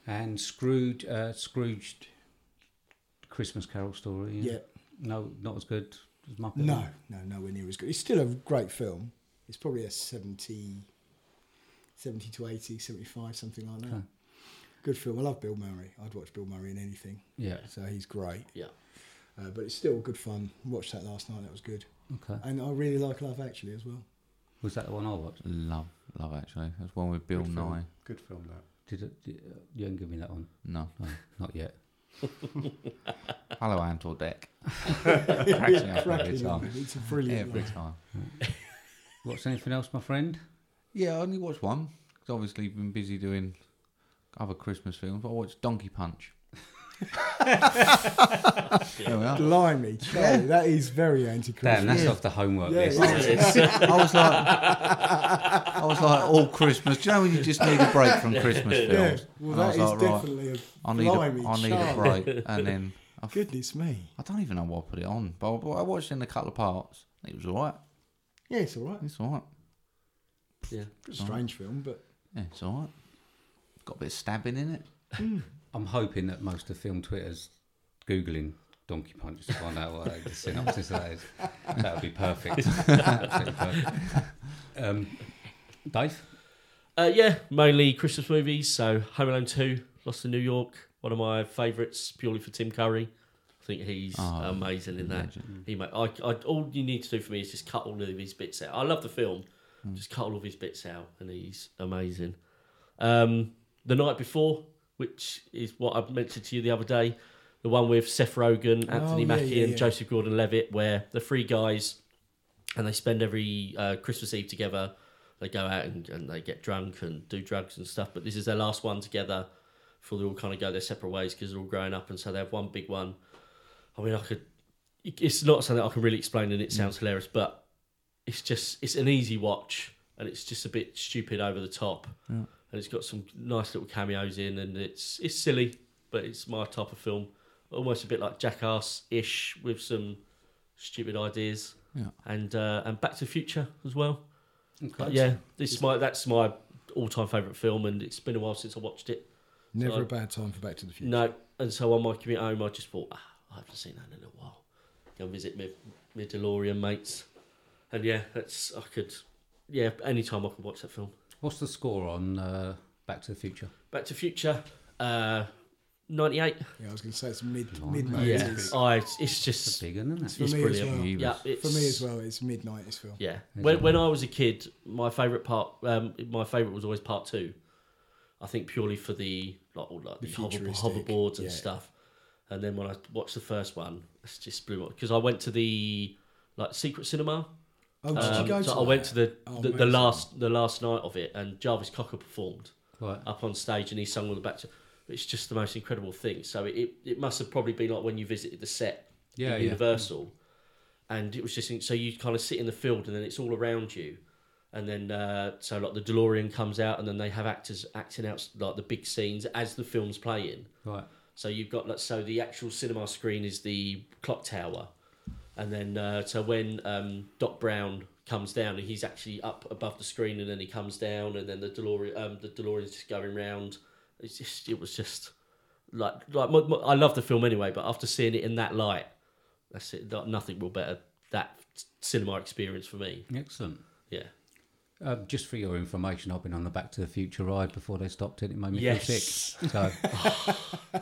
[SPEAKER 2] And Scrooge, uh, Scrooged, Christmas Carol story.
[SPEAKER 3] Yeah.
[SPEAKER 2] No, not as good as Muppet.
[SPEAKER 3] No, no, nowhere near as good. It's still a great film. It's probably a 70, 70 to 80, 75, something like that.
[SPEAKER 2] Okay.
[SPEAKER 3] Good film. I love Bill Murray. I'd watch Bill Murray in anything.
[SPEAKER 2] Yeah.
[SPEAKER 3] So he's great.
[SPEAKER 5] Yeah.
[SPEAKER 3] Uh, but it's still good fun. Watched that last night. That was good.
[SPEAKER 2] Okay.
[SPEAKER 3] And I really like Love Actually as well.
[SPEAKER 2] Was that the one I watched?
[SPEAKER 1] Love, love actually. That's one with Bill
[SPEAKER 4] Good film.
[SPEAKER 1] Nye.
[SPEAKER 4] Good film that.
[SPEAKER 2] Did, it, did uh, you didn't give me that one?
[SPEAKER 1] No.
[SPEAKER 2] No, not yet.
[SPEAKER 1] Hello, Antle
[SPEAKER 5] (laughs)
[SPEAKER 1] Deck.
[SPEAKER 3] Cracking
[SPEAKER 1] up every
[SPEAKER 3] up.
[SPEAKER 1] time.
[SPEAKER 3] It's a brilliant
[SPEAKER 1] Every
[SPEAKER 3] one.
[SPEAKER 1] time.
[SPEAKER 2] What's anything else, my friend?
[SPEAKER 1] Yeah, I only watched one. 'cause obviously, been busy doing other Christmas films. But I watched Donkey Punch. (laughs) there we are.
[SPEAKER 3] Blimey, Charlie, that is very anti-Christmas.
[SPEAKER 2] Damn, that's off the homework
[SPEAKER 3] Yeah,
[SPEAKER 2] list.
[SPEAKER 3] it is.
[SPEAKER 1] I was like, I was like, all Christmas. Do you know when you just need a break from Christmas
[SPEAKER 3] Yeah.
[SPEAKER 1] films?
[SPEAKER 3] Well,
[SPEAKER 1] And I
[SPEAKER 3] that
[SPEAKER 1] was
[SPEAKER 3] is
[SPEAKER 1] like, right,
[SPEAKER 3] definitely a
[SPEAKER 1] I need
[SPEAKER 3] blimey,
[SPEAKER 1] a, I need a
[SPEAKER 3] Charlie. (laughs)
[SPEAKER 1] break, and then I,
[SPEAKER 3] Goodness me.
[SPEAKER 1] I don't even know why I put it on, but I, but I watched it in a couple of parts. It was all right.
[SPEAKER 3] Yeah, it's all right.
[SPEAKER 1] It's all right.
[SPEAKER 5] Yeah.
[SPEAKER 3] It's a strange film, but
[SPEAKER 1] Yeah, it's all right. Got a bit of stabbing in it.
[SPEAKER 2] I'm hoping that most of film Twitter's googling Donkey Punch to find out what the synopsis of that is. That would be
[SPEAKER 3] (laughs)
[SPEAKER 2] perfect. Absolutely perfect. Um, Dave,
[SPEAKER 5] Uh, yeah, mainly Christmas movies. So Home Alone Two, Lost in New York, one of my favourites, purely for Tim Curry. I think he's
[SPEAKER 1] Oh,
[SPEAKER 5] amazing in that.
[SPEAKER 1] legend.
[SPEAKER 5] He made. I, I, all you need to do for me is just cut all of his bits out. I love the film.
[SPEAKER 3] Hmm.
[SPEAKER 5] Just cut all of his bits out, and he's amazing. Um, the night before, which is what I mentioned to you the other day, the one with Seth Rogen, Anthony
[SPEAKER 3] Oh, yeah,
[SPEAKER 5] Mackie,
[SPEAKER 3] yeah,
[SPEAKER 5] and
[SPEAKER 3] yeah.
[SPEAKER 5] Joseph Gordon-Levitt, where the three guys and they spend every uh, Christmas Eve together. They go out and, and they get drunk and do drugs and stuff. But this is their last one together before they all kind of go their separate ways because they're all growing up. And so they have one big one. I mean, I could. It's not something I can really explain, and it sounds hilarious, but it's just it's an easy watch, and it's just a bit stupid over the top, and it's got some nice little cameos in, and it's it's silly, but it's my type of film, almost a bit like Jackass ish with some stupid ideas
[SPEAKER 1] Yeah.
[SPEAKER 5] and uh, and Back to the Future as well. But
[SPEAKER 2] Okay.
[SPEAKER 5] yeah, this is my that's my all time favourite film, and it's been a while since I watched it.
[SPEAKER 3] never
[SPEAKER 5] So-
[SPEAKER 3] a bad time for Back to the Future.
[SPEAKER 5] No, and so on my commute home, I just thought, ah, I haven't seen that in a little while. Go and visit my my DeLorean mates, and yeah, that's I could, yeah, any time I could watch that film.
[SPEAKER 2] what's the score on uh, Back to the Future?
[SPEAKER 5] Back to the Future, uh, ninety eight.
[SPEAKER 3] Yeah, I was going to say it's mid
[SPEAKER 2] Blimey.
[SPEAKER 3] mid
[SPEAKER 5] Yeah,
[SPEAKER 3] nineties.
[SPEAKER 5] I it's just
[SPEAKER 2] Bigger than that.
[SPEAKER 3] For
[SPEAKER 5] It's
[SPEAKER 3] me
[SPEAKER 5] brilliant.
[SPEAKER 3] as well.
[SPEAKER 1] He
[SPEAKER 5] yeah,
[SPEAKER 1] was-
[SPEAKER 5] it's,
[SPEAKER 3] For me as well, it's mid nineties film.
[SPEAKER 5] Yeah.
[SPEAKER 2] Is
[SPEAKER 5] When,
[SPEAKER 2] it?
[SPEAKER 5] when I was a kid, my favourite part, um, my favourite was always part two. I think purely for the like, all, like
[SPEAKER 3] The
[SPEAKER 5] the hover,
[SPEAKER 3] futuristic,
[SPEAKER 5] hoverboards and
[SPEAKER 3] yeah.
[SPEAKER 5] stuff. And then when I watched the first one, it's just blew up because I went to the like secret cinema.
[SPEAKER 3] Oh, did
[SPEAKER 5] Um,
[SPEAKER 3] you go
[SPEAKER 5] so
[SPEAKER 3] to
[SPEAKER 5] I went
[SPEAKER 3] that?
[SPEAKER 5] to the,
[SPEAKER 3] Oh,
[SPEAKER 5] the, the
[SPEAKER 3] amazing.
[SPEAKER 5] last the last night of it, and Jarvis Cocker performed
[SPEAKER 2] Right.
[SPEAKER 5] up on stage, and he sung all the back. To, it's just the most incredible thing. So it, it, it must have probably been like when you visited the set,
[SPEAKER 2] Yeah,
[SPEAKER 5] in
[SPEAKER 2] yeah.
[SPEAKER 5] Universal, and it was just in- so you kind of sit in the field, and then it's all around you, and then uh, so like the DeLorean comes out, and then they have actors acting out like the big scenes as the film's playing.
[SPEAKER 2] Right.
[SPEAKER 16] So you've got like so the actual cinema screen is the clock tower, and then uh, so when um, Doc Brown comes down and he's actually up above the screen and then he comes down and then the DeLorean um, the DeLorean's just going round. It's just it was just like like my, my- I love the film anyway, but after seeing it in that light, that's it. Like, nothing will better that cinema experience for me.
[SPEAKER 2] Excellent.
[SPEAKER 16] Yeah.
[SPEAKER 2] Um, just for your information, I've been on the Back to the Future ride before they stopped it. It made me
[SPEAKER 16] Yes.
[SPEAKER 2] feel sick.
[SPEAKER 16] (laughs)
[SPEAKER 2] So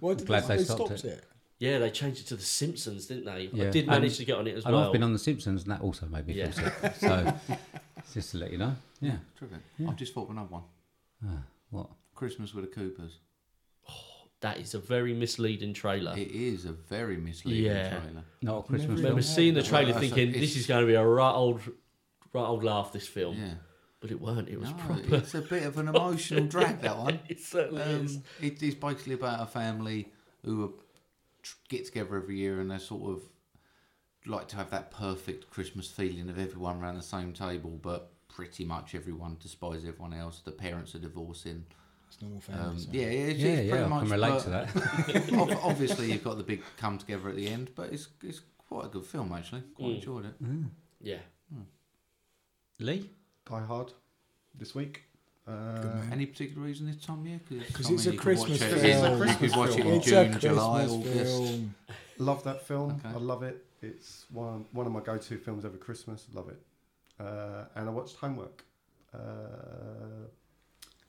[SPEAKER 3] Why
[SPEAKER 2] did Glad they they stopped stopped it.
[SPEAKER 16] Yeah, they changed it to The Simpsons, didn't they? I
[SPEAKER 2] yeah.
[SPEAKER 16] did manage
[SPEAKER 2] And-
[SPEAKER 16] to get on it as
[SPEAKER 2] and
[SPEAKER 16] well.
[SPEAKER 2] I've been on The Simpsons, and that also made me
[SPEAKER 16] Yeah.
[SPEAKER 2] feel sick. So just to let you know, yeah.
[SPEAKER 1] Terrific. I've just thought of another one.
[SPEAKER 2] Ah, what?
[SPEAKER 1] Christmas with the Coopers.
[SPEAKER 16] That is a very misleading trailer.
[SPEAKER 1] It is a very misleading
[SPEAKER 16] yeah.
[SPEAKER 1] trailer.
[SPEAKER 2] Not a Christmas
[SPEAKER 16] I remember
[SPEAKER 2] film.
[SPEAKER 16] seeing the
[SPEAKER 1] Well,
[SPEAKER 16] trailer
[SPEAKER 1] that's a-
[SPEAKER 16] thinking
[SPEAKER 1] it's-
[SPEAKER 16] this is going to be a right old, right old laugh. This film.
[SPEAKER 1] Yeah.
[SPEAKER 16] But it weren't. It was
[SPEAKER 1] No,
[SPEAKER 16] proper.
[SPEAKER 1] It's a bit of an emotional drag, that
[SPEAKER 2] (laughs)
[SPEAKER 1] one.
[SPEAKER 16] (laughs)
[SPEAKER 1] Um,
[SPEAKER 16] it certainly is.
[SPEAKER 1] It is basically about a family who are, tr- get together every year and they sort of like to have that perfect Christmas feeling of everyone around the same table, but pretty much everyone despises everyone else. The parents are divorcing. Um,
[SPEAKER 3] It's normal families,
[SPEAKER 1] yeah,
[SPEAKER 3] yeah.
[SPEAKER 1] it's,
[SPEAKER 2] Yeah,
[SPEAKER 1] it's
[SPEAKER 2] yeah,
[SPEAKER 1] pretty
[SPEAKER 2] I
[SPEAKER 1] much.
[SPEAKER 2] can relate
[SPEAKER 1] but-
[SPEAKER 2] to that.
[SPEAKER 1] Ob- obviously, you've got the big come together at the end, but it's it's quite a good film actually. Quite
[SPEAKER 2] Hmm.
[SPEAKER 16] Mm.
[SPEAKER 1] enjoyed it.
[SPEAKER 16] Yeah.
[SPEAKER 2] (laughs) Lee,
[SPEAKER 4] Die Hard this week. Uh,
[SPEAKER 1] Any particular reason this time of year?
[SPEAKER 4] 'Cause
[SPEAKER 1] I
[SPEAKER 4] it's
[SPEAKER 1] mean,
[SPEAKER 4] a
[SPEAKER 1] you can watch
[SPEAKER 4] Christmas
[SPEAKER 1] it-
[SPEAKER 4] film.
[SPEAKER 1] it's a
[SPEAKER 4] It's a
[SPEAKER 1] Christmas
[SPEAKER 4] Christmas
[SPEAKER 1] You watch it
[SPEAKER 4] film.
[SPEAKER 1] in
[SPEAKER 4] It's a
[SPEAKER 1] June, July,
[SPEAKER 3] Christmas
[SPEAKER 1] August.
[SPEAKER 3] film.
[SPEAKER 4] Love that film. I love it. It's one one of my go to films every Christmas. Love it. Uh, and I watched Homework, uh,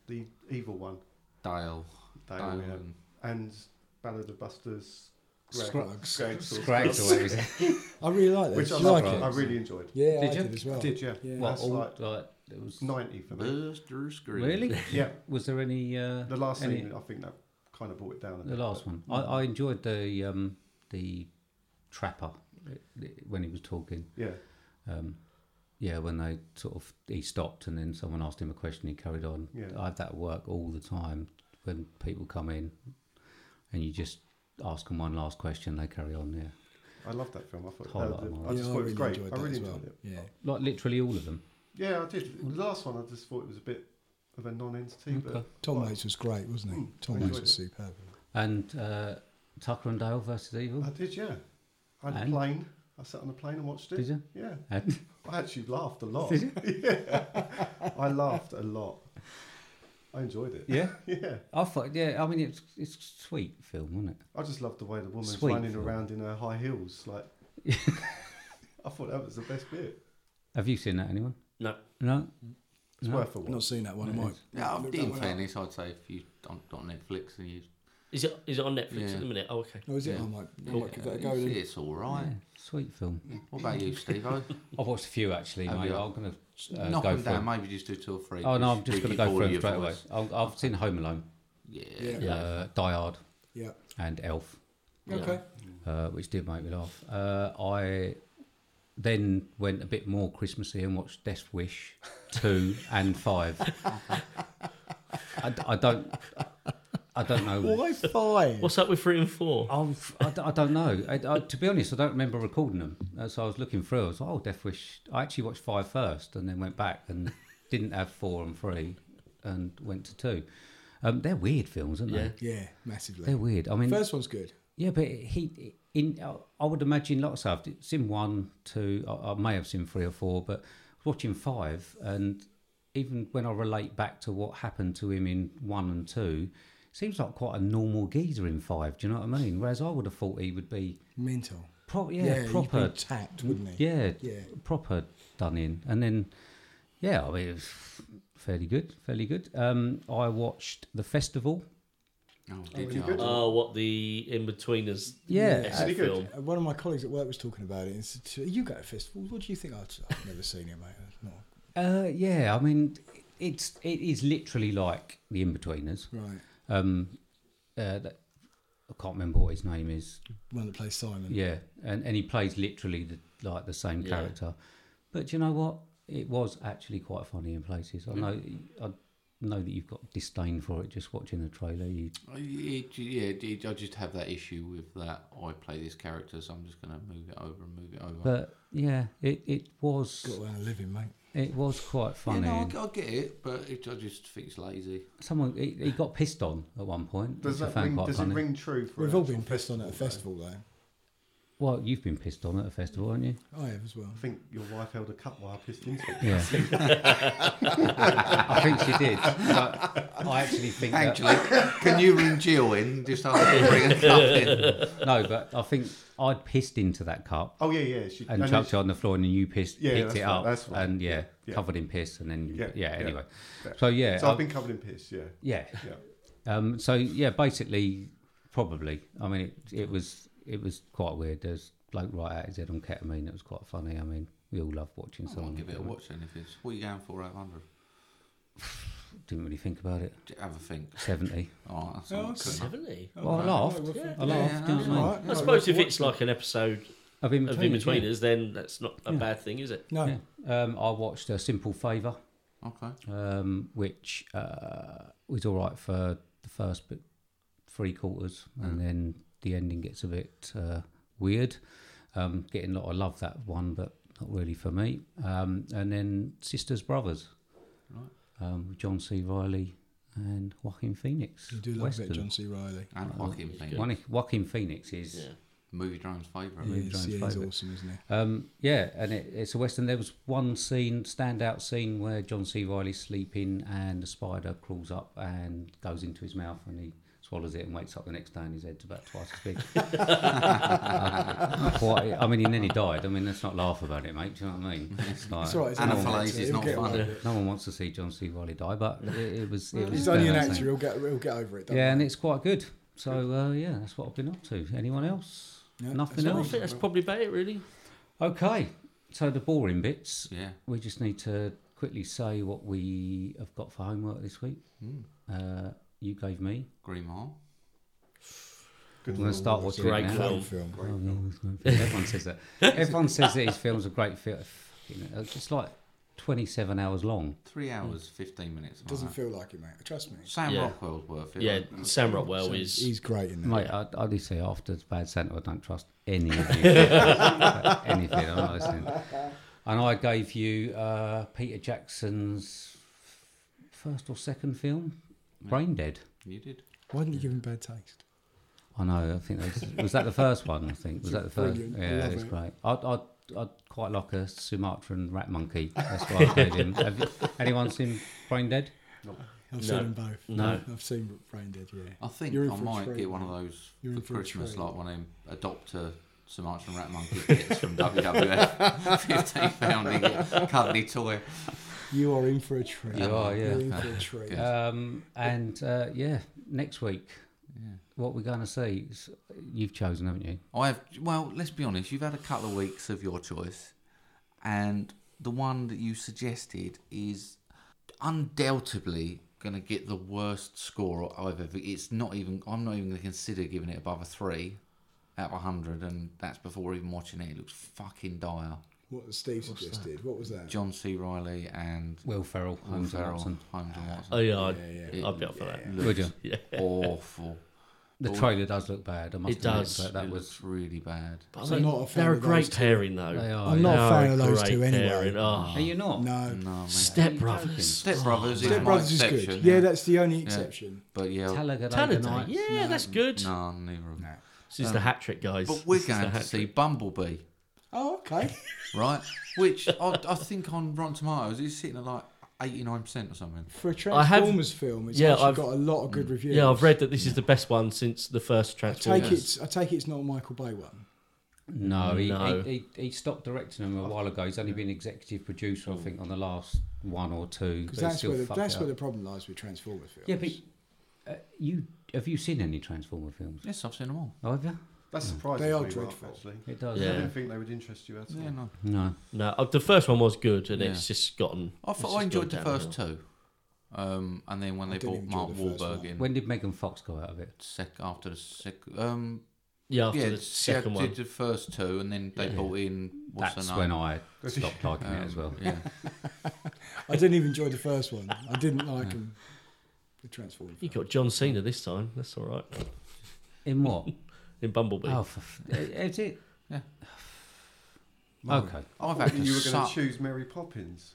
[SPEAKER 4] the evil one,
[SPEAKER 1] Dale.
[SPEAKER 4] Dale,
[SPEAKER 1] Dale
[SPEAKER 4] yeah.
[SPEAKER 1] and-
[SPEAKER 4] and Ballad of Buster's.
[SPEAKER 3] Scruggs.
[SPEAKER 4] Scruggs. or
[SPEAKER 2] Scruggs or
[SPEAKER 4] Scruggs.
[SPEAKER 2] whatever.
[SPEAKER 3] I really like that.
[SPEAKER 4] Which I
[SPEAKER 3] Did you
[SPEAKER 4] like.
[SPEAKER 3] like
[SPEAKER 4] I
[SPEAKER 3] it?
[SPEAKER 4] really enjoyed.
[SPEAKER 3] Yeah,
[SPEAKER 2] Did
[SPEAKER 3] I
[SPEAKER 2] you?
[SPEAKER 3] did as well.
[SPEAKER 4] I did, yeah.
[SPEAKER 3] Yeah.
[SPEAKER 2] What,
[SPEAKER 4] That's
[SPEAKER 2] all- (laughs)
[SPEAKER 4] like-
[SPEAKER 2] like, it was
[SPEAKER 4] Ninety for me.
[SPEAKER 1] Buster Scruggs.
[SPEAKER 2] really?
[SPEAKER 4] Yeah.
[SPEAKER 2] Was there any? Uh,
[SPEAKER 4] The last
[SPEAKER 2] any,
[SPEAKER 4] scene, I think that kind of brought it down. A
[SPEAKER 2] The
[SPEAKER 4] bit,
[SPEAKER 2] last
[SPEAKER 4] but-
[SPEAKER 2] one. I, I enjoyed the um, the trapper uh, when he was talking.
[SPEAKER 4] Yeah.
[SPEAKER 2] Um, yeah, when they sort of he stopped and then someone asked him a question, he carried on.
[SPEAKER 4] Yeah.
[SPEAKER 2] I have that at work all the time when people come in, and you just ask them one last question, they carry on. Yeah,
[SPEAKER 4] I love that film. I thought.
[SPEAKER 2] Whole
[SPEAKER 4] uh,
[SPEAKER 2] lot of
[SPEAKER 4] the-
[SPEAKER 2] mine.
[SPEAKER 4] I just
[SPEAKER 3] Yeah, I
[SPEAKER 4] thought it was
[SPEAKER 3] really
[SPEAKER 4] great.
[SPEAKER 3] enjoyed
[SPEAKER 4] I
[SPEAKER 3] that
[SPEAKER 4] really
[SPEAKER 3] as well.
[SPEAKER 4] enjoyed it.
[SPEAKER 3] Yeah.
[SPEAKER 2] like literally all of them.
[SPEAKER 4] Yeah, I did. The last one, I just thought it was a bit of a non-entity, but
[SPEAKER 3] Tom Waits was great, wasn't he?
[SPEAKER 4] Mm, I
[SPEAKER 3] Tom Waits
[SPEAKER 4] enjoyed
[SPEAKER 3] was
[SPEAKER 4] it.
[SPEAKER 3] superb.
[SPEAKER 2] And uh, Tucker and Dale versus Evil.
[SPEAKER 4] I did. Yeah, I had
[SPEAKER 2] And?
[SPEAKER 4] a plane. I sat on a plane and watched it.
[SPEAKER 2] Did you?
[SPEAKER 4] Yeah.
[SPEAKER 2] And
[SPEAKER 4] I actually laughed a lot.
[SPEAKER 2] Did
[SPEAKER 4] (laughs) yeah. I laughed a lot. I enjoyed it.
[SPEAKER 1] (laughs)
[SPEAKER 2] yeah,
[SPEAKER 4] Yeah.
[SPEAKER 2] I thought yeah. I mean, it's it's a sweet film, wasn't it?
[SPEAKER 4] I just loved the way the woman's
[SPEAKER 2] Sweet
[SPEAKER 4] running
[SPEAKER 2] film.
[SPEAKER 4] around in her high heels.
[SPEAKER 2] (laughs)
[SPEAKER 4] Like, I thought that was the best bit.
[SPEAKER 2] Have you seen that? Anyone?
[SPEAKER 16] No.
[SPEAKER 2] No.
[SPEAKER 4] It's
[SPEAKER 2] No.
[SPEAKER 4] worth a
[SPEAKER 3] I've not
[SPEAKER 4] watch.
[SPEAKER 3] seen that one. I
[SPEAKER 2] Yeah,
[SPEAKER 3] might.
[SPEAKER 1] Yeah,
[SPEAKER 3] look that
[SPEAKER 1] in
[SPEAKER 3] one up.
[SPEAKER 1] fairness, I'd say if you don't on Netflix and you,
[SPEAKER 16] Is it is it on Netflix
[SPEAKER 1] Yeah.
[SPEAKER 16] at the minute? Oh, okay.
[SPEAKER 3] Oh, is it?
[SPEAKER 1] Yeah.
[SPEAKER 3] I might, I
[SPEAKER 1] yeah,
[SPEAKER 3] might give that a go.
[SPEAKER 1] it's,
[SPEAKER 3] Then.
[SPEAKER 1] it's all right.
[SPEAKER 2] Yeah, sweet film.
[SPEAKER 1] What about you, Steve?
[SPEAKER 2] (laughs)
[SPEAKER 1] O?
[SPEAKER 2] I've watched a few actually,
[SPEAKER 1] Have
[SPEAKER 2] mate.
[SPEAKER 1] you?
[SPEAKER 2] I'm gonna uh,
[SPEAKER 1] Knock
[SPEAKER 2] go
[SPEAKER 1] them
[SPEAKER 2] for.
[SPEAKER 1] down. Maybe just do two or three.
[SPEAKER 2] Oh
[SPEAKER 1] because
[SPEAKER 2] no, I'm just
[SPEAKER 1] you-
[SPEAKER 2] gonna
[SPEAKER 1] you
[SPEAKER 2] go for
[SPEAKER 1] bored
[SPEAKER 2] them
[SPEAKER 1] of
[SPEAKER 2] straight
[SPEAKER 1] your
[SPEAKER 2] away.
[SPEAKER 1] voice.
[SPEAKER 2] I'll, I've seen Home Alone,
[SPEAKER 1] Yeah.
[SPEAKER 3] Yeah.
[SPEAKER 2] uh, Die Hard,
[SPEAKER 3] Yeah.
[SPEAKER 2] and Elf,
[SPEAKER 3] Okay.
[SPEAKER 2] uh, which did make me laugh. Uh, I then went a bit more Christmassy and watched Death Wish two and
[SPEAKER 1] (laughs)
[SPEAKER 2] five. I, d- I don't, I don't know.
[SPEAKER 3] Why five?
[SPEAKER 16] What's up with three and four?
[SPEAKER 2] I've, Oh, I, d- I don't know. I, I, to be honest, I don't remember recording them. Uh, So I was looking through. I was like, oh, Death Wish. I actually watched five first and then went back and (laughs) didn't have four and three and went to two. Um, they're weird films, aren't they?
[SPEAKER 16] Yeah.
[SPEAKER 3] Yeah, massively.
[SPEAKER 2] They're weird. I mean,
[SPEAKER 3] First one's good.
[SPEAKER 2] yeah, but he in I would imagine lots of it's in one, two. I, I may have seen three or four, but watching five, and even when I relate back to what happened to him in one and two, seems like quite a normal geezer in five. Do you know what I mean? Whereas I would have thought he would be
[SPEAKER 3] Mental.
[SPEAKER 2] pro- yeah,
[SPEAKER 3] he'd
[SPEAKER 2] proper
[SPEAKER 3] be tapped, wouldn't he?
[SPEAKER 2] yeah,
[SPEAKER 3] Yeah.
[SPEAKER 2] proper done in. And then, yeah, I mean, it was fairly good, fairly good. Um, I watched the festival.
[SPEAKER 1] Oh, did
[SPEAKER 4] really
[SPEAKER 1] you?
[SPEAKER 4] good.
[SPEAKER 2] Uh,
[SPEAKER 16] Oh, what the in betweeners?
[SPEAKER 2] Yeah,
[SPEAKER 4] Pretty good.
[SPEAKER 16] film.
[SPEAKER 3] Uh, One of my colleagues at work was talking about it. And said, to- "You go to festivals. What do you think?" I said, I've never seen it, mate. It's
[SPEAKER 2] (laughs)
[SPEAKER 3] not-
[SPEAKER 2] Uh, yeah, I mean, it's it is literally like the In Betweeners.
[SPEAKER 3] Right.
[SPEAKER 2] Um, uh, that, I can't remember what his name is.
[SPEAKER 3] One that plays Simon.
[SPEAKER 2] Yeah, and and he plays literally the, like the same
[SPEAKER 16] Yeah.
[SPEAKER 2] character. But do you know what? It was actually quite funny in places. I know I know that you've got disdain for it just watching the trailer. You,
[SPEAKER 4] Oh.
[SPEAKER 1] I- it- yeah, it- I just have that issue with that. I play this character, so I'm just gonna move it over and move it over.
[SPEAKER 2] but yeah, it it was.
[SPEAKER 3] Got to earn a living, mate.
[SPEAKER 2] It was quite funny.
[SPEAKER 17] Yeah, no, I, I get it, but it, I just think it's lazy.
[SPEAKER 2] Someone he, he got pissed on at one point.
[SPEAKER 4] Does
[SPEAKER 2] which I
[SPEAKER 4] that
[SPEAKER 2] found
[SPEAKER 4] ring-
[SPEAKER 2] quite
[SPEAKER 4] does it
[SPEAKER 2] funny.
[SPEAKER 4] ring true for
[SPEAKER 3] We've
[SPEAKER 4] an
[SPEAKER 3] all been
[SPEAKER 4] actual
[SPEAKER 3] pissed on at a festival, though.
[SPEAKER 2] Well, you've been pissed on at a festival, haven't you?
[SPEAKER 3] I have as well.
[SPEAKER 4] I think your wife held a cup while I pissed into it.
[SPEAKER 2] Yeah. I think she did. But I actually think that-
[SPEAKER 1] Actually, can you ring Jill in? Just ask her to bring a cup in.
[SPEAKER 2] no, but I think I'd pissed into that cup.
[SPEAKER 4] Oh, yeah, yeah, she-
[SPEAKER 2] and
[SPEAKER 4] and
[SPEAKER 2] chucked
[SPEAKER 4] then-
[SPEAKER 2] it on the floor, and then you pissed,
[SPEAKER 4] Yeah,
[SPEAKER 2] picked
[SPEAKER 4] that's
[SPEAKER 2] it
[SPEAKER 4] right,
[SPEAKER 2] up,
[SPEAKER 4] that's right.
[SPEAKER 2] and yeah,
[SPEAKER 4] Yeah, yeah.
[SPEAKER 2] covered in piss, and then yeah,
[SPEAKER 4] Yeah,
[SPEAKER 2] yeah,
[SPEAKER 4] yeah.
[SPEAKER 2] anyway.
[SPEAKER 4] Yeah.
[SPEAKER 2] So yeah,
[SPEAKER 4] So I've
[SPEAKER 2] I-
[SPEAKER 4] been covered in piss, yeah.
[SPEAKER 2] yeah,
[SPEAKER 4] Yeah.
[SPEAKER 2] Um, so yeah, basically, probably. I mean, it, it was it was quite weird. There's bloke right out his head on ketamine. It was quite funny. I mean, we all love watching
[SPEAKER 4] Oh,
[SPEAKER 1] I'll
[SPEAKER 2] someone
[SPEAKER 1] give it a
[SPEAKER 2] do it.
[SPEAKER 1] watch then if it's. What are you going for, 800?
[SPEAKER 2] Didn't really think about
[SPEAKER 4] (laughs) Oh,
[SPEAKER 2] it.
[SPEAKER 1] Have a think.
[SPEAKER 2] Seventy.
[SPEAKER 1] Oh, that's all good.
[SPEAKER 5] Seventy.
[SPEAKER 2] Well, I laughed. I laughed. do you know what I mean?
[SPEAKER 5] I suppose if it's like an episode
[SPEAKER 2] Of
[SPEAKER 5] of
[SPEAKER 2] In
[SPEAKER 5] in
[SPEAKER 2] Betweeners,
[SPEAKER 5] between, us, then that's not a
[SPEAKER 2] Yeah.
[SPEAKER 5] bad thing, is it?
[SPEAKER 2] Yeah. Um, I watched A Simple Favour.
[SPEAKER 1] Okay.
[SPEAKER 2] Um, which uh, was all right for the first bit, three quarters, and
[SPEAKER 3] Mm.
[SPEAKER 2] then the ending gets a bit uh, weird. Um, getting a lot of love that one, but not really for me. Um, and then Sisters Brothers.
[SPEAKER 1] Right.
[SPEAKER 2] Um, with John C. Riley and Joaquin Phoenix.
[SPEAKER 3] You do love a bit of John C. Reilly.
[SPEAKER 1] And
[SPEAKER 2] Uh,
[SPEAKER 1] Joaquin Phoenix.
[SPEAKER 2] Joaquin- Joaquin Phoenix is
[SPEAKER 1] Yeah. Movie Drone's favourite.
[SPEAKER 2] Movie
[SPEAKER 3] Yes,
[SPEAKER 2] Drone's
[SPEAKER 3] yeah, he's
[SPEAKER 2] favourite.
[SPEAKER 3] awesome, isn't
[SPEAKER 2] Um, yeah, and it, it's a western. There was one scene, standout scene, where John C. Riley's sleeping and a spider crawls up and goes into his mouth, and he swallows it and wakes up the next day, and his head's about twice as big. (laughs) Uh, quite- I mean, he nearly died. I mean, let's not laugh about it, mate. Do you know what I mean? It's like,
[SPEAKER 3] It's all right, it's an
[SPEAKER 2] no one
[SPEAKER 3] actor,
[SPEAKER 2] wants-
[SPEAKER 3] he'll get on with it.
[SPEAKER 2] No one wants to see John C. Riley die, but it, it was. It was
[SPEAKER 3] He's only an
[SPEAKER 2] standout scene.
[SPEAKER 3] actor. He'll get, he'll get over it. Don't
[SPEAKER 2] Yeah,
[SPEAKER 3] worry.
[SPEAKER 2] and it's quite good. So uh, yeah, that's what I've been up to. Anyone else? Nothing
[SPEAKER 5] So I
[SPEAKER 2] else.
[SPEAKER 5] think that's probably about it, really.
[SPEAKER 2] Okay, so the boring bits.
[SPEAKER 1] Yeah.
[SPEAKER 2] We just need to quickly say what we have got for homework this week.
[SPEAKER 1] Mm.
[SPEAKER 2] Uh, you gave me.
[SPEAKER 1] Green Mile.
[SPEAKER 2] I'm going to start
[SPEAKER 1] Ooh,
[SPEAKER 2] watching
[SPEAKER 1] great
[SPEAKER 2] it now.
[SPEAKER 1] film. Film.
[SPEAKER 2] Oh, yeah, it's a great film. (laughs) Everyone says that. Everyone says that his films are great. Film. It's like 27 hours long.
[SPEAKER 1] Three hours, 15 minutes. something
[SPEAKER 3] Doesn't
[SPEAKER 1] like
[SPEAKER 3] feel like it, mate. Trust me.
[SPEAKER 1] that. Sam
[SPEAKER 5] Yeah.
[SPEAKER 1] Rockwell's worth it.
[SPEAKER 5] Yeah,
[SPEAKER 1] wasn't it?
[SPEAKER 5] Sam Rockwell
[SPEAKER 3] Sam-
[SPEAKER 5] is.
[SPEAKER 3] he's great in that.
[SPEAKER 2] Mate, I, I do say after Bad Santa, I don't trust any of you. Anything, I'm not listening. And I gave you uh, Peter Jackson's first or second film, Brain Dead.
[SPEAKER 1] You did.
[SPEAKER 3] Why didn't you give him bad taste?
[SPEAKER 2] I know. I think that was, was that the first one. I think was that the first.
[SPEAKER 3] Brilliant, I
[SPEAKER 2] Yeah,
[SPEAKER 3] love
[SPEAKER 2] it's
[SPEAKER 3] it.
[SPEAKER 2] great. I I I quite like a Sumatran rat monkey. That's what I gave
[SPEAKER 3] (laughs)
[SPEAKER 2] him. Have you, anyone seen Brain Dead?
[SPEAKER 3] I've
[SPEAKER 5] No.
[SPEAKER 3] seen them both.
[SPEAKER 2] No.
[SPEAKER 3] I've seen Brain Dead, yeah.
[SPEAKER 1] I think
[SPEAKER 3] You're in
[SPEAKER 1] I
[SPEAKER 3] for a
[SPEAKER 1] might
[SPEAKER 3] treat,
[SPEAKER 1] get one of
[SPEAKER 3] mate.
[SPEAKER 1] those
[SPEAKER 3] You're in
[SPEAKER 1] for
[SPEAKER 3] a
[SPEAKER 1] Christmas,
[SPEAKER 3] treat.
[SPEAKER 1] like one of them adopt a Sumatran rat monkey kits from WWF, (laughs) fifteen pound and get cuddly toy.
[SPEAKER 3] You are in for a treat.
[SPEAKER 2] You are,
[SPEAKER 3] You're in
[SPEAKER 2] yeah.
[SPEAKER 3] for a treat.
[SPEAKER 1] Good.
[SPEAKER 2] Um, and uh, yeah, next week, what we're going to see, is- you've chosen, haven't you?
[SPEAKER 1] I have. Well, let's be honest. You've had a couple of weeks of your choice, and the one that you suggested is undoubtedly going to get the worst score I've ever. It's not even. I'm not even going to consider giving it above a three out of hundred, and that's before even watching it. It looks fucking dire.
[SPEAKER 3] What Steve suggested. What was that?
[SPEAKER 1] John C. Riley and
[SPEAKER 2] Will Ferrell,
[SPEAKER 1] Will
[SPEAKER 2] Holmes and
[SPEAKER 1] Ferrell,
[SPEAKER 2] Watson.
[SPEAKER 1] Holmes and Watson.
[SPEAKER 5] Oh yeah, I'd,
[SPEAKER 3] Yeah,
[SPEAKER 1] yeah.
[SPEAKER 5] I'd be up for that.
[SPEAKER 1] Looks
[SPEAKER 2] Would you?
[SPEAKER 5] Yeah.
[SPEAKER 1] Awful.
[SPEAKER 2] The
[SPEAKER 1] But
[SPEAKER 2] trailer does look bad. I must
[SPEAKER 5] It
[SPEAKER 2] admit,
[SPEAKER 5] does.
[SPEAKER 2] But that
[SPEAKER 1] it
[SPEAKER 2] was
[SPEAKER 1] looks really bad.
[SPEAKER 5] But
[SPEAKER 3] So
[SPEAKER 5] they-
[SPEAKER 3] not a fan
[SPEAKER 5] they're a
[SPEAKER 3] of those
[SPEAKER 5] great
[SPEAKER 3] two.
[SPEAKER 5] pairing, though.
[SPEAKER 2] They are,
[SPEAKER 3] I'm not
[SPEAKER 5] They
[SPEAKER 3] a
[SPEAKER 5] are
[SPEAKER 3] fan of those
[SPEAKER 5] great
[SPEAKER 3] two anyway.
[SPEAKER 5] pairing. Ah, Oh.
[SPEAKER 2] Are you not?
[SPEAKER 3] No.
[SPEAKER 1] No, man.
[SPEAKER 5] Step Brothers.
[SPEAKER 1] Step Brothers is
[SPEAKER 3] Step
[SPEAKER 1] my
[SPEAKER 3] Brothers is good.
[SPEAKER 1] exception.
[SPEAKER 3] Yeah, that's the only exception.
[SPEAKER 1] But yeah,
[SPEAKER 2] Talladega
[SPEAKER 5] Talladega.
[SPEAKER 2] Nights.
[SPEAKER 5] Yeah, that's good.
[SPEAKER 1] no, neither of them.
[SPEAKER 5] This is the hat trick, guys.
[SPEAKER 1] But we're
[SPEAKER 5] This is the
[SPEAKER 1] going to
[SPEAKER 5] hat
[SPEAKER 1] see
[SPEAKER 5] trick.
[SPEAKER 1] Bumblebee,
[SPEAKER 3] Oh, okay.
[SPEAKER 1] right? Which I, I think on Rotten Tomatoes is sitting at like eighty nine percent or something.
[SPEAKER 3] For a
[SPEAKER 5] I have-
[SPEAKER 3] Transformers film, it's
[SPEAKER 5] Yeah,
[SPEAKER 3] actually
[SPEAKER 5] I've-
[SPEAKER 3] got a lot of good reviews.
[SPEAKER 5] Yeah, I've read that this is the best one since the first
[SPEAKER 3] I take,
[SPEAKER 5] Transformers.
[SPEAKER 3] it's, I take it's not a Michael Bay one.
[SPEAKER 2] No, he,
[SPEAKER 5] No.
[SPEAKER 2] He, he, he stopped directing them a while ago. He's only been executive producer, I think, on the last one or two.
[SPEAKER 3] Because
[SPEAKER 2] but it's
[SPEAKER 3] that's,
[SPEAKER 2] still
[SPEAKER 3] where the,
[SPEAKER 2] fucked
[SPEAKER 3] that's
[SPEAKER 2] up.
[SPEAKER 3] where the problem lies with Transformers films.
[SPEAKER 2] Yeah, but uh, you have you seen any Transformer films?
[SPEAKER 1] Yes, I've seen them all.
[SPEAKER 2] Oh, have you?
[SPEAKER 4] That's surprising.
[SPEAKER 3] They are
[SPEAKER 4] for you, Ralph,
[SPEAKER 3] dreadful.
[SPEAKER 4] actually.
[SPEAKER 2] It does.
[SPEAKER 4] I
[SPEAKER 5] Yeah.
[SPEAKER 4] didn't think they would interest you at all.
[SPEAKER 1] Yeah, no.
[SPEAKER 2] No.
[SPEAKER 5] No, uh, the first one was good, and
[SPEAKER 1] Yeah.
[SPEAKER 5] it's just gotten.
[SPEAKER 1] I
[SPEAKER 5] it's
[SPEAKER 1] thought
[SPEAKER 5] just
[SPEAKER 1] I enjoyed the
[SPEAKER 5] gone
[SPEAKER 1] first
[SPEAKER 5] downhill.
[SPEAKER 1] two, um, and then when
[SPEAKER 3] I
[SPEAKER 1] they
[SPEAKER 3] didn't
[SPEAKER 1] brought
[SPEAKER 3] enjoy
[SPEAKER 1] Mark
[SPEAKER 3] the first
[SPEAKER 1] Wahlberg
[SPEAKER 3] one.
[SPEAKER 1] in
[SPEAKER 2] When did Megan Fox go out of it?
[SPEAKER 1] sec after the second, um,
[SPEAKER 5] Yeah, after
[SPEAKER 1] yeah,
[SPEAKER 5] the
[SPEAKER 1] she
[SPEAKER 5] second
[SPEAKER 1] did
[SPEAKER 5] one.
[SPEAKER 1] the first two, and then they brought in what's
[SPEAKER 2] that's
[SPEAKER 1] her name?
[SPEAKER 2] when
[SPEAKER 3] (laughs)
[SPEAKER 2] I stopped liking it as well.
[SPEAKER 1] Yeah,
[SPEAKER 3] I didn't even enjoy the first one. I didn't like them. The Transformers.
[SPEAKER 5] You got John Cena this time. That's all right.
[SPEAKER 2] In what?
[SPEAKER 5] In Bumblebee.
[SPEAKER 2] oh, for, f- is it? (sighs)
[SPEAKER 1] Yeah.
[SPEAKER 2] Okay.
[SPEAKER 1] I've
[SPEAKER 4] I thought
[SPEAKER 1] had to
[SPEAKER 4] (laughs) you were going
[SPEAKER 1] suck.
[SPEAKER 4] to choose Mary Poppins.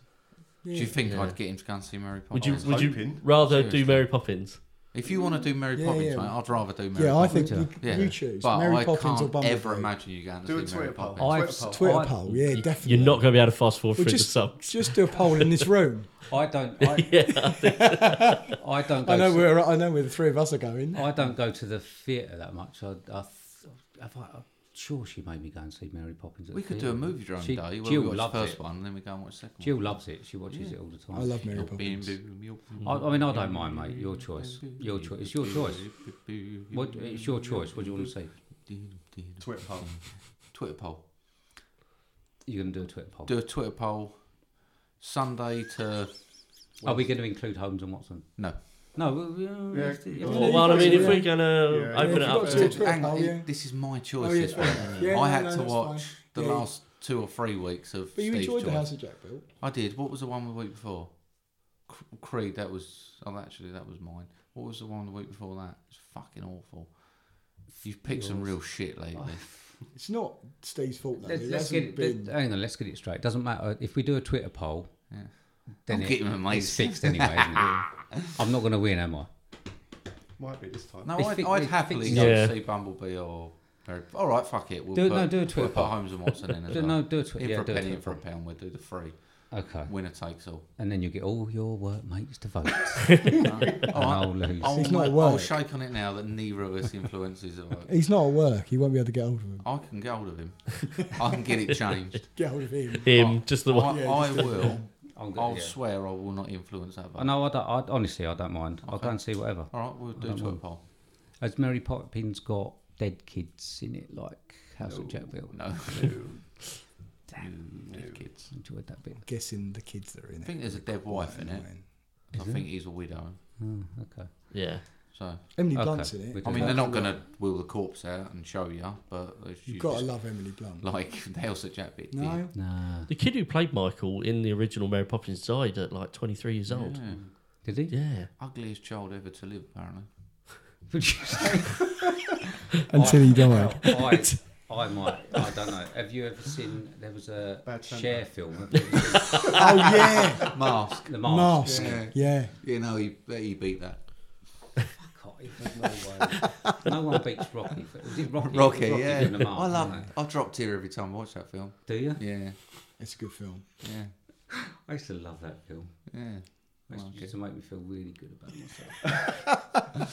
[SPEAKER 1] Do you think
[SPEAKER 5] Yeah.
[SPEAKER 1] I'd get him to go and see Mary Poppins?
[SPEAKER 5] Would you would you rather
[SPEAKER 1] Seriously.
[SPEAKER 5] do Mary Poppins?
[SPEAKER 1] If you want to do Mary
[SPEAKER 5] Yeah,
[SPEAKER 1] Poppins,
[SPEAKER 5] yeah.
[SPEAKER 1] mate, I'd rather do Mary
[SPEAKER 5] Yeah, I
[SPEAKER 1] Poppins.
[SPEAKER 5] think you- you choose.
[SPEAKER 1] But
[SPEAKER 5] Mary
[SPEAKER 1] I
[SPEAKER 5] Poppins or
[SPEAKER 1] can't
[SPEAKER 5] Bumblebee.
[SPEAKER 1] ever imagine you going to
[SPEAKER 4] Do a
[SPEAKER 1] see Mary
[SPEAKER 4] Twitter poll.
[SPEAKER 1] Poppins.
[SPEAKER 3] I've- Twitter poll, yeah, definitely.
[SPEAKER 5] You're not going to be able to fast forward
[SPEAKER 3] We'll
[SPEAKER 5] through
[SPEAKER 3] just,
[SPEAKER 5] the subs.
[SPEAKER 3] Just do a poll (laughs) in this room.
[SPEAKER 2] I don't. I, (laughs) I don't. Go
[SPEAKER 3] I know
[SPEAKER 2] to-
[SPEAKER 3] where I know where the three of us are going.
[SPEAKER 2] I don't go to the theatre that much. I, I th- have I, I'm sure she made me go and see Mary Poppins. At
[SPEAKER 1] We
[SPEAKER 2] the
[SPEAKER 1] could do
[SPEAKER 2] theatre.
[SPEAKER 1] a movie drone
[SPEAKER 2] She-
[SPEAKER 1] day where we
[SPEAKER 2] Jill
[SPEAKER 1] watch the
[SPEAKER 2] loves
[SPEAKER 1] first
[SPEAKER 2] it.
[SPEAKER 1] one and then we go and watch the second
[SPEAKER 2] Jill
[SPEAKER 1] one.
[SPEAKER 2] loves it. She watches
[SPEAKER 1] Yeah.
[SPEAKER 2] it all the time.
[SPEAKER 3] I love Mary
[SPEAKER 2] She'll be-
[SPEAKER 3] Poppins.
[SPEAKER 2] I, I mean, I don't mind, mate. Oh, Your choice. Your choice. It's your choice. What? It's your choice. What do you want to see?
[SPEAKER 4] Twitter poll.
[SPEAKER 1] Twitter poll.
[SPEAKER 2] You're going to do a Twitter poll.
[SPEAKER 1] Do a Twitter poll Sunday to.
[SPEAKER 2] Are we going to include Holmes and Watson?
[SPEAKER 1] No.
[SPEAKER 2] No. well, we- uh,
[SPEAKER 1] Yeah.
[SPEAKER 2] yeah,
[SPEAKER 1] Well,
[SPEAKER 5] well, I mean, if
[SPEAKER 1] Yeah.
[SPEAKER 5] we're going to
[SPEAKER 1] Yeah. Yeah,
[SPEAKER 5] open it
[SPEAKER 1] if
[SPEAKER 5] up
[SPEAKER 1] you've
[SPEAKER 5] to
[SPEAKER 1] got to- Hang on, this is my choice.
[SPEAKER 3] Oh, yeah,
[SPEAKER 1] this
[SPEAKER 3] fair
[SPEAKER 1] one.
[SPEAKER 3] enough. Yeah,
[SPEAKER 1] I
[SPEAKER 3] no,
[SPEAKER 1] had
[SPEAKER 3] no,
[SPEAKER 1] to
[SPEAKER 3] that's
[SPEAKER 1] watch
[SPEAKER 3] fine.
[SPEAKER 1] the
[SPEAKER 3] Yeah.
[SPEAKER 1] last two or three weeks of.
[SPEAKER 3] But you
[SPEAKER 1] Steve's
[SPEAKER 3] enjoyed the
[SPEAKER 1] choice.
[SPEAKER 3] House of Jack Bill.
[SPEAKER 1] I did. What was the one the week before? C- Creed. That was. Oh, actually, that was mine. What was the one the week before that? It's fucking awful. You've picked some
[SPEAKER 3] Yours.
[SPEAKER 1] real shit lately.
[SPEAKER 2] (laughs)
[SPEAKER 3] It's not Steve's fault. Though.
[SPEAKER 2] Let's,
[SPEAKER 3] It
[SPEAKER 2] let's
[SPEAKER 3] hasn't
[SPEAKER 2] get it,
[SPEAKER 3] been-
[SPEAKER 2] let- hang on, let's get it straight. It doesn't matter if we do a Twitter poll.
[SPEAKER 1] Yeah.
[SPEAKER 2] Then
[SPEAKER 1] I'm
[SPEAKER 2] it,
[SPEAKER 1] getting amazed.
[SPEAKER 2] it's fixed anyway. isn't it?
[SPEAKER 1] (laughs)
[SPEAKER 2] I'm not going to win, am I?
[SPEAKER 4] Might be this time.
[SPEAKER 1] No,
[SPEAKER 2] It's
[SPEAKER 1] I'd,
[SPEAKER 2] fi-
[SPEAKER 1] I'd
[SPEAKER 2] it's
[SPEAKER 1] happily
[SPEAKER 2] fixed.
[SPEAKER 1] go
[SPEAKER 2] Yeah.
[SPEAKER 1] to see Bumblebee or. Mary- All right, fuck it. We'll
[SPEAKER 2] Do it-
[SPEAKER 1] put,
[SPEAKER 2] no, do a Twitter
[SPEAKER 1] we'll put
[SPEAKER 2] poll.
[SPEAKER 1] Holmes and Watson
[SPEAKER 2] (laughs)
[SPEAKER 1] in as
[SPEAKER 2] Do-
[SPEAKER 1] well.
[SPEAKER 2] no, do a Twi-
[SPEAKER 1] In
[SPEAKER 2] yeah,
[SPEAKER 1] for a
[SPEAKER 2] do a
[SPEAKER 1] penny,
[SPEAKER 2] Twitter
[SPEAKER 1] in for a
[SPEAKER 2] poll.
[SPEAKER 1] pound. We'll do the three.
[SPEAKER 2] Okay.
[SPEAKER 1] Winner takes
[SPEAKER 2] (laughs)
[SPEAKER 1] all.
[SPEAKER 2] And then you get all your workmates
[SPEAKER 1] (laughs)
[SPEAKER 2] to
[SPEAKER 1] All
[SPEAKER 2] vote.
[SPEAKER 1] right.
[SPEAKER 2] And I'll lose.
[SPEAKER 1] I'll,
[SPEAKER 3] He's not at
[SPEAKER 1] I'll
[SPEAKER 3] work.
[SPEAKER 1] shake on it now that neither of us influences. are-
[SPEAKER 2] (laughs)
[SPEAKER 3] He's not at work. He won't be able to get hold of him.
[SPEAKER 1] I can get hold of him. I can
[SPEAKER 2] (laughs)
[SPEAKER 1] get it changed.
[SPEAKER 3] Get hold of him.
[SPEAKER 5] Him, just the
[SPEAKER 1] I,
[SPEAKER 5] one.
[SPEAKER 1] I,
[SPEAKER 5] Yeah,
[SPEAKER 1] I
[SPEAKER 5] just the-
[SPEAKER 1] will.
[SPEAKER 2] I'm good,
[SPEAKER 1] I'll
[SPEAKER 2] yeah.
[SPEAKER 1] swear I will not influence that vote.
[SPEAKER 2] I know. I, don't, I honestly, I don't mind. I'll go and see whatever.
[SPEAKER 1] All right, we'll
[SPEAKER 2] I
[SPEAKER 1] do
[SPEAKER 2] don't
[SPEAKER 1] Twitter
[SPEAKER 2] mind.
[SPEAKER 1] poll.
[SPEAKER 2] Has Mary Poppins got dead kids in it, like House of Jack Bill? (laughs)
[SPEAKER 1] No. Damn, dead kids.
[SPEAKER 2] Enjoyed that bit.
[SPEAKER 3] Guessing the kids that are in
[SPEAKER 1] I think
[SPEAKER 3] it.
[SPEAKER 1] there's a dead wife in it. I
[SPEAKER 2] Is there?
[SPEAKER 1] think he's a widow.
[SPEAKER 2] Oh, okay.
[SPEAKER 5] Yeah.
[SPEAKER 1] So
[SPEAKER 3] Emily Blunt's in
[SPEAKER 1] I
[SPEAKER 3] it.
[SPEAKER 2] do
[SPEAKER 1] mean,
[SPEAKER 2] that.
[SPEAKER 1] they're not going to wheel the corpse out and show you, but
[SPEAKER 3] You've
[SPEAKER 1] you
[SPEAKER 3] got to
[SPEAKER 1] just-
[SPEAKER 3] love Emily
[SPEAKER 1] (laughs)
[SPEAKER 3] Blunt.
[SPEAKER 1] Like the House of Jack Bill.
[SPEAKER 3] No.
[SPEAKER 2] Nah.
[SPEAKER 5] The kid who played Michael in the original Mary Poppins died at like 23 years old.
[SPEAKER 1] Yeah.
[SPEAKER 2] Did he?
[SPEAKER 5] Yeah.
[SPEAKER 1] Ugliest child ever to live, apparently.
[SPEAKER 2] (laughs) Would (laughs) you say?
[SPEAKER 3] Until
[SPEAKER 2] I-
[SPEAKER 3] he died.
[SPEAKER 2] I, I might. I don't know. Have you ever seen? There was a
[SPEAKER 4] Bad Santa.
[SPEAKER 2] share film. Have you ever seen-
[SPEAKER 3] (laughs) Oh yeah,
[SPEAKER 1] Mask.
[SPEAKER 2] The
[SPEAKER 3] mask. Yeah.
[SPEAKER 1] You know, he, he beat that.
[SPEAKER 2] God, there's no, way. no one beats Rocky. Was it Rocky?
[SPEAKER 1] Rocky,
[SPEAKER 2] Rocky
[SPEAKER 1] yeah.
[SPEAKER 2] doing the mask,
[SPEAKER 1] I love.
[SPEAKER 2] wasn't it?
[SPEAKER 1] I drop tear every time I watch that film.
[SPEAKER 2] Do you?
[SPEAKER 1] Yeah,
[SPEAKER 3] It's a good film.
[SPEAKER 1] yeah,
[SPEAKER 2] I used to love that film.
[SPEAKER 1] yeah.
[SPEAKER 2] It used
[SPEAKER 1] Like
[SPEAKER 2] to
[SPEAKER 1] it.
[SPEAKER 2] just make me feel really good about
[SPEAKER 1] (laughs)
[SPEAKER 2] myself.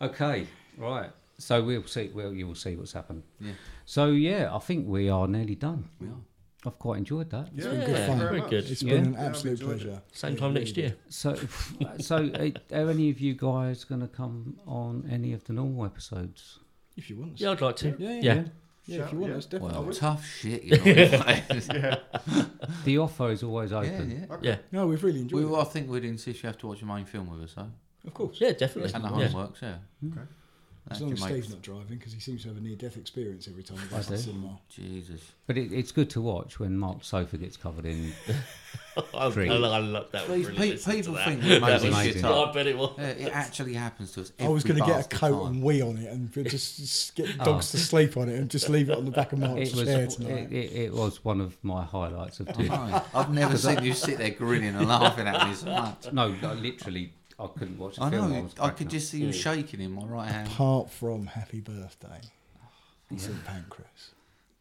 [SPEAKER 2] okay, right. So we'll see. Well, you will see what's happened.
[SPEAKER 1] Yeah.
[SPEAKER 2] So yeah, I think we are nearly done.
[SPEAKER 1] We are.
[SPEAKER 2] I've quite enjoyed that.
[SPEAKER 4] Yeah,
[SPEAKER 5] been good
[SPEAKER 4] thank you
[SPEAKER 5] fun.
[SPEAKER 4] very
[SPEAKER 5] Very
[SPEAKER 4] much.
[SPEAKER 5] good.
[SPEAKER 3] It's
[SPEAKER 2] Yeah.
[SPEAKER 3] been an
[SPEAKER 4] Yeah, I've
[SPEAKER 3] absolute
[SPEAKER 4] enjoyed it.
[SPEAKER 3] pleasure.
[SPEAKER 5] Same time next year.
[SPEAKER 2] So, (laughs) so uh, are any of you guys going to come on any of the normal episodes?
[SPEAKER 3] If you want. us.
[SPEAKER 5] Yeah, I'd like to.
[SPEAKER 3] Yeah, yeah.
[SPEAKER 5] Yeah.
[SPEAKER 3] Yeah, if you want
[SPEAKER 4] Yeah.
[SPEAKER 3] us, definitely.
[SPEAKER 1] Well, Oh, tough shit. You know, (laughs) mate.
[SPEAKER 2] The offer is always
[SPEAKER 1] yeah,
[SPEAKER 2] open.
[SPEAKER 1] yeah.
[SPEAKER 5] Yeah.
[SPEAKER 3] No, we've really enjoyed
[SPEAKER 1] We,
[SPEAKER 3] it.
[SPEAKER 1] I think we'd insist you have to watch the main film with us, though,
[SPEAKER 3] Of course.
[SPEAKER 5] Yeah, definitely.
[SPEAKER 1] and the
[SPEAKER 5] Yeah.
[SPEAKER 1] homeworks. Yeah.
[SPEAKER 4] Okay.
[SPEAKER 1] That
[SPEAKER 3] As long
[SPEAKER 1] can
[SPEAKER 3] as
[SPEAKER 1] make-
[SPEAKER 3] Steve's not driving, because he seems to have a near-death experience every time he goes to
[SPEAKER 2] do.
[SPEAKER 3] the cinema.
[SPEAKER 1] Jesus.
[SPEAKER 2] But it, it's good to watch when Mark's sofa gets
[SPEAKER 1] (laughs)
[SPEAKER 2] covered in.
[SPEAKER 5] (laughs) I, I,
[SPEAKER 2] Three.
[SPEAKER 5] I love that.
[SPEAKER 1] These
[SPEAKER 5] Really
[SPEAKER 1] pe-
[SPEAKER 5] listen to
[SPEAKER 1] people
[SPEAKER 5] that. (laughs)
[SPEAKER 1] think we're
[SPEAKER 5] That
[SPEAKER 1] making
[SPEAKER 5] was-
[SPEAKER 1] shit
[SPEAKER 5] I
[SPEAKER 1] up.
[SPEAKER 5] bet it was.
[SPEAKER 1] Yeah, it actually happens to us.
[SPEAKER 3] I was
[SPEAKER 1] every
[SPEAKER 3] going to get a
[SPEAKER 1] bastard
[SPEAKER 3] coat
[SPEAKER 1] time. (laughs)
[SPEAKER 3] and wee on it and (laughs) just, just get dogs to sleep on it and just leave it on the back of Mark's
[SPEAKER 2] Oh. (laughs) It was,
[SPEAKER 3] chair
[SPEAKER 2] it,
[SPEAKER 3] tonight.
[SPEAKER 2] it, it was one of my highlights of
[SPEAKER 1] I
[SPEAKER 2] doing.
[SPEAKER 1] know. I've never seen you sit there grinning and laughing at me so
[SPEAKER 2] (laughs)
[SPEAKER 1] much.
[SPEAKER 2] (laughs) no, like, literally, I couldn't watch the
[SPEAKER 1] I
[SPEAKER 2] film.
[SPEAKER 1] know.
[SPEAKER 2] was
[SPEAKER 1] I
[SPEAKER 2] cracking
[SPEAKER 1] could
[SPEAKER 2] up.
[SPEAKER 1] just see you shaking in my right
[SPEAKER 3] (laughs)
[SPEAKER 1] hand.
[SPEAKER 3] Apart from Happy Birthday, St Pancras.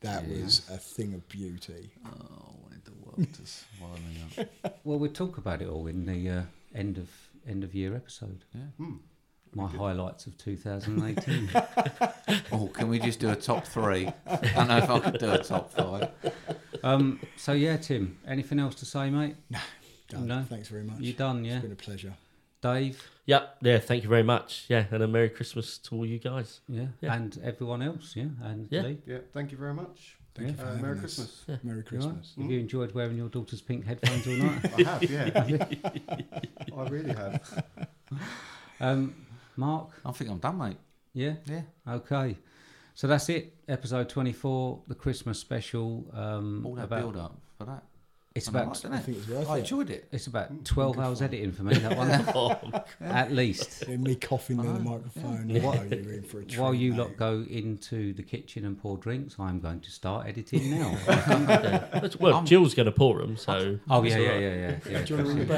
[SPEAKER 3] That was a thing of beauty.
[SPEAKER 1] Oh, I wanted the world to swallow me up.
[SPEAKER 2] Well, we'll talk about it all in the uh, end of end of year episode.
[SPEAKER 1] Yeah.
[SPEAKER 2] My highlights
[SPEAKER 1] (laughs)
[SPEAKER 2] of 2018.
[SPEAKER 1] Oh, can we just do a top three? I don't know if I could do a top five.
[SPEAKER 2] um, so yeah, Tim. Anything else to say, mate?
[SPEAKER 3] Done.
[SPEAKER 2] No.
[SPEAKER 3] Thanks very much.
[SPEAKER 2] You done? Yeah.
[SPEAKER 3] It's been a pleasure.
[SPEAKER 2] Dave.
[SPEAKER 5] Yep. Yeah. Thank you very much. Yeah. And a Merry Christmas to all you guys.
[SPEAKER 2] Yeah.
[SPEAKER 5] Yeah.
[SPEAKER 2] And everyone else. Yeah. And
[SPEAKER 5] Yeah.
[SPEAKER 2] Lee.
[SPEAKER 4] Yeah, thank you very much.
[SPEAKER 3] Thank you for
[SPEAKER 4] Uh,
[SPEAKER 3] having
[SPEAKER 4] Merry
[SPEAKER 3] us.
[SPEAKER 4] Christmas.
[SPEAKER 3] Merry
[SPEAKER 2] You all right?
[SPEAKER 1] Hmm.
[SPEAKER 3] Christmas.
[SPEAKER 2] Have you enjoyed wearing your daughter's pink headphones
[SPEAKER 1] (laughs)
[SPEAKER 2] all night?
[SPEAKER 4] I have, yeah. (laughs) I really have.
[SPEAKER 2] Um, Mark.
[SPEAKER 1] I think I'm done, mate.
[SPEAKER 2] Yeah.
[SPEAKER 1] Yeah.
[SPEAKER 2] Okay. So that's it. Episode 24, the Christmas special. Um,
[SPEAKER 1] All that
[SPEAKER 2] about-
[SPEAKER 1] build up for that. Hmm.
[SPEAKER 2] It's about.
[SPEAKER 17] I, think it's
[SPEAKER 2] Oh,
[SPEAKER 17] worth I enjoyed it.
[SPEAKER 2] It's about twelve hours editing for me. That
[SPEAKER 1] (laughs)
[SPEAKER 2] one, at least.
[SPEAKER 3] And me coughing in the microphone.
[SPEAKER 2] Oh, Yeah.
[SPEAKER 3] While you're in for a treat.
[SPEAKER 2] While you lot go into the kitchen and pour drinks, I'm going to start editing now. (laughs) I think.
[SPEAKER 16] That's- well, Jill's going to pour them, so
[SPEAKER 2] Oh
[SPEAKER 16] it's
[SPEAKER 2] yeah,
[SPEAKER 16] all
[SPEAKER 2] yeah,
[SPEAKER 16] right.
[SPEAKER 2] yeah,
[SPEAKER 16] (laughs)
[SPEAKER 2] yeah, yeah.
[SPEAKER 3] Do you
[SPEAKER 2] (laughs)
[SPEAKER 3] wanna ring the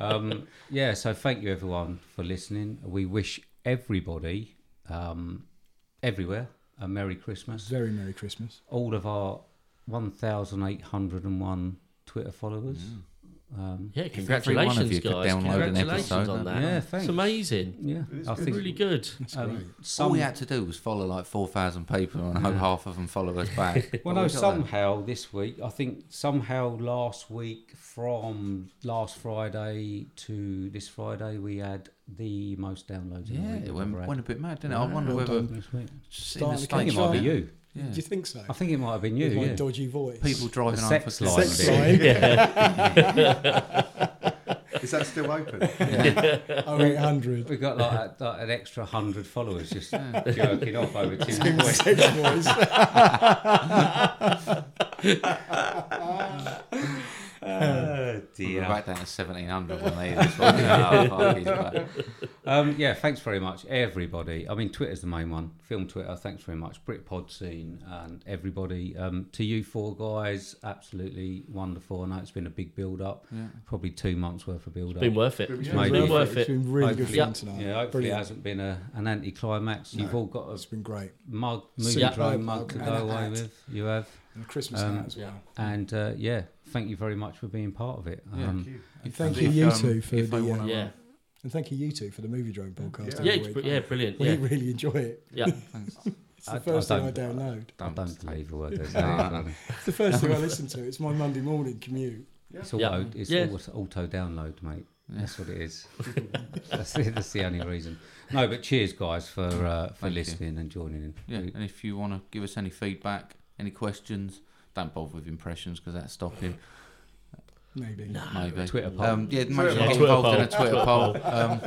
[SPEAKER 2] absolutely. um, yeah. So thank you everyone for listening. We wish everybody, um, everywhere, a Merry Christmas.
[SPEAKER 3] Very Merry Christmas.
[SPEAKER 2] All of our 1,801 Twitter followers. Um,
[SPEAKER 16] Yeah, congratulations, guys. congratulations on that.
[SPEAKER 2] Yeah, thanks.
[SPEAKER 16] It's amazing.
[SPEAKER 2] Yeah,
[SPEAKER 16] I think really good. Oh,
[SPEAKER 2] Um,
[SPEAKER 1] All
[SPEAKER 2] some-
[SPEAKER 1] we had to do was follow like 4,000 people and hope
[SPEAKER 2] Yeah.
[SPEAKER 1] half of them follow us back.
[SPEAKER 2] (laughs)
[SPEAKER 1] But
[SPEAKER 2] Well, no,
[SPEAKER 1] we got there.
[SPEAKER 2] somehow this week, I think somehow last week from last Friday to this Friday, we had the most downloads. in a
[SPEAKER 1] Yeah,
[SPEAKER 2] week
[SPEAKER 1] it
[SPEAKER 2] we've
[SPEAKER 1] went-
[SPEAKER 2] ever had.
[SPEAKER 1] went a bit mad, didn't it? I Wow. wonder
[SPEAKER 2] Well
[SPEAKER 1] whether-
[SPEAKER 2] done this week.
[SPEAKER 1] Just in the
[SPEAKER 2] I
[SPEAKER 1] Starting
[SPEAKER 2] think
[SPEAKER 1] to
[SPEAKER 2] it might be
[SPEAKER 1] catch up.
[SPEAKER 2] you.
[SPEAKER 1] Yeah.
[SPEAKER 3] Do you think so?
[SPEAKER 2] I think it might have been you.
[SPEAKER 3] With my
[SPEAKER 2] yeah.
[SPEAKER 3] dodgy voice.
[SPEAKER 1] People driving
[SPEAKER 2] The
[SPEAKER 1] home
[SPEAKER 2] sex
[SPEAKER 1] for
[SPEAKER 2] line.
[SPEAKER 1] (laughs) sex
[SPEAKER 2] bit.
[SPEAKER 3] line.
[SPEAKER 4] Yeah. Is that still open?
[SPEAKER 2] Yeah.
[SPEAKER 3] (laughs) Oh, 800.
[SPEAKER 2] (laughs) We got like, a- like an extra hundred followers just jerking off
[SPEAKER 1] (laughs)
[SPEAKER 2] over two
[SPEAKER 3] Sex
[SPEAKER 2] boys.
[SPEAKER 3] boys.
[SPEAKER 2] Oh, dear.
[SPEAKER 1] We're back down to 1,700 when
[SPEAKER 2] (laughs)
[SPEAKER 1] they this one. Oh, fuck, he's back.
[SPEAKER 2] um, yeah, thanks very much, everybody. I mean, Twitter's the main one. Film Twitter, thanks very much. Britpod scene and everybody. Um, to you four guys, absolutely wonderful. I know it's been a big build up,
[SPEAKER 16] Yeah.
[SPEAKER 2] probably two months worth of build up.
[SPEAKER 16] been worth it. It's been
[SPEAKER 2] Maybe.
[SPEAKER 16] really worth It's it.
[SPEAKER 3] been really good
[SPEAKER 2] Hopefully-
[SPEAKER 3] fun tonight.
[SPEAKER 2] Yeah, hopefully
[SPEAKER 3] Brilliant.
[SPEAKER 2] it hasn't been a, an anticlimax. You've
[SPEAKER 3] No,
[SPEAKER 2] all got a it's
[SPEAKER 3] been great.
[SPEAKER 2] mug, movie
[SPEAKER 3] Super
[SPEAKER 2] drone
[SPEAKER 3] mug
[SPEAKER 2] mug to
[SPEAKER 3] and
[SPEAKER 2] go
[SPEAKER 3] a
[SPEAKER 2] away
[SPEAKER 3] hat.
[SPEAKER 2] with. You have.
[SPEAKER 3] And a Christmas hat as well.
[SPEAKER 2] And uh, yeah, thank you very much for being part of it.
[SPEAKER 1] Yeah.
[SPEAKER 2] Um,
[SPEAKER 1] Thank you.
[SPEAKER 3] And thank
[SPEAKER 1] If,
[SPEAKER 3] you, you
[SPEAKER 1] um,
[SPEAKER 3] two, for
[SPEAKER 1] if they
[SPEAKER 3] the.
[SPEAKER 1] wanna,
[SPEAKER 3] uh,
[SPEAKER 1] Yeah.
[SPEAKER 3] And thank you, you two, for the movie drone podcast.
[SPEAKER 16] Yeah,
[SPEAKER 3] every
[SPEAKER 16] it's
[SPEAKER 3] week.
[SPEAKER 16] br- yeah, brilliant,
[SPEAKER 3] We
[SPEAKER 16] yeah.
[SPEAKER 3] really enjoy it.
[SPEAKER 16] Yeah.
[SPEAKER 1] Thanks.
[SPEAKER 3] it's the first thing I
[SPEAKER 2] don't-
[SPEAKER 3] download.
[SPEAKER 2] I don't believe a word. Um, there's
[SPEAKER 16] (laughs)
[SPEAKER 1] No, no,
[SPEAKER 2] no-
[SPEAKER 1] no.
[SPEAKER 3] It's the first thing I listen to. It's my Monday morning commute.
[SPEAKER 2] It's auto, it's auto download, mate. That's what it is. (laughs) that's, the, that's the only reason. No, but cheers, guys, for uh, for
[SPEAKER 1] Thank you.
[SPEAKER 2] listening and joining in.
[SPEAKER 1] Yeah, and if you want to give us any feedback, any questions, don't bother with impressions because that's stopping.
[SPEAKER 3] Maybe.
[SPEAKER 1] Maybe.
[SPEAKER 2] Twitter poll.
[SPEAKER 1] Um, yeah, make
[SPEAKER 2] Twitter
[SPEAKER 1] sure you get
[SPEAKER 2] poll. Twitter
[SPEAKER 1] involved in a
[SPEAKER 2] poll.
[SPEAKER 1] Twitter poll.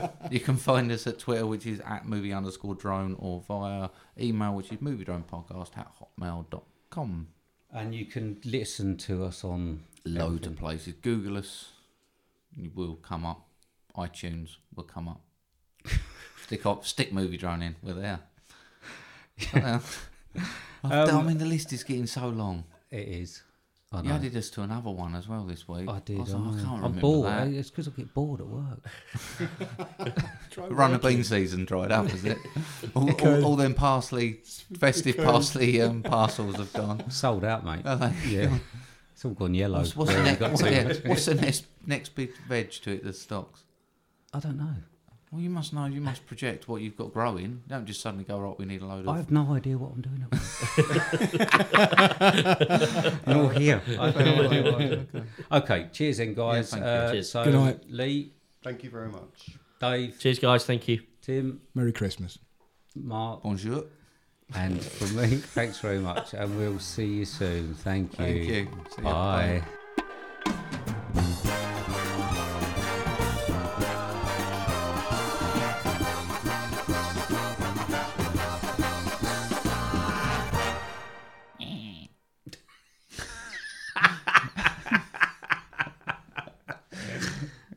[SPEAKER 2] Twitter
[SPEAKER 1] Um, you can find us at Twitter, which is at movie underscore drone, or via email, which is movie drone podcast at hotmail.com.
[SPEAKER 2] And you can listen to us on
[SPEAKER 1] Loads
[SPEAKER 2] everything.
[SPEAKER 1] of places. Google us. You will come up. iTunes will come
[SPEAKER 2] (laughs)
[SPEAKER 1] up. stick up, stick movie drone in. We're there. We're there. (laughs)
[SPEAKER 2] Um,
[SPEAKER 1] I've done- I mean, the list is getting so long.
[SPEAKER 2] It is. I
[SPEAKER 1] you
[SPEAKER 2] know.
[SPEAKER 1] added us to another one as well this week.
[SPEAKER 2] I did.
[SPEAKER 1] I,
[SPEAKER 2] I
[SPEAKER 1] was like, I
[SPEAKER 2] know.
[SPEAKER 1] can't
[SPEAKER 2] I'm
[SPEAKER 1] remember
[SPEAKER 2] bored.
[SPEAKER 1] that.
[SPEAKER 2] eh? It's because I get bored at work.
[SPEAKER 1] Run a bean season dried up, is it? all,
[SPEAKER 2] Because-
[SPEAKER 1] all, all them parsley, festive
[SPEAKER 2] because-
[SPEAKER 1] parsley um, parcels have gone.
[SPEAKER 2] Sold
[SPEAKER 1] (laughs)
[SPEAKER 2] out, mate.
[SPEAKER 1] Are they?
[SPEAKER 2] Yeah. It's all gone yellow.
[SPEAKER 1] Oh, What's, what's, the,
[SPEAKER 2] Well,
[SPEAKER 1] next,
[SPEAKER 2] we've got
[SPEAKER 1] what's,
[SPEAKER 2] too
[SPEAKER 1] yeah,
[SPEAKER 2] much.
[SPEAKER 1] what's the next next big veg to it that stocks?
[SPEAKER 2] I don't know.
[SPEAKER 1] Well, you must know. You must project what you've got growing. You don't just suddenly go right. We need a load of.
[SPEAKER 2] I have no idea what I'm doing. At work. Nor here. I have no idea what I'm doing. Okay. Cheers, then, guys.
[SPEAKER 1] Yeah, thank you.
[SPEAKER 2] Uh,
[SPEAKER 1] Cheers.
[SPEAKER 2] So,
[SPEAKER 3] Good night.
[SPEAKER 2] Lee,
[SPEAKER 4] Thank you very much.
[SPEAKER 2] Dave,
[SPEAKER 16] Cheers, guys. Thank you.
[SPEAKER 2] Tim,
[SPEAKER 3] Merry Christmas.
[SPEAKER 2] Mark.
[SPEAKER 1] Bonjour.
[SPEAKER 2] And for me, (laughs) thanks very much. And we'll see you soon. Thank you.
[SPEAKER 1] Thank you. See ya.
[SPEAKER 2] Bye.
[SPEAKER 1] Bye.
[SPEAKER 2] (laughs)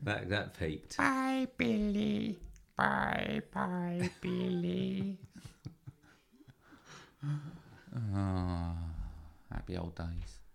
[SPEAKER 2] That, that peaked.
[SPEAKER 6] Bye, Billy. Bye, bye, Billy.
[SPEAKER 1] Ah, happy old days.